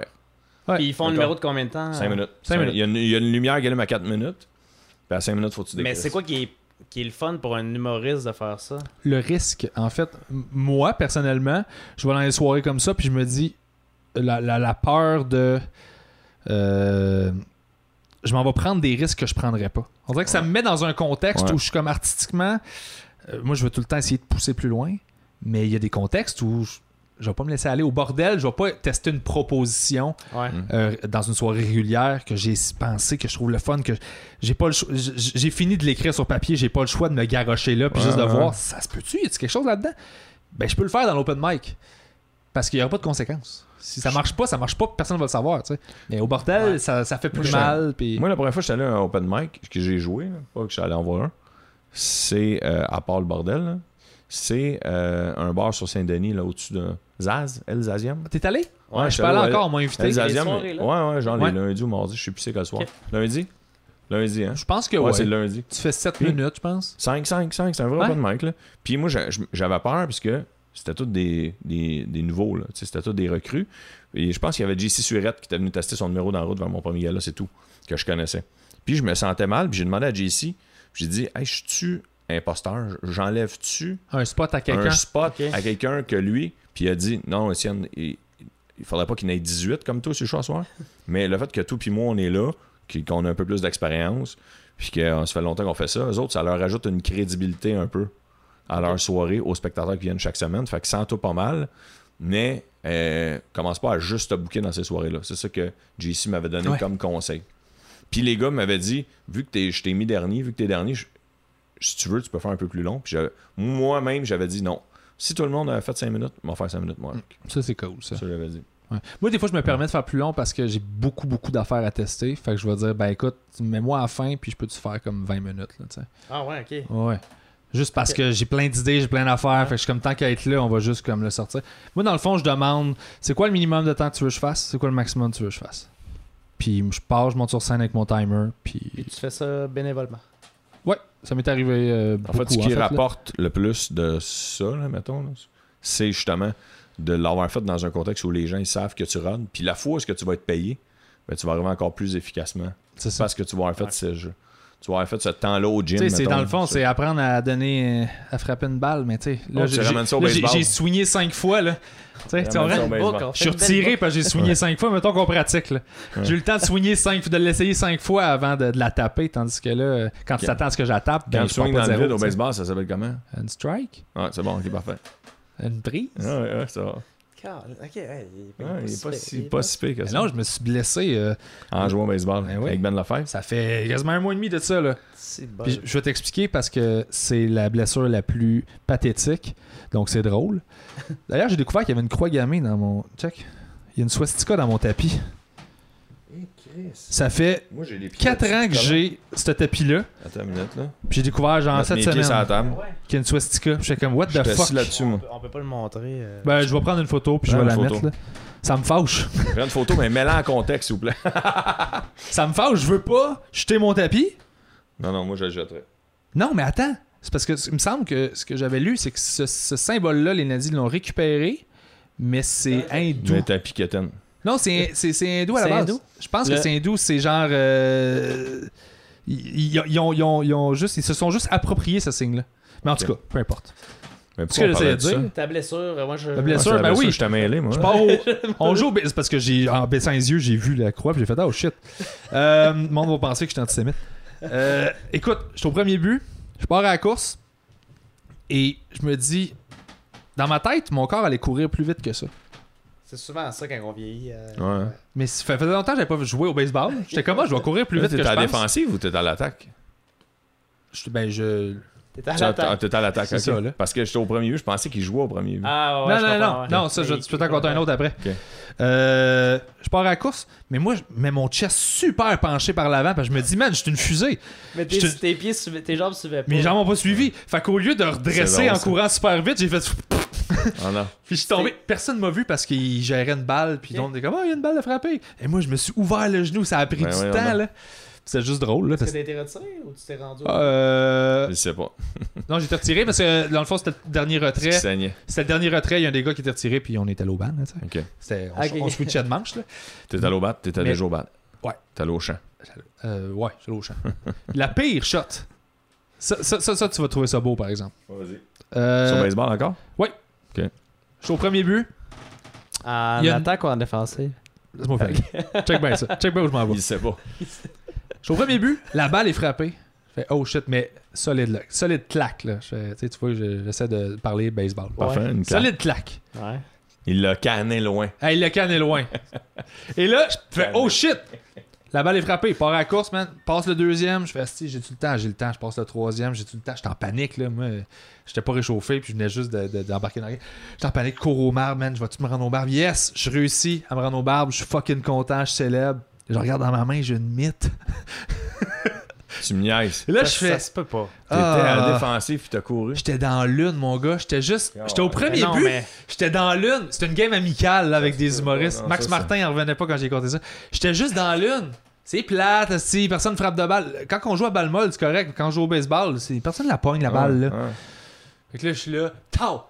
Speaker 1: Puis ils font le
Speaker 3: D'accord.
Speaker 1: numéro de combien de temps
Speaker 3: 5 minutes.
Speaker 2: Cinq
Speaker 3: Cinq-
Speaker 2: minutes.
Speaker 3: Il y, a une- il y a une lumière qui allume à 4 minutes. Puis à 5 minutes, faut que tu
Speaker 1: Mais
Speaker 3: décrisses.
Speaker 1: c'est quoi qui est, qui est le fun pour un humoriste de faire ça
Speaker 2: le risque, en fait, m- moi, personnellement, je vais dans les soirées comme ça, puis je me dis, la, la- la peur de. euh, je m'en vais prendre des risques que je prendrais pas. On dirait que ça me met dans un contexte
Speaker 3: Ouais.
Speaker 2: où je suis comme artistiquement. euh, moi, je veux tout le temps essayer de pousser plus loin, mais il y a des contextes où je, je vais pas me laisser aller au bordel, je vais pas tester une proposition
Speaker 1: Ouais.
Speaker 3: Hmm.
Speaker 2: euh, dans une soirée régulière que j'ai pensé que je trouve le fun que j'ai pas le cho- j- j- j'ai fini de l'écrire sur papier j'ai pas le choix de me garrocher là puis
Speaker 3: Ouais,
Speaker 2: juste de
Speaker 3: ouais.
Speaker 2: voir ça se peut-tu y a quelque chose là-dedans ben je peux le faire dans l'open mic parce qu'il y aura pas de conséquences si ça marche pas ça marche pas personne va le savoir tu sais mais au bordel
Speaker 1: Ouais.
Speaker 2: ça, ça fait plus
Speaker 3: Moi, je-
Speaker 2: mal puis
Speaker 3: Moi, la première fois que j'étais allé à un open mic, que j'ai joué, là, pas que j'étais allé en voir un, c'est, euh, à part le bordel, là, c'est euh, un bar sur Saint-Denis, là, au-dessus de Zaz, El Zazium.
Speaker 2: t'es allé je
Speaker 3: Ouais, je
Speaker 2: suis
Speaker 3: suis
Speaker 2: pas allé
Speaker 3: allé-
Speaker 2: encore m'ont invité
Speaker 3: El
Speaker 1: les
Speaker 3: Zazium,
Speaker 1: soirées,
Speaker 3: ouais,
Speaker 1: là?
Speaker 3: ouais, genre
Speaker 2: Ouais.
Speaker 3: les lundis ou mardis, je sais plus c'est quel soir.
Speaker 1: Ok.
Speaker 3: Lundi? Lundi, hein?
Speaker 2: je pense que
Speaker 3: Ouais,
Speaker 2: ouais,
Speaker 3: c'est le lundi.
Speaker 2: tu fais 7
Speaker 3: Oui.
Speaker 2: minutes je pense
Speaker 3: 5, 5, 5, c'est un vrai
Speaker 2: Ouais.
Speaker 3: open mic, là. Puis moi, j'a- j'avais peur, parce que c'était tous des, des, des nouveaux, là. Tu sais, C'était tous des recrues. Et je pense qu'il y avait JC Surette qui était venu tester son numéro dans la route vers mon premier gars, là, c'est tout, que je connaissais. Puis je me sentais mal, puis j'ai demandé à JC, j'ai dit, hey, je suis-tu imposteur? J'enlève-tu
Speaker 2: un spot à quelqu'un
Speaker 3: un spot
Speaker 1: Ok.
Speaker 3: à quelqu'un que lui? Puis il a dit, non, Étienne, il, il faudrait pas qu'il n'ait 18 comme toi, c'est chaud à soir. Mais le fait que tout puis moi, on est là, qu'il- qu'on a un peu plus d'expérience, puis qu'on se fait longtemps qu'on fait ça, eux autres, ça leur ajoute une crédibilité un peu à leur soirée, aux spectateurs qui viennent chaque semaine. Fait que sans tout pas mal, mais euh, commence pas à juste te bouquer dans ces soirées-là. C'est ça que JC m'avait donné
Speaker 2: Ouais.
Speaker 3: comme conseil. Puis les gars m'avaient dit, vu que t'es- je t'ai mis dernier, vu que t'es dernier, je- si tu veux, tu peux faire un peu plus long. Puis j'avais- moi-même, j'avais dit non. Si tout le monde avait fait 5 minutes, m'en faire 5 minutes, moi.
Speaker 2: ça c'est cool ça
Speaker 3: Ça, j'avais dit.
Speaker 2: Ouais. Moi, des fois, je me permets de faire plus long parce que j'ai beaucoup, beaucoup d'affaires à tester. Fait que je vais dire, ben écoute, mets-moi à la fin, puis je peux te faire comme 20 minutes. Là, tu sais.
Speaker 1: Ah ouais, ok.
Speaker 2: Ouais. Juste parce que j'ai plein d'idées, j'ai plein d'affaires. Fait que je suis comme tant qu'à être là, on va juste comme le sortir. Moi, dans le fond, je demande c'est quoi le minimum de temps que tu veux que je fasse C'est quoi le maximum que tu veux que je fasse Puis je pars, je monte sur scène avec mon timer.
Speaker 1: Puis
Speaker 2: Puis
Speaker 1: tu fais ça bénévolement.
Speaker 2: ouais, ça m'est arrivé. euh,
Speaker 3: En
Speaker 2: beaucoup,
Speaker 3: fait, ce qui
Speaker 2: là.
Speaker 3: rapporte le plus de ça, là, mettons, là, c'est justement de l'avoir fait dans un contexte où les gens ils savent que tu runs. Puis la fois où est-ce que tu vas être payé, ben, tu vas arriver encore plus efficacement.
Speaker 2: C'est ça.
Speaker 3: Parce que tu vas avoir fait ce jeu. Tu vas avoir fait ce temps-là au gym.
Speaker 2: Tu sais, c'est
Speaker 3: mettons,
Speaker 2: dans
Speaker 3: là.
Speaker 2: le fond, c'est apprendre à donner, euh, à frapper une balle, mais tu sais, là,
Speaker 3: Oh, tu
Speaker 2: j'ai-
Speaker 3: ramènes ça au
Speaker 2: là, j'ai
Speaker 3: baseball.
Speaker 2: j'ai swingé cinq fois, là. Tu sais,
Speaker 3: Tu
Speaker 2: tu comprends?
Speaker 3: ramènes ça au baseball.
Speaker 1: Book, en
Speaker 2: Je
Speaker 1: fait,
Speaker 2: suis
Speaker 1: une belle
Speaker 2: retiré
Speaker 1: book.
Speaker 2: parce que j'ai soigné 5 fois. Mettons qu'on pratique. là. J'ai eu le temps de soigner 5 fois, de l'essayer 5 fois avant de, de la taper. Tandis que là, euh, quand tu
Speaker 3: Quand-
Speaker 2: t'attends à ce que je la tape, ben,
Speaker 3: Quand
Speaker 2: je
Speaker 3: tu
Speaker 2: pars
Speaker 3: swings
Speaker 2: pas
Speaker 3: dans
Speaker 2: de
Speaker 3: le
Speaker 2: zéro,
Speaker 3: vide au
Speaker 2: tu sais.
Speaker 3: baseball, ça s'appelle comment
Speaker 2: Une strike,
Speaker 3: Ouais, c'est bon, ok, parfait.
Speaker 2: une prise.
Speaker 3: Ouais, ouais, ça va.
Speaker 1: Car- Ok, ouais, il est pas,
Speaker 3: Ouais, il est pas si, pas si pire que
Speaker 2: Mais
Speaker 3: ça.
Speaker 2: non, je me suis blessé. euh,
Speaker 3: En jouant au baseball
Speaker 2: Ben oui.
Speaker 3: avec Ben Lefebvre.
Speaker 2: ça fait quasiment un mois et demi de ça. Là.
Speaker 1: si bon.
Speaker 2: Puis je- je vais t'expliquer parce que c'est la blessure la plus pathétique. Donc c'est drôle. D'ailleurs, j'ai découvert qu'il y avait une croix gammée dans mon. Check. Il y a une swastika dans mon tapis.
Speaker 1: Eh,
Speaker 2: Ça fait
Speaker 3: Moi, j'ai les pieds.
Speaker 2: 4 ans que j'ai ce tapis-là.
Speaker 3: Attends une minute, là.
Speaker 2: Puis j'ai découvert genre
Speaker 3: Mettre
Speaker 2: cette
Speaker 3: mes pieds sur la
Speaker 2: semaine
Speaker 3: table.
Speaker 1: Ouais,
Speaker 2: qu'il y a une swastika. Puis J'étais comme, what
Speaker 3: Je
Speaker 2: the
Speaker 3: suis assis
Speaker 2: fuck?
Speaker 3: là-dessus,
Speaker 1: on,
Speaker 3: moi.
Speaker 1: peut, on peut pas le montrer. euh.
Speaker 2: Ben, je vais prendre une photo puis je
Speaker 3: Prends
Speaker 2: vais la
Speaker 3: une
Speaker 2: mettre.
Speaker 3: photo.
Speaker 2: Là. Ça me fâche.
Speaker 3: Prends une photo, mais mets-la en contexte, s'il vous plaît.
Speaker 2: Ça me fâche. Je veux pas jeter mon tapis.
Speaker 3: Non, non, moi, je le jetterai.
Speaker 2: Non, mais attends. C'est parce que c- il me semble que ce que j'avais lu, c'est que ce, ce symbole-là, les nazis l'ont récupéré, mais c'est hindou.
Speaker 3: Mais tapis quétaine.
Speaker 2: Non, c'est c'est- c'est hindou à la
Speaker 1: C'est
Speaker 2: base.
Speaker 1: hindou?
Speaker 2: Je pense
Speaker 1: Le-
Speaker 2: que c'est hindou, c'est genre. euh, ils, ils- ils ont, ils ont- ils ont juste, ils se sont juste appropriés ce signe-là. Mais en tout
Speaker 3: Ok.
Speaker 2: cas, peu importe.
Speaker 3: Mais
Speaker 2: Ce que
Speaker 3: on
Speaker 2: j'essaie
Speaker 3: parlait
Speaker 2: de
Speaker 3: de ça?
Speaker 2: dire,
Speaker 1: Ta blessure, euh, moi je.
Speaker 2: La blessure.
Speaker 3: Ah, c'est la
Speaker 2: ben
Speaker 3: blessure,
Speaker 2: oui.
Speaker 3: Je t'ai mêlé, moi.
Speaker 2: Je pars au- On joue au ba- c'est parce que j'ai en baissant les yeux, j'ai vu la croix, puis j'ai fait oh shit. Euh, le monde va penser que je suis antisémite. Euh, écoute, je suis au premier but, je pars à la course et je me dis dans ma tête, mon corps allait courir plus vite que ça.
Speaker 1: C'est souvent ça quand on vieillit. euh,
Speaker 3: Ouais.
Speaker 2: Mais ça fait faisait longtemps que j'avais pas joué au baseball. J'étais comme Ah, je vais courir plus
Speaker 3: Là,
Speaker 2: vite que
Speaker 3: T'es à
Speaker 2: je
Speaker 3: la
Speaker 2: pense.
Speaker 3: défensive ou t'es à l'attaque?
Speaker 2: Je- ben je
Speaker 1: T'es à
Speaker 3: Tu-
Speaker 1: l'attaque.
Speaker 3: ah, T'es à l'attaque,
Speaker 2: C'est
Speaker 3: ok.
Speaker 2: ça, là.
Speaker 3: Parce que j'étais au premier but, je pensais qu'il jouait au premier but.
Speaker 1: Ah ouais,
Speaker 2: non,
Speaker 1: je
Speaker 2: non,
Speaker 1: comprends,
Speaker 2: non,
Speaker 1: ouais.
Speaker 2: non, ça, je, tu peux t'en compter un autre après.
Speaker 3: Ok.
Speaker 2: Euh, je pars à la course, mais moi, je mets mon chest super penché par l'avant parce que je me dis, man, je suis une fusée.
Speaker 1: Mais tes,
Speaker 2: Je te-
Speaker 1: tes pieds, suivaient- tes jambes suivaient pas.
Speaker 2: Mes jambes m'ont pas suivi. Fait qu'au lieu de
Speaker 3: C'est
Speaker 2: redresser
Speaker 3: drôle,
Speaker 2: en
Speaker 3: ça.
Speaker 2: courant super vite, j'ai fait.
Speaker 3: Ah non.
Speaker 2: Puis je suis tombé. Personne m'a vu parce qu'il gérait une balle. Puis
Speaker 1: Ok.
Speaker 2: on était comme, oh, il y a une balle de frapper. Et moi, je me suis ouvert le genou. Ça a pris
Speaker 3: Ben
Speaker 2: du
Speaker 3: voyons
Speaker 2: temps,
Speaker 3: donc.
Speaker 2: là. C'était juste drôle, là.
Speaker 1: Est-ce
Speaker 2: parce-
Speaker 1: que t'as été retiré ou tu t'es rendu? au-
Speaker 2: Euh,
Speaker 3: Je sais pas.
Speaker 2: Non, j'étais retiré parce que dans le fond, c'était le dernier
Speaker 3: Qui
Speaker 2: retrait.
Speaker 3: saignait.
Speaker 2: C'était le dernier retrait. Il y a un des gars qui était retiré. Puis on était allé au ban, là, tu sais.
Speaker 3: Ok.
Speaker 2: C'était- On,
Speaker 1: Ok.
Speaker 2: on switchait de manche, là.
Speaker 3: T'es allé au bat, t'étais
Speaker 2: Mais-
Speaker 3: déjà au bat.
Speaker 2: Ouais.
Speaker 3: T'es allé au champ.
Speaker 2: Euh, ouais, c'est au champ. La pire shot. Ça, ça, ça, ça, tu vas trouver ça beau, par exemple.
Speaker 3: Vas-y.
Speaker 2: Euh,
Speaker 3: Sur baseball encore?
Speaker 2: je suis au premier but.
Speaker 1: En
Speaker 2: Il y a une-
Speaker 1: attaque ou en défensive?
Speaker 2: Laisse-moi faire. Check bien ça. Check bien où je m'en vais.
Speaker 3: Il sait pas.
Speaker 2: Je suis au premier but. La balle est frappée. Je fais, oh shit, mais solide, là. Solide claque, là. Je fais, tu sais, tu vois, je- j'essaie de parler baseball.
Speaker 1: Ouais.
Speaker 3: Parfait, une claque.
Speaker 2: Solide claque.
Speaker 1: Ouais.
Speaker 3: Il l'a canné loin.
Speaker 2: Hey, le can est loin. Et là, je fais, oh shit. La balle est frappée. Part à la course, man. Passe le deuxième. Je fais, si j'ai-tu le temps? J'ai le temps. Je passe le troisième. J'ai-tu le temps? J'étais en panique, là. Moi, j'étais pas réchauffé. Puis je venais juste de- de- d'embarquer dans la J'étais en panique. Cours au marbre, man. Je vais-tu me rendre au barbe? Yes! Je réussis à me rendre au barbe. Je suis fucking content. Je célèbre. Je regarde dans ma main. J'ai une mythe.
Speaker 3: Tu me niaises.
Speaker 2: Et là,
Speaker 1: Ça-
Speaker 2: je fais.
Speaker 1: Ça se peut pas.
Speaker 3: T'étais à la
Speaker 2: ah.
Speaker 3: défensive puis t'as couru.
Speaker 2: J'étais dans l'une, mon gars. J'étais juste. J'étais au premier
Speaker 1: Mais non,
Speaker 2: but.
Speaker 1: mais-
Speaker 2: J'étais dans l'une. C'était une game amicale là, avec des humoristes.
Speaker 3: non,
Speaker 2: Max
Speaker 3: ça, ça.
Speaker 2: Martin, il revenait pas quand j'ai compté ça. J'étais juste dans l'une. C'est plate, si personne frappe de balle. Quand on joue à balle molle, c'est correct. Quand on joue au baseball, c'est personne la pogne la balle. Là.
Speaker 3: Ouais, Ah, ouais.
Speaker 2: Ah Fait que là, je suis là. Tao!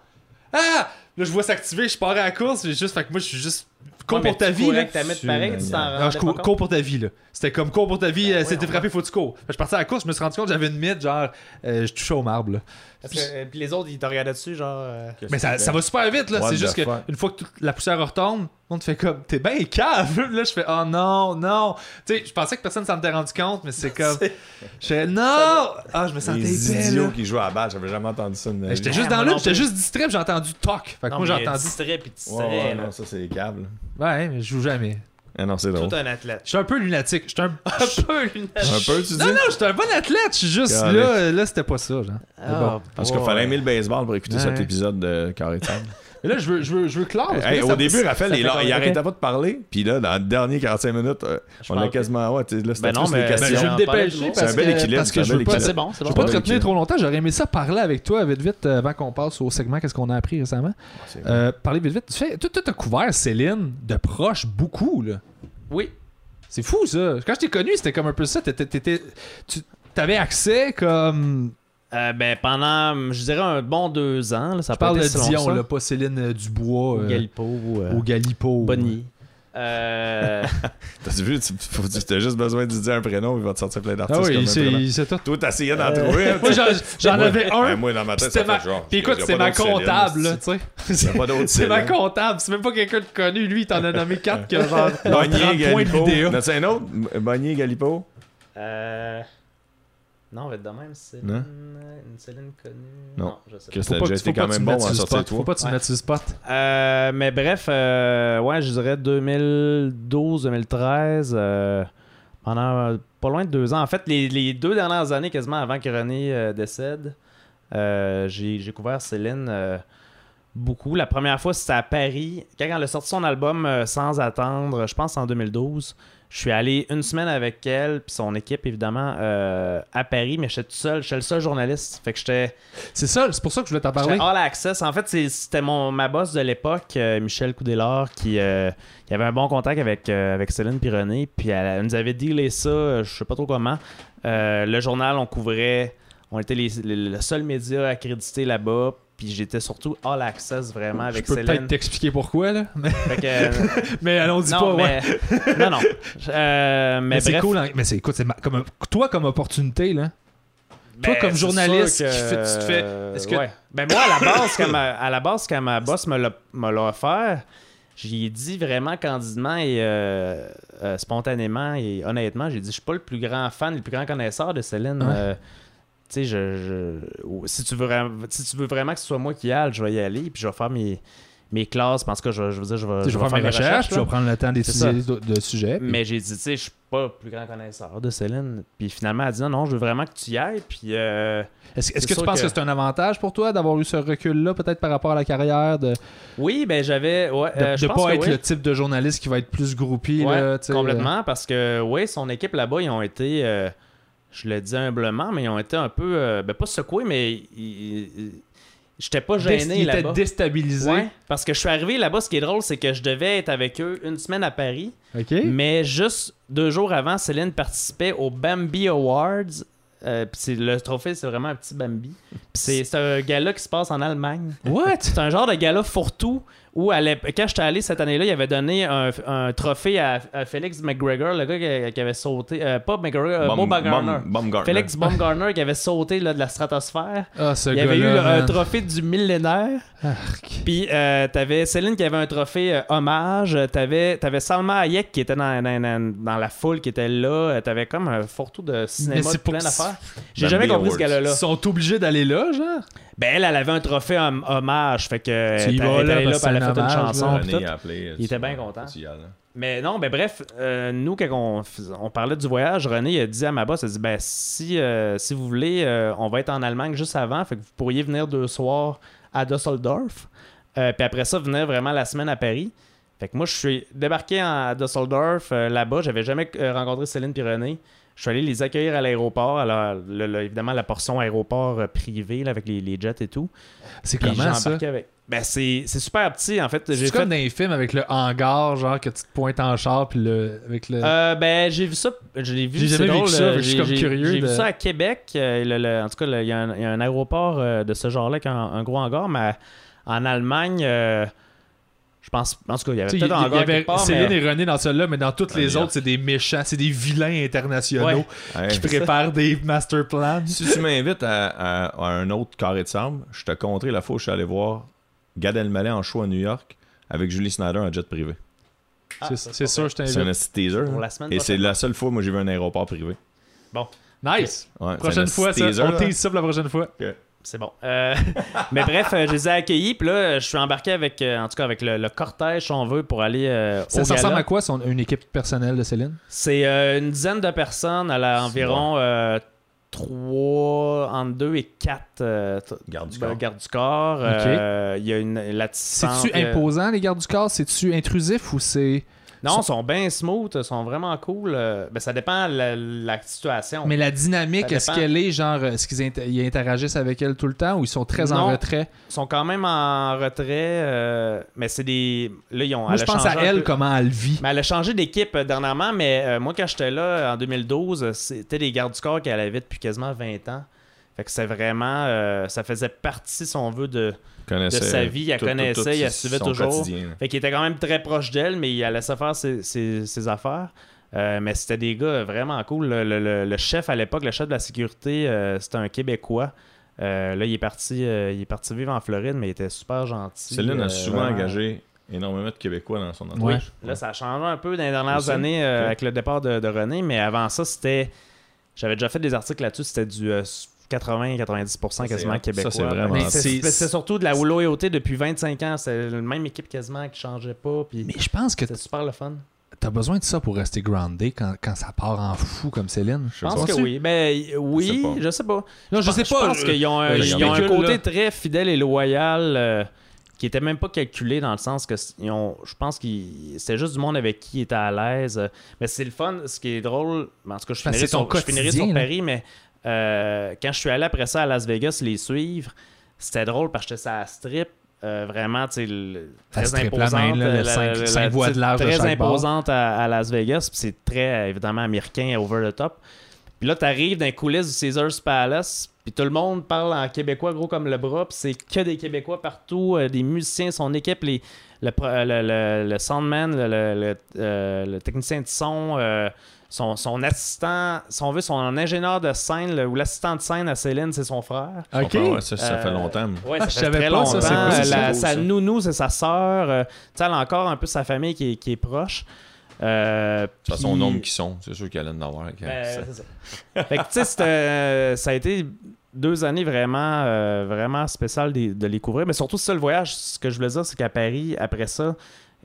Speaker 2: Ah! Là, je vois s'activer, je pars à la course. j'ai Juste, fait que moi, je suis juste. Cours
Speaker 1: Ouais, mais
Speaker 2: pour ta
Speaker 1: tu
Speaker 2: vie.
Speaker 1: courais
Speaker 2: Là.
Speaker 1: avec ta mettre
Speaker 3: Tu-
Speaker 1: pareil, tu t'en
Speaker 2: Non, je
Speaker 1: rendais
Speaker 2: cours,
Speaker 1: pas
Speaker 2: cours pour ta vie, là. C'était comme cours pour ta vie, euh,
Speaker 1: ouais,
Speaker 2: c'était
Speaker 1: on-
Speaker 2: frappé, faut que tu cours. Fait que Je partais à la course, je me suis rendu compte, j'avais une mythe, genre, euh, je touchais au marbre, là.
Speaker 1: compte. Parce que, euh, puis les autres, ils te regardaient dessus, genre. euh,
Speaker 2: Mais ça, ça va super vite, là.
Speaker 3: What
Speaker 2: C'est
Speaker 3: the
Speaker 2: juste que
Speaker 3: fuck?
Speaker 2: une fois que toute la poussière retombe, on te fait comme t'es bien cave. Là, je fais oh non, non. Tu sais, je pensais que personne s'en était rendu compte, mais c'est comme. Je fais non Ah, je me sentais
Speaker 3: Les
Speaker 2: épais,
Speaker 3: idiots
Speaker 2: là.
Speaker 3: qui jouent à la balle, j'avais jamais entendu ça. de ma
Speaker 2: Mais J'étais
Speaker 3: vie.
Speaker 2: juste dans
Speaker 1: Ouais,
Speaker 2: l'une,
Speaker 1: moi
Speaker 2: j'étais
Speaker 1: non plus.
Speaker 2: juste distrait, puis j'ai entendu toc. Fait que
Speaker 1: Non,
Speaker 2: moi,
Speaker 1: mais
Speaker 2: j'ai
Speaker 1: il y a
Speaker 2: entendu.
Speaker 1: distrait puis distrait.
Speaker 3: Ouais, ouais,
Speaker 1: là.
Speaker 3: non, ça c'est les câbles.
Speaker 2: Ouais, mais je joue jamais.
Speaker 3: Ah non, c'est drôle.
Speaker 1: Tout un athlète.
Speaker 2: Je suis un peu lunatique. Je suis un.
Speaker 3: Ah,
Speaker 1: Un peu lunatique.
Speaker 3: Un peu, tu dis?
Speaker 2: Non, non, je suis un bon athlète. Je suis juste
Speaker 3: Correct.
Speaker 2: là, là, c'était pas ça, genre.
Speaker 1: Ah,
Speaker 3: Parce qu'il
Speaker 1: boy.
Speaker 3: fallait aimer le baseball pour écouter
Speaker 2: Ouais.
Speaker 3: cet épisode de Carré de Sable.
Speaker 2: Mais là, je veux, je veux, je veux clore. parce que
Speaker 3: Hey,
Speaker 2: là,
Speaker 3: au
Speaker 2: ça-
Speaker 3: début, Raphaël,
Speaker 1: ça
Speaker 3: il,
Speaker 1: fait comme-
Speaker 3: il
Speaker 1: ok.
Speaker 3: arrêtait pas de parler. Puis là, dans les dernières 45 minutes, euh,
Speaker 1: Je
Speaker 3: on l'a
Speaker 1: parle-
Speaker 3: quasiment. Ouais, tu sais, là, c'était
Speaker 1: Ben non,
Speaker 3: plus des
Speaker 1: mais-
Speaker 2: Ben, je
Speaker 3: questions.
Speaker 2: vais
Speaker 1: On
Speaker 2: me
Speaker 1: en parlait
Speaker 2: dépêcher
Speaker 1: toujours.
Speaker 2: parce
Speaker 3: C'est un bel
Speaker 2: que,
Speaker 3: équilibre,
Speaker 2: parce que
Speaker 3: c'est un
Speaker 2: je veux
Speaker 3: bel
Speaker 2: pas,
Speaker 1: C'est bon, c'est
Speaker 2: je
Speaker 1: bon.
Speaker 2: veux pas te
Speaker 3: Bel
Speaker 2: retenir
Speaker 3: équilibre.
Speaker 2: trop longtemps. J'aurais aimé ça parler avec toi vite vite euh, avant qu'on passe au segment qu'est-ce qu'on a appris récemment.
Speaker 3: C'est
Speaker 2: Euh, parler vite vite. Tu fais, toi, toi, t'as couvert Céline de proche beaucoup là.
Speaker 1: Oui.
Speaker 2: C'est fou ça. Quand je t'ai connu, c'était comme un peu ça. T'étais- t'étais- tu avais accès comme.
Speaker 1: Euh, ben, pendant, je dirais, un bon deux ans, là, ça
Speaker 2: Je parle
Speaker 1: peut
Speaker 2: de
Speaker 1: être si long que
Speaker 2: Dion
Speaker 1: ça.
Speaker 2: là, pas Céline euh, Dubois
Speaker 1: Ou
Speaker 2: euh,
Speaker 1: Galipo ou euh,
Speaker 2: au Galipo.
Speaker 1: Bonnie. Euh,
Speaker 3: T'as vu, tu faut- tu- t'as juste besoin de dire un prénom, il va te sortir plein
Speaker 2: Ah
Speaker 3: d'artistes.
Speaker 2: oui,
Speaker 3: comme un
Speaker 2: il s'est-
Speaker 3: prénom.
Speaker 2: il s'est tout.
Speaker 3: Toi, t'essayais d'en trouver. hein,
Speaker 2: Moi,
Speaker 3: tu sais.
Speaker 2: j'en- j'en
Speaker 3: Moi-
Speaker 2: avais
Speaker 3: Ben,
Speaker 2: un.
Speaker 3: Moi, dans ma
Speaker 2: Puis
Speaker 3: tête,
Speaker 2: c'était
Speaker 3: ça
Speaker 2: ma-
Speaker 3: fait genre.
Speaker 2: Puis écoute,
Speaker 3: y a
Speaker 2: c'est
Speaker 3: pas
Speaker 2: ma
Speaker 3: d'autres Céline,
Speaker 2: comptable, là,
Speaker 3: c'est-
Speaker 2: tu sais.
Speaker 3: y a pas d'autres
Speaker 2: C'est ma
Speaker 3: Céline.
Speaker 2: comptable, c'est même pas quelqu'un de connu. Lui, il t'en a nommé 4 qui a genre 30
Speaker 3: Bonnier,
Speaker 2: points de
Speaker 3: Galipo.
Speaker 2: vidéo.
Speaker 3: N'as-tu un autre M- Bonnier, Galipo
Speaker 1: euh, non, on va être de même. Céline,
Speaker 3: Non.
Speaker 1: une Céline connue.
Speaker 3: Non.
Speaker 1: je sais pas.
Speaker 3: Chris, t'as déjà été quand même bon à sortir
Speaker 2: Faut
Speaker 3: toi.
Speaker 2: pas que tu me
Speaker 1: Ouais.
Speaker 2: mettes sur le spot.
Speaker 1: Euh, mais bref, euh, ouais, je dirais 2012-2013, euh, pendant euh, pas loin de deux ans. En fait, les, les deux dernières années, quasiment avant que René euh, décède, euh, j'ai j'ai couvert Céline euh, beaucoup. La première fois, c'était à Paris. Quand elle a sorti son album euh, Sans attendre, je pense en 2012, je suis allé une semaine avec elle, puis son équipe, évidemment, euh, à Paris, mais j'étais tout seul. J'étais le seul journaliste. Fait que j'étais.
Speaker 2: C'est ça, c'est pour ça que je voulais t'en
Speaker 1: J'étais All
Speaker 2: parler.
Speaker 1: Access. En fait, c'est- c'était mon ma boss de l'époque, euh, Michel Coudelard, qui, euh, qui avait un bon contact avec, euh, avec Céline Pironnet. Puis elle, elle nous avait dealé ça, euh, je sais pas trop comment. Euh, le journal, on couvrait. On était les- les- le seul média accrédité là-bas. Puis j'étais surtout All Access vraiment
Speaker 2: Je
Speaker 1: avec
Speaker 2: peux
Speaker 1: Céline.
Speaker 2: peut-être t'expliquer pourquoi, là. Mais,
Speaker 1: Fait que-
Speaker 2: mais allons-y
Speaker 1: non,
Speaker 2: pas, ouais.
Speaker 1: mais, non, non. Euh, mais
Speaker 2: Mais c'est
Speaker 1: bref,
Speaker 2: cool, hein. mais c'est écoute, c'est ma- comme, toi comme opportunité là. Toi,
Speaker 1: Ben,
Speaker 2: comme
Speaker 1: c'est
Speaker 2: journaliste,
Speaker 1: sûr
Speaker 2: qui fait- tu te fais- est-ce que-
Speaker 1: Ouais. Ben moi, à la base, quand ma, à la base, quand ma boss me l'a, me l'a offert, j'y ai dit vraiment candidement et euh, euh, spontanément et honnêtement, j'ai dit, je suis pas le plus grand fan, le plus grand connaisseur de Céline.
Speaker 2: Ouais.
Speaker 1: Euh, tu sais, je, je- ou- si, tu veux, vra- si tu veux vraiment que ce soit moi qui y aille, je vais y aller, puis je vais faire mes, mes classes, parce que je, je veux dire, je vais,
Speaker 2: Tu sais, je vais faire mes recherches,
Speaker 1: là.
Speaker 2: je vais prendre le temps d'étudier
Speaker 1: ça.
Speaker 2: de, de sujets. puis-
Speaker 1: Mais j'ai dit, tu sais, je suis pas le plus grand connaisseur de Céline. Puis finalement, elle a dit, non, non, je veux vraiment que tu y ailles, puis... euh,
Speaker 2: Est-ce est-ce
Speaker 1: c'est
Speaker 2: que tu
Speaker 1: sûr
Speaker 2: penses que,
Speaker 1: que-
Speaker 2: c'est un avantage pour toi d'avoir eu ce recul là, peut-être par rapport à la carrière de
Speaker 1: Oui, ben j'avais. Ouais,
Speaker 2: de,
Speaker 1: euh, je
Speaker 2: de
Speaker 1: pense
Speaker 2: pas
Speaker 1: que
Speaker 2: être
Speaker 1: oui.
Speaker 2: le type de journaliste qui va être plus groupie
Speaker 1: Ouais,
Speaker 2: là, tu sais, euh,
Speaker 1: complètement, parce que oui, son équipe là-bas, ils ont été, euh, je le dis humblement, mais ils ont été un peu, euh, ben pas secoués, mais ils- ils- j'étais pas
Speaker 2: euh, dé-
Speaker 1: gêné
Speaker 2: il
Speaker 1: là-bas.
Speaker 2: était déstabilisé.
Speaker 1: Ouais, parce que je suis arrivé là-bas, ce qui est drôle, c'est que je devais être avec eux une semaine à Paris,
Speaker 2: OK.
Speaker 1: mais juste deux jours avant, Céline participait au Bambi Awards. Euh, puis c'est- le trophée, c'est vraiment un petit Bambi. Puis c'est c'est un gala qui se passe en Allemagne.
Speaker 2: What?
Speaker 1: C'est un genre de gala fourre-tout où, à l'ép- quand j'étais allé cette année-là, il avait donné un, un trophée à, à Félix McGregor, le gars qui, qui avait sauté. euh, pas McGregor, euh,
Speaker 3: Bum-
Speaker 1: Baumgartner.
Speaker 3: Bum- Bumgarner.
Speaker 1: Félix Baumgartner qui avait sauté là, de la stratosphère.
Speaker 2: Ah, ce
Speaker 1: Il y avait eu
Speaker 2: gars-là,
Speaker 1: un
Speaker 2: man.
Speaker 1: trophée du millénaire.
Speaker 2: Arc.
Speaker 1: Puis euh, t'avais Céline qui avait un trophée euh, hommage. Euh, T'avais, t'avais Salma Hayek qui était dans, dans- dans- dans la foule qui était là. Euh, T'avais comme un fourre-tout de
Speaker 2: Mais
Speaker 1: cinéma
Speaker 2: c'est
Speaker 1: de
Speaker 2: pour
Speaker 1: plein
Speaker 2: que-
Speaker 1: d'affaires. J'ai
Speaker 3: Bambi
Speaker 1: jamais compris ce
Speaker 3: Awards.
Speaker 1: gala-là.
Speaker 2: Ils sont obligés d'aller là, genre.
Speaker 1: Ben elle, elle avait un trophée hom- hommage. Fait que
Speaker 2: Tu y
Speaker 1: elle
Speaker 2: vas
Speaker 1: elle est
Speaker 2: là
Speaker 1: allée
Speaker 2: parce que
Speaker 1: puis elle
Speaker 2: c'est
Speaker 1: a
Speaker 2: un
Speaker 1: fait une
Speaker 2: hommage,
Speaker 1: chanson.
Speaker 2: là.
Speaker 1: puis
Speaker 3: René hein.
Speaker 1: tout.
Speaker 3: a appelé,
Speaker 1: Ah, Il
Speaker 3: euh, tu
Speaker 1: était bien
Speaker 3: vois,
Speaker 1: content.
Speaker 3: tu y allais, là.
Speaker 1: Mais non, ben bref, euh, nous, quand on, fais- on parlait du voyage, René il a dit à ma boss, il a dit, ben si, euh, si vous voulez, euh, on va être en Allemagne juste avant, fait que vous pourriez venir deux soirs à Düsseldorf, euh, puis après ça, venir vraiment la semaine à Paris. Fait que moi, je suis débarqué en- à Düsseldorf, euh, là-bas, j'avais jamais euh, rencontré Céline puis René. Je suis allé les accueillir à l'aéroport, alors le- le- évidemment la portion aéroport euh, privée là, avec les, les jets et tout.
Speaker 2: C'est
Speaker 1: Puis j'ai
Speaker 2: comment ça?
Speaker 1: embarqué avec. Ben c'est c'est super petit en fait. J'ai
Speaker 2: C'est
Speaker 1: fait
Speaker 2: comme dans les films avec le hangar, genre que tu te pointes en char, puis le. Avec le...
Speaker 1: Euh, ben, j'ai vu ça. Je l'ai vu.
Speaker 2: J'ai
Speaker 1: c'est
Speaker 2: jamais vécu
Speaker 1: drôle,
Speaker 2: ça,
Speaker 1: euh,
Speaker 2: je suis
Speaker 1: j'ai-
Speaker 2: comme
Speaker 1: j'ai-
Speaker 2: curieux
Speaker 1: J'ai
Speaker 2: de-
Speaker 1: vu ça à Québec. euh, le- le- en tout cas, le- il y, a un- il y a un aéroport euh, de ce genre-là qui a un, un gros hangar, mais en Allemagne, euh, je pense. En tout cas, il y avait
Speaker 2: Tu sais, il-
Speaker 1: peut-être un
Speaker 2: il y
Speaker 1: hangar
Speaker 2: avait
Speaker 1: quelque part,
Speaker 2: Céline
Speaker 1: mais-
Speaker 2: et René dans celui-là, mais dans toutes les
Speaker 3: Ah,
Speaker 2: autres, c'est des méchants, c'est des vilains internationaux
Speaker 1: Ouais.
Speaker 3: Hey.
Speaker 2: qui préparent des master plans.
Speaker 3: Si tu m'invites à, à- à un autre carré de sable, je te compterai la fois où je suis allé voir Gad Elmaleh en show à New York avec Julie Snyder en jet privé.
Speaker 1: Ah,
Speaker 2: C'est-
Speaker 1: ça,
Speaker 2: c'est
Speaker 1: c'est
Speaker 2: sûr, je
Speaker 3: C'est un
Speaker 2: t'invite.
Speaker 3: petit teaser.
Speaker 1: Pour
Speaker 3: hein.
Speaker 1: la semaine
Speaker 3: Et c'est
Speaker 1: prochaine.
Speaker 3: la seule fois où moi j'ai vu un aéroport privé.
Speaker 2: Nice!
Speaker 3: Ouais, c'est un
Speaker 2: Prochaine
Speaker 3: petit
Speaker 2: fois, ça,
Speaker 3: teaser,
Speaker 2: on
Speaker 1: hein.
Speaker 3: là.
Speaker 2: tease ça pour la prochaine fois.
Speaker 1: C'est bon. Euh, mais bref, euh, je les ai accueillis. Puis là, je suis embarqué avec, euh, en tout cas, avec le, le cortège, si on veut, pour aller euh, au
Speaker 2: Ça,
Speaker 1: gala.
Speaker 2: ça ressemble à quoi, son- une équipe personnelle de Céline?
Speaker 1: C'est euh, une dizaine de personnes, elle a
Speaker 3: C'est
Speaker 1: environ euh, 3, entre 2 et 4
Speaker 3: Garde du
Speaker 1: ben,
Speaker 3: corps.
Speaker 1: gardes du corps.
Speaker 2: Ok.
Speaker 1: Euh, Il y a une l'attissante.
Speaker 2: C'est-tu
Speaker 1: euh,
Speaker 2: imposant, les gardes du corps? C'est-tu intrusif ou c'est...
Speaker 1: Non, ils sont bien smooth, ils sont vraiment cool. euh, Ben, ça dépend la, la situation.
Speaker 2: Mais la dynamique,
Speaker 1: Ça
Speaker 2: est-ce
Speaker 1: dépend.
Speaker 2: qu'elle est genre, est-ce qu'ils inter- ils interagissent avec elle tout le temps ou ils sont très en
Speaker 1: Non.
Speaker 2: retrait?
Speaker 1: Ils sont quand même en retrait, euh, mais c'est des. Là, ils ont.
Speaker 2: Moi,
Speaker 1: elle
Speaker 2: je
Speaker 1: a
Speaker 2: pense à
Speaker 1: changé un
Speaker 2: elle,
Speaker 1: peu.
Speaker 2: comment elle vit.
Speaker 1: Mais elle a changé d'équipe euh, dernièrement, mais euh, moi, quand j'étais là, en 2012, euh, c'était des gardes du corps qu'elle avait depuis quasiment 20 ans. Fait que c'est vraiment. euh, ça faisait partie, si on veut, de, de
Speaker 3: Connaissait
Speaker 1: sa vie. Elle
Speaker 3: tout- tout-
Speaker 1: connaissait,
Speaker 3: tout
Speaker 1: elle
Speaker 3: son
Speaker 1: suivait toujours.
Speaker 3: quotidien, là.
Speaker 1: Fait qu'il était quand même très proche d'elle, mais il allait se faire ses, ses- ses affaires. Euh, mais c'était des gars vraiment cool. Le, le- le- le chef à l'époque, le chef de la sécurité, euh, c'était un Québécois. Euh, là, il est, parti, euh, il est parti vivre en Floride, mais il était super gentil.
Speaker 3: Céline
Speaker 1: Euh,
Speaker 3: a souvent
Speaker 1: vraiment.
Speaker 3: engagé énormément de Québécois dans son
Speaker 1: Oui.
Speaker 2: Ouais.
Speaker 3: entourage.
Speaker 1: Là, ça a changé un peu dans les dernières
Speaker 3: Aussi.
Speaker 1: années euh,
Speaker 3: Ok.
Speaker 1: avec le départ de, de René, mais avant ça, c'était. J'avais déjà fait des articles là-dessus, c'était du. euh, 80-90%
Speaker 3: Ça, c'est
Speaker 1: quasiment
Speaker 3: hot.
Speaker 1: québécois.
Speaker 3: Ça, c'est vraiment
Speaker 1: Mais
Speaker 2: hot.
Speaker 1: c'est-
Speaker 2: C'est-
Speaker 1: C'est surtout de la loyauté depuis 25 ans. C'est la même équipe quasiment qui changeait pas. Puis...
Speaker 2: Mais je pense que
Speaker 1: C'était super le fun.
Speaker 2: t'as besoin de ça pour rester groundé quand, quand ça part en fou comme Céline.
Speaker 1: Je pense
Speaker 3: pas.
Speaker 1: que oui. Ben euh, oui,
Speaker 3: Je sais pas.
Speaker 1: je sais pas.
Speaker 2: Non,
Speaker 1: Je
Speaker 2: je sais pas.
Speaker 1: pense qu'ils ont un,
Speaker 3: je
Speaker 1: ils ont un
Speaker 2: spécule,
Speaker 1: côté
Speaker 2: là.
Speaker 1: très fidèle et loyal euh, qui était même pas calculé dans le sens que c- ils ont, je pense que c'était juste du monde avec qui ils étaient à l'aise. euh, Mais c'est le fun. Ce qui est drôle, ben, en tout cas, je
Speaker 2: Ben,
Speaker 1: finirai,
Speaker 2: c'est ton
Speaker 1: sur, je finirai
Speaker 2: quotidien,
Speaker 1: sur
Speaker 2: là.
Speaker 1: Paris, mais euh, quand je suis allé après ça à Las Vegas les suivre, c'était drôle parce que j'étais ça strip. euh, vraiment, tu sais, le-
Speaker 2: La
Speaker 1: très
Speaker 2: strip, la
Speaker 1: imposante.
Speaker 2: main, là, le
Speaker 1: euh, la-
Speaker 2: cinq-
Speaker 1: la-
Speaker 2: cinq
Speaker 1: la-
Speaker 2: voies de large de
Speaker 1: Très
Speaker 2: chaque bord.
Speaker 1: imposante à, à Las Vegas. puis c'est très, euh, évidemment, américain, over the top. Puis là, t'arrives dans les coulisses du Caesars Palace, puis tout le monde parle en québécois gros comme le bras, puis c'est que des Québécois partout, euh, des musiciens, son équipe, les, le, pro- euh, le, le- le soundman, le, le- le- euh, le technicien de son, euh, son, son assistant, si on veut, son ingénieur de scène, le- ou l'assistant de scène à Céline, c'est son frère.
Speaker 3: Son
Speaker 2: Ok.
Speaker 3: frère, ouais, ça, ça
Speaker 1: Euh,
Speaker 3: fait longtemps. moi.
Speaker 1: Ouais, ça
Speaker 2: Ah, je
Speaker 1: fait
Speaker 2: savais
Speaker 1: très
Speaker 2: pas,
Speaker 1: longtemps.
Speaker 2: ça, c'est
Speaker 3: cool, ça, c'est
Speaker 1: la-
Speaker 3: cool,
Speaker 1: sa
Speaker 3: ça.
Speaker 1: nounou, c'est sa sœur. euh, tu sais, elle a encore un peu sa famille qui est, qui est proche. Euh,
Speaker 3: De toute façon,
Speaker 1: puis-
Speaker 3: nombre qui sont, c'est sûr qu'il allait en avoir. quand-
Speaker 1: ben,
Speaker 3: ça-
Speaker 1: c'est ça. fait que, tu sais, c'était, euh, ça a été deux années vraiment, euh, vraiment spéciales de, de les couvrir. Mais surtout, ça, le voyage, ce que je voulais dire, c'est qu'à Paris, après ça,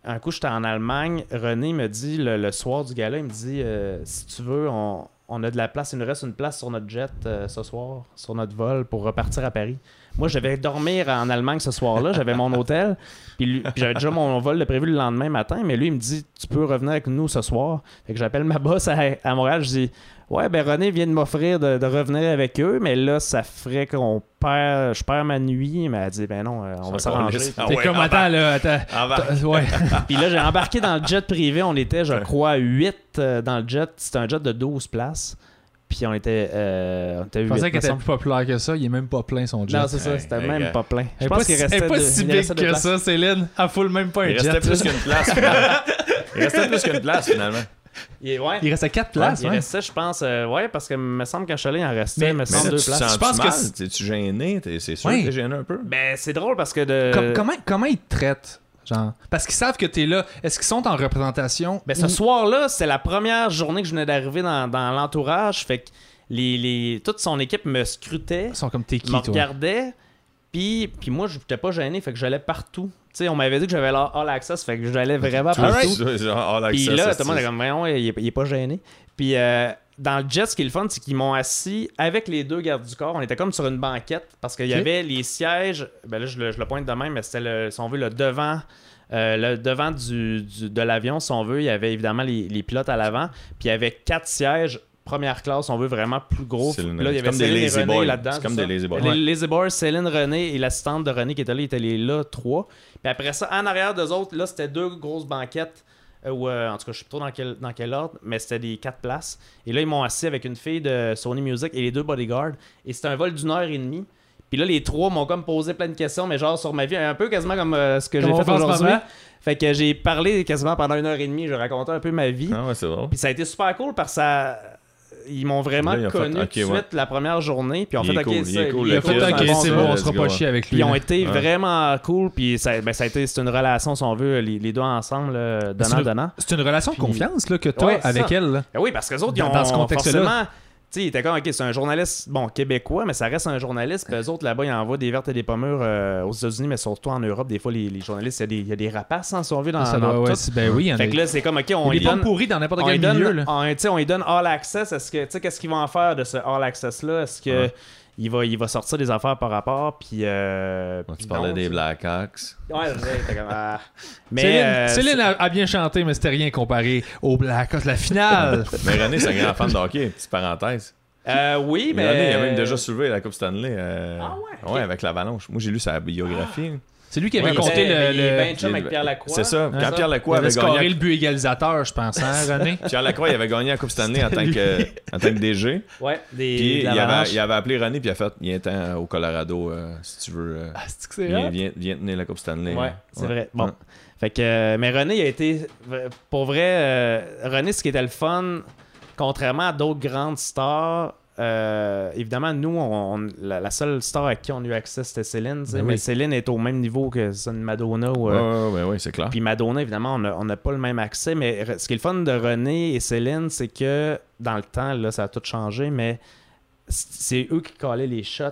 Speaker 1: un coup, j'étais en Allemagne. René me dit, le, le soir du gala, il me dit euh, si tu veux, on, on a de la place. Il nous reste une place sur notre jet euh, ce soir, sur notre vol, pour repartir à Paris. Moi, je vais dormir en Allemagne ce soir-là. J'avais mon hôtel. Puis, lui- puis j'avais déjà mon vol de prévu le lendemain matin. Mais lui, il me dit Tu peux revenir avec nous ce soir. Fait que j'appelle ma boss à, à Montréal. Je dis Ouais, ben René vient de m'offrir de, de revenir avec eux. Mais là, ça ferait qu'on perd. Je perds ma nuit. Mais elle dit Ben non, euh, on va
Speaker 3: ça
Speaker 1: s'arranger.
Speaker 3: encore- Ah
Speaker 2: T'es
Speaker 3: ouais,
Speaker 2: comme,
Speaker 3: embarque,
Speaker 1: bah,
Speaker 2: attends, là, attends.
Speaker 3: embarque.
Speaker 2: T'as- Ouais.
Speaker 1: Puis là, j'ai embarqué dans le jet privé. On était, je crois, 8 dans le jet. C'était un jet de 12 places. Puis on était, euh, on était
Speaker 2: Je
Speaker 1: 8.
Speaker 2: pensais
Speaker 1: me
Speaker 2: qu'elle était
Speaker 1: semble.
Speaker 2: plus populaire que ça. Il est même pas plein son jet.
Speaker 1: Non, c'est ça.
Speaker 3: Hey,
Speaker 1: C'était
Speaker 3: les
Speaker 1: même
Speaker 3: gars.
Speaker 1: pas plein.
Speaker 2: Elle
Speaker 1: Je
Speaker 2: est
Speaker 1: pense
Speaker 2: pas
Speaker 1: qu'il
Speaker 2: si- elle
Speaker 1: restait
Speaker 2: est pas
Speaker 1: deux-
Speaker 2: si
Speaker 1: il
Speaker 2: big
Speaker 1: restait deux
Speaker 2: que
Speaker 1: places.
Speaker 2: ça, Céline. Elle foule même pas un
Speaker 3: Il
Speaker 2: jet.
Speaker 3: restait plus qu'une place. finalement. Il restait plus qu'une place, finalement.
Speaker 1: Il, ouais.
Speaker 2: Il restait quatre places.
Speaker 1: il
Speaker 2: ouais.
Speaker 1: restait, je pense, euh, ouais, parce que me semble qu'à Cholet, il en restait,
Speaker 2: Mais-
Speaker 1: me
Speaker 3: Mais
Speaker 1: semble,
Speaker 3: là,
Speaker 1: deux
Speaker 3: tu te
Speaker 1: places.
Speaker 3: sens
Speaker 2: Je pense que
Speaker 3: mal?
Speaker 2: c'est-
Speaker 3: T'es-tu gêné? T'es- C'est sûr
Speaker 2: Ouais.
Speaker 3: que t'es gêné un peu?
Speaker 1: Ben, c'est drôle parce que de.
Speaker 2: Com- comment, comment ils te traitent? Genre? Parce qu'ils savent que t'es là. Est-ce qu'ils sont en représentation?
Speaker 1: Ben, ce
Speaker 2: Ou-
Speaker 1: soir-là, c'était la première journée que je venais d'arriver dans, dans l'entourage. Fait que les, les, toute son équipe me scrutait.
Speaker 2: Ils sont comme t'es qui,
Speaker 1: me
Speaker 2: toi?
Speaker 1: regardait, puis, puis moi, je n'étais pas gêné, fait que j'allais partout. Tu sais, on m'avait dit que j'avais l'all- all access, fait que j'allais vraiment
Speaker 3: Tout
Speaker 1: partout.
Speaker 3: ça, genre, all
Speaker 1: Puis
Speaker 3: access,
Speaker 1: là,
Speaker 3: ça,
Speaker 1: tout le monde est comme, voyons, il est, il est pas gêné. Puis euh, dans le jet, ce qui est le fun, c'est qu'ils m'ont assis avec les deux gardes du corps. On était comme sur une banquette parce qu'il y
Speaker 2: Ok.
Speaker 1: avait les sièges. Ben là, je le, je le pointe de même, mais c'était, le, si on veut, le devant. euh, le devant du, du- de l'avion, si on veut, il y avait évidemment les, les pilotes à l'avant, puis il y avait quatre sièges première classe, si on veut vraiment plus gros.
Speaker 3: C'est
Speaker 1: Puis
Speaker 3: le-
Speaker 1: là, il y avait
Speaker 3: c'est comme des
Speaker 1: Céline et
Speaker 3: lazy
Speaker 1: René
Speaker 3: boys.
Speaker 1: là-dedans.
Speaker 3: C'est comme
Speaker 1: ça.
Speaker 3: des lazy boys.
Speaker 1: Les
Speaker 3: Ouais.
Speaker 1: lazy boys, Céline, René et l'assistante de René qui était là, ils étaient les- là trois. Puis après ça, en arrière d'eux autres, là, c'était deux grosses banquettes. euh, Ou euh, en tout cas, je sais pas trop dans quel, dans quel ordre, mais c'était des quatre places. Et là, ils m'ont assis avec une fille de Sony Music et les deux bodyguards. Et c'était un vol d'une heure et demie. Puis là, les trois m'ont comme posé plein de questions, mais genre sur ma vie, un peu quasiment comme euh, ce que
Speaker 2: Comme
Speaker 1: j'ai
Speaker 2: on
Speaker 1: fait
Speaker 2: fait en ce
Speaker 1: aujourd'hui.
Speaker 2: moment.
Speaker 1: Fait que j'ai parlé quasiment pendant une heure et demie, je racontais un peu ma vie.
Speaker 3: Ah ouais, c'est drôle.
Speaker 1: Puis ça a été super cool parce que ça- ils m'ont vraiment
Speaker 3: Là, ils ont
Speaker 1: connu
Speaker 3: fait, Ok,
Speaker 1: tout de
Speaker 3: ouais.
Speaker 1: suite la première journée. Puis en
Speaker 3: Il
Speaker 1: fait,
Speaker 3: est
Speaker 1: ok,
Speaker 3: cool, il
Speaker 1: ça,
Speaker 3: est
Speaker 1: il
Speaker 3: cool,
Speaker 1: est
Speaker 2: Il a
Speaker 3: le
Speaker 1: cool,
Speaker 2: fait
Speaker 3: kid.
Speaker 1: c'est un
Speaker 2: ok,
Speaker 1: bon
Speaker 2: c'est
Speaker 1: gars.
Speaker 2: bon, on
Speaker 3: Let's
Speaker 2: sera
Speaker 3: go,
Speaker 2: pas chier avec
Speaker 1: Puis
Speaker 2: lui. hein.
Speaker 1: ils ont
Speaker 2: là.
Speaker 1: été
Speaker 3: Ouais.
Speaker 1: vraiment cool. Puis ça, ben, ça a été, c'est une relation, si on veut, les, les deux ensemble, euh,
Speaker 2: C'est
Speaker 1: donnant,
Speaker 2: une-
Speaker 1: donnant.
Speaker 2: C'est une relation de
Speaker 1: Puis-
Speaker 2: confiance là, que t'as
Speaker 1: Ouais, c'est
Speaker 2: avec
Speaker 1: ça.
Speaker 2: elle. là.
Speaker 1: Ben oui, parce que les autres, ils
Speaker 2: Dans-
Speaker 1: ont
Speaker 2: dans ce contexte-là.
Speaker 1: forcément- Tu sais, il était comme, OK, c'est un journaliste, bon, québécois, mais ça reste un journaliste. Puis eux autres, là-bas, ils envoient des vertes et des pommures euh, aux États-Unis, mais surtout en Europe. Des fois, les, les journalistes, il y a des- il y, a des rapaces hein, en survie dans,
Speaker 2: ça
Speaker 1: dans
Speaker 2: doit,
Speaker 1: Ah, tout.
Speaker 2: ouais, si- ben oui, il y en a.
Speaker 1: Fait que là, c'est comme, OK, on
Speaker 2: il y a
Speaker 1: lui
Speaker 2: des pommes
Speaker 1: donne...
Speaker 2: pourries dans n'importe
Speaker 1: On lui,
Speaker 2: quel
Speaker 1: donne,
Speaker 2: milieu. là.
Speaker 1: on- tu sais, on lui donne All Access. Est-ce que, tu sais, qu'est-ce qu'ils vont en faire de ce All Access-là? Est-ce que
Speaker 3: Ouais.
Speaker 1: il, va, il va sortir des affaires par rapport? Puis. euh,
Speaker 3: Tu
Speaker 1: puis
Speaker 3: parlais
Speaker 1: non,
Speaker 3: des Blackhawks.
Speaker 1: tu- Ouais, ouais, t'es comme. ah.
Speaker 2: Céline,
Speaker 1: Mais. euh,
Speaker 2: Céline a, a bien chanté, mais c'était rien comparé au Blackhawks, la finale.
Speaker 3: Mais René, c'est un grand fan de hockey, petite parenthèse.
Speaker 1: euh, oui, mais.
Speaker 3: René, il a même déjà soulevé la Coupe Stanley. euh,
Speaker 1: Ah ouais, ok.
Speaker 3: avec l'avalanche. Moi, j'ai lu sa biographie.
Speaker 2: C'est lui qui
Speaker 1: Il
Speaker 2: avait
Speaker 1: était-
Speaker 2: compté
Speaker 1: mais
Speaker 2: le.
Speaker 1: il est
Speaker 2: le-
Speaker 1: ben chum avec Pierre Lacroix. Ah,
Speaker 3: C'est ça.
Speaker 1: Ouais,
Speaker 3: Quand Pierre
Speaker 2: Il
Speaker 3: Lacroix
Speaker 2: avait
Speaker 3: avait
Speaker 2: scoré
Speaker 3: gagné.
Speaker 2: le but égalisateur, je pense, hein, René?
Speaker 3: Pierre Lacroix, il avait gagné la Coupe Stanley en tant que, en tant que DG.
Speaker 1: Ouais, des.
Speaker 3: Puis il
Speaker 1: de
Speaker 3: avait,
Speaker 1: l'Avalanche.
Speaker 3: il avait appelé René, puis il a fait Viens ten au Colorado euh, si tu veux. euh,
Speaker 1: Ah,
Speaker 2: c'est que Ah, c'est
Speaker 3: viens, viens, viens tenir la Coupe Stanley.
Speaker 1: Ouais, c'est vrai. Bon.
Speaker 3: hein. Ouais.
Speaker 1: Fait que, euh, mais René, il a été. Pour vrai, euh, René, ce qui était le fun, contrairement à d'autres grandes stars, euh, évidemment, nous, on, on- la, la seule star à qui on a eu accès, c'était Céline. tu sais,
Speaker 2: Ben oui.
Speaker 1: Mais Céline est au même niveau que c'est une Madonna ou.
Speaker 3: Ouais,
Speaker 1: euh,
Speaker 3: ouais, ouais, ouais, c'est clair.
Speaker 1: puis Madonna, évidemment, on n'a on n'a pas le même accès. Mais re- ce qui est le fun de René et Céline, c'est que dans le temps, là, ça a tout changé, mais c- c'est eux qui collaient les shots.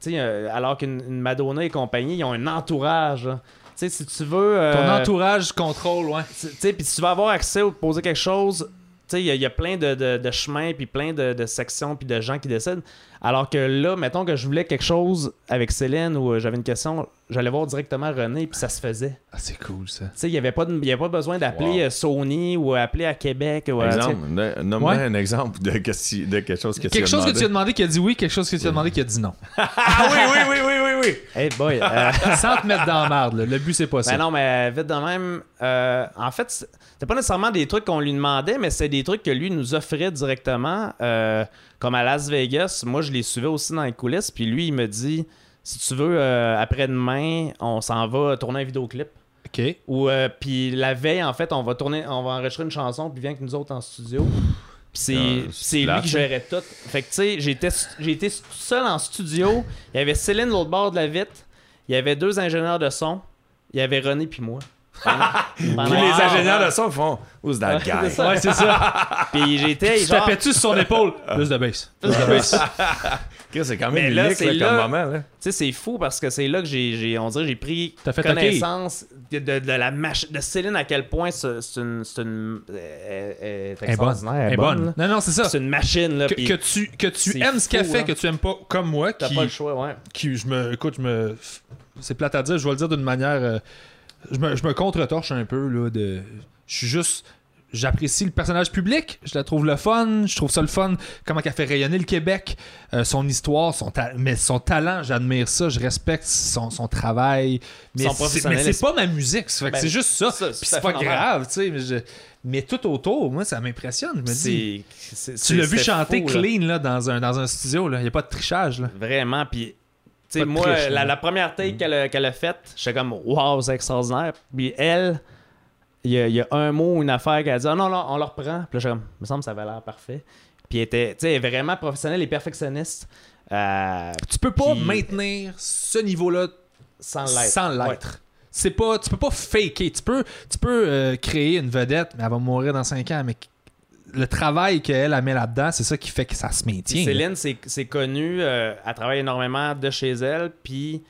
Speaker 1: Tu sais, euh, alors qu'une une Madonna et compagnie, ils ont un entourage. là. Tu sais, si tu veux. euh,
Speaker 2: Ton entourage contrôle, ouais.
Speaker 1: tu tu sais, puis si tu vas avoir accès ou poser quelque chose, tu sais, il y, a- il y a plein de, de- de chemins, puis plein de, de sections, puis de gens qui décident. Alors que là, mettons que je voulais quelque chose avec Céline ou euh, j'avais une question, j'allais voir directement René, puis ça se faisait.
Speaker 2: Ah, c'est cool, ça.
Speaker 1: Tu sais, il n'y avait pas, de- il y avait pas besoin d'appeler
Speaker 3: Wow. Ben
Speaker 1: euh, Sony ou appeler à Québec. Ou, à- tu
Speaker 3: exemple, de- nomme-moi
Speaker 2: Ouais.
Speaker 3: un exemple de, que si- de quelque chose que tu
Speaker 2: Quelque
Speaker 3: as
Speaker 2: chose que tu
Speaker 3: demandé.
Speaker 2: as demandé qui a dit oui, quelque chose que tu as demandé qui a dit non.
Speaker 3: Ah oui, oui, oui, oui, oui, oui.
Speaker 1: sais. Hey boy. euh,
Speaker 2: Sans te mettre dans la merde, là. le but c'est pas ça.
Speaker 1: ben non, mais vite de même. euh, en fait, c'est- c'était pas nécessairement des trucs qu'on lui demandait, mais c'est des trucs que lui nous offrait directement. euh, comme à Las Vegas, moi, je les suivais aussi dans les coulisses. Puis lui, il me dit si tu veux, euh, après-demain, on s'en va tourner un vidéoclip.
Speaker 2: Ok.
Speaker 1: Ou euh, puis la veille en fait, on va tourner, on va enregistrer une chanson puis viens avec nous autres en studio. Puis c'est
Speaker 3: Euh,
Speaker 1: puis
Speaker 3: c'est
Speaker 1: c'est lui
Speaker 3: plate,
Speaker 1: qui
Speaker 3: ça.
Speaker 1: gérait tout. Fait que tu sais, j'étais j'étais tout seul en studio, il y avait Céline de l'autre bord de la vitre, il y avait deux ingénieurs de son, il y avait René puis moi. Pendant- pendant-
Speaker 3: Puis les
Speaker 1: Ah,
Speaker 3: ingénieurs
Speaker 1: ouais.
Speaker 3: de son font Who's that guy?
Speaker 1: ça.
Speaker 2: Ouais, c'est ça.
Speaker 1: Puis j'étais
Speaker 2: Tu
Speaker 1: genre
Speaker 2: tapais-tu sur son épaule? Plus de base. Plus de base.
Speaker 3: Chris, C'est quand
Speaker 1: Mais
Speaker 3: même
Speaker 1: là,
Speaker 3: unique
Speaker 1: c'est
Speaker 3: là,
Speaker 1: là-
Speaker 3: comme moment. Là.
Speaker 1: Tu sais, c'est fou parce que c'est là que j'ai, j'ai- on dirait, j'ai pris
Speaker 2: T'as fait
Speaker 1: connaissance de, de- de la mach- de Céline à quel point c'est, c'est une, c'est une, euh, elle- elle est
Speaker 2: Elle est bonne.
Speaker 1: extraordinaire, elle est bonne, là.
Speaker 2: Non, non, c'est ça.
Speaker 1: C'est une machine là.
Speaker 2: Que,
Speaker 1: puis
Speaker 2: que tu, que tu
Speaker 1: c'est
Speaker 2: aimes ce qu'elle
Speaker 1: fou,
Speaker 2: fait,
Speaker 1: hein.
Speaker 2: que tu aimes pas comme moi,
Speaker 1: t'as
Speaker 2: qui,
Speaker 1: pas le choix, ouais.
Speaker 2: qui je me. Écoute, je me. C'est plate à dire, je vais le dire d'une manière. euh, je me, je me contre-torche un peu, là. De, je suis juste. J'apprécie le personnage public, je la trouve le fun, je trouve ça le fun, comment qu'elle fait rayonner le Québec, euh, son histoire, son ta- mais son talent, j'admire ça, je respecte son, son travail, mais
Speaker 1: Son
Speaker 2: c'est- mais c'est
Speaker 1: professionnalisme.
Speaker 2: pas ma musique, ça fait que
Speaker 1: Ben,
Speaker 2: c'est juste ça,
Speaker 1: ça, c'est
Speaker 2: Puis
Speaker 1: tout à
Speaker 2: c'est pas
Speaker 1: fait normal.
Speaker 2: grave, tu sais, mais, je- mais tout autour, moi ça m'impressionne, je me dis,
Speaker 1: C'est- c'est-
Speaker 2: tu l'as
Speaker 1: c'est-
Speaker 2: vu
Speaker 1: c'était
Speaker 2: chanter
Speaker 1: fou, là.
Speaker 2: clean là, dans, un, dans un studio, il n'y a pas de trichage. Là.
Speaker 1: Vraiment, puis. Tu
Speaker 2: Pas
Speaker 1: sais,
Speaker 2: de
Speaker 1: moi,
Speaker 2: triche, là. Mm.
Speaker 1: la, la première take qu'elle a, qu'elle a faite, j'étais comme, waouh, c'est extraordinaire. Puis elle, il y, a- il y a un mot, une affaire qu'elle a dit, Ah non, non, on le reprend. Puis là, j'étais comme, me semble que ça avait l'air parfait. Puis elle était, tu sais, elle est vraiment professionnelle et perfectionniste. euh,
Speaker 2: Tu peux pas
Speaker 1: Puis-
Speaker 2: maintenir ce niveau-là
Speaker 1: sans l'être.
Speaker 2: sans l'être. C'est pas, tu peux pas faker. Tu peux, tu peux euh, créer une vedette, mais elle va mourir dans 5 ans. Mais le travail qu'elle elle met là-dedans, c'est ça qui fait que ça se
Speaker 1: Puis
Speaker 2: maintient. là.
Speaker 1: Céline, c'est c'est connu, euh, elle travaille énormément de chez elle, puis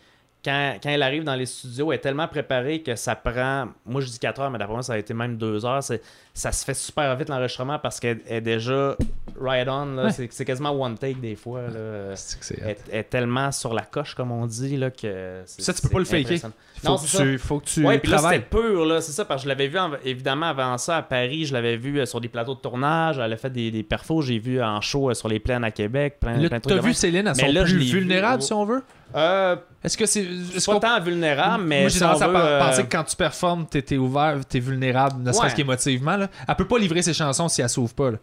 Speaker 1: quand, quand elle arrive dans les studios, elle est tellement préparée que ça prend, moi je dis 4 heures, mais d'après moi ça a été même 2 heures, C'est- ça se fait super vite l'enregistrement parce qu'elle elle est déjà right on, là.
Speaker 2: Ouais.
Speaker 1: c'est c'est quasiment one take des fois, là.
Speaker 2: C'est que c'est- euh,
Speaker 1: Elle, elle est tellement sur la coche comme on dit, là, que... c'est-
Speaker 2: Ça, tu peux pas le
Speaker 1: c'est
Speaker 2: faker.
Speaker 1: impressionnant.
Speaker 2: Faut,
Speaker 1: Non,
Speaker 2: que
Speaker 1: c'est
Speaker 2: tu, faut que tu
Speaker 1: Ouais, puis là,
Speaker 2: travailles.
Speaker 1: c'était pur, là, c'est ça, parce que je l'avais vu, en- évidemment, avant ça, à Paris, je l'avais vu euh, sur des plateaux de tournage, elle a fait des, des perfos, j'ai vu en show euh, sur les plaines à Québec, plein,
Speaker 2: Là,
Speaker 1: plein de trucs.
Speaker 2: T'as
Speaker 1: de
Speaker 2: vu
Speaker 1: même.
Speaker 2: Céline à
Speaker 1: Mais
Speaker 2: son
Speaker 1: là, je
Speaker 2: plus
Speaker 1: l'ai vu,
Speaker 2: vulnérable,
Speaker 1: oh.
Speaker 2: si on veut?
Speaker 1: Euh,
Speaker 2: Est-ce que c'est. est-ce
Speaker 1: c'est pas
Speaker 2: qu'on-
Speaker 1: tant vulnérable, mais
Speaker 2: Moi, j'ai
Speaker 1: si
Speaker 2: tendance
Speaker 1: on
Speaker 2: à
Speaker 1: veut,
Speaker 2: par-
Speaker 1: euh,
Speaker 2: penser que quand tu performes, t'es t'es ouvert, t'es vulnérable, ne serait-ce
Speaker 1: Ouais.
Speaker 2: qu'émotivement. là. Elle peut pas livrer ses chansons si elle s'ouvre pas. là.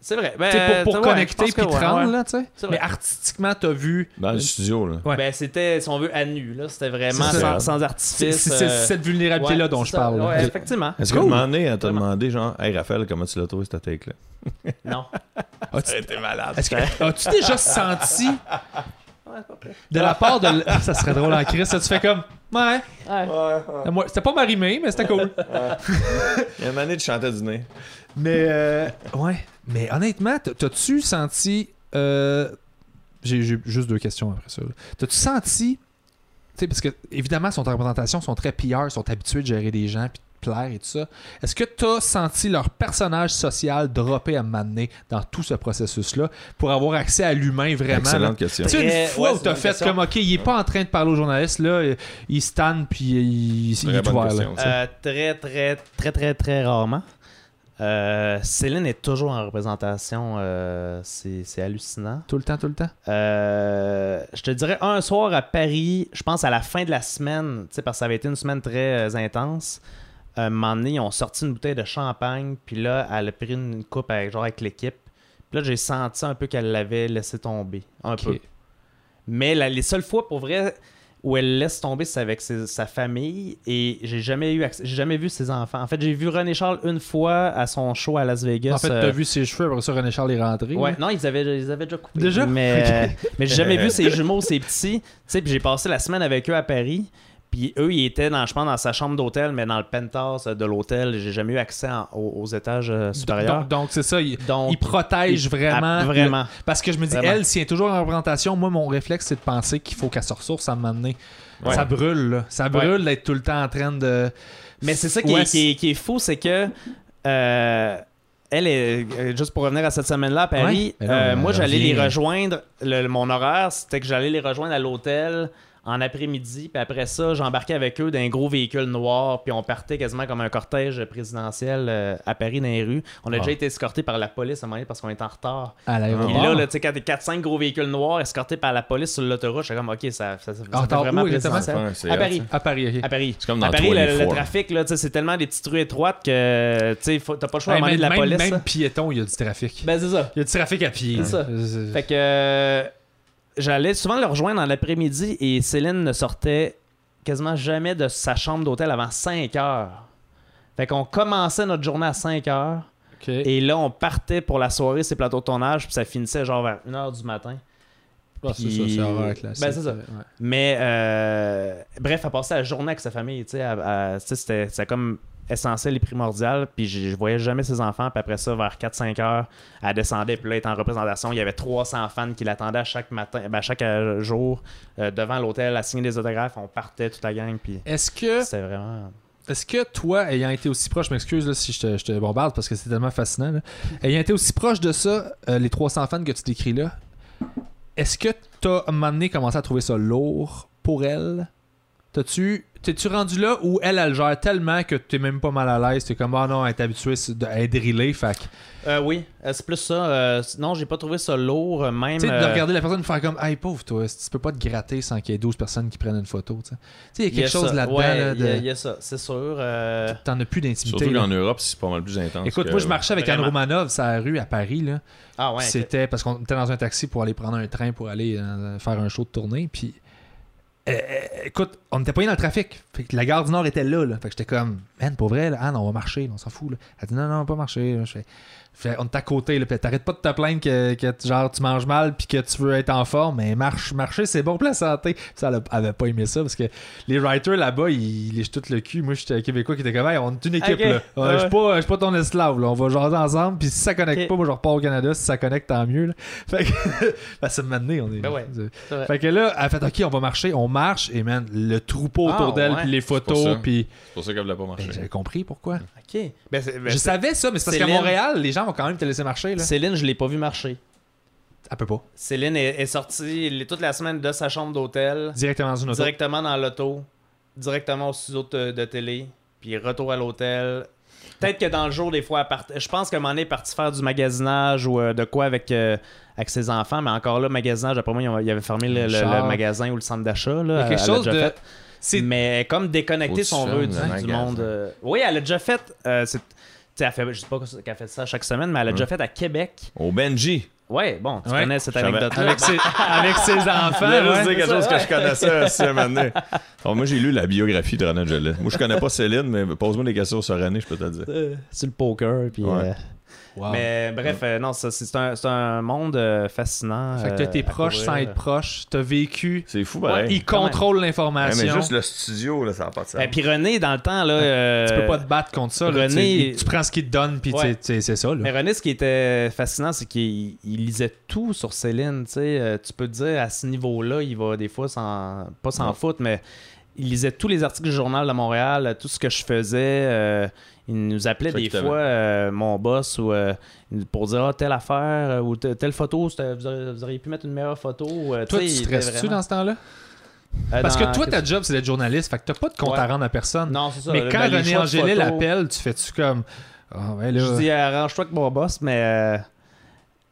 Speaker 1: c'est vrai. Ben,
Speaker 2: Tu sais, pour, pour
Speaker 1: ouais, je
Speaker 2: connecter
Speaker 1: pense
Speaker 2: puis
Speaker 1: que
Speaker 2: te
Speaker 1: ouais,
Speaker 2: rendre,
Speaker 1: ouais.
Speaker 2: là, tu sais.
Speaker 1: C'est vrai.
Speaker 2: Mais artistiquement, t'as vu.
Speaker 3: Dans le studio. Là.
Speaker 2: Ouais.
Speaker 1: Ben, c'était, si on veut, à nu, là, c'était vraiment
Speaker 2: C'est ça.
Speaker 1: sans, sans
Speaker 2: C'est
Speaker 1: artifice.
Speaker 2: c'est-
Speaker 1: euh,
Speaker 2: c'est cette vulnérabilité-là
Speaker 1: ouais,
Speaker 2: dont
Speaker 1: c'est
Speaker 2: je
Speaker 1: ça.
Speaker 2: parle. là.
Speaker 1: Ouais, effectivement.
Speaker 3: Est-ce
Speaker 2: Cool.
Speaker 3: qu'à un moment donné, elle t'a
Speaker 1: Vraiment.
Speaker 3: demandé, genre, Hey Raphaël, comment tu l'as trouvé cette take-là?
Speaker 1: Non.
Speaker 2: As-tu
Speaker 3: T'es malade.
Speaker 2: est-ce que- as-tu déjà senti de la part de. l- Ça serait drôle en crise, ça tu fais comme. Ouais. Moi, C'était pas ma rimée, mais c'était cool.
Speaker 3: Il y a une année, tu chantais du nez.
Speaker 2: Mais euh, ouais. Mais honnêtement, t- t'as-tu senti euh, j'ai j'ai juste deux questions après ça. là. T'as-tu senti. Tu sais, parce que, évidemment, sont en représentation, sont très PR, sont habitués de gérer des gens puis de plaire et tout ça. Est-ce que tu as senti leur personnage social dropper à m'amener dans tout ce processus-là pour avoir accès à l'humain vraiment? là?
Speaker 3: Excellente question.
Speaker 2: Tu sais,
Speaker 1: Très-
Speaker 2: une fois
Speaker 1: ouais,
Speaker 2: où
Speaker 1: c'est
Speaker 2: t'as
Speaker 1: une
Speaker 2: fait
Speaker 1: question.
Speaker 2: comme, OK, il est pas en train de parler aux journalistes, là, il- il stand puis il, il- il
Speaker 3: Très
Speaker 2: est
Speaker 3: bonne
Speaker 2: ouvert, là.
Speaker 3: question, ça.
Speaker 1: Euh, très, très, très, très, très rarement. Euh, Céline est toujours en représentation. euh, c'est c'est hallucinant.
Speaker 2: Tout le temps, tout le temps.
Speaker 1: Euh, je te dirais un soir à Paris, je pense à la fin de la semaine, tu sais, parce que ça avait été une semaine très euh, intense. Euh, Un moment donné, ils ont sorti une bouteille de champagne, puis là, elle a pris une coupe avec, genre avec l'équipe. Puis là, j'ai senti un peu qu'elle l'avait laissé tomber. Un
Speaker 2: Ok.
Speaker 1: peu. Mais la- les seules fois, pour vrai, où elle laisse tomber, c'est avec ses- sa famille. Et j'ai jamais eu accès- j'ai jamais vu ses enfants. En fait, j'ai vu René Charles une fois à son show à Las Vegas.
Speaker 2: En fait,
Speaker 1: euh,
Speaker 2: t'as vu ses cheveux, après ça, René Charles est rentré.
Speaker 1: Ouais,
Speaker 2: là.
Speaker 1: non, ils avaient, ils avaient déjà coupé.
Speaker 2: Déjà?
Speaker 1: Mais, mais j'ai jamais vu ces jumeaux, ces petits. Tu sais, puis j'ai passé la semaine avec eux à Paris. Puis eux, ils étaient, dans, je pense, dans sa chambre d'hôtel, mais dans le penthouse de l'hôtel. J'ai jamais eu accès en- aux, aux étages euh, supérieurs.
Speaker 2: Donc, donc, c'est ça, il,
Speaker 1: Donc,
Speaker 2: il protège
Speaker 1: il-
Speaker 2: vraiment.
Speaker 1: Ah, vraiment.
Speaker 2: le- parce que je me dis,
Speaker 1: Vraiment.
Speaker 2: elle, si elle est toujours en représentation, moi, mon réflexe, c'est de penser qu'il faut qu'elle se ressource à m'amener.
Speaker 3: Ouais.
Speaker 2: Ça brûle, là. Ça brûle d'être tout le temps en train de.
Speaker 1: Mais c'est ça qui,
Speaker 2: Ouais,
Speaker 1: est, qui est- qui est fou, c'est que. euh, elle est. euh, Juste pour revenir à cette semaine-là à Paris,
Speaker 2: Ouais. Mais là,
Speaker 1: euh,
Speaker 2: on
Speaker 1: moi, j'allais
Speaker 2: revient.
Speaker 1: les rejoindre. le- mon horaire, c'était que j'allais les rejoindre à l'hôtel en après-midi. Puis après ça, j'embarquais avec eux dans un gros véhicule noir. Puis on partait quasiment comme un cortège présidentiel euh, à Paris dans les rues. On a
Speaker 2: Ah.
Speaker 1: déjà été escorté par la police à un moment donné parce qu'on était en retard.
Speaker 2: à
Speaker 1: Et
Speaker 2: l'aéroport.
Speaker 1: là, là, tu sais, quand t'es 4-5 gros véhicules noirs escortés par la police sur l'autoroute, j'étais comme, OK, ça, ça, ça, ça
Speaker 2: En
Speaker 1: fait
Speaker 2: retard
Speaker 1: vraiment
Speaker 2: Ah, où exactement?
Speaker 1: présidentiel.
Speaker 3: Ouais, c'est
Speaker 1: Euh, à
Speaker 3: hot,
Speaker 1: Paris.
Speaker 2: à Paris, ok.
Speaker 1: À Paris.
Speaker 3: C'est comme dans
Speaker 1: à Paris, le,
Speaker 3: 24.
Speaker 1: le trafic, là, tu sais, c'est tellement des petits truies étroites que tu sais, faut- t'as pas le choix à
Speaker 2: Hey,
Speaker 1: un moment donné
Speaker 2: même,
Speaker 1: de la
Speaker 2: même-
Speaker 1: police.
Speaker 2: même
Speaker 1: là.
Speaker 2: piéton, il y a du trafic.
Speaker 1: Ben, c'est ça.
Speaker 2: Il y a du trafic à pied.
Speaker 1: C'est
Speaker 2: là.
Speaker 1: ça. Fait que euh, j'allais souvent le rejoindre en l'après-midi et Céline ne sortait quasiment jamais de sa chambre d'hôtel avant 5 heures. Fait qu'on commençait notre journée à 5 heures
Speaker 2: Ok.
Speaker 1: et là, on partait pour la soirée, ces plateaux de tournage, puis ça finissait genre vers 1 heure du matin.
Speaker 2: Ah, c'est ça,
Speaker 1: puis-
Speaker 2: c'est horreur
Speaker 1: Ben, c'est ça.
Speaker 2: Ouais.
Speaker 1: Mais euh, bref, elle passait la journée avec sa famille, tu sais, à- à- tu sais, c'était c'était comme essentiel et primordial. Puis je, je voyais jamais ses enfants. Puis après ça, vers 4-5 heures, elle descendait. Puis là, elle était en représentation. Il y avait 300 fans qui l'attendaient à chaque matin, ben, à chaque euh, jour euh, devant l'hôtel à signer des autographes. On partait toute la gang. Puis
Speaker 2: Est-ce que.
Speaker 1: c'était vraiment.
Speaker 2: Est-ce que toi, ayant été aussi proche, je m'excuse là, si je te, je te bombarde parce que c'est tellement fascinant, là. ayant été aussi proche de ça, euh, les 300 fans que tu décris là, est-ce que t'as à un moment donné commencé à trouver ça lourd pour elle T'as-tu. T'es-tu rendu là où elle, elle gère tellement que t'es même pas mal à l'aise T'es comme, ah non, elle est habituée c'est de- à être drillée, fait que-
Speaker 1: Euh, oui, euh, c'est plus ça. euh, c- non, j'ai pas trouvé ça lourd, euh, même.
Speaker 2: Tu sais, de
Speaker 1: euh,
Speaker 2: regarder la personne faire comme, hey pauvre toi, tu peux pas te gratter sans qu'il y ait 12 personnes qui prennent une photo, tu sais. Tu sais, il y a quelque
Speaker 1: ça.
Speaker 2: chose là-dedans,
Speaker 1: Ouais,
Speaker 2: là,
Speaker 1: il y a-
Speaker 2: de-
Speaker 1: il y, a ça, c'est sûr. euh,
Speaker 2: t'en as plus d'intimité.
Speaker 3: Surtout
Speaker 2: là.
Speaker 3: qu'en Europe, c'est pas mal plus intense.
Speaker 2: Écoute,
Speaker 3: que-
Speaker 2: moi, je marchais avec Anne
Speaker 1: Vraiment.
Speaker 2: Romanov sur la rue à Paris, là.
Speaker 1: Ah ouais.
Speaker 2: Puis
Speaker 1: ok.
Speaker 2: C'était parce qu'on était dans un taxi pour aller prendre un train pour aller euh, faire un show de tournée. Puis, euh, euh, écoute, on n'était pas dans le trafic. Fait que la gare du Nord était là. là. Fait que j'étais comme, man, pour vrai, là, Anne, on va marcher, là, on s'en fout. là. Elle dit, non, non, on va pas marcher. là. Je fais, je fais, on est à côté. Là, Puis elle, t'arrêtes pas de te plaindre que, que tu- genre, tu manges mal puis que tu veux être en forme. Mais marche, marcher, c'est bon pour la santé. Puis ça, elle avait pas aimé ça parce que les writers là-bas, ils ils lèchent tout le cul. Moi, j'étais Québécois qui était comme, Hey, on est une équipe.
Speaker 1: Ok.
Speaker 2: là. On- Je suis
Speaker 1: Ouais.
Speaker 2: pas, je suis pas ton esclave. Là. On va jaser ensemble. Puis si ça connecte
Speaker 1: Ok.
Speaker 2: pas, moi, je repars au Canada. Si ça connecte, tant mieux. Là. Fait que, ben, ça m'a donné, on est.
Speaker 1: Ben ouais. C'est vrai.
Speaker 2: Fait que là, elle fait OK, on va marcher, on marche, et man, le troupeau
Speaker 1: Ah,
Speaker 2: autour d'elle,
Speaker 1: ouais.
Speaker 2: puis les
Speaker 3: C'est pour
Speaker 2: photos,
Speaker 3: ça.
Speaker 2: puis.
Speaker 3: C'est pour ça qu'elle voulait pas
Speaker 2: Ben,
Speaker 3: marcher.
Speaker 2: J'avais compris pourquoi.
Speaker 1: Ok. Ben, c'est- ben,
Speaker 2: je savais ça, mais c'est parce qu'à
Speaker 1: Céline-
Speaker 2: Montréal, les gens vont quand même te laisser marcher, là.
Speaker 1: Céline, je l'ai pas vu marcher.
Speaker 2: Elle peut pas.
Speaker 1: Céline est, est sortie elle est toute la semaine de sa chambre d'hôtel,
Speaker 2: Directement dans une auto.
Speaker 1: directement dans l'auto, directement au studio de, de télé, puis retour à l'hôtel. Peut-être que dans le jour, des fois, elle part- je pense qu'à un moment donné, elle est partie faire du magasinage ou euh, de quoi avec, euh, avec ses enfants, mais encore là, magasinage, après moi, ils ont- ils avaient fermé le, le- le
Speaker 2: Char.
Speaker 1: magasin ou le centre d'achat.
Speaker 2: Il y
Speaker 1: là,
Speaker 2: a
Speaker 1: elle-
Speaker 2: quelque
Speaker 1: elle l'a
Speaker 2: chose
Speaker 1: déjà
Speaker 2: de.
Speaker 1: fait.
Speaker 2: C'est
Speaker 1: Mais elle est comme déconnecter
Speaker 3: Faut-tu
Speaker 1: son
Speaker 3: faire
Speaker 1: vœu
Speaker 3: le
Speaker 1: du, du
Speaker 3: magasin?
Speaker 1: monde. euh. Oui, elle a déjà fait. euh, c'est- tu sais, elle fait, je dis pas qu'elle fait ça chaque semaine, mais elle a déjà fait à Québec.
Speaker 3: Au Benji.
Speaker 1: Ouais, bon, tu
Speaker 2: Hein? Ouais.
Speaker 1: connais cette
Speaker 3: Je savais.
Speaker 1: anecdote-là.
Speaker 2: avec ses, avec ses enfants.
Speaker 3: Je
Speaker 2: ouais.
Speaker 3: voulais juste dire quelque chose
Speaker 1: Ah, ouais.
Speaker 3: que je connaissais aussi, un moment donné. Alors, moi, j'ai lu la biographie de
Speaker 2: Euh,
Speaker 3: René Jollet. Moi, je connais pas Céline, mais pose-moi des questions sur René, je peux te le dire.
Speaker 1: sur le poker. Puis,
Speaker 3: Ouais.
Speaker 1: euh,
Speaker 2: Wow.
Speaker 1: Mais bref, euh, non, ça, c'est un, c'est un monde euh, fascinant.
Speaker 2: fait que t'as
Speaker 1: euh,
Speaker 2: été
Speaker 1: à
Speaker 2: proche sans
Speaker 1: couvrir.
Speaker 2: être proche, t'as vécu.
Speaker 3: C'est fou,
Speaker 2: Ouais,
Speaker 3: pareil.
Speaker 2: ils
Speaker 1: quand même.
Speaker 2: contrôlent
Speaker 3: Ouais,
Speaker 2: l'information.
Speaker 3: mais juste le studio, là, ça n'a pas de sens.
Speaker 1: Et puis René, dans le temps, là. euh,
Speaker 2: Tu peux pas te battre contre ça. là.
Speaker 1: René-
Speaker 2: Tu sais, il- tu prends ce qu'il te donne, puis tu sais,
Speaker 1: Ouais.
Speaker 2: tu sais, c'est ça. là.
Speaker 1: Mais René, ce qui était fascinant, c'est qu'il il lisait tout sur Céline. Tu sais, Euh, tu peux te dire à ce niveau-là, il va des fois s'en- pas s'en
Speaker 3: Ouais.
Speaker 1: foutre, mais il lisait tous les articles du journal de Montréal, euh, tout ce que je faisais. euh, il nous appelait
Speaker 3: Ça
Speaker 1: des
Speaker 3: qui t'avait.
Speaker 1: fois euh, mon boss ou euh, pour dire Ah, telle affaire euh, ou te- telle photo, c'était- vous auriez, vous auriez pu mettre une meilleure photo. ou, euh,
Speaker 2: Toi, tu
Speaker 1: sais, il était
Speaker 2: stresses-tu
Speaker 1: vraiment-
Speaker 2: dans ce temps-là?
Speaker 1: Euh,
Speaker 2: Parce
Speaker 1: dans-
Speaker 2: que toi, ta job, c'est d'être journaliste. Fait que t'as pas de compte
Speaker 1: Ouais.
Speaker 2: à rendre à personne.
Speaker 1: Non, c'est ça.
Speaker 2: mais
Speaker 1: le-
Speaker 2: quand
Speaker 1: ben, les
Speaker 2: René
Speaker 1: choix de
Speaker 2: Angélil
Speaker 1: photos-
Speaker 2: appelle, tu fais-tu comme. Ah, ouais, là.
Speaker 1: Je dis arrange-toi avec mon boss, mais. euh,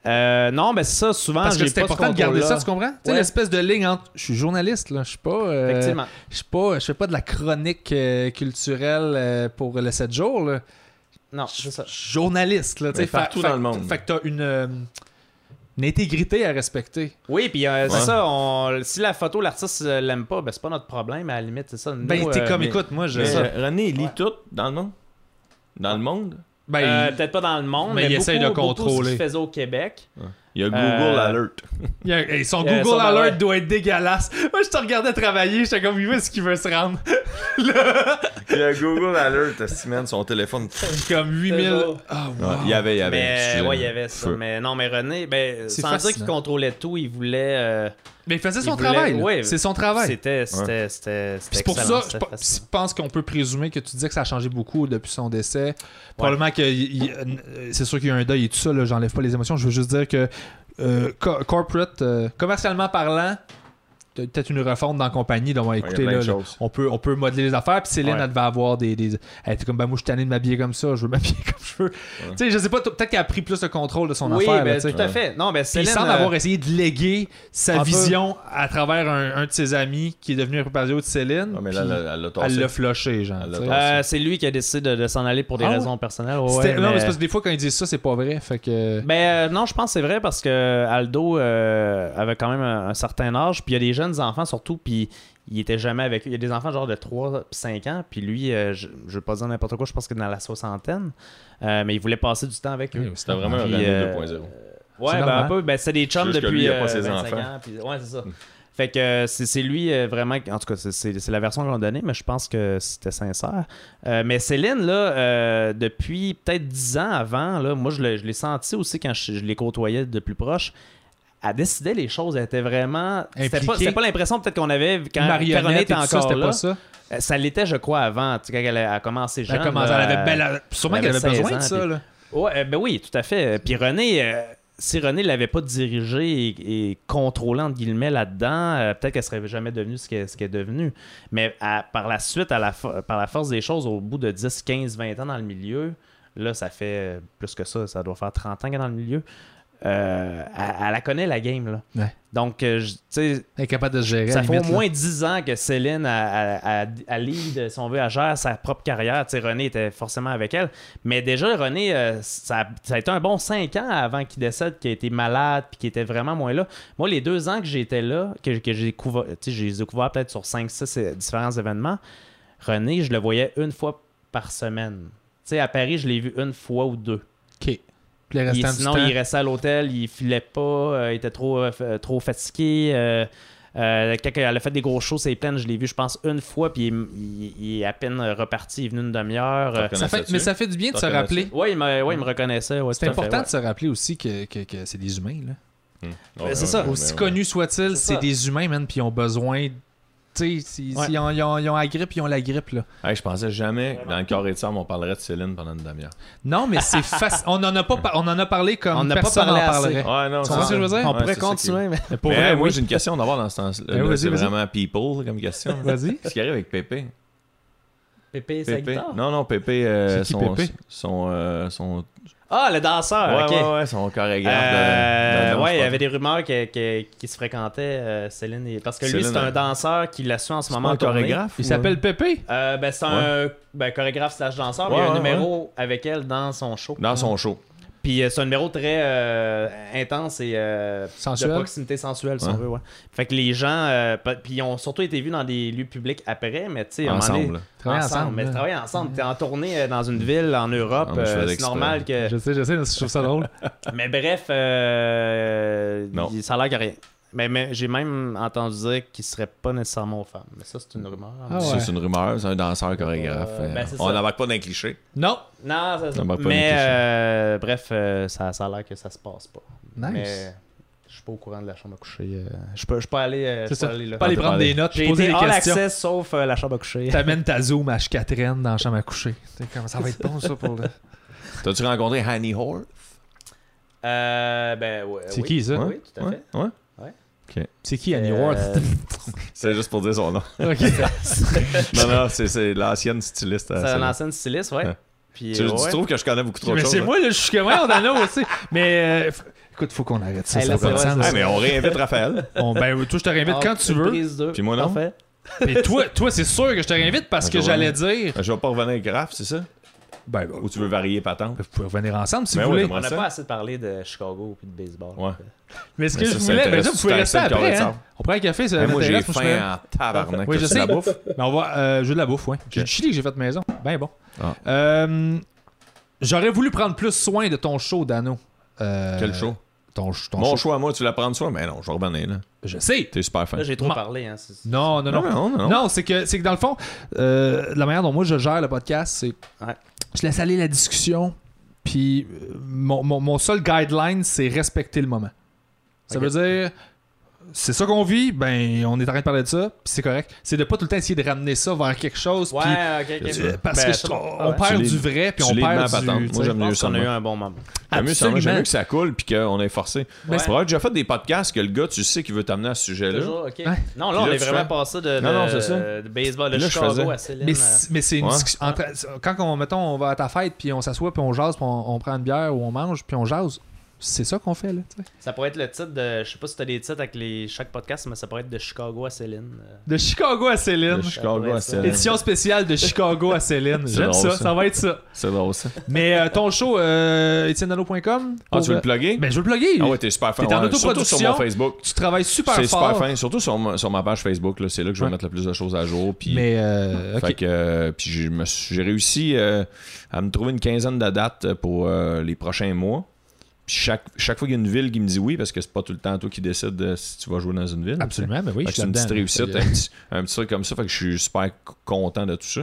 Speaker 1: euh, non, mais c'est ça, souvent,
Speaker 2: Parce que
Speaker 1: ah, j'ai
Speaker 2: c'est
Speaker 1: pas ce
Speaker 2: important de garder ça,
Speaker 1: contrôle-là.
Speaker 2: tu comprends? Tu sais,
Speaker 1: Ouais.
Speaker 2: l'espèce de ligne entre. Je suis journaliste, là. Je suis pas. euh,
Speaker 1: Effectivement.
Speaker 2: Je suis pas. Je fais pas de la chronique euh, culturelle euh, pour le 7 jours, là.
Speaker 1: Non, c'est ça.
Speaker 2: Journaliste, là. tu sais,
Speaker 3: Mais partout
Speaker 2: fait-
Speaker 3: dans le
Speaker 2: fait-
Speaker 3: monde.
Speaker 2: Fait que t'as une. euh, une intégrité à respecter.
Speaker 1: Oui, puis euh, c'est
Speaker 3: Ouais.
Speaker 1: ça. on- Si la photo, l'artiste euh, l'aime pas, ben, c'est pas notre problème, à la limite, c'est ça. Nous,
Speaker 2: Ben, t'es
Speaker 1: euh,
Speaker 2: comme,
Speaker 3: mais-
Speaker 2: écoute, moi, je.
Speaker 3: Mais,
Speaker 1: ça.
Speaker 3: euh, René, il lit
Speaker 1: Ouais.
Speaker 3: tout dans le monde. Dans le monde.
Speaker 2: Ben,
Speaker 1: euh,
Speaker 2: il-
Speaker 1: Peut-être pas dans le monde,
Speaker 2: Mais
Speaker 1: mais,
Speaker 2: il essaye de
Speaker 1: beaucoup- beaucoup
Speaker 2: contrôler.
Speaker 1: ce qu'il faisait au Québec.
Speaker 3: Il y a Google
Speaker 1: Euh,
Speaker 3: Alert.
Speaker 2: il y a- hey, son
Speaker 3: euh,
Speaker 1: il y a
Speaker 2: Google
Speaker 1: ça, ben
Speaker 2: Alert
Speaker 1: ouais.
Speaker 2: doit être dégueulasse. Moi, je te regardais travailler, j'étais comme, il veut ce qu'il veut se rendre.
Speaker 3: Il y a Google Alert, Steven, son téléphone.
Speaker 2: comme 8000.
Speaker 1: beau.
Speaker 2: Ah, wow.
Speaker 3: Ouais, Il y avait, il y avait.
Speaker 1: Mais euh,
Speaker 3: excusez-moi.
Speaker 1: ouais, il y avait ça.
Speaker 3: Feu.
Speaker 1: Mais non, mais René, ben,
Speaker 2: C'est
Speaker 1: sans dire qu'il
Speaker 2: fascinant.
Speaker 1: contrôlait tout, il voulait. euh,
Speaker 2: Mais il faisait
Speaker 1: Il
Speaker 2: son
Speaker 1: voulait-
Speaker 2: travail. là.
Speaker 1: ouais.
Speaker 2: c'est son travail.
Speaker 1: C'était, c'était, c'était,
Speaker 2: Ah Puis
Speaker 1: c'était
Speaker 2: C'est pour
Speaker 1: excellent,
Speaker 2: ça, je,
Speaker 1: c'était
Speaker 2: pe- je
Speaker 1: fascinant.
Speaker 2: pense qu'on peut présumer que tu disais que ça a changé beaucoup depuis son décès. Probablement que il- il- euh, c'est sûr qu'il y a un deuil et tout ça, là, j'enlève pas les émotions. Je veux juste dire que euh, co- corporate, euh, commercialement parlant, t'as peut-être une refonte dans la compagnie. Donc, ouais,
Speaker 3: Ouais, il y a
Speaker 2: écoutez,
Speaker 3: plein
Speaker 2: là,
Speaker 3: de
Speaker 2: là,
Speaker 3: choses.
Speaker 2: on peut, on peut modeler les affaires. Puis Céline,
Speaker 1: Ouais.
Speaker 2: elle devait avoir des. des... Elle était comme, ben moi, je suis tanné de m'habiller comme ça, je veux m'habiller comme je veux. Tu sais, je sais pas, t- peut-être qu'elle a pris plus le contrôle de son
Speaker 1: oui,
Speaker 2: affaire. là,
Speaker 1: ben,
Speaker 2: tu sais.
Speaker 1: tout à fait. Non, ben,
Speaker 2: Puis il
Speaker 1: Céline,
Speaker 2: semble
Speaker 1: euh,
Speaker 2: avoir essayé de léguer
Speaker 1: un
Speaker 2: sa
Speaker 1: peu.
Speaker 2: vision à travers un, un de ses amis qui est devenu un proprio de Céline.
Speaker 3: Ah, mais là,
Speaker 2: puis
Speaker 3: elle- elle l'a
Speaker 2: elle
Speaker 3: tassé.
Speaker 2: l'a floché, genre.
Speaker 3: Elle l'a
Speaker 2: tu sais.
Speaker 3: tassé.
Speaker 1: euh, c'est lui qui a décidé de, de s'en aller pour des
Speaker 2: Ah ouais?
Speaker 1: raisons personnelles. ouais,
Speaker 2: C'était- Non, mais
Speaker 1: mais-
Speaker 2: c'est parce que des fois, quand ils disent ça, c'est pas vrai. Fait que.
Speaker 1: Ben euh, non, je pense que c'est vrai parce que Aldo euh, avait quand même un, un certain âge, puis il y a des jeunes enfants surtout, puis il était jamais avec eux. Il y a des enfants genre de 3 5 ans, puis lui, euh, je, je veux pas dire n'importe quoi, je pense qu'il est dans la soixantaine, euh, mais il voulait passer du temps avec eux.
Speaker 3: C'était vraiment un
Speaker 1: Puis,
Speaker 3: René
Speaker 1: euh,
Speaker 3: 2.0.
Speaker 1: Ouais, ben
Speaker 2: normal.
Speaker 1: un peu, ben c'est des chums
Speaker 3: Juste que
Speaker 1: depuis
Speaker 3: lui, il a pas
Speaker 1: euh,
Speaker 3: ses
Speaker 1: 25
Speaker 3: enfants.
Speaker 1: ans, puis- ouais, c'est ça. Fait que euh, c'est c'est lui euh, vraiment, en tout cas, c'est- c'est c'est la version qu'on a donnée, mais je pense que c'était sincère. Euh, mais Céline, là, euh, depuis peut-être 10 ans avant, là, moi, je l'ai je l'ai senti aussi quand je, je l'ai côtoyais de plus proche. Elle décidait les choses, elle était vraiment. C'était pas,
Speaker 2: Impliquée.
Speaker 1: c'était pas l'impression peut-être qu'on avait quand
Speaker 2: Marionnette
Speaker 1: Caroline
Speaker 2: et
Speaker 1: était
Speaker 2: tout
Speaker 1: encore
Speaker 2: ça, c'était
Speaker 1: là.
Speaker 2: pas ça.
Speaker 1: Euh, Ça l'était, je crois, avant, tu sais, quand elle a a commencé jeune.
Speaker 2: Elle, commençait-
Speaker 1: là,
Speaker 2: elle avait
Speaker 1: euh,
Speaker 2: belle- Sûrement
Speaker 1: elle
Speaker 2: qu'elle
Speaker 1: avait
Speaker 2: avait
Speaker 1: 16
Speaker 2: besoin de
Speaker 1: ans,
Speaker 2: ça,
Speaker 1: puis-
Speaker 2: là.
Speaker 1: Ouais, euh, ben oui, tout à fait. Puis René, euh, si René l'avait pas dirigé et, et contrôlé entre guillemets là-dedans, euh, peut-être qu'elle serait jamais devenue ce qu'elle ce qu'elle est devenue. Mais à- par la suite, à la fo- par la force des choses, au bout de 10, 15, 20 ans dans le milieu, là, ça fait euh, plus que ça, ça doit faire 30 ans qu'elle est dans le milieu. euh, elle, elle la connaît la game là.
Speaker 2: Ouais.
Speaker 1: Donc, euh, je- tu sais,
Speaker 2: Incapable de se gérer. à
Speaker 1: ça
Speaker 2: la
Speaker 1: fait au
Speaker 2: limite, là.
Speaker 1: moins 10 ans que Céline a, a- a- a lead, si on veut, à gère sa propre carrière. Tu sais, René était forcément avec elle. Mais déjà, René, euh, ça, ça a été un bon 5 ans avant qu'il décède, qu'il a été malade, puis qu'il était vraiment moins là. Moi, les deux ans que j'étais là, que, que j'ai couvert, tu sais, j'ai découvert peut-être sur 5-6 différents événements, René, je le voyais une fois par semaine. Tu sais, à Paris, je l'ai vu une fois ou deux.
Speaker 2: OK. Puis le
Speaker 1: Il-
Speaker 2: restant du
Speaker 1: sinon,
Speaker 2: temps,
Speaker 1: il restait à l'hôtel, il filait pas, euh, il était trop, euh, f- euh, trop fatigué. euh, euh, quand elle a fait des gros shows, c'est plein, je l'ai vu, je pense, une fois, puis il, il- il est à peine reparti, il est venu une demi-heure. euh.
Speaker 2: ça fait... Mais ça fait du bien de
Speaker 3: T'en
Speaker 2: se rappeler.
Speaker 1: ouais, il me, ouais, il me reconnaissait. ouais,
Speaker 2: C'est
Speaker 1: tout à fait,
Speaker 2: important
Speaker 1: ouais.
Speaker 2: de se rappeler aussi que, que- que c'est des humains, là.
Speaker 1: ben,
Speaker 3: Ah,
Speaker 1: c'est ça.
Speaker 2: Aussi connus soient-ils,
Speaker 1: C'est
Speaker 2: c'est
Speaker 1: ça.
Speaker 2: des humains, man, puis ils ont besoin. Tu sais, s'ils
Speaker 1: Ouais.
Speaker 2: s'ils ont, ils ont- ils ont la grippe, ils ont la grippe, là.
Speaker 3: Hey, je pensais jamais, dans le carré de sable, on parlerait de Céline pendant une demi-heure.
Speaker 2: Non, mais c'est facile. On en a pas, par- on en a parlé comme
Speaker 1: On n'a pas
Speaker 2: personne
Speaker 1: parlé
Speaker 2: en
Speaker 1: assez.
Speaker 2: parlerait.
Speaker 3: Ouais, non,
Speaker 2: Tu
Speaker 3: c'est
Speaker 2: comprends
Speaker 3: ça.
Speaker 2: ce que je veux dire?
Speaker 3: Ouais,
Speaker 1: On pourrait
Speaker 3: c'est ça qui-
Speaker 1: continuer, mais.
Speaker 2: Mais pour
Speaker 3: Mais,
Speaker 2: vrai,
Speaker 3: hey, moi,
Speaker 2: Ben oui.
Speaker 3: j'ai une question d'avoir dans ce temps-là.
Speaker 2: Ben,
Speaker 3: Là,
Speaker 2: vas-y,
Speaker 3: c'est
Speaker 2: vas-y.
Speaker 3: vraiment people comme question.
Speaker 2: Vas-y.
Speaker 3: Qu'est-ce qui arrive avec Pépé?
Speaker 1: Pépé, sa
Speaker 3: Pépé?
Speaker 1: guitare.
Speaker 3: Non, non, Pépé. euh,
Speaker 2: C'est qui,
Speaker 3: son,
Speaker 2: Pépé?
Speaker 3: Son, euh, son...
Speaker 1: Ah, le danseur,
Speaker 3: ouais,
Speaker 1: ok.
Speaker 3: ouais, ouais, son chorégraphe. de-
Speaker 1: Euh,
Speaker 3: de danse,
Speaker 1: ouais, il y
Speaker 3: pas-
Speaker 1: avait des rumeurs que- que- qui se fréquentaient, euh, Céline. et- Parce que lui,
Speaker 3: Céline,
Speaker 1: c'est un
Speaker 3: elle-
Speaker 1: danseur qui la suit en ce
Speaker 3: C'est
Speaker 1: moment. en
Speaker 3: pas un
Speaker 1: tournée.
Speaker 3: chorégraphe?
Speaker 2: Il
Speaker 3: ou-
Speaker 2: s'appelle Pépé.
Speaker 1: Euh, ben, c'est un ben, chorégraphe slash danseur. mais
Speaker 3: Ouais,
Speaker 1: il y a un
Speaker 3: ouais,
Speaker 1: numéro avec elle dans son show.
Speaker 3: Dans son show.
Speaker 1: Puis euh, c'est un numéro très euh, intense et euh, de
Speaker 2: Sensuel.
Speaker 1: proximité sensuelle, si
Speaker 3: Ouais.
Speaker 1: on veut. Ouais. Fait que les gens, euh, pa- puis ils ont surtout été vus dans des lieux publics après, mais tu sais, à un moment donné-
Speaker 3: ensemble.
Speaker 2: Travailler ensemble,
Speaker 1: mais
Speaker 2: là.
Speaker 1: travailler ensemble. T'es en tournée euh, dans une ville en Europe,
Speaker 3: Ah, moi, je
Speaker 1: euh,
Speaker 3: faisais
Speaker 1: c'est
Speaker 3: exprès.
Speaker 1: normal que.
Speaker 2: Je sais, je sais, mais je trouve ça drôle.
Speaker 1: Mais bref, euh,
Speaker 3: Non.
Speaker 1: il- ça a l'air que rien. Mais, mais j'ai même entendu dire qu'il serait pas nécessairement aux femmes. Mais ça, c'est une rumeur.
Speaker 2: Ah ouais.
Speaker 3: Ça, c'est une rumeur, c'est un danseur chorégraphe.
Speaker 1: Euh, ben, c'est
Speaker 3: on
Speaker 1: ça.
Speaker 3: n'embarque pas dans les clichés.
Speaker 2: Non!
Speaker 1: Non, ça,
Speaker 3: Ça m'a ben, pas
Speaker 1: mais
Speaker 3: été touché.
Speaker 1: euh, bref, euh, ça, ça a l'air que ça se passe pas.
Speaker 2: Nice.
Speaker 1: Mais je suis pas au courant de la chambre à coucher. euh, je suis pas, je suis pas allé, euh, je
Speaker 2: C'est
Speaker 1: suis
Speaker 2: ça.
Speaker 1: pas allé là.
Speaker 2: Pas aller
Speaker 3: Ah,
Speaker 2: prendre
Speaker 3: t'es
Speaker 2: des notes,
Speaker 1: J'ai
Speaker 2: poser
Speaker 1: été
Speaker 2: des
Speaker 1: all
Speaker 2: questions.
Speaker 1: access sauf euh, la chambre à coucher.
Speaker 2: T'amènes ta Zoom à Catherine dans la chambre à coucher. T'sais, comme, ça va être bon, ça, pour le.
Speaker 3: T'as-tu rencontré Hanny Horth?
Speaker 1: Euh, ben, ouais,
Speaker 2: C'est
Speaker 1: oui.
Speaker 2: qui, ça?
Speaker 1: Oui, tout à fait.
Speaker 3: Ouais? Ben,
Speaker 2: C'est qui, Annie
Speaker 1: Euh,
Speaker 2: Worth?
Speaker 3: C'est juste pour dire son nom.
Speaker 2: Ok.
Speaker 3: non, non, c'est, c'est l'ancienne styliste. à
Speaker 1: C'est
Speaker 3: celle-là.
Speaker 1: un ancien styliste, ouais.
Speaker 3: Ouais.
Speaker 1: Puis,
Speaker 3: Tu,
Speaker 1: euh,
Speaker 3: tu
Speaker 1: ouais.
Speaker 3: trouves que je connais beaucoup trop de
Speaker 2: Mais
Speaker 3: choses.
Speaker 2: c'est
Speaker 3: hein?
Speaker 2: moi, là, je suis comme, ouais, on en a aussi. Mais euh, f- écoute, faut qu'on arrête ça.
Speaker 1: Hey,
Speaker 2: ça
Speaker 1: là,
Speaker 2: a pas de
Speaker 1: c'est vrai,
Speaker 2: sens.
Speaker 3: Ah, mais on réinvite Raphaël.
Speaker 2: On- ben, toi, je te réinvite
Speaker 1: Ah,
Speaker 2: quand tu veux.
Speaker 1: surprise deux.
Speaker 3: Puis moi, non.
Speaker 1: Parfait.
Speaker 2: Mais toi, toi c'est sûr que je te réinvite parce que
Speaker 3: Ah, je
Speaker 2: j'allais dire.
Speaker 3: Je vais pas revenir grave, c'est ça?
Speaker 2: Ben, ben,
Speaker 3: Ou tu veux varier patente?
Speaker 2: vous pouvez revenir ensemble si
Speaker 3: Ben
Speaker 2: vous
Speaker 3: oui,
Speaker 2: voulez.
Speaker 1: On n'a
Speaker 3: Ça?
Speaker 1: pas assez parlé de Chicago puis de baseball.
Speaker 3: Ouais.
Speaker 2: Mais ce que
Speaker 3: Mais ça,
Speaker 2: je
Speaker 3: ça
Speaker 2: voulais, ben
Speaker 3: intéresse
Speaker 2: ça, vous pouvez
Speaker 3: tout le
Speaker 2: rester
Speaker 3: temps, le
Speaker 2: après.
Speaker 3: carré de
Speaker 2: Hein?
Speaker 3: sable.
Speaker 2: On prend un café, ça
Speaker 3: Hey, Ben, moi, j'ai
Speaker 2: m'intéresse, faut que je me-
Speaker 3: faim en tabarnak.
Speaker 2: Oui, je
Speaker 3: Qu'est-ce que
Speaker 2: sais.
Speaker 3: c'est la bouffe?
Speaker 2: Mais on va. euh, je veux de la bouffe, ouais. J'ai du chili que j'ai fait maison. Ben bon.
Speaker 3: Ah.
Speaker 2: Euh, J'aurais voulu prendre plus soin de ton show, Dano. Euh,
Speaker 3: Quel show?
Speaker 2: Ton, ch- ton
Speaker 3: Mon
Speaker 2: show.
Speaker 3: choix, moi, tu la prends de soi? Mais non, je vais revenir, là.
Speaker 2: Je sais.
Speaker 3: T'es super fin.
Speaker 1: Là, j'ai trop
Speaker 2: Ma-
Speaker 1: parlé. Hein, c'est-
Speaker 2: Non, non, non.
Speaker 3: non, non.
Speaker 2: Non, c'est que, c'est que dans le fond, euh, la manière dont moi je gère le podcast, c'est.
Speaker 1: Ouais.
Speaker 2: Je laisse aller la discussion, puis euh, mon, mon- mon seul guideline, c'est respecter le moment. Ça
Speaker 1: Ok.
Speaker 2: veut dire. C'est ça qu'on vit, ben on est en train de parler de ça, puis c'est correct. C'est de pas tout le temps essayer de ramener ça vers quelque chose, puis
Speaker 1: Ouais, ok, ok.
Speaker 2: Euh, Parce
Speaker 1: Ben,
Speaker 2: que
Speaker 1: c'est
Speaker 2: je-
Speaker 1: bon.
Speaker 2: on
Speaker 1: Ouais.
Speaker 3: Tu
Speaker 2: perd
Speaker 3: les-
Speaker 2: du vrai, puis
Speaker 3: tu
Speaker 2: on
Speaker 3: les mets à
Speaker 2: perd du.
Speaker 3: patente. Moi,
Speaker 2: tu sais.
Speaker 1: Je
Speaker 3: j'aime
Speaker 1: pense
Speaker 3: mieux ça,
Speaker 1: qu'on a
Speaker 3: moi.
Speaker 1: eu un bon moment.
Speaker 3: J'aime mieux ça, moi. J'aime
Speaker 2: Absolument.
Speaker 3: mieux que ça coule puis qu'on est forcé.
Speaker 1: Ouais.
Speaker 3: C'est vrai, j'ai déjà fait des podcasts que le gars, tu sais qu'il veut t'amener à ce sujet-là.
Speaker 1: Toujours, ok.
Speaker 2: Ouais.
Speaker 1: Non,
Speaker 3: Puis
Speaker 1: là, on
Speaker 3: là,
Speaker 1: est
Speaker 3: tu
Speaker 1: vraiment
Speaker 3: fais-
Speaker 1: passé de,
Speaker 3: Non, non,
Speaker 1: de-
Speaker 3: c'est ça.
Speaker 1: de baseball de
Speaker 3: Puis là, je
Speaker 1: Chicago
Speaker 3: faisais-
Speaker 1: à Céline.
Speaker 2: Mais,
Speaker 1: euh,
Speaker 2: c'est- mais c'est une
Speaker 3: Ouais.
Speaker 2: discussion. entre- quand on, mettons, on va à ta fête, puis on s'assoit, puis on jase, puis on, on prend une bière ou on mange, puis on jase, c'est ça qu'on fait, là. tu sais.
Speaker 1: Ça pourrait être le titre de. Je sais pas si t'as des titres avec les, chaque podcast, mais ça pourrait être de Chicago à Céline. euh.
Speaker 2: De Chicago à Céline.
Speaker 3: De Chicago
Speaker 1: Ouais,
Speaker 3: à
Speaker 1: ça.
Speaker 3: Céline.
Speaker 2: Édition spéciale de Chicago à Céline.
Speaker 3: C'est
Speaker 2: J'aime ça,
Speaker 3: drôle, ça.
Speaker 2: ça, va être ça.
Speaker 3: C'est drôle, ça.
Speaker 2: Mais euh, ton show, euh, etiennedano.com,
Speaker 3: Ah,
Speaker 2: pour,
Speaker 3: tu veux
Speaker 2: euh,
Speaker 3: le plugger?
Speaker 2: ben, je veux le plugger.
Speaker 3: Ah ouais, t'es super fin.
Speaker 2: T'es en
Speaker 3: ouais. Surtout sur
Speaker 2: autoproduction.
Speaker 3: mon Facebook.
Speaker 2: tu travailles super
Speaker 3: C'est
Speaker 2: fort.
Speaker 3: super fin. Surtout sur, ma- sur ma page Facebook, là, c'est là que je vais
Speaker 2: Ouais.
Speaker 3: mettre le plus de choses à jour. Puis,
Speaker 2: Mais, euh, ok.
Speaker 3: fait que, euh, puis je me suis- j'ai réussi euh, à me trouver une quinzaine de dates pour euh, les prochains mois. Puis chaque, chaque fois qu'il y a une ville qui me dit oui, parce que c'est pas tout le temps toi qui décides de si tu vas jouer dans une ville.
Speaker 2: Absolument, mais oui,
Speaker 3: Fait
Speaker 2: je
Speaker 3: que
Speaker 2: suis
Speaker 3: c'est une petite
Speaker 2: là-dedans.
Speaker 3: réussite, un petit, un petit truc comme ça. Fait que je suis super c- content de tout ça.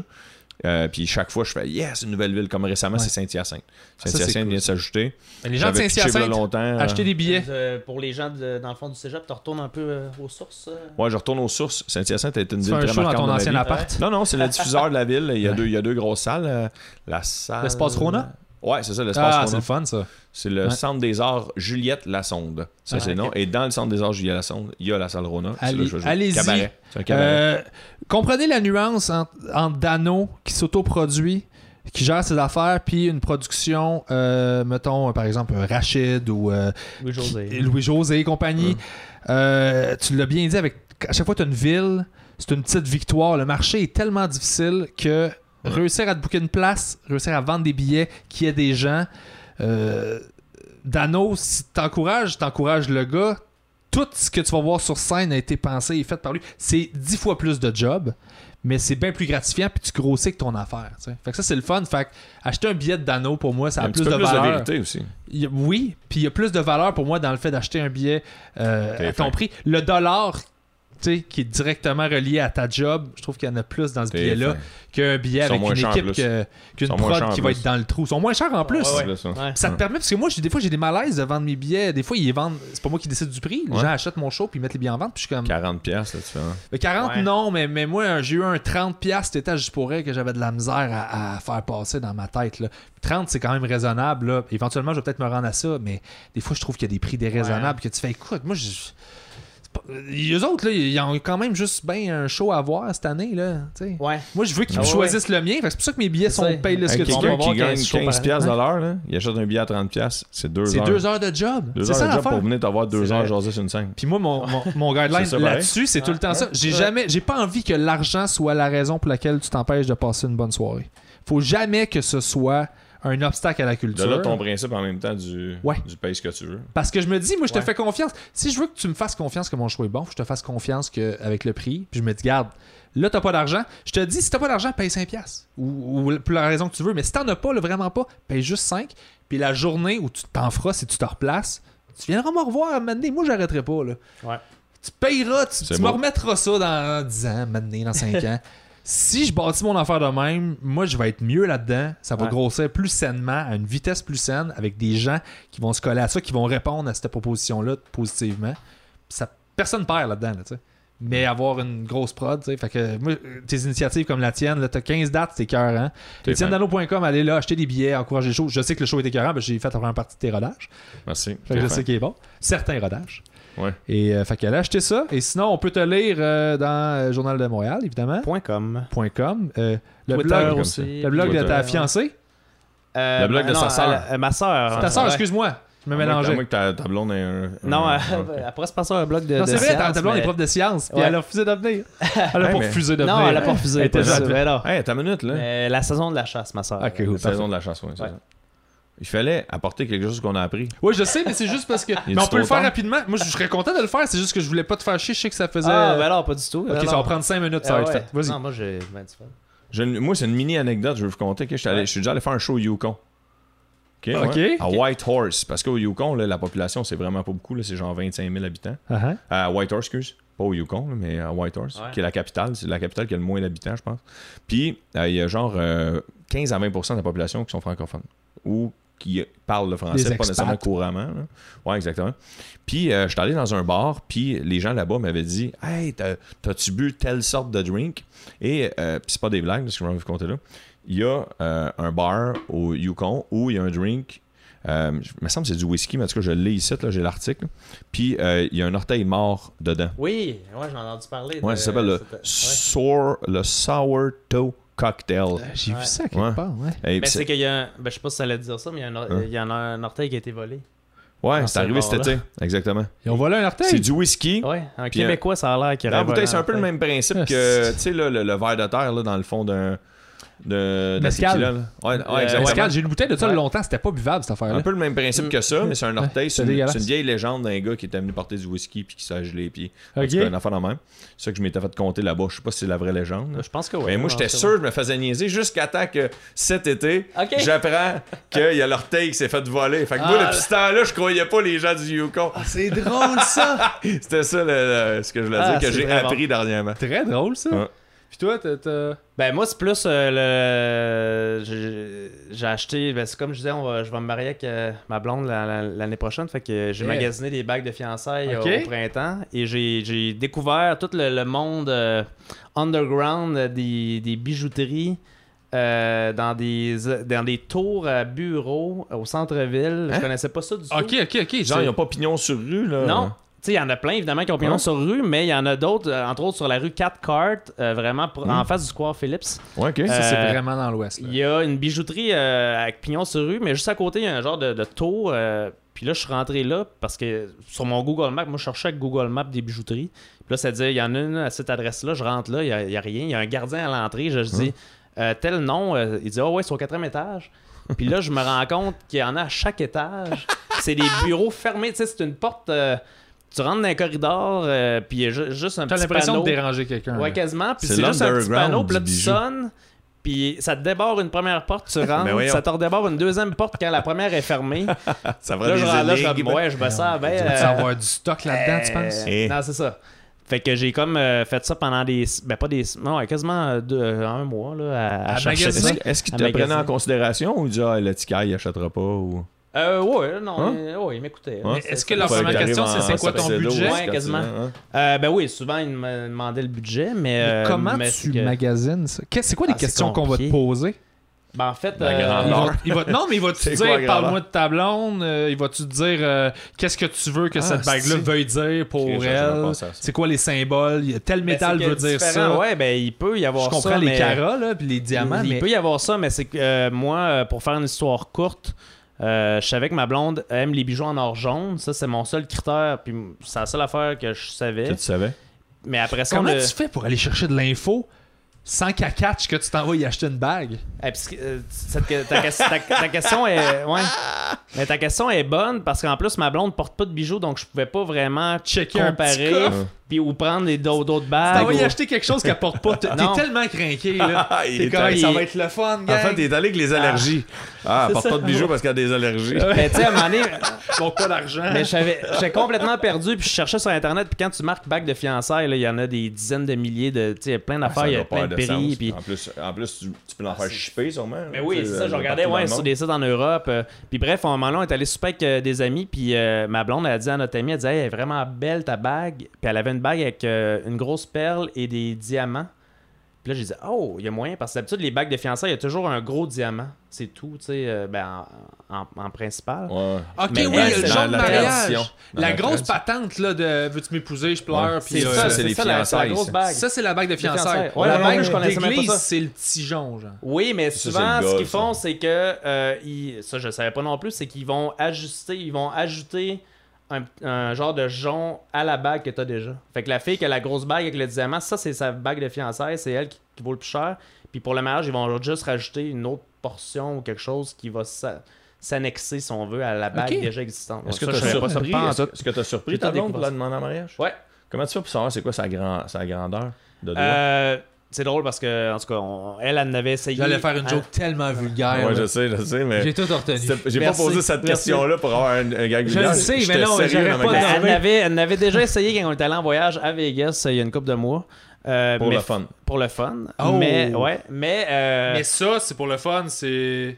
Speaker 3: Euh, puis chaque fois, je fais yes, une nouvelle ville. Comme récemment,
Speaker 2: Ouais.
Speaker 3: c'est Saint-Hyacinthe.
Speaker 2: c'est
Speaker 3: Saint-Hyacinthe
Speaker 2: cool,
Speaker 3: vient de s'ajouter.
Speaker 2: Les gens de
Speaker 3: J'avais pitché il y a
Speaker 2: Saint-Hyacinthe,
Speaker 3: longtemps. euh,
Speaker 2: achetez des billets.
Speaker 1: Euh, pour les gens de- dans le fond du cégep, tu retournes un peu euh, aux sources. euh.
Speaker 3: Ouais, je retourne aux sources. Saint-Hyacinthe a été une
Speaker 2: Tu
Speaker 3: ville
Speaker 2: fais un
Speaker 3: très
Speaker 2: show dans
Speaker 3: marquante
Speaker 2: ton
Speaker 3: dans ma
Speaker 2: ancien
Speaker 3: vie.
Speaker 2: appart.
Speaker 3: Non, non, c'est le diffuseur de la ville. Il y a,
Speaker 2: Ouais.
Speaker 3: deux, il y a deux grosses salles. euh, La salle.
Speaker 2: L'espace Rona?
Speaker 3: Ouais, c'est ça, l'espace
Speaker 2: Ah, c'est
Speaker 3: Rona.
Speaker 2: le fun, ça.
Speaker 3: C'est le
Speaker 2: Ouais.
Speaker 3: Centre des Arts Juliette Lassonde. Ça,
Speaker 1: Ah,
Speaker 3: c'est le
Speaker 1: ok.
Speaker 3: nom. Et dans le Centre des Arts Juliette Lassonde, il y a la salle Rona. C'est
Speaker 2: Allez-
Speaker 3: là que je vais jouer.
Speaker 2: allez-y.
Speaker 3: Cabaret. C'est un cabaret.
Speaker 2: Euh, comprenez la nuance entre, entre Dano qui s'autoproduit, qui gère ses affaires, puis une production, euh, mettons, euh, par exemple, euh, Rachid ou euh,
Speaker 1: Oui, José.
Speaker 2: qui- Louis-José et compagnie. Euh, tu l'as bien dit, avec, à chaque fois tu as une ville, c'est une petite victoire. Le marché est tellement difficile que réussir à te booker une place, réussir à vendre des billets, qu'il y ait des gens. euh, Dano, si t'encourages, t'encourages le gars. Tout ce que tu vas voir sur scène a été pensé et fait par lui. C'est dix fois plus de job, mais c'est bien plus gratifiant puis tu grossis que ton affaire. tu sais. Fait que ça, c'est le fun. Fait que acheter un billet de Dano, pour moi, ça a
Speaker 3: un petit
Speaker 2: plus
Speaker 3: peu
Speaker 2: de
Speaker 3: plus de
Speaker 2: valeur. Hmm.
Speaker 3: vérité aussi.
Speaker 2: Il y a- oui, puis il y a plus de valeur pour moi dans le fait d'acheter un billet euh,
Speaker 3: T'es
Speaker 2: à ton
Speaker 3: fin.
Speaker 2: prix. Le dollar, tu sais, qui est directement relié à ta job, je trouve qu'il y en a plus dans ce
Speaker 3: T'es
Speaker 2: billet-là
Speaker 3: fin.
Speaker 2: qu'un billet
Speaker 3: Ils sont
Speaker 2: avec
Speaker 3: moins
Speaker 2: une
Speaker 3: chers en
Speaker 2: équipe
Speaker 3: plus.
Speaker 2: que- qu'une
Speaker 3: sont moins
Speaker 2: prod
Speaker 3: chers en
Speaker 2: qui va
Speaker 3: plus. Hein.
Speaker 2: être dans le trou. Ils sont moins chers en plus.
Speaker 1: Ouais, ouais.
Speaker 3: C'est ça.
Speaker 1: Ouais.
Speaker 2: Ça te permet, parce que moi, j'ai- des fois, j'ai des malaises de vendre mes billets. Des fois, ils les vendent. C'est pas moi qui décide du prix. Les
Speaker 3: Ouais.
Speaker 2: gens achètent mon show puis ils mettent les billets en vente. Puis je suis comme.
Speaker 3: 40 pièces là, tu fais. hein.
Speaker 2: Mais 40,
Speaker 1: Ouais.
Speaker 2: non, mais, mais moi, un- j'ai eu un 30$ cet étage juste pour elle que j'avais de la misère à, à faire passer dans ma tête. Là. 30, c'est quand même raisonnable. là. Éventuellement, je vais peut-être me rendre à ça, mais des fois, je trouve qu'il y a des prix déraisonnables que tu fais écoute, moi, je. c'est pas- Les autres, là, ils ont quand même juste ben un show à voir cette année. Là, tu sais.
Speaker 1: Ouais.
Speaker 2: Moi, je veux qu'ils
Speaker 1: Ah
Speaker 2: me
Speaker 1: ouais,
Speaker 2: choisissent le mien. Fait que C'est pour ça que mes billets
Speaker 1: C'est
Speaker 2: sont
Speaker 1: ça.
Speaker 2: payés de ce
Speaker 3: Hey,
Speaker 2: que tu
Speaker 3: Quelqu'un
Speaker 2: veux.
Speaker 3: qui
Speaker 1: voir
Speaker 3: gagne
Speaker 1: 15 shows
Speaker 3: 15
Speaker 1: par
Speaker 3: pièces de l'heure, là, il achète un billet à 30 pièces, c'est 2
Speaker 2: C'est
Speaker 3: heures.
Speaker 2: deux heures de job.
Speaker 3: Deux
Speaker 2: C'est ça
Speaker 3: heures de
Speaker 2: la
Speaker 3: job pour
Speaker 2: affaire.
Speaker 3: venir t'avoir deux
Speaker 1: C'est
Speaker 3: heures
Speaker 1: vrai.
Speaker 3: jaser sur une scène.
Speaker 2: Puis moi, mon, mon, mon guideline
Speaker 3: C'est ça, pareil.
Speaker 2: là-dessus, c'est tout le temps
Speaker 1: Ouais.
Speaker 2: ça. J'ai
Speaker 1: Ouais.
Speaker 2: jamais, j'ai pas envie que l'argent soit la raison pour laquelle tu t'empêches de passer une bonne soirée. Faut jamais que ce soit un obstacle à la
Speaker 3: De
Speaker 2: culture.
Speaker 3: là ton principe en même temps du,
Speaker 2: Ouais.
Speaker 3: du paye ce que tu veux.
Speaker 2: Parce que je me dis, moi, je te
Speaker 1: Ouais.
Speaker 2: fais confiance. Si je veux que tu me fasses confiance que mon choix est bon, faut que je te fasse confiance que, avec le prix, puis je me dis, garde, là, t'as pas d'argent. Je te dis, si t'as pas d'argent, paye 5$. piastres. Ou, ou pour la raison que tu veux. Mais si t'en as pas, là, vraiment pas, paye juste 5. Puis la journée où tu t'en feras, si tu te replaces, tu viendras me revoir à m'amener. Moi, j'arrêterai pas, là.
Speaker 1: Ouais.
Speaker 2: Tu payeras, tu,
Speaker 3: C'est
Speaker 2: tu me
Speaker 3: beau.
Speaker 2: remettras ça dans 10 ans, maintenant, dans 5 ans. Si je bâtis mon affaire de même, moi, je vais être mieux là-dedans. Ça va
Speaker 1: Ouais.
Speaker 2: grossir plus sainement, à une vitesse plus saine, avec des gens qui vont se coller à ça, qui vont répondre à cette proposition-là positivement. Puis Ça, personne perd là-dedans, là, tu sais. Mais avoir une grosse prod, tu sais. Fait que moi, tes initiatives comme la tienne, là, t'as 15 dates, c'est hein. écœurant.
Speaker 3: T'es
Speaker 2: EtienneDano.com, allez là, acheter des billets, encourager le show. Je sais que le show est écœurant, parce que j'ai fait la première partie de tes rodages.
Speaker 3: Merci.
Speaker 2: Fait que je
Speaker 3: Stéphane.
Speaker 2: sais qu'il est bon. Certains rodages.
Speaker 3: Ouais.
Speaker 2: Et euh, fait qu'elle a acheté ça. Et sinon, on peut te lire euh, dans le Journal de Montréal, évidemment.
Speaker 1: Point .com.
Speaker 2: Point .com. Euh, le
Speaker 1: Twitter
Speaker 2: blog,
Speaker 3: comme
Speaker 1: aussi.
Speaker 3: ça.
Speaker 2: le blog de
Speaker 3: Twitter.
Speaker 2: ta fiancée.
Speaker 1: Euh,
Speaker 3: Le blog de
Speaker 1: non,
Speaker 3: sa sœur.
Speaker 1: elle- euh, ma sœur.
Speaker 2: Ta
Speaker 1: hein,
Speaker 2: sœur,
Speaker 1: ouais.
Speaker 2: excuse-moi. Je me
Speaker 3: À moins que- à
Speaker 2: mélangeais.
Speaker 3: moins que ta, ta blonde ait un.
Speaker 1: Non, euh,
Speaker 3: un- ok.
Speaker 1: elle pourrait se passer un blog de.
Speaker 2: Non,
Speaker 1: de
Speaker 2: c'est vrai, ta
Speaker 1: science,
Speaker 2: ta blonde
Speaker 1: mais-
Speaker 2: est prof de sciences. Puis
Speaker 1: Ouais.
Speaker 2: elle a refusé de venir. Elle a
Speaker 3: Ouais,
Speaker 2: pas
Speaker 3: mais-
Speaker 2: refusé de venir.
Speaker 1: Non, elle a pas refusé.
Speaker 2: Elle était
Speaker 1: pas ça,
Speaker 2: gentille.
Speaker 1: mais non.
Speaker 3: Hey, t'as une minute, là.
Speaker 1: Mais la saison de la chasse, ma sœur.
Speaker 2: Ok,
Speaker 1: Euh,
Speaker 2: oui,
Speaker 3: la saison
Speaker 2: parfait.
Speaker 3: de la chanson, c'est
Speaker 1: Ouais.
Speaker 3: ça. Il fallait apporter quelque chose qu'on a appris.
Speaker 2: Oui, je sais, mais c'est juste parce que.
Speaker 3: est
Speaker 2: mais on
Speaker 3: trop
Speaker 2: peut le faire
Speaker 3: tard?
Speaker 2: rapidement. Moi, je serais content de le faire. C'est juste que je voulais pas te faire chier. Je sais que ça faisait.
Speaker 1: Ah, ben non, pas du tout.
Speaker 2: ok,
Speaker 1: Non,
Speaker 2: ça va
Speaker 1: non.
Speaker 2: prendre 5 minutes.
Speaker 1: Ah
Speaker 2: Ça va être
Speaker 1: ouais.
Speaker 2: fait. Vas-y.
Speaker 1: Non, moi j'ai ben, tu vois.
Speaker 3: J'ai une- moi, c'est une mini anecdote, je vais vous conter. que Je suis allé-
Speaker 1: Ouais.
Speaker 3: je suis déjà allé faire un show au Yukon. Ok.
Speaker 2: Ok.
Speaker 3: ouais. À
Speaker 2: Ok.
Speaker 3: Whitehorse. Parce qu'au Yukon, là, la population, c'est vraiment pas beaucoup. là, C'est genre 25 000 habitants.
Speaker 2: Ah, ah.
Speaker 3: À Whitehorse, excuse. Pas au Yukon, là, mais à Whitehorse,
Speaker 1: Ouais.
Speaker 3: qui est la capitale. C'est la capitale qui a le moins d'habitants, je pense. Puis, euh, il y a genre euh, 15 à 20 de la population qui sont francophones. Ou qui parlent le français,
Speaker 2: Des
Speaker 3: pas nécessairement
Speaker 2: expats.
Speaker 3: couramment. là. Ouais, exactement. Puis, euh, je suis allé dans un bar, puis les gens là-bas m'avaient dit Hey, t'as- t'as-tu bu telle sorte de drink Et, euh, puis c'est pas des blagues, parce que je vais vous compter là. Il y a euh, un bar au Yukon où il y a un drink. euh, il me semble que c'est du whisky, mais en tout cas, je l'ai ici, là, j'ai l'article. Puis euh, il y a un orteil mort dedans.
Speaker 1: Oui, ouais, j'en ai entendu parler.
Speaker 3: Ouais,
Speaker 1: de-
Speaker 3: ça s'appelle le,
Speaker 1: c'était- ouais.
Speaker 3: sour, le Sourdough Cocktail.
Speaker 2: J'ai
Speaker 1: Ouais.
Speaker 2: vu ça quelque
Speaker 3: Ouais.
Speaker 2: part. Ouais.
Speaker 3: Hey,
Speaker 1: Mais
Speaker 3: puis
Speaker 1: c'est qu'il y a un. Ben, je sais pas si ça allait dire ça, mais il y, a un or-
Speaker 3: Hein?
Speaker 1: il y en a un orteil qui a été volé.
Speaker 3: c'est- ouais,
Speaker 1: dans
Speaker 3: c'est
Speaker 1: ce
Speaker 3: arrivé cet
Speaker 1: bar-là.
Speaker 3: été. Exactement.
Speaker 2: Et on voit là un
Speaker 3: C'est
Speaker 2: orteil.
Speaker 3: du whisky.
Speaker 1: Ouais, un
Speaker 3: Puis,
Speaker 1: Québécois, ça a l'air qu'il
Speaker 3: Dans la
Speaker 1: aurait volé
Speaker 3: bouteille, c'est un peu le
Speaker 1: orteil.
Speaker 3: même principe
Speaker 2: Ah,
Speaker 3: que
Speaker 2: c'est-
Speaker 3: tu sais, là, le, le verre de terre là, dans le fond d'un. De, de la
Speaker 2: Mezcal.
Speaker 3: tequila, là. Ouais, ouais,
Speaker 1: Euh,
Speaker 3: exactement.
Speaker 2: Pascal, j'ai une bouteille de ça
Speaker 1: Ouais.
Speaker 2: longtemps. C'était pas buvable cette affaire-là.
Speaker 3: Un peu le même principe que
Speaker 1: Mm.
Speaker 3: ça, mais c'est un orteil.
Speaker 2: Ouais,
Speaker 3: c'est
Speaker 2: c'est
Speaker 3: une,
Speaker 2: dégueulasse.
Speaker 3: c'est une vieille légende d'un gars qui était venu porter du whisky puis qui s'est gelé. Puis en
Speaker 2: Ok.
Speaker 3: tout cas, une affaire dans même. C'est ça que je m'étais fait compter là-bas. Je sais pas si c'est la vraie légende. là.
Speaker 1: Je pense que
Speaker 3: Mais
Speaker 1: oui.
Speaker 3: Ben, moi, j'étais sûr, je me faisais niaiser jusqu'à temps que cet été,
Speaker 1: Ok.
Speaker 3: j'apprends qu'il y a l'orteil qui s'est fait voler. Fait que moi,
Speaker 1: Ah.
Speaker 3: depuis ce temps-là, je croyais pas les gens du Yukon.
Speaker 2: Ah, C'est drôle ça!
Speaker 3: C'était ça le- le- ce que je voulais
Speaker 1: Ah,
Speaker 3: dire, que
Speaker 1: c'est
Speaker 3: j'ai
Speaker 1: vraiment.
Speaker 3: appris dernièrement.
Speaker 2: Très drôle ça!
Speaker 3: Ouais.
Speaker 2: Puis toi, t'as- t'as.
Speaker 1: Ben moi c'est plus euh, le j'ai- j'ai acheté ben c'est comme je disais on va- je vais me marier avec euh, ma blonde la- la- l'année prochaine fait que j'ai
Speaker 2: Yeah.
Speaker 1: magasiné des bagues de fiançailles euh,
Speaker 2: Ok.
Speaker 1: au printemps et j'ai j'ai découvert tout le, le monde euh, underground euh, des, des bijouteries euh, dans des dans des tours à bureaux euh, au centre-ville, je connaissais pas ça du tout.
Speaker 2: Hein? Ok, ok, ok.
Speaker 3: Genre, ils n'ont pas pignon sur rue, là.
Speaker 1: Non. Tu sais, il y en a plein, évidemment, qui ont pignon
Speaker 3: Ouais.
Speaker 1: sur rue, mais il y en a d'autres, euh, entre autres sur la rue 4 Cart, euh, vraiment pro-
Speaker 2: Hmm.
Speaker 1: en face du square Phillips.
Speaker 3: Ouais, ok.
Speaker 2: Ça, c'est
Speaker 1: Euh,
Speaker 2: vraiment dans l'ouest. là.
Speaker 1: Il y a une bijouterie euh, avec pignon sur rue, mais juste à côté, il y a un genre de, de tour. euh, puis là, je suis rentré là parce que sur mon Google Maps, moi, je cherchais avec Google Maps des bijouteries. Puis là, ça disait, il y en a une à cette adresse-là, je rentre là, il n'y a, rien. Il y a un gardien à l'entrée, je, je dis, euh, tel nom. euh, il dit, ah ouais, c'est au quatrième étage. Puis là, je me rends compte qu'il y en a à chaque étage. C'est des bureaux fermés, tu sais, c'est une porte. euh, tu rentres dans un corridor, euh, puis il y a ju- juste un
Speaker 2: T'as
Speaker 1: petit
Speaker 2: l'impression
Speaker 1: panneau.
Speaker 2: de déranger quelqu'un.
Speaker 1: Ouais,
Speaker 2: là.
Speaker 1: quasiment. Puis
Speaker 3: C'est
Speaker 1: c'est juste un petit
Speaker 3: l'underground
Speaker 1: panneau, puis là,
Speaker 3: du
Speaker 1: tu
Speaker 3: bijou.
Speaker 1: sonnes, puis ça te déborde une première porte, tu rentres,
Speaker 3: Ben voyons.
Speaker 1: ça te redéborde une deuxième porte quand la première est fermée.
Speaker 3: Ça va
Speaker 1: là, je rentre là, je suis comme, ouais, je me
Speaker 2: Ouais,
Speaker 1: sens bien.
Speaker 2: Tu
Speaker 1: euh,
Speaker 2: vas avoir du stock là-dedans, tu
Speaker 1: euh,
Speaker 2: penses?
Speaker 3: Eh.
Speaker 1: Non, c'est ça. Fait que j'ai comme euh, fait ça pendant des. Ben, pas des. Non, ouais, quasiment euh, deux- euh, un mois, là, à, à
Speaker 2: À
Speaker 1: chercher
Speaker 2: magasiner?
Speaker 1: ça.
Speaker 3: Est-ce est-ce qu'ils
Speaker 1: Un
Speaker 3: te prenaient
Speaker 1: magasin.
Speaker 3: en considération ou ils disaient, ah, le ticaille, il achètera pas ou.
Speaker 1: Euh, ouais, non,
Speaker 3: Hein?
Speaker 1: euh, ouais, il m'écoutait.
Speaker 3: Hein?
Speaker 1: Ouais,
Speaker 2: Mais
Speaker 1: c'est-
Speaker 2: est-ce
Speaker 1: c'est-
Speaker 2: que leur
Speaker 1: c'est-
Speaker 3: Faut
Speaker 2: première
Speaker 3: qu'il
Speaker 2: question,
Speaker 3: arrive
Speaker 2: c'est, c'est
Speaker 3: en
Speaker 2: quoi ton
Speaker 3: sac à dos,
Speaker 2: budget?
Speaker 3: hein,
Speaker 1: Ouais,
Speaker 3: quand
Speaker 1: quasiment.
Speaker 3: tu viens, hein.
Speaker 1: Euh, ben oui, souvent, ils me demandaient le budget, mais.
Speaker 2: Mais
Speaker 1: euh,
Speaker 2: Comment
Speaker 1: mais
Speaker 2: tu
Speaker 1: c'est que-
Speaker 2: magasines ça? Qu'est- c'est quoi les
Speaker 1: Ah, c'est
Speaker 2: questions qu'on va te
Speaker 1: compliqué.
Speaker 2: poser?
Speaker 1: Ben, en fait.
Speaker 3: La grandeur.
Speaker 2: Il
Speaker 3: Alors.
Speaker 2: va- il va- non, mais il va te
Speaker 3: Ah, C'est quoi,
Speaker 2: dire,
Speaker 3: grand-mère?
Speaker 2: parle-moi de ta blonde. euh, il va-tu te dire, euh, qu'est-ce que tu veux que
Speaker 3: Ah,
Speaker 2: cette bague-là
Speaker 3: si.
Speaker 2: veuille dire pour
Speaker 3: Ok, j'aurais pas
Speaker 2: elle?
Speaker 3: pensé à ça.
Speaker 2: C'est quoi les symboles? Il y a Tel
Speaker 1: ben,
Speaker 2: métal
Speaker 1: c'est que
Speaker 2: veut dire
Speaker 1: différent,
Speaker 2: ça.
Speaker 1: Ouais, ben, il peut y avoir
Speaker 2: Je comprends
Speaker 1: ça,
Speaker 2: les
Speaker 1: mais-
Speaker 2: carats, là, puis les diamants,
Speaker 1: Il
Speaker 2: mais...
Speaker 1: peut y avoir ça, mais c'est que euh, moi, euh, pour faire une histoire courte, euh, je savais que ma blonde aime les bijoux en or jaune. Ça, c'est mon seul critère. Puis c'est la seule affaire que je
Speaker 3: Que
Speaker 1: savais.
Speaker 3: tu savais.
Speaker 1: Mais après ça, on
Speaker 2: Comment
Speaker 1: le-
Speaker 2: tu fais pour aller chercher de l'info sans qu'elle catch que tu t'en vas y acheter une bague.
Speaker 1: Eh, puis, euh, cette que- ta, ques- ta- ta question est. Ouais. Mais ta question est bonne parce qu'en plus, ma blonde porte pas de bijoux, donc je pouvais pas vraiment
Speaker 2: Checker un petit
Speaker 1: comparer
Speaker 2: coffre.
Speaker 1: puis ou prendre des- d'autres d'autres
Speaker 2: T'en
Speaker 1: bagues.
Speaker 2: vas y
Speaker 1: ou-
Speaker 2: acheter quelque chose qu'elle porte pas. T'es
Speaker 1: Ah, Non. Ah,
Speaker 2: t'es tellement craqué, là.
Speaker 3: Il
Speaker 2: T'es
Speaker 3: est
Speaker 2: comme,
Speaker 3: allé-
Speaker 2: ça va être le fun,
Speaker 3: En
Speaker 2: gang.
Speaker 3: fait, t'es allé avec les allergies. Ah, elle porte
Speaker 1: ça.
Speaker 3: pas de bijoux parce qu'elle a des allergies.
Speaker 1: Mais Ben, tu sais, à un moment donné,
Speaker 2: Bon, pas d'argent.
Speaker 1: mais j'avais- j'étais complètement perdu, puis je cherchais sur Internet, puis quand tu marques bague de fiançailles, là, il y en a des dizaines de milliers de. Tu sais, il y a plein d'affaires,
Speaker 3: Ah, Ça
Speaker 1: il y a
Speaker 3: doit pas
Speaker 1: plein de
Speaker 3: avoir
Speaker 1: prix,
Speaker 3: sens.
Speaker 1: puis.
Speaker 3: En plus, en plus tu, tu peux l'en faire chipper sûrement.
Speaker 1: Mais oui,
Speaker 3: Tu sais,
Speaker 1: c'est ça, je
Speaker 3: euh,
Speaker 1: regardais
Speaker 3: partout dans
Speaker 1: ouais,
Speaker 3: le
Speaker 1: sur
Speaker 3: monde.
Speaker 1: des sites en Europe. euh, puis bref, à un moment là, on est allé souper avec euh, des amis, puis euh, ma blonde, elle a dit à notre amie, elle disait, Hey, elle est vraiment belle ta bague. Puis elle avait une bague avec euh, une grosse perle et des diamants. Puis là, j'ai dit, oh, il y a moyen, parce que d'habitude, les bagues de fiançailles, il y a toujours un gros diamant. C'est tout, tu sais, euh, ben, en, en- en principal.
Speaker 3: Ouais.
Speaker 2: Ok,
Speaker 1: Mais
Speaker 2: oui,
Speaker 1: elle, c'est
Speaker 2: le genre
Speaker 1: dans
Speaker 2: de
Speaker 1: la
Speaker 2: mariage.
Speaker 3: tradition. Dans
Speaker 2: La
Speaker 3: la
Speaker 2: grosse
Speaker 3: tradition.
Speaker 2: patente là, de veux-tu m'épouser, je pleure.
Speaker 3: Ouais.
Speaker 2: Puis,
Speaker 1: C'est
Speaker 2: euh,
Speaker 1: ça,
Speaker 3: c'est
Speaker 1: c'est
Speaker 3: les
Speaker 1: ça, la, c'est la
Speaker 3: fiançailles,
Speaker 1: grosse
Speaker 3: ça.
Speaker 1: bague.
Speaker 2: ça, c'est la bague de
Speaker 1: fiançailles.
Speaker 2: fiançailles.
Speaker 1: Ouais,
Speaker 2: la
Speaker 1: ouais,
Speaker 2: bague
Speaker 1: ouais, je connaissais même pas
Speaker 2: d'église,
Speaker 1: ça.
Speaker 2: c'est le petit jonc, genre.
Speaker 1: Oui, mais
Speaker 3: Ça, c'est
Speaker 1: souvent,
Speaker 3: le
Speaker 1: ce
Speaker 3: gars,
Speaker 1: qu'ils
Speaker 3: ça.
Speaker 1: font, c'est que. euh, ils- ça, je savais pas non plus, c'est qu'ils vont ajuster, ils vont ajouter un, un genre de jonc à la bague que t'as déjà. Fait que la fille qui a la grosse bague avec le diamant, ça, c'est sa bague de fiançailles, c'est elle qui, qui vaut le plus cher. Puis pour le mariage, ils vont juste rajouter une autre portion ou quelque chose qui va s'a- s'annexer, si on veut, à la bague
Speaker 2: Ok.
Speaker 1: déjà existante.
Speaker 3: Est-ce que
Speaker 1: Ça,
Speaker 3: t'as
Speaker 1: je savais pas ça,
Speaker 3: surpris,
Speaker 1: pas en
Speaker 3: est-ce
Speaker 1: tout.
Speaker 3: que- est-ce que t'as surpris
Speaker 1: J'ai
Speaker 3: ta
Speaker 1: tout
Speaker 3: blonde pour
Speaker 1: découvert
Speaker 3: la demander en mariage?
Speaker 1: Ouais.
Speaker 3: Comment tu fais pour savoir c'est quoi sa, grand- sa grandeur de doigt?
Speaker 1: Euh, c'est drôle parce que, en tout cas, on- elle, elle n'avait essayé.
Speaker 2: J'allais faire une
Speaker 1: à-
Speaker 2: joke tellement vulgaire.
Speaker 3: ouais,
Speaker 2: là.
Speaker 3: je sais, je sais, mais
Speaker 2: J'ai tout retenu.
Speaker 3: c'était- j'ai pas
Speaker 1: Merci.
Speaker 3: posé cette
Speaker 1: Merci.
Speaker 3: question-là pour avoir un, un gag
Speaker 2: Je
Speaker 3: vulgaire.
Speaker 2: le sais,
Speaker 3: J'étais
Speaker 2: mais non,
Speaker 3: sérieux
Speaker 2: j'aurais
Speaker 3: dans ma
Speaker 2: pas
Speaker 1: Ben,
Speaker 3: question.
Speaker 2: de-
Speaker 1: elle, n'avait elle n'avait déjà essayé quand on était allé en voyage à Vegas euh, il y a une couple de mois. Euh,
Speaker 3: Pour
Speaker 1: mais-
Speaker 3: le fun.
Speaker 1: Pour le fun.
Speaker 2: Oh.
Speaker 1: Mais, ouais, mais, euh,
Speaker 2: Mais ça, c'est pour le fun, c'est.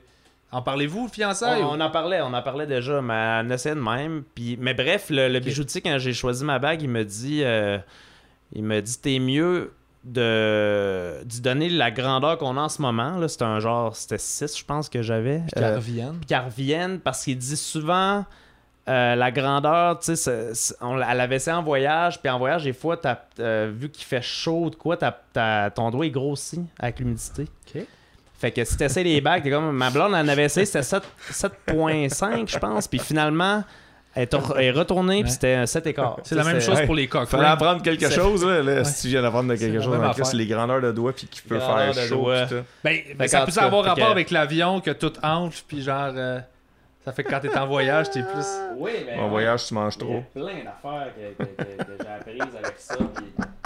Speaker 2: En parlez-vous, fiançailles?
Speaker 1: on, on en parlait, on en parlait déjà, mais elle en essayait de même. Puis, mais bref, le, le bijoutier, quand j'ai choisi ma bague, il me dit, euh, il me dit, t'es mieux de d'y donner la grandeur qu'on a en ce moment. Là, c'était un genre, c'était 6, je pense, que j'avais.
Speaker 2: Puis qu'elles
Speaker 1: Euh,
Speaker 2: reviennent.
Speaker 1: puis qu'elle revienne parce qu'il dit souvent euh, la grandeur, tu sais, c'est- c'est- on l'a- elle avait essayé en voyage, puis en voyage, des fois, t'as, euh, vu qu'il fait chaud de quoi, t'as- t'as- ton doigt est grossi avec l'humidité.
Speaker 2: Ok.
Speaker 1: Fait que si t'essayes les bagues, t'es comme ma blonde, elle en avait essayé, c'était 7 7.5, je pense, puis finalement, elle est re- elle est retournée,
Speaker 2: Ouais.
Speaker 1: puis c'était un 7,4.
Speaker 2: C'est la même
Speaker 1: Ah, C'est-
Speaker 2: chose
Speaker 3: ouais.
Speaker 2: pour les coques.
Speaker 3: Fallait apprendre quelque
Speaker 1: C'est-
Speaker 3: chose, là, là, si tu viens d'apprendre de
Speaker 2: C'est
Speaker 3: quelque
Speaker 2: la
Speaker 3: chose.
Speaker 2: même
Speaker 3: dans le cas,
Speaker 2: affaire.
Speaker 3: C'est les grandeurs de doigts puis qui peut
Speaker 1: Grandeur
Speaker 3: faire
Speaker 1: de
Speaker 3: chaud.
Speaker 1: doigts.
Speaker 3: puis tout.
Speaker 2: Ben, ben,
Speaker 1: Fait
Speaker 2: ça
Speaker 1: qu'en
Speaker 2: peut
Speaker 1: tout cas,
Speaker 2: avoir
Speaker 1: fait
Speaker 2: rapport
Speaker 1: que-
Speaker 2: avec l'avion que tout enfle, puis genre. euh, ça fait que quand t'es en voyage, t'es plus.
Speaker 1: Oui, mais.
Speaker 3: En voyage, tu manges trop.
Speaker 1: Il y a plein d'affaires que, que- que- que j'ai apprises avec ça. Puis,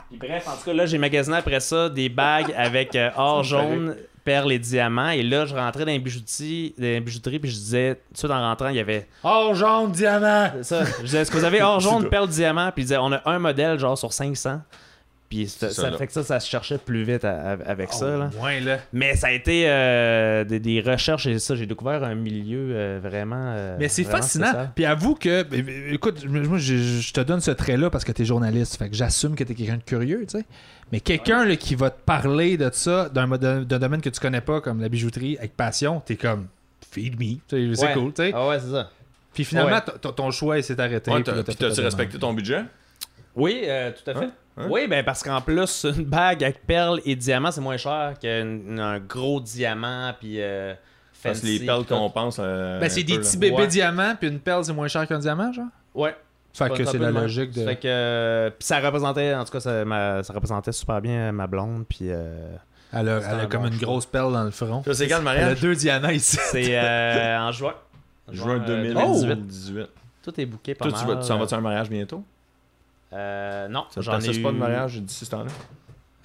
Speaker 1: puis bref, en tout cas, là, j'ai magasiné après ça des bagues avec euh, or jaune, perles et diamants. Et là, je rentrais dans les bijouteries, dans les bijouteries puis je disais, tout de suite en rentrant, il y avait
Speaker 2: Oh, jaune, diamant!
Speaker 1: ça. Je disais, est-ce que vous avez or jaune, perles, diamants? Puis il disait, on a un modèle, genre, sur 500. Puis ça,
Speaker 3: C'est ça,
Speaker 1: ça
Speaker 3: là.
Speaker 1: fait que ça, ça se cherchait plus vite à- à- avec ça. Là.
Speaker 2: Ouais, là.
Speaker 1: Mais ça a été euh, des, des recherches et ça, j'ai découvert un milieu euh, vraiment. euh,
Speaker 2: Mais c'est
Speaker 1: vraiment
Speaker 2: fascinant.
Speaker 1: spécial.
Speaker 2: Puis avoue que, é- é- écoute, je- moi, je, je te donne ce trait-là parce que t'es journaliste. Fait que j'assume que t'es quelqu'un de curieux, tu sais. Mais quelqu'un là, qui va te parler de ça, d'un mo- d'un d'un domaine que tu connais pas, comme la bijouterie, avec passion, t'es comme, feed me. Tu sais, C'est
Speaker 1: Ouais.
Speaker 2: cool, tu sais.
Speaker 1: Ah ouais, c'est ça.
Speaker 2: Puis finalement,
Speaker 1: Ouais.
Speaker 2: t- t- ton choix il s'est arrêté.
Speaker 3: Ouais,
Speaker 2: puis
Speaker 3: t'as-
Speaker 2: là,
Speaker 3: Puis
Speaker 2: fait ta
Speaker 3: t'as-tu
Speaker 2: demande.
Speaker 3: respecté ton budget?
Speaker 1: Oui, euh, tout à fait.
Speaker 3: Hein? Hein?
Speaker 1: Oui, ben parce qu'en plus, une bague avec perles et diamants, c'est moins cher qu'un gros diamant, puis euh,
Speaker 3: Parce que
Speaker 1: fancy,
Speaker 3: les perles
Speaker 1: puis tout.
Speaker 3: qu'on pense. euh,
Speaker 2: Ben, c'est
Speaker 3: un
Speaker 2: des
Speaker 3: peu, là.
Speaker 2: petits bébés
Speaker 1: Ouais.
Speaker 2: diamants, puis une perle, c'est moins cher qu'un diamant, genre.
Speaker 1: Ouais.
Speaker 2: Fait que
Speaker 1: un
Speaker 2: c'est
Speaker 1: peu
Speaker 2: la
Speaker 1: le même.
Speaker 2: logique de.
Speaker 1: Fait que, euh, puis ça représentait, en tout cas, ça, m'a- ça représentait super bien ma blonde, puis euh,
Speaker 2: Elle a,
Speaker 1: C'est
Speaker 2: elle a
Speaker 1: un
Speaker 2: comme
Speaker 1: bon
Speaker 2: une
Speaker 1: choix.
Speaker 2: grosse perle dans le front.
Speaker 3: Ça, c'est quand le
Speaker 2: Elle a
Speaker 3: mariage?
Speaker 2: deux diamants ici.
Speaker 1: c'est euh, en juin. En
Speaker 3: Juin
Speaker 1: euh,
Speaker 3: 2018. 18.
Speaker 1: Tout est booké pas
Speaker 3: Toi, tu
Speaker 1: mal.
Speaker 3: vas- tu s'en vas-tu à un mariage bientôt?
Speaker 1: Euh, non,
Speaker 3: Ça te
Speaker 1: j'en ai
Speaker 3: t'assiste
Speaker 1: eu...
Speaker 3: pas de mariage d'ici ce temps-là?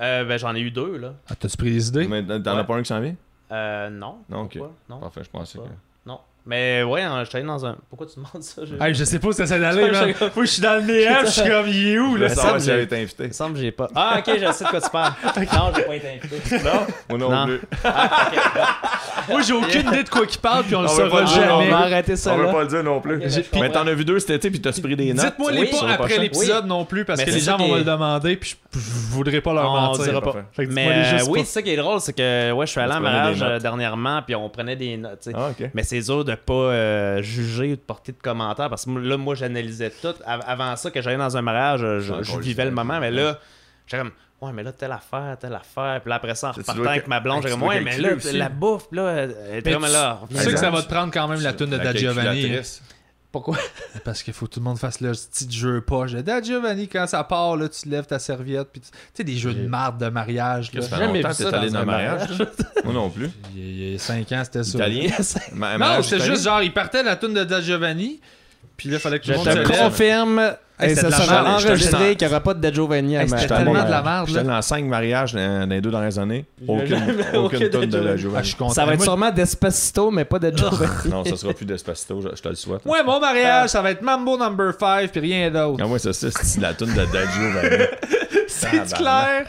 Speaker 1: Euh, ben, j'en ai eu deux, là.
Speaker 2: Ah, T'as-tu pris des idées?
Speaker 3: Mais t'en as
Speaker 1: Ouais.
Speaker 3: pas un qui s'en vient?
Speaker 1: Euh, non.
Speaker 3: Non, ok.
Speaker 1: Pourquoi? Non,
Speaker 3: Parfait, je pensais que.
Speaker 1: Pas. non. Mais ouais, hein, j'étais allé dans un... Pourquoi tu demandes ça? J'ai-
Speaker 2: Hey, je sais pas où ça s'est allé, man. Moi, je suis dans le
Speaker 1: hein,
Speaker 2: néant, je suis comme, il est où,
Speaker 3: Je
Speaker 2: là?
Speaker 3: voulais
Speaker 1: ça,
Speaker 3: savoir si
Speaker 1: j'ai-
Speaker 3: Ben, j'avais été invité.
Speaker 1: Il me semble que j'ai pas. Ah, ok, je sais de quoi tu parles. Non, Ah, j'ai pas été invité.
Speaker 3: Non? Moi non
Speaker 1: Non.
Speaker 3: plus.
Speaker 2: Moi, j'ai aucune idée de quoi qu'il parle, puis on le
Speaker 3: On veut
Speaker 2: saura
Speaker 3: pas
Speaker 1: Ah,
Speaker 3: le dire,
Speaker 1: on
Speaker 2: jamais.
Speaker 1: va arrêter ça.
Speaker 3: On veut
Speaker 1: là.
Speaker 3: pas le dire non plus.
Speaker 1: Ok, je
Speaker 3: mais
Speaker 1: comprends.
Speaker 3: t'en as vu deux cet été, puis t'as pris des notes.
Speaker 2: Dites-moi les
Speaker 1: Oui,
Speaker 2: pas
Speaker 1: sur
Speaker 3: le
Speaker 2: après
Speaker 3: prochain.
Speaker 2: l'épisode non plus, parce
Speaker 1: Mais
Speaker 2: que les
Speaker 1: c'est
Speaker 2: gens
Speaker 1: ça qui
Speaker 2: vont me
Speaker 1: est-
Speaker 2: le demander, puis je, je voudrais pas leur
Speaker 1: On
Speaker 2: mentir.
Speaker 1: dira pas.
Speaker 3: parfait.
Speaker 2: Fait que
Speaker 1: Mais
Speaker 2: dis-moi les
Speaker 1: euh,
Speaker 2: juste
Speaker 1: oui,
Speaker 2: pas.
Speaker 1: c'est ça qui est drôle, c'est que ouais, je suis allé
Speaker 3: On
Speaker 1: en
Speaker 3: se prenait des
Speaker 1: mariage
Speaker 3: notes.
Speaker 1: euh, dernièrement, puis on prenait des notes. tu sais.
Speaker 3: Ah, ok.
Speaker 1: Mais c'est dur de pas euh, juger ou de porter de commentaires parce que là, moi, j'analysais tout. Av- Avant ça, que j'allais dans un mariage, euh, je,
Speaker 3: Ah,
Speaker 1: je
Speaker 3: cool,
Speaker 1: vivais le
Speaker 3: c'est-
Speaker 1: moment, mais là, j'étais comme, ouais, mais là, telle affaire, telle affaire. Puis là, après ça, en
Speaker 3: Ça, tu
Speaker 1: repartant
Speaker 3: dois
Speaker 1: avec ma blonde,
Speaker 3: cal-
Speaker 1: j'étais comme,
Speaker 3: tu dois
Speaker 1: ouais, mais là,
Speaker 3: calculer aussi.
Speaker 1: la bouffe, là, elle était
Speaker 2: Mais
Speaker 1: comme
Speaker 2: tu-
Speaker 1: là. on
Speaker 2: Tu sais que
Speaker 1: vient-
Speaker 2: ça va te prendre quand même la tune de Da Giovanni.
Speaker 3: calculatrice.
Speaker 1: Pourquoi?
Speaker 2: Parce qu'il faut que tout le monde fasse leur petit jeu poche. De, Ah, Giovanni, quand ça part, là, tu lèves ta serviette. Puis tu tu sais, des jeux de
Speaker 1: J'ai-
Speaker 2: marde de mariage. Là.
Speaker 3: Ça fait
Speaker 1: Jamais
Speaker 3: longtemps
Speaker 1: vu
Speaker 3: que t'es
Speaker 1: ça
Speaker 3: allé
Speaker 1: dans
Speaker 3: dans un
Speaker 1: un
Speaker 3: mariage. Moi non plus.
Speaker 2: Il y a 5 ans, c'était ça.
Speaker 3: Italien. Ma-
Speaker 2: Non,
Speaker 3: mariage
Speaker 2: c'était
Speaker 3: italien.
Speaker 2: juste genre, il partait la tune de Da Giovanni. Puis là, il fallait que tout
Speaker 1: Je
Speaker 2: le monde se
Speaker 1: te
Speaker 3: lève.
Speaker 2: lève.
Speaker 1: confirme,
Speaker 2: Hey,
Speaker 1: et
Speaker 2: c'est de
Speaker 1: ça
Speaker 2: la
Speaker 1: sera
Speaker 3: merde. J'étais
Speaker 1: enregistré
Speaker 3: allé-
Speaker 1: qu'il n'y aura pas de Giovanni à
Speaker 2: Hey,
Speaker 1: ma-
Speaker 2: c'était
Speaker 1: à mon
Speaker 2: tellement de la
Speaker 1: mariage.
Speaker 2: merde.
Speaker 3: J'étais
Speaker 2: là.
Speaker 3: dans cinq mariages dans, dans les deux dernières années. Aucune,
Speaker 1: jamais- aucune
Speaker 3: aucune tonne de
Speaker 1: Giovanni.
Speaker 2: Ah, je
Speaker 3: la Giovanni.
Speaker 2: suis content.
Speaker 1: Ça va être
Speaker 2: Moi,
Speaker 1: sûrement Despacito, mais pas de Giovanni.
Speaker 3: Non, ça sera plus d'Espacito, je, je te le souhaite.
Speaker 2: Ouais, mon mariage, ça va être Mambo Number 5 puis rien d'autre.
Speaker 3: Ah ouais, c'est ça, c'est la toune de Dadju. Giovanni.
Speaker 2: C'est
Speaker 3: Tabarnak.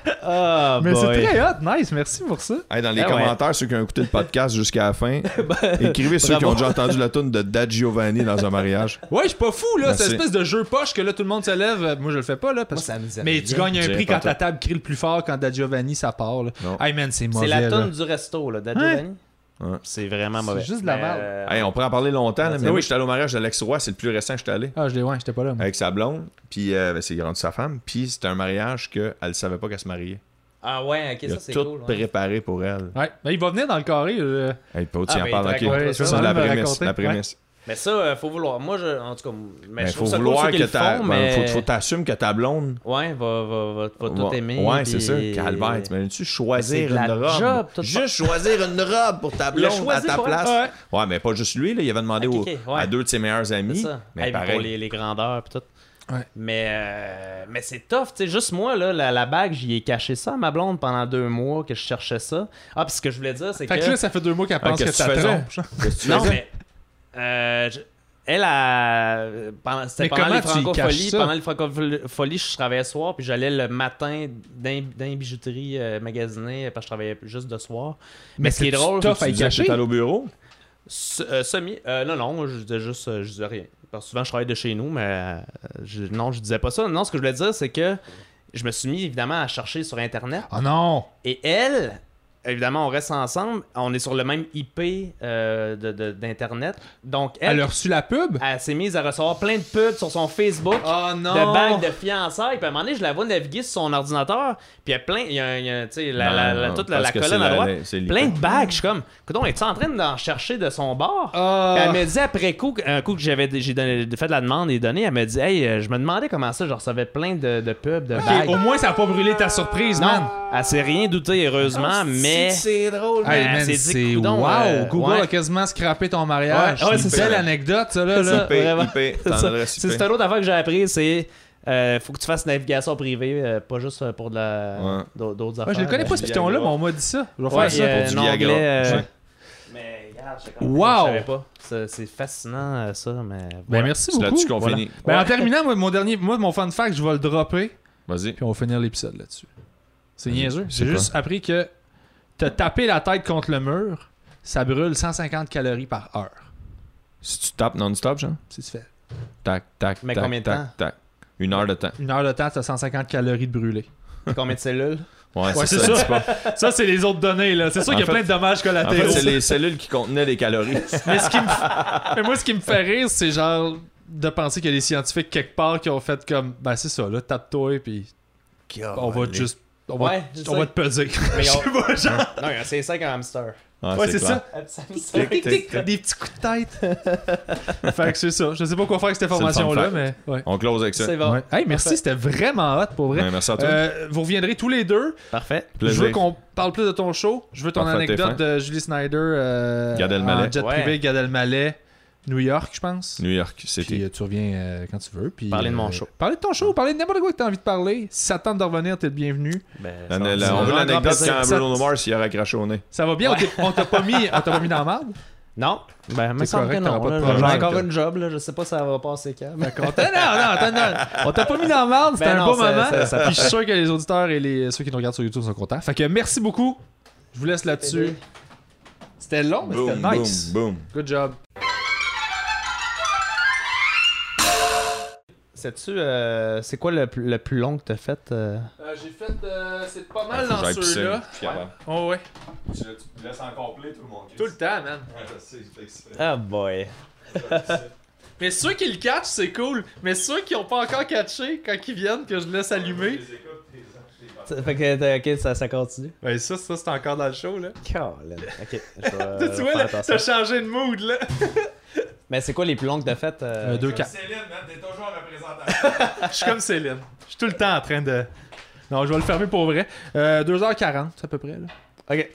Speaker 2: clair.
Speaker 1: Ah,
Speaker 2: Mais c'est
Speaker 1: Oh, boy.
Speaker 2: très hot, nice, merci pour ça.
Speaker 3: Hey, dans les
Speaker 1: Ah ouais.
Speaker 3: commentaires, ceux qui ont écouté le podcast jusqu'à la fin,
Speaker 1: Ben,
Speaker 3: écrivez ceux qui ont déjà entendu la toune de Dad Giovanni dans un mariage.
Speaker 2: Ouais, je suis pas fou, là.
Speaker 3: Merci.
Speaker 2: Cette espèce de jeu poche que là, tout le monde se lève. Euh, Moi, je le fais pas, là.
Speaker 1: Moi,
Speaker 2: Parce...
Speaker 1: ça me disait
Speaker 2: Mais
Speaker 1: rien.
Speaker 2: tu gagnes un
Speaker 3: J'ai
Speaker 2: prix
Speaker 3: pas
Speaker 2: quand
Speaker 3: tout.
Speaker 2: ta table crie le plus fort, quand Da Giovanni, ça part, là.
Speaker 3: Non.
Speaker 2: Hey, man, c'est
Speaker 1: C'est
Speaker 2: mauvais.
Speaker 1: la
Speaker 2: là.
Speaker 1: tonne du resto, là, de Giovanni.
Speaker 3: Ouais.
Speaker 1: C'est vraiment
Speaker 2: C'est
Speaker 1: mauvais.
Speaker 2: juste de la
Speaker 1: Mais,
Speaker 2: merde.
Speaker 1: euh,
Speaker 3: Hey, on pourrait en parler longtemps,
Speaker 1: Ben
Speaker 3: là, mais
Speaker 2: Oui.
Speaker 3: oui, j'étais allé au mariage d'Alex Roy, c'est le plus récent que j'étais allé,
Speaker 2: Ah, je l'ai, ouais, j'étais pas là. Moi.
Speaker 3: avec sa blonde, puis euh, ben, c'est grande sa femme, puis c'était un mariage qu'elle ne savait pas qu'elle se mariait.
Speaker 1: Ah ouais, ok,
Speaker 3: Il a
Speaker 1: ça c'est
Speaker 3: tout
Speaker 1: cool. ouais.
Speaker 3: préparé pour elle.
Speaker 2: Ouais, ben, il va venir dans le carré. euh.
Speaker 3: Hey, Paul,
Speaker 1: Ah,
Speaker 3: tu en
Speaker 1: ben, il
Speaker 3: parles,
Speaker 1: te
Speaker 3: ok.
Speaker 1: raconte
Speaker 2: Ouais,
Speaker 3: Ça,
Speaker 2: ça,
Speaker 3: c'est
Speaker 2: il
Speaker 3: la
Speaker 2: me
Speaker 3: prémisse.
Speaker 2: racontait.
Speaker 3: La prémisse.
Speaker 1: Mais ça, euh, faut vouloir. Moi, je, en tout cas, mais
Speaker 3: Ben,
Speaker 1: je
Speaker 3: faut
Speaker 1: trouve ça
Speaker 3: vouloir
Speaker 1: cool, ceux
Speaker 3: que
Speaker 1: qui le
Speaker 3: ta,
Speaker 1: font,
Speaker 3: ben,
Speaker 1: mais...
Speaker 3: faut, faut t'assumes que ta blonde
Speaker 1: Ouais, va, va, va, va tout
Speaker 3: Ouais,
Speaker 1: aimer.
Speaker 3: Ouais,
Speaker 1: puis-
Speaker 3: c'est ça. Calvert, t'imagines-tu
Speaker 1: Mais c'est
Speaker 3: choisir
Speaker 1: de la
Speaker 3: une robe?
Speaker 1: job, tout
Speaker 3: juste choisir une robe pour ta
Speaker 1: Le
Speaker 3: blonde à
Speaker 1: choisir
Speaker 3: ta
Speaker 1: pour elle,
Speaker 3: place.
Speaker 1: ouais.
Speaker 3: Ouais. mais pas juste lui, là. Il avait demandé
Speaker 1: Ok,
Speaker 3: au-
Speaker 1: ok, ouais.
Speaker 3: à deux de ses meilleurs
Speaker 1: C'est
Speaker 3: amis.
Speaker 1: ça.
Speaker 3: Mais
Speaker 1: Hey, puis
Speaker 3: pareil.
Speaker 1: Pour les, les grandeurs pis tout.
Speaker 2: Ouais.
Speaker 1: Mais, euh, mais c'est tough, tu sais. Juste moi, là, la, la bague, j'y ai caché ça à ma blonde pendant deux mois que je cherchais ça. Ah, puis ce que je voulais dire, c'est que.
Speaker 2: Fait que là, ça fait deux mois qu'elle
Speaker 3: Ah,
Speaker 2: pense que,
Speaker 3: qu'est-ce
Speaker 2: ça
Speaker 3: que tu faisais?
Speaker 2: trompe.
Speaker 3: Qu'est-ce que tu
Speaker 1: non,
Speaker 3: faisais?
Speaker 1: mais. euh, je- Elle a. pendant- C'était
Speaker 2: Mais
Speaker 1: pendant
Speaker 2: comment
Speaker 1: les
Speaker 2: tu y caches
Speaker 1: francopholies.
Speaker 2: ça?
Speaker 1: Pendant les francopholies, je travaillais soir, puis j'allais le matin dans dans les bijouteries euh, magasiner, parce que je travaillais juste de soir. Mais, ce qui est
Speaker 2: c'est-tu
Speaker 1: drôle,
Speaker 2: tough
Speaker 3: Tu
Speaker 2: à y
Speaker 3: disais que
Speaker 2: cacher?
Speaker 3: t'étais allé au bureau?
Speaker 1: S- euh, semi. euh, non, non, je disais juste, euh, je disais rien. Parce que souvent, je travaille de chez nous, mais euh, je- non, je disais pas ça. Non, ce que je voulais dire, c'est que je me suis mis évidemment à chercher sur Internet.
Speaker 2: Oh non!
Speaker 1: Et elle, évidemment, on reste ensemble. On est sur le même IP euh, de- de- d'Internet. Donc, elle,
Speaker 2: Elle a reçu la pub?
Speaker 1: elle s'est mise à recevoir plein de pubs sur son Facebook
Speaker 2: Oh non!
Speaker 1: de bagues de fiançailles. Puis à un moment donné, je la vois naviguer sur son ordinateur. Puis il y a plein. Il y a, il y a, tu sais, la, la- la-
Speaker 3: Non,
Speaker 1: toute la,
Speaker 3: parce
Speaker 1: la
Speaker 3: que c'est
Speaker 1: colonne à
Speaker 3: la-
Speaker 1: droite.
Speaker 3: la- c'est l'icône.
Speaker 1: plein de bagues. Je suis comme, coudon, es-tu en train d'en chercher de son bord?
Speaker 2: Ah.
Speaker 1: Puis Elle me dit après coup, que- un coup que j'avais j'ai donné- fait la demande et donné, elle me dit, hey, euh, je me demandais comment ça, je recevais plein de, de pubs, de
Speaker 2: Ok,
Speaker 1: bagues.
Speaker 3: oh.
Speaker 2: au moins, ça a pas brûlé ta surprise,
Speaker 1: Non,
Speaker 2: man.
Speaker 1: elle s'est rien douté, heureusement, mais.
Speaker 3: Ah, C'est drôle.
Speaker 1: Ouais,
Speaker 2: Hey,
Speaker 1: elle
Speaker 2: man,
Speaker 1: s'est dit,
Speaker 2: c'est
Speaker 1: coudon,
Speaker 2: wow!
Speaker 1: euh,
Speaker 2: Google
Speaker 1: ouais.
Speaker 2: a quasiment scrappé ton mariage.
Speaker 1: Ouais, ouais,
Speaker 2: c'est
Speaker 1: c'est
Speaker 2: une belle
Speaker 3: ça.
Speaker 2: anecdote, ça, là. là.
Speaker 3: IP,
Speaker 1: Vraiment.
Speaker 3: IP, t'en
Speaker 1: C'est ça.
Speaker 3: adresses
Speaker 1: C'est
Speaker 3: IP.
Speaker 1: c'est une autre affaire que j'ai appris, c'est. euh, faut que tu fasses navigation privée, euh, pas juste euh, pour de la-
Speaker 3: Ouais.
Speaker 1: d'au- d'autres
Speaker 2: Ouais,
Speaker 1: affaires. euh,
Speaker 2: je le connais pas, ce
Speaker 3: Viagra.
Speaker 2: piton-là, mais on m'a dit ça. Je vais
Speaker 1: Ouais,
Speaker 2: faire ça.
Speaker 1: euh,
Speaker 3: pour du
Speaker 1: non,
Speaker 3: Viagra.
Speaker 1: anglais, euh,
Speaker 3: Ouais.
Speaker 1: Mais regarde, je sais quand même
Speaker 2: Wow!
Speaker 1: pas, je savais pas. C'est- C'est fascinant, euh, ça, mais.
Speaker 2: Ben,
Speaker 1: voilà.
Speaker 2: merci
Speaker 3: C'est
Speaker 2: beaucoup.
Speaker 3: là-dessus qu'on
Speaker 2: Voilà.
Speaker 3: finit.
Speaker 2: Ben, en
Speaker 1: Ouais.
Speaker 2: terminant, moi, mon dernier, moi, mon fun fact, je vais le dropper,
Speaker 3: Vas-y.
Speaker 2: puis on va finir l'épisode là-dessus. C'est
Speaker 3: Vas-y,
Speaker 2: niaiseux.
Speaker 3: c'est
Speaker 2: J'ai juste appris que te taper la tête contre le mur, ça brûle 150 calories par heure.
Speaker 3: Si tu tapes non-stop, genre,
Speaker 2: Si tu fais
Speaker 3: tac, tac,
Speaker 1: Mais
Speaker 3: tac,
Speaker 1: combien de
Speaker 3: tac,
Speaker 1: temps?
Speaker 3: tac. Une heure de temps.
Speaker 2: une heure de temps, tu as 150 calories de brûlées.
Speaker 1: Combien de cellules
Speaker 3: Ouais,
Speaker 2: Ouais,
Speaker 3: c'est
Speaker 2: c'est
Speaker 3: ça.
Speaker 2: ça.
Speaker 3: dis pas.
Speaker 2: Ça, c'est les autres données, là. C'est sûr
Speaker 3: En
Speaker 2: qu'il y a
Speaker 3: fait-
Speaker 2: plein de dommages
Speaker 3: En
Speaker 2: collatéraux.
Speaker 3: fait, c'est les cellules qui contenaient les calories.
Speaker 2: Mais, ce qui me f- mais moi, ce qui me fait rire, c'est genre de penser qu'il y a des scientifiques quelque part qui ont fait comme, ben c'est ça, là, tape-toi, puis on va juste. On va,
Speaker 1: Ouais, je
Speaker 2: on va
Speaker 1: sais.
Speaker 2: te peser.
Speaker 1: Mais
Speaker 2: Je
Speaker 1: on-
Speaker 2: sais pas, genre.
Speaker 1: Non, il y a un C5 un hamster.
Speaker 3: Ah,
Speaker 2: Ouais, c'est
Speaker 3: clair.
Speaker 2: ça.
Speaker 1: Un petit hamster.
Speaker 2: Tic, tic, tic, Des petits coups de tête. fait que c'est ça. Je sais pas quoi faire avec cette
Speaker 3: C'est le fun
Speaker 2: information-là,
Speaker 3: fact.
Speaker 2: mais. Ouais.
Speaker 3: On close avec ça.
Speaker 1: C'est bon.
Speaker 2: Ouais. Hey, merci,
Speaker 1: Parfait.
Speaker 2: c'était vraiment hot pour vrai.
Speaker 3: Ouais, merci à toi.
Speaker 2: Euh, vous reviendrez tous les deux.
Speaker 1: Parfait.
Speaker 3: Plaisir.
Speaker 2: Je veux qu'on parle plus de ton show. Je veux ton
Speaker 3: Parfait, t'es
Speaker 2: anecdote de Julie Snyder. Euh,
Speaker 3: Gad Elmaleh.
Speaker 2: en jet
Speaker 1: Ouais.
Speaker 2: privé, Gad Elmaleh, New York, je pense.
Speaker 3: New York,
Speaker 2: Puis
Speaker 3: c'était.
Speaker 2: euh, tu reviens euh, quand tu veux. Puis,
Speaker 1: Parler de mon
Speaker 2: euh,
Speaker 1: show.
Speaker 2: Parler de ton show, parler de n'importe quoi que tu as envie de parler. Si ça te tente de revenir, t'es le bienvenu.
Speaker 1: Ben,
Speaker 3: La-
Speaker 1: ça
Speaker 3: la-
Speaker 1: va.
Speaker 3: la- on veut
Speaker 2: grand
Speaker 3: l'anecdote
Speaker 2: plaisir.
Speaker 3: quand
Speaker 2: Ça-
Speaker 3: Bruno Mars il a raccroché au nez.
Speaker 2: Ça va bien, on t'est- on t'a pas mis, on t'a pas mis dans la merde.
Speaker 1: Non, ben,
Speaker 2: T'es
Speaker 1: mais semble que
Speaker 2: correct, t'auras
Speaker 1: non.
Speaker 2: pas de
Speaker 1: là.
Speaker 2: problème,
Speaker 1: J'ai encore
Speaker 2: toi.
Speaker 1: une job, là. Je sais pas si ça va passer quand. mais-
Speaker 2: D'accord. Attends, non, non, attends, non. On t'a pas mis dans la merde, c'était
Speaker 1: Ben
Speaker 2: un
Speaker 1: non,
Speaker 2: beau
Speaker 1: ça-
Speaker 2: moment.
Speaker 1: ça- ça-
Speaker 2: Puis je suis sûr que les auditeurs et les, ceux qui nous regardent sur YouTube sont contents. Fait que merci beaucoup. Je vous laisse là-dessus. C'était long, Ah, mais
Speaker 3: Boom,
Speaker 2: c'était nice.
Speaker 3: boom, boom.
Speaker 2: Good job.
Speaker 1: Sais-tu, euh, c'est quoi le, plus- le plus long que t'as fait euh?
Speaker 2: J'ai fait. euh, C'est pas
Speaker 3: Ah,
Speaker 2: mal
Speaker 3: faut que
Speaker 2: dans
Speaker 3: j'aille pisser,
Speaker 2: ceux-là.
Speaker 3: je suis capable.
Speaker 2: Oh, ouais.
Speaker 3: Tu le- tu laisses encore play tout le monde.
Speaker 2: Tout le temps, man.
Speaker 1: Ah, boy.
Speaker 2: Mais ceux qui le catchent, c'est cool. Mais ceux qui ont pas encore catché, quand ils viennent, que je laisse allumer.
Speaker 1: Ça Fait que, t'as- ok, ça, ça continue.
Speaker 2: Ben, ça, ça c'est encore dans le show, là.
Speaker 1: Colin. Ok, je vais,
Speaker 2: Tu
Speaker 1: je vais
Speaker 2: vois,
Speaker 1: Euh, faire
Speaker 2: là,
Speaker 1: attention.
Speaker 2: t'as changé de mood, là.
Speaker 1: Mais c'est quoi les plus longues défaites euh,
Speaker 2: Euh, deux quatre.
Speaker 3: Céline, man, t'es toujours représentant.
Speaker 2: Je suis comme Céline. Je suis tout le temps en train de. Non, je vais le fermer pour vrai. Euh, 2h40 à peu près. Là.
Speaker 1: Ok.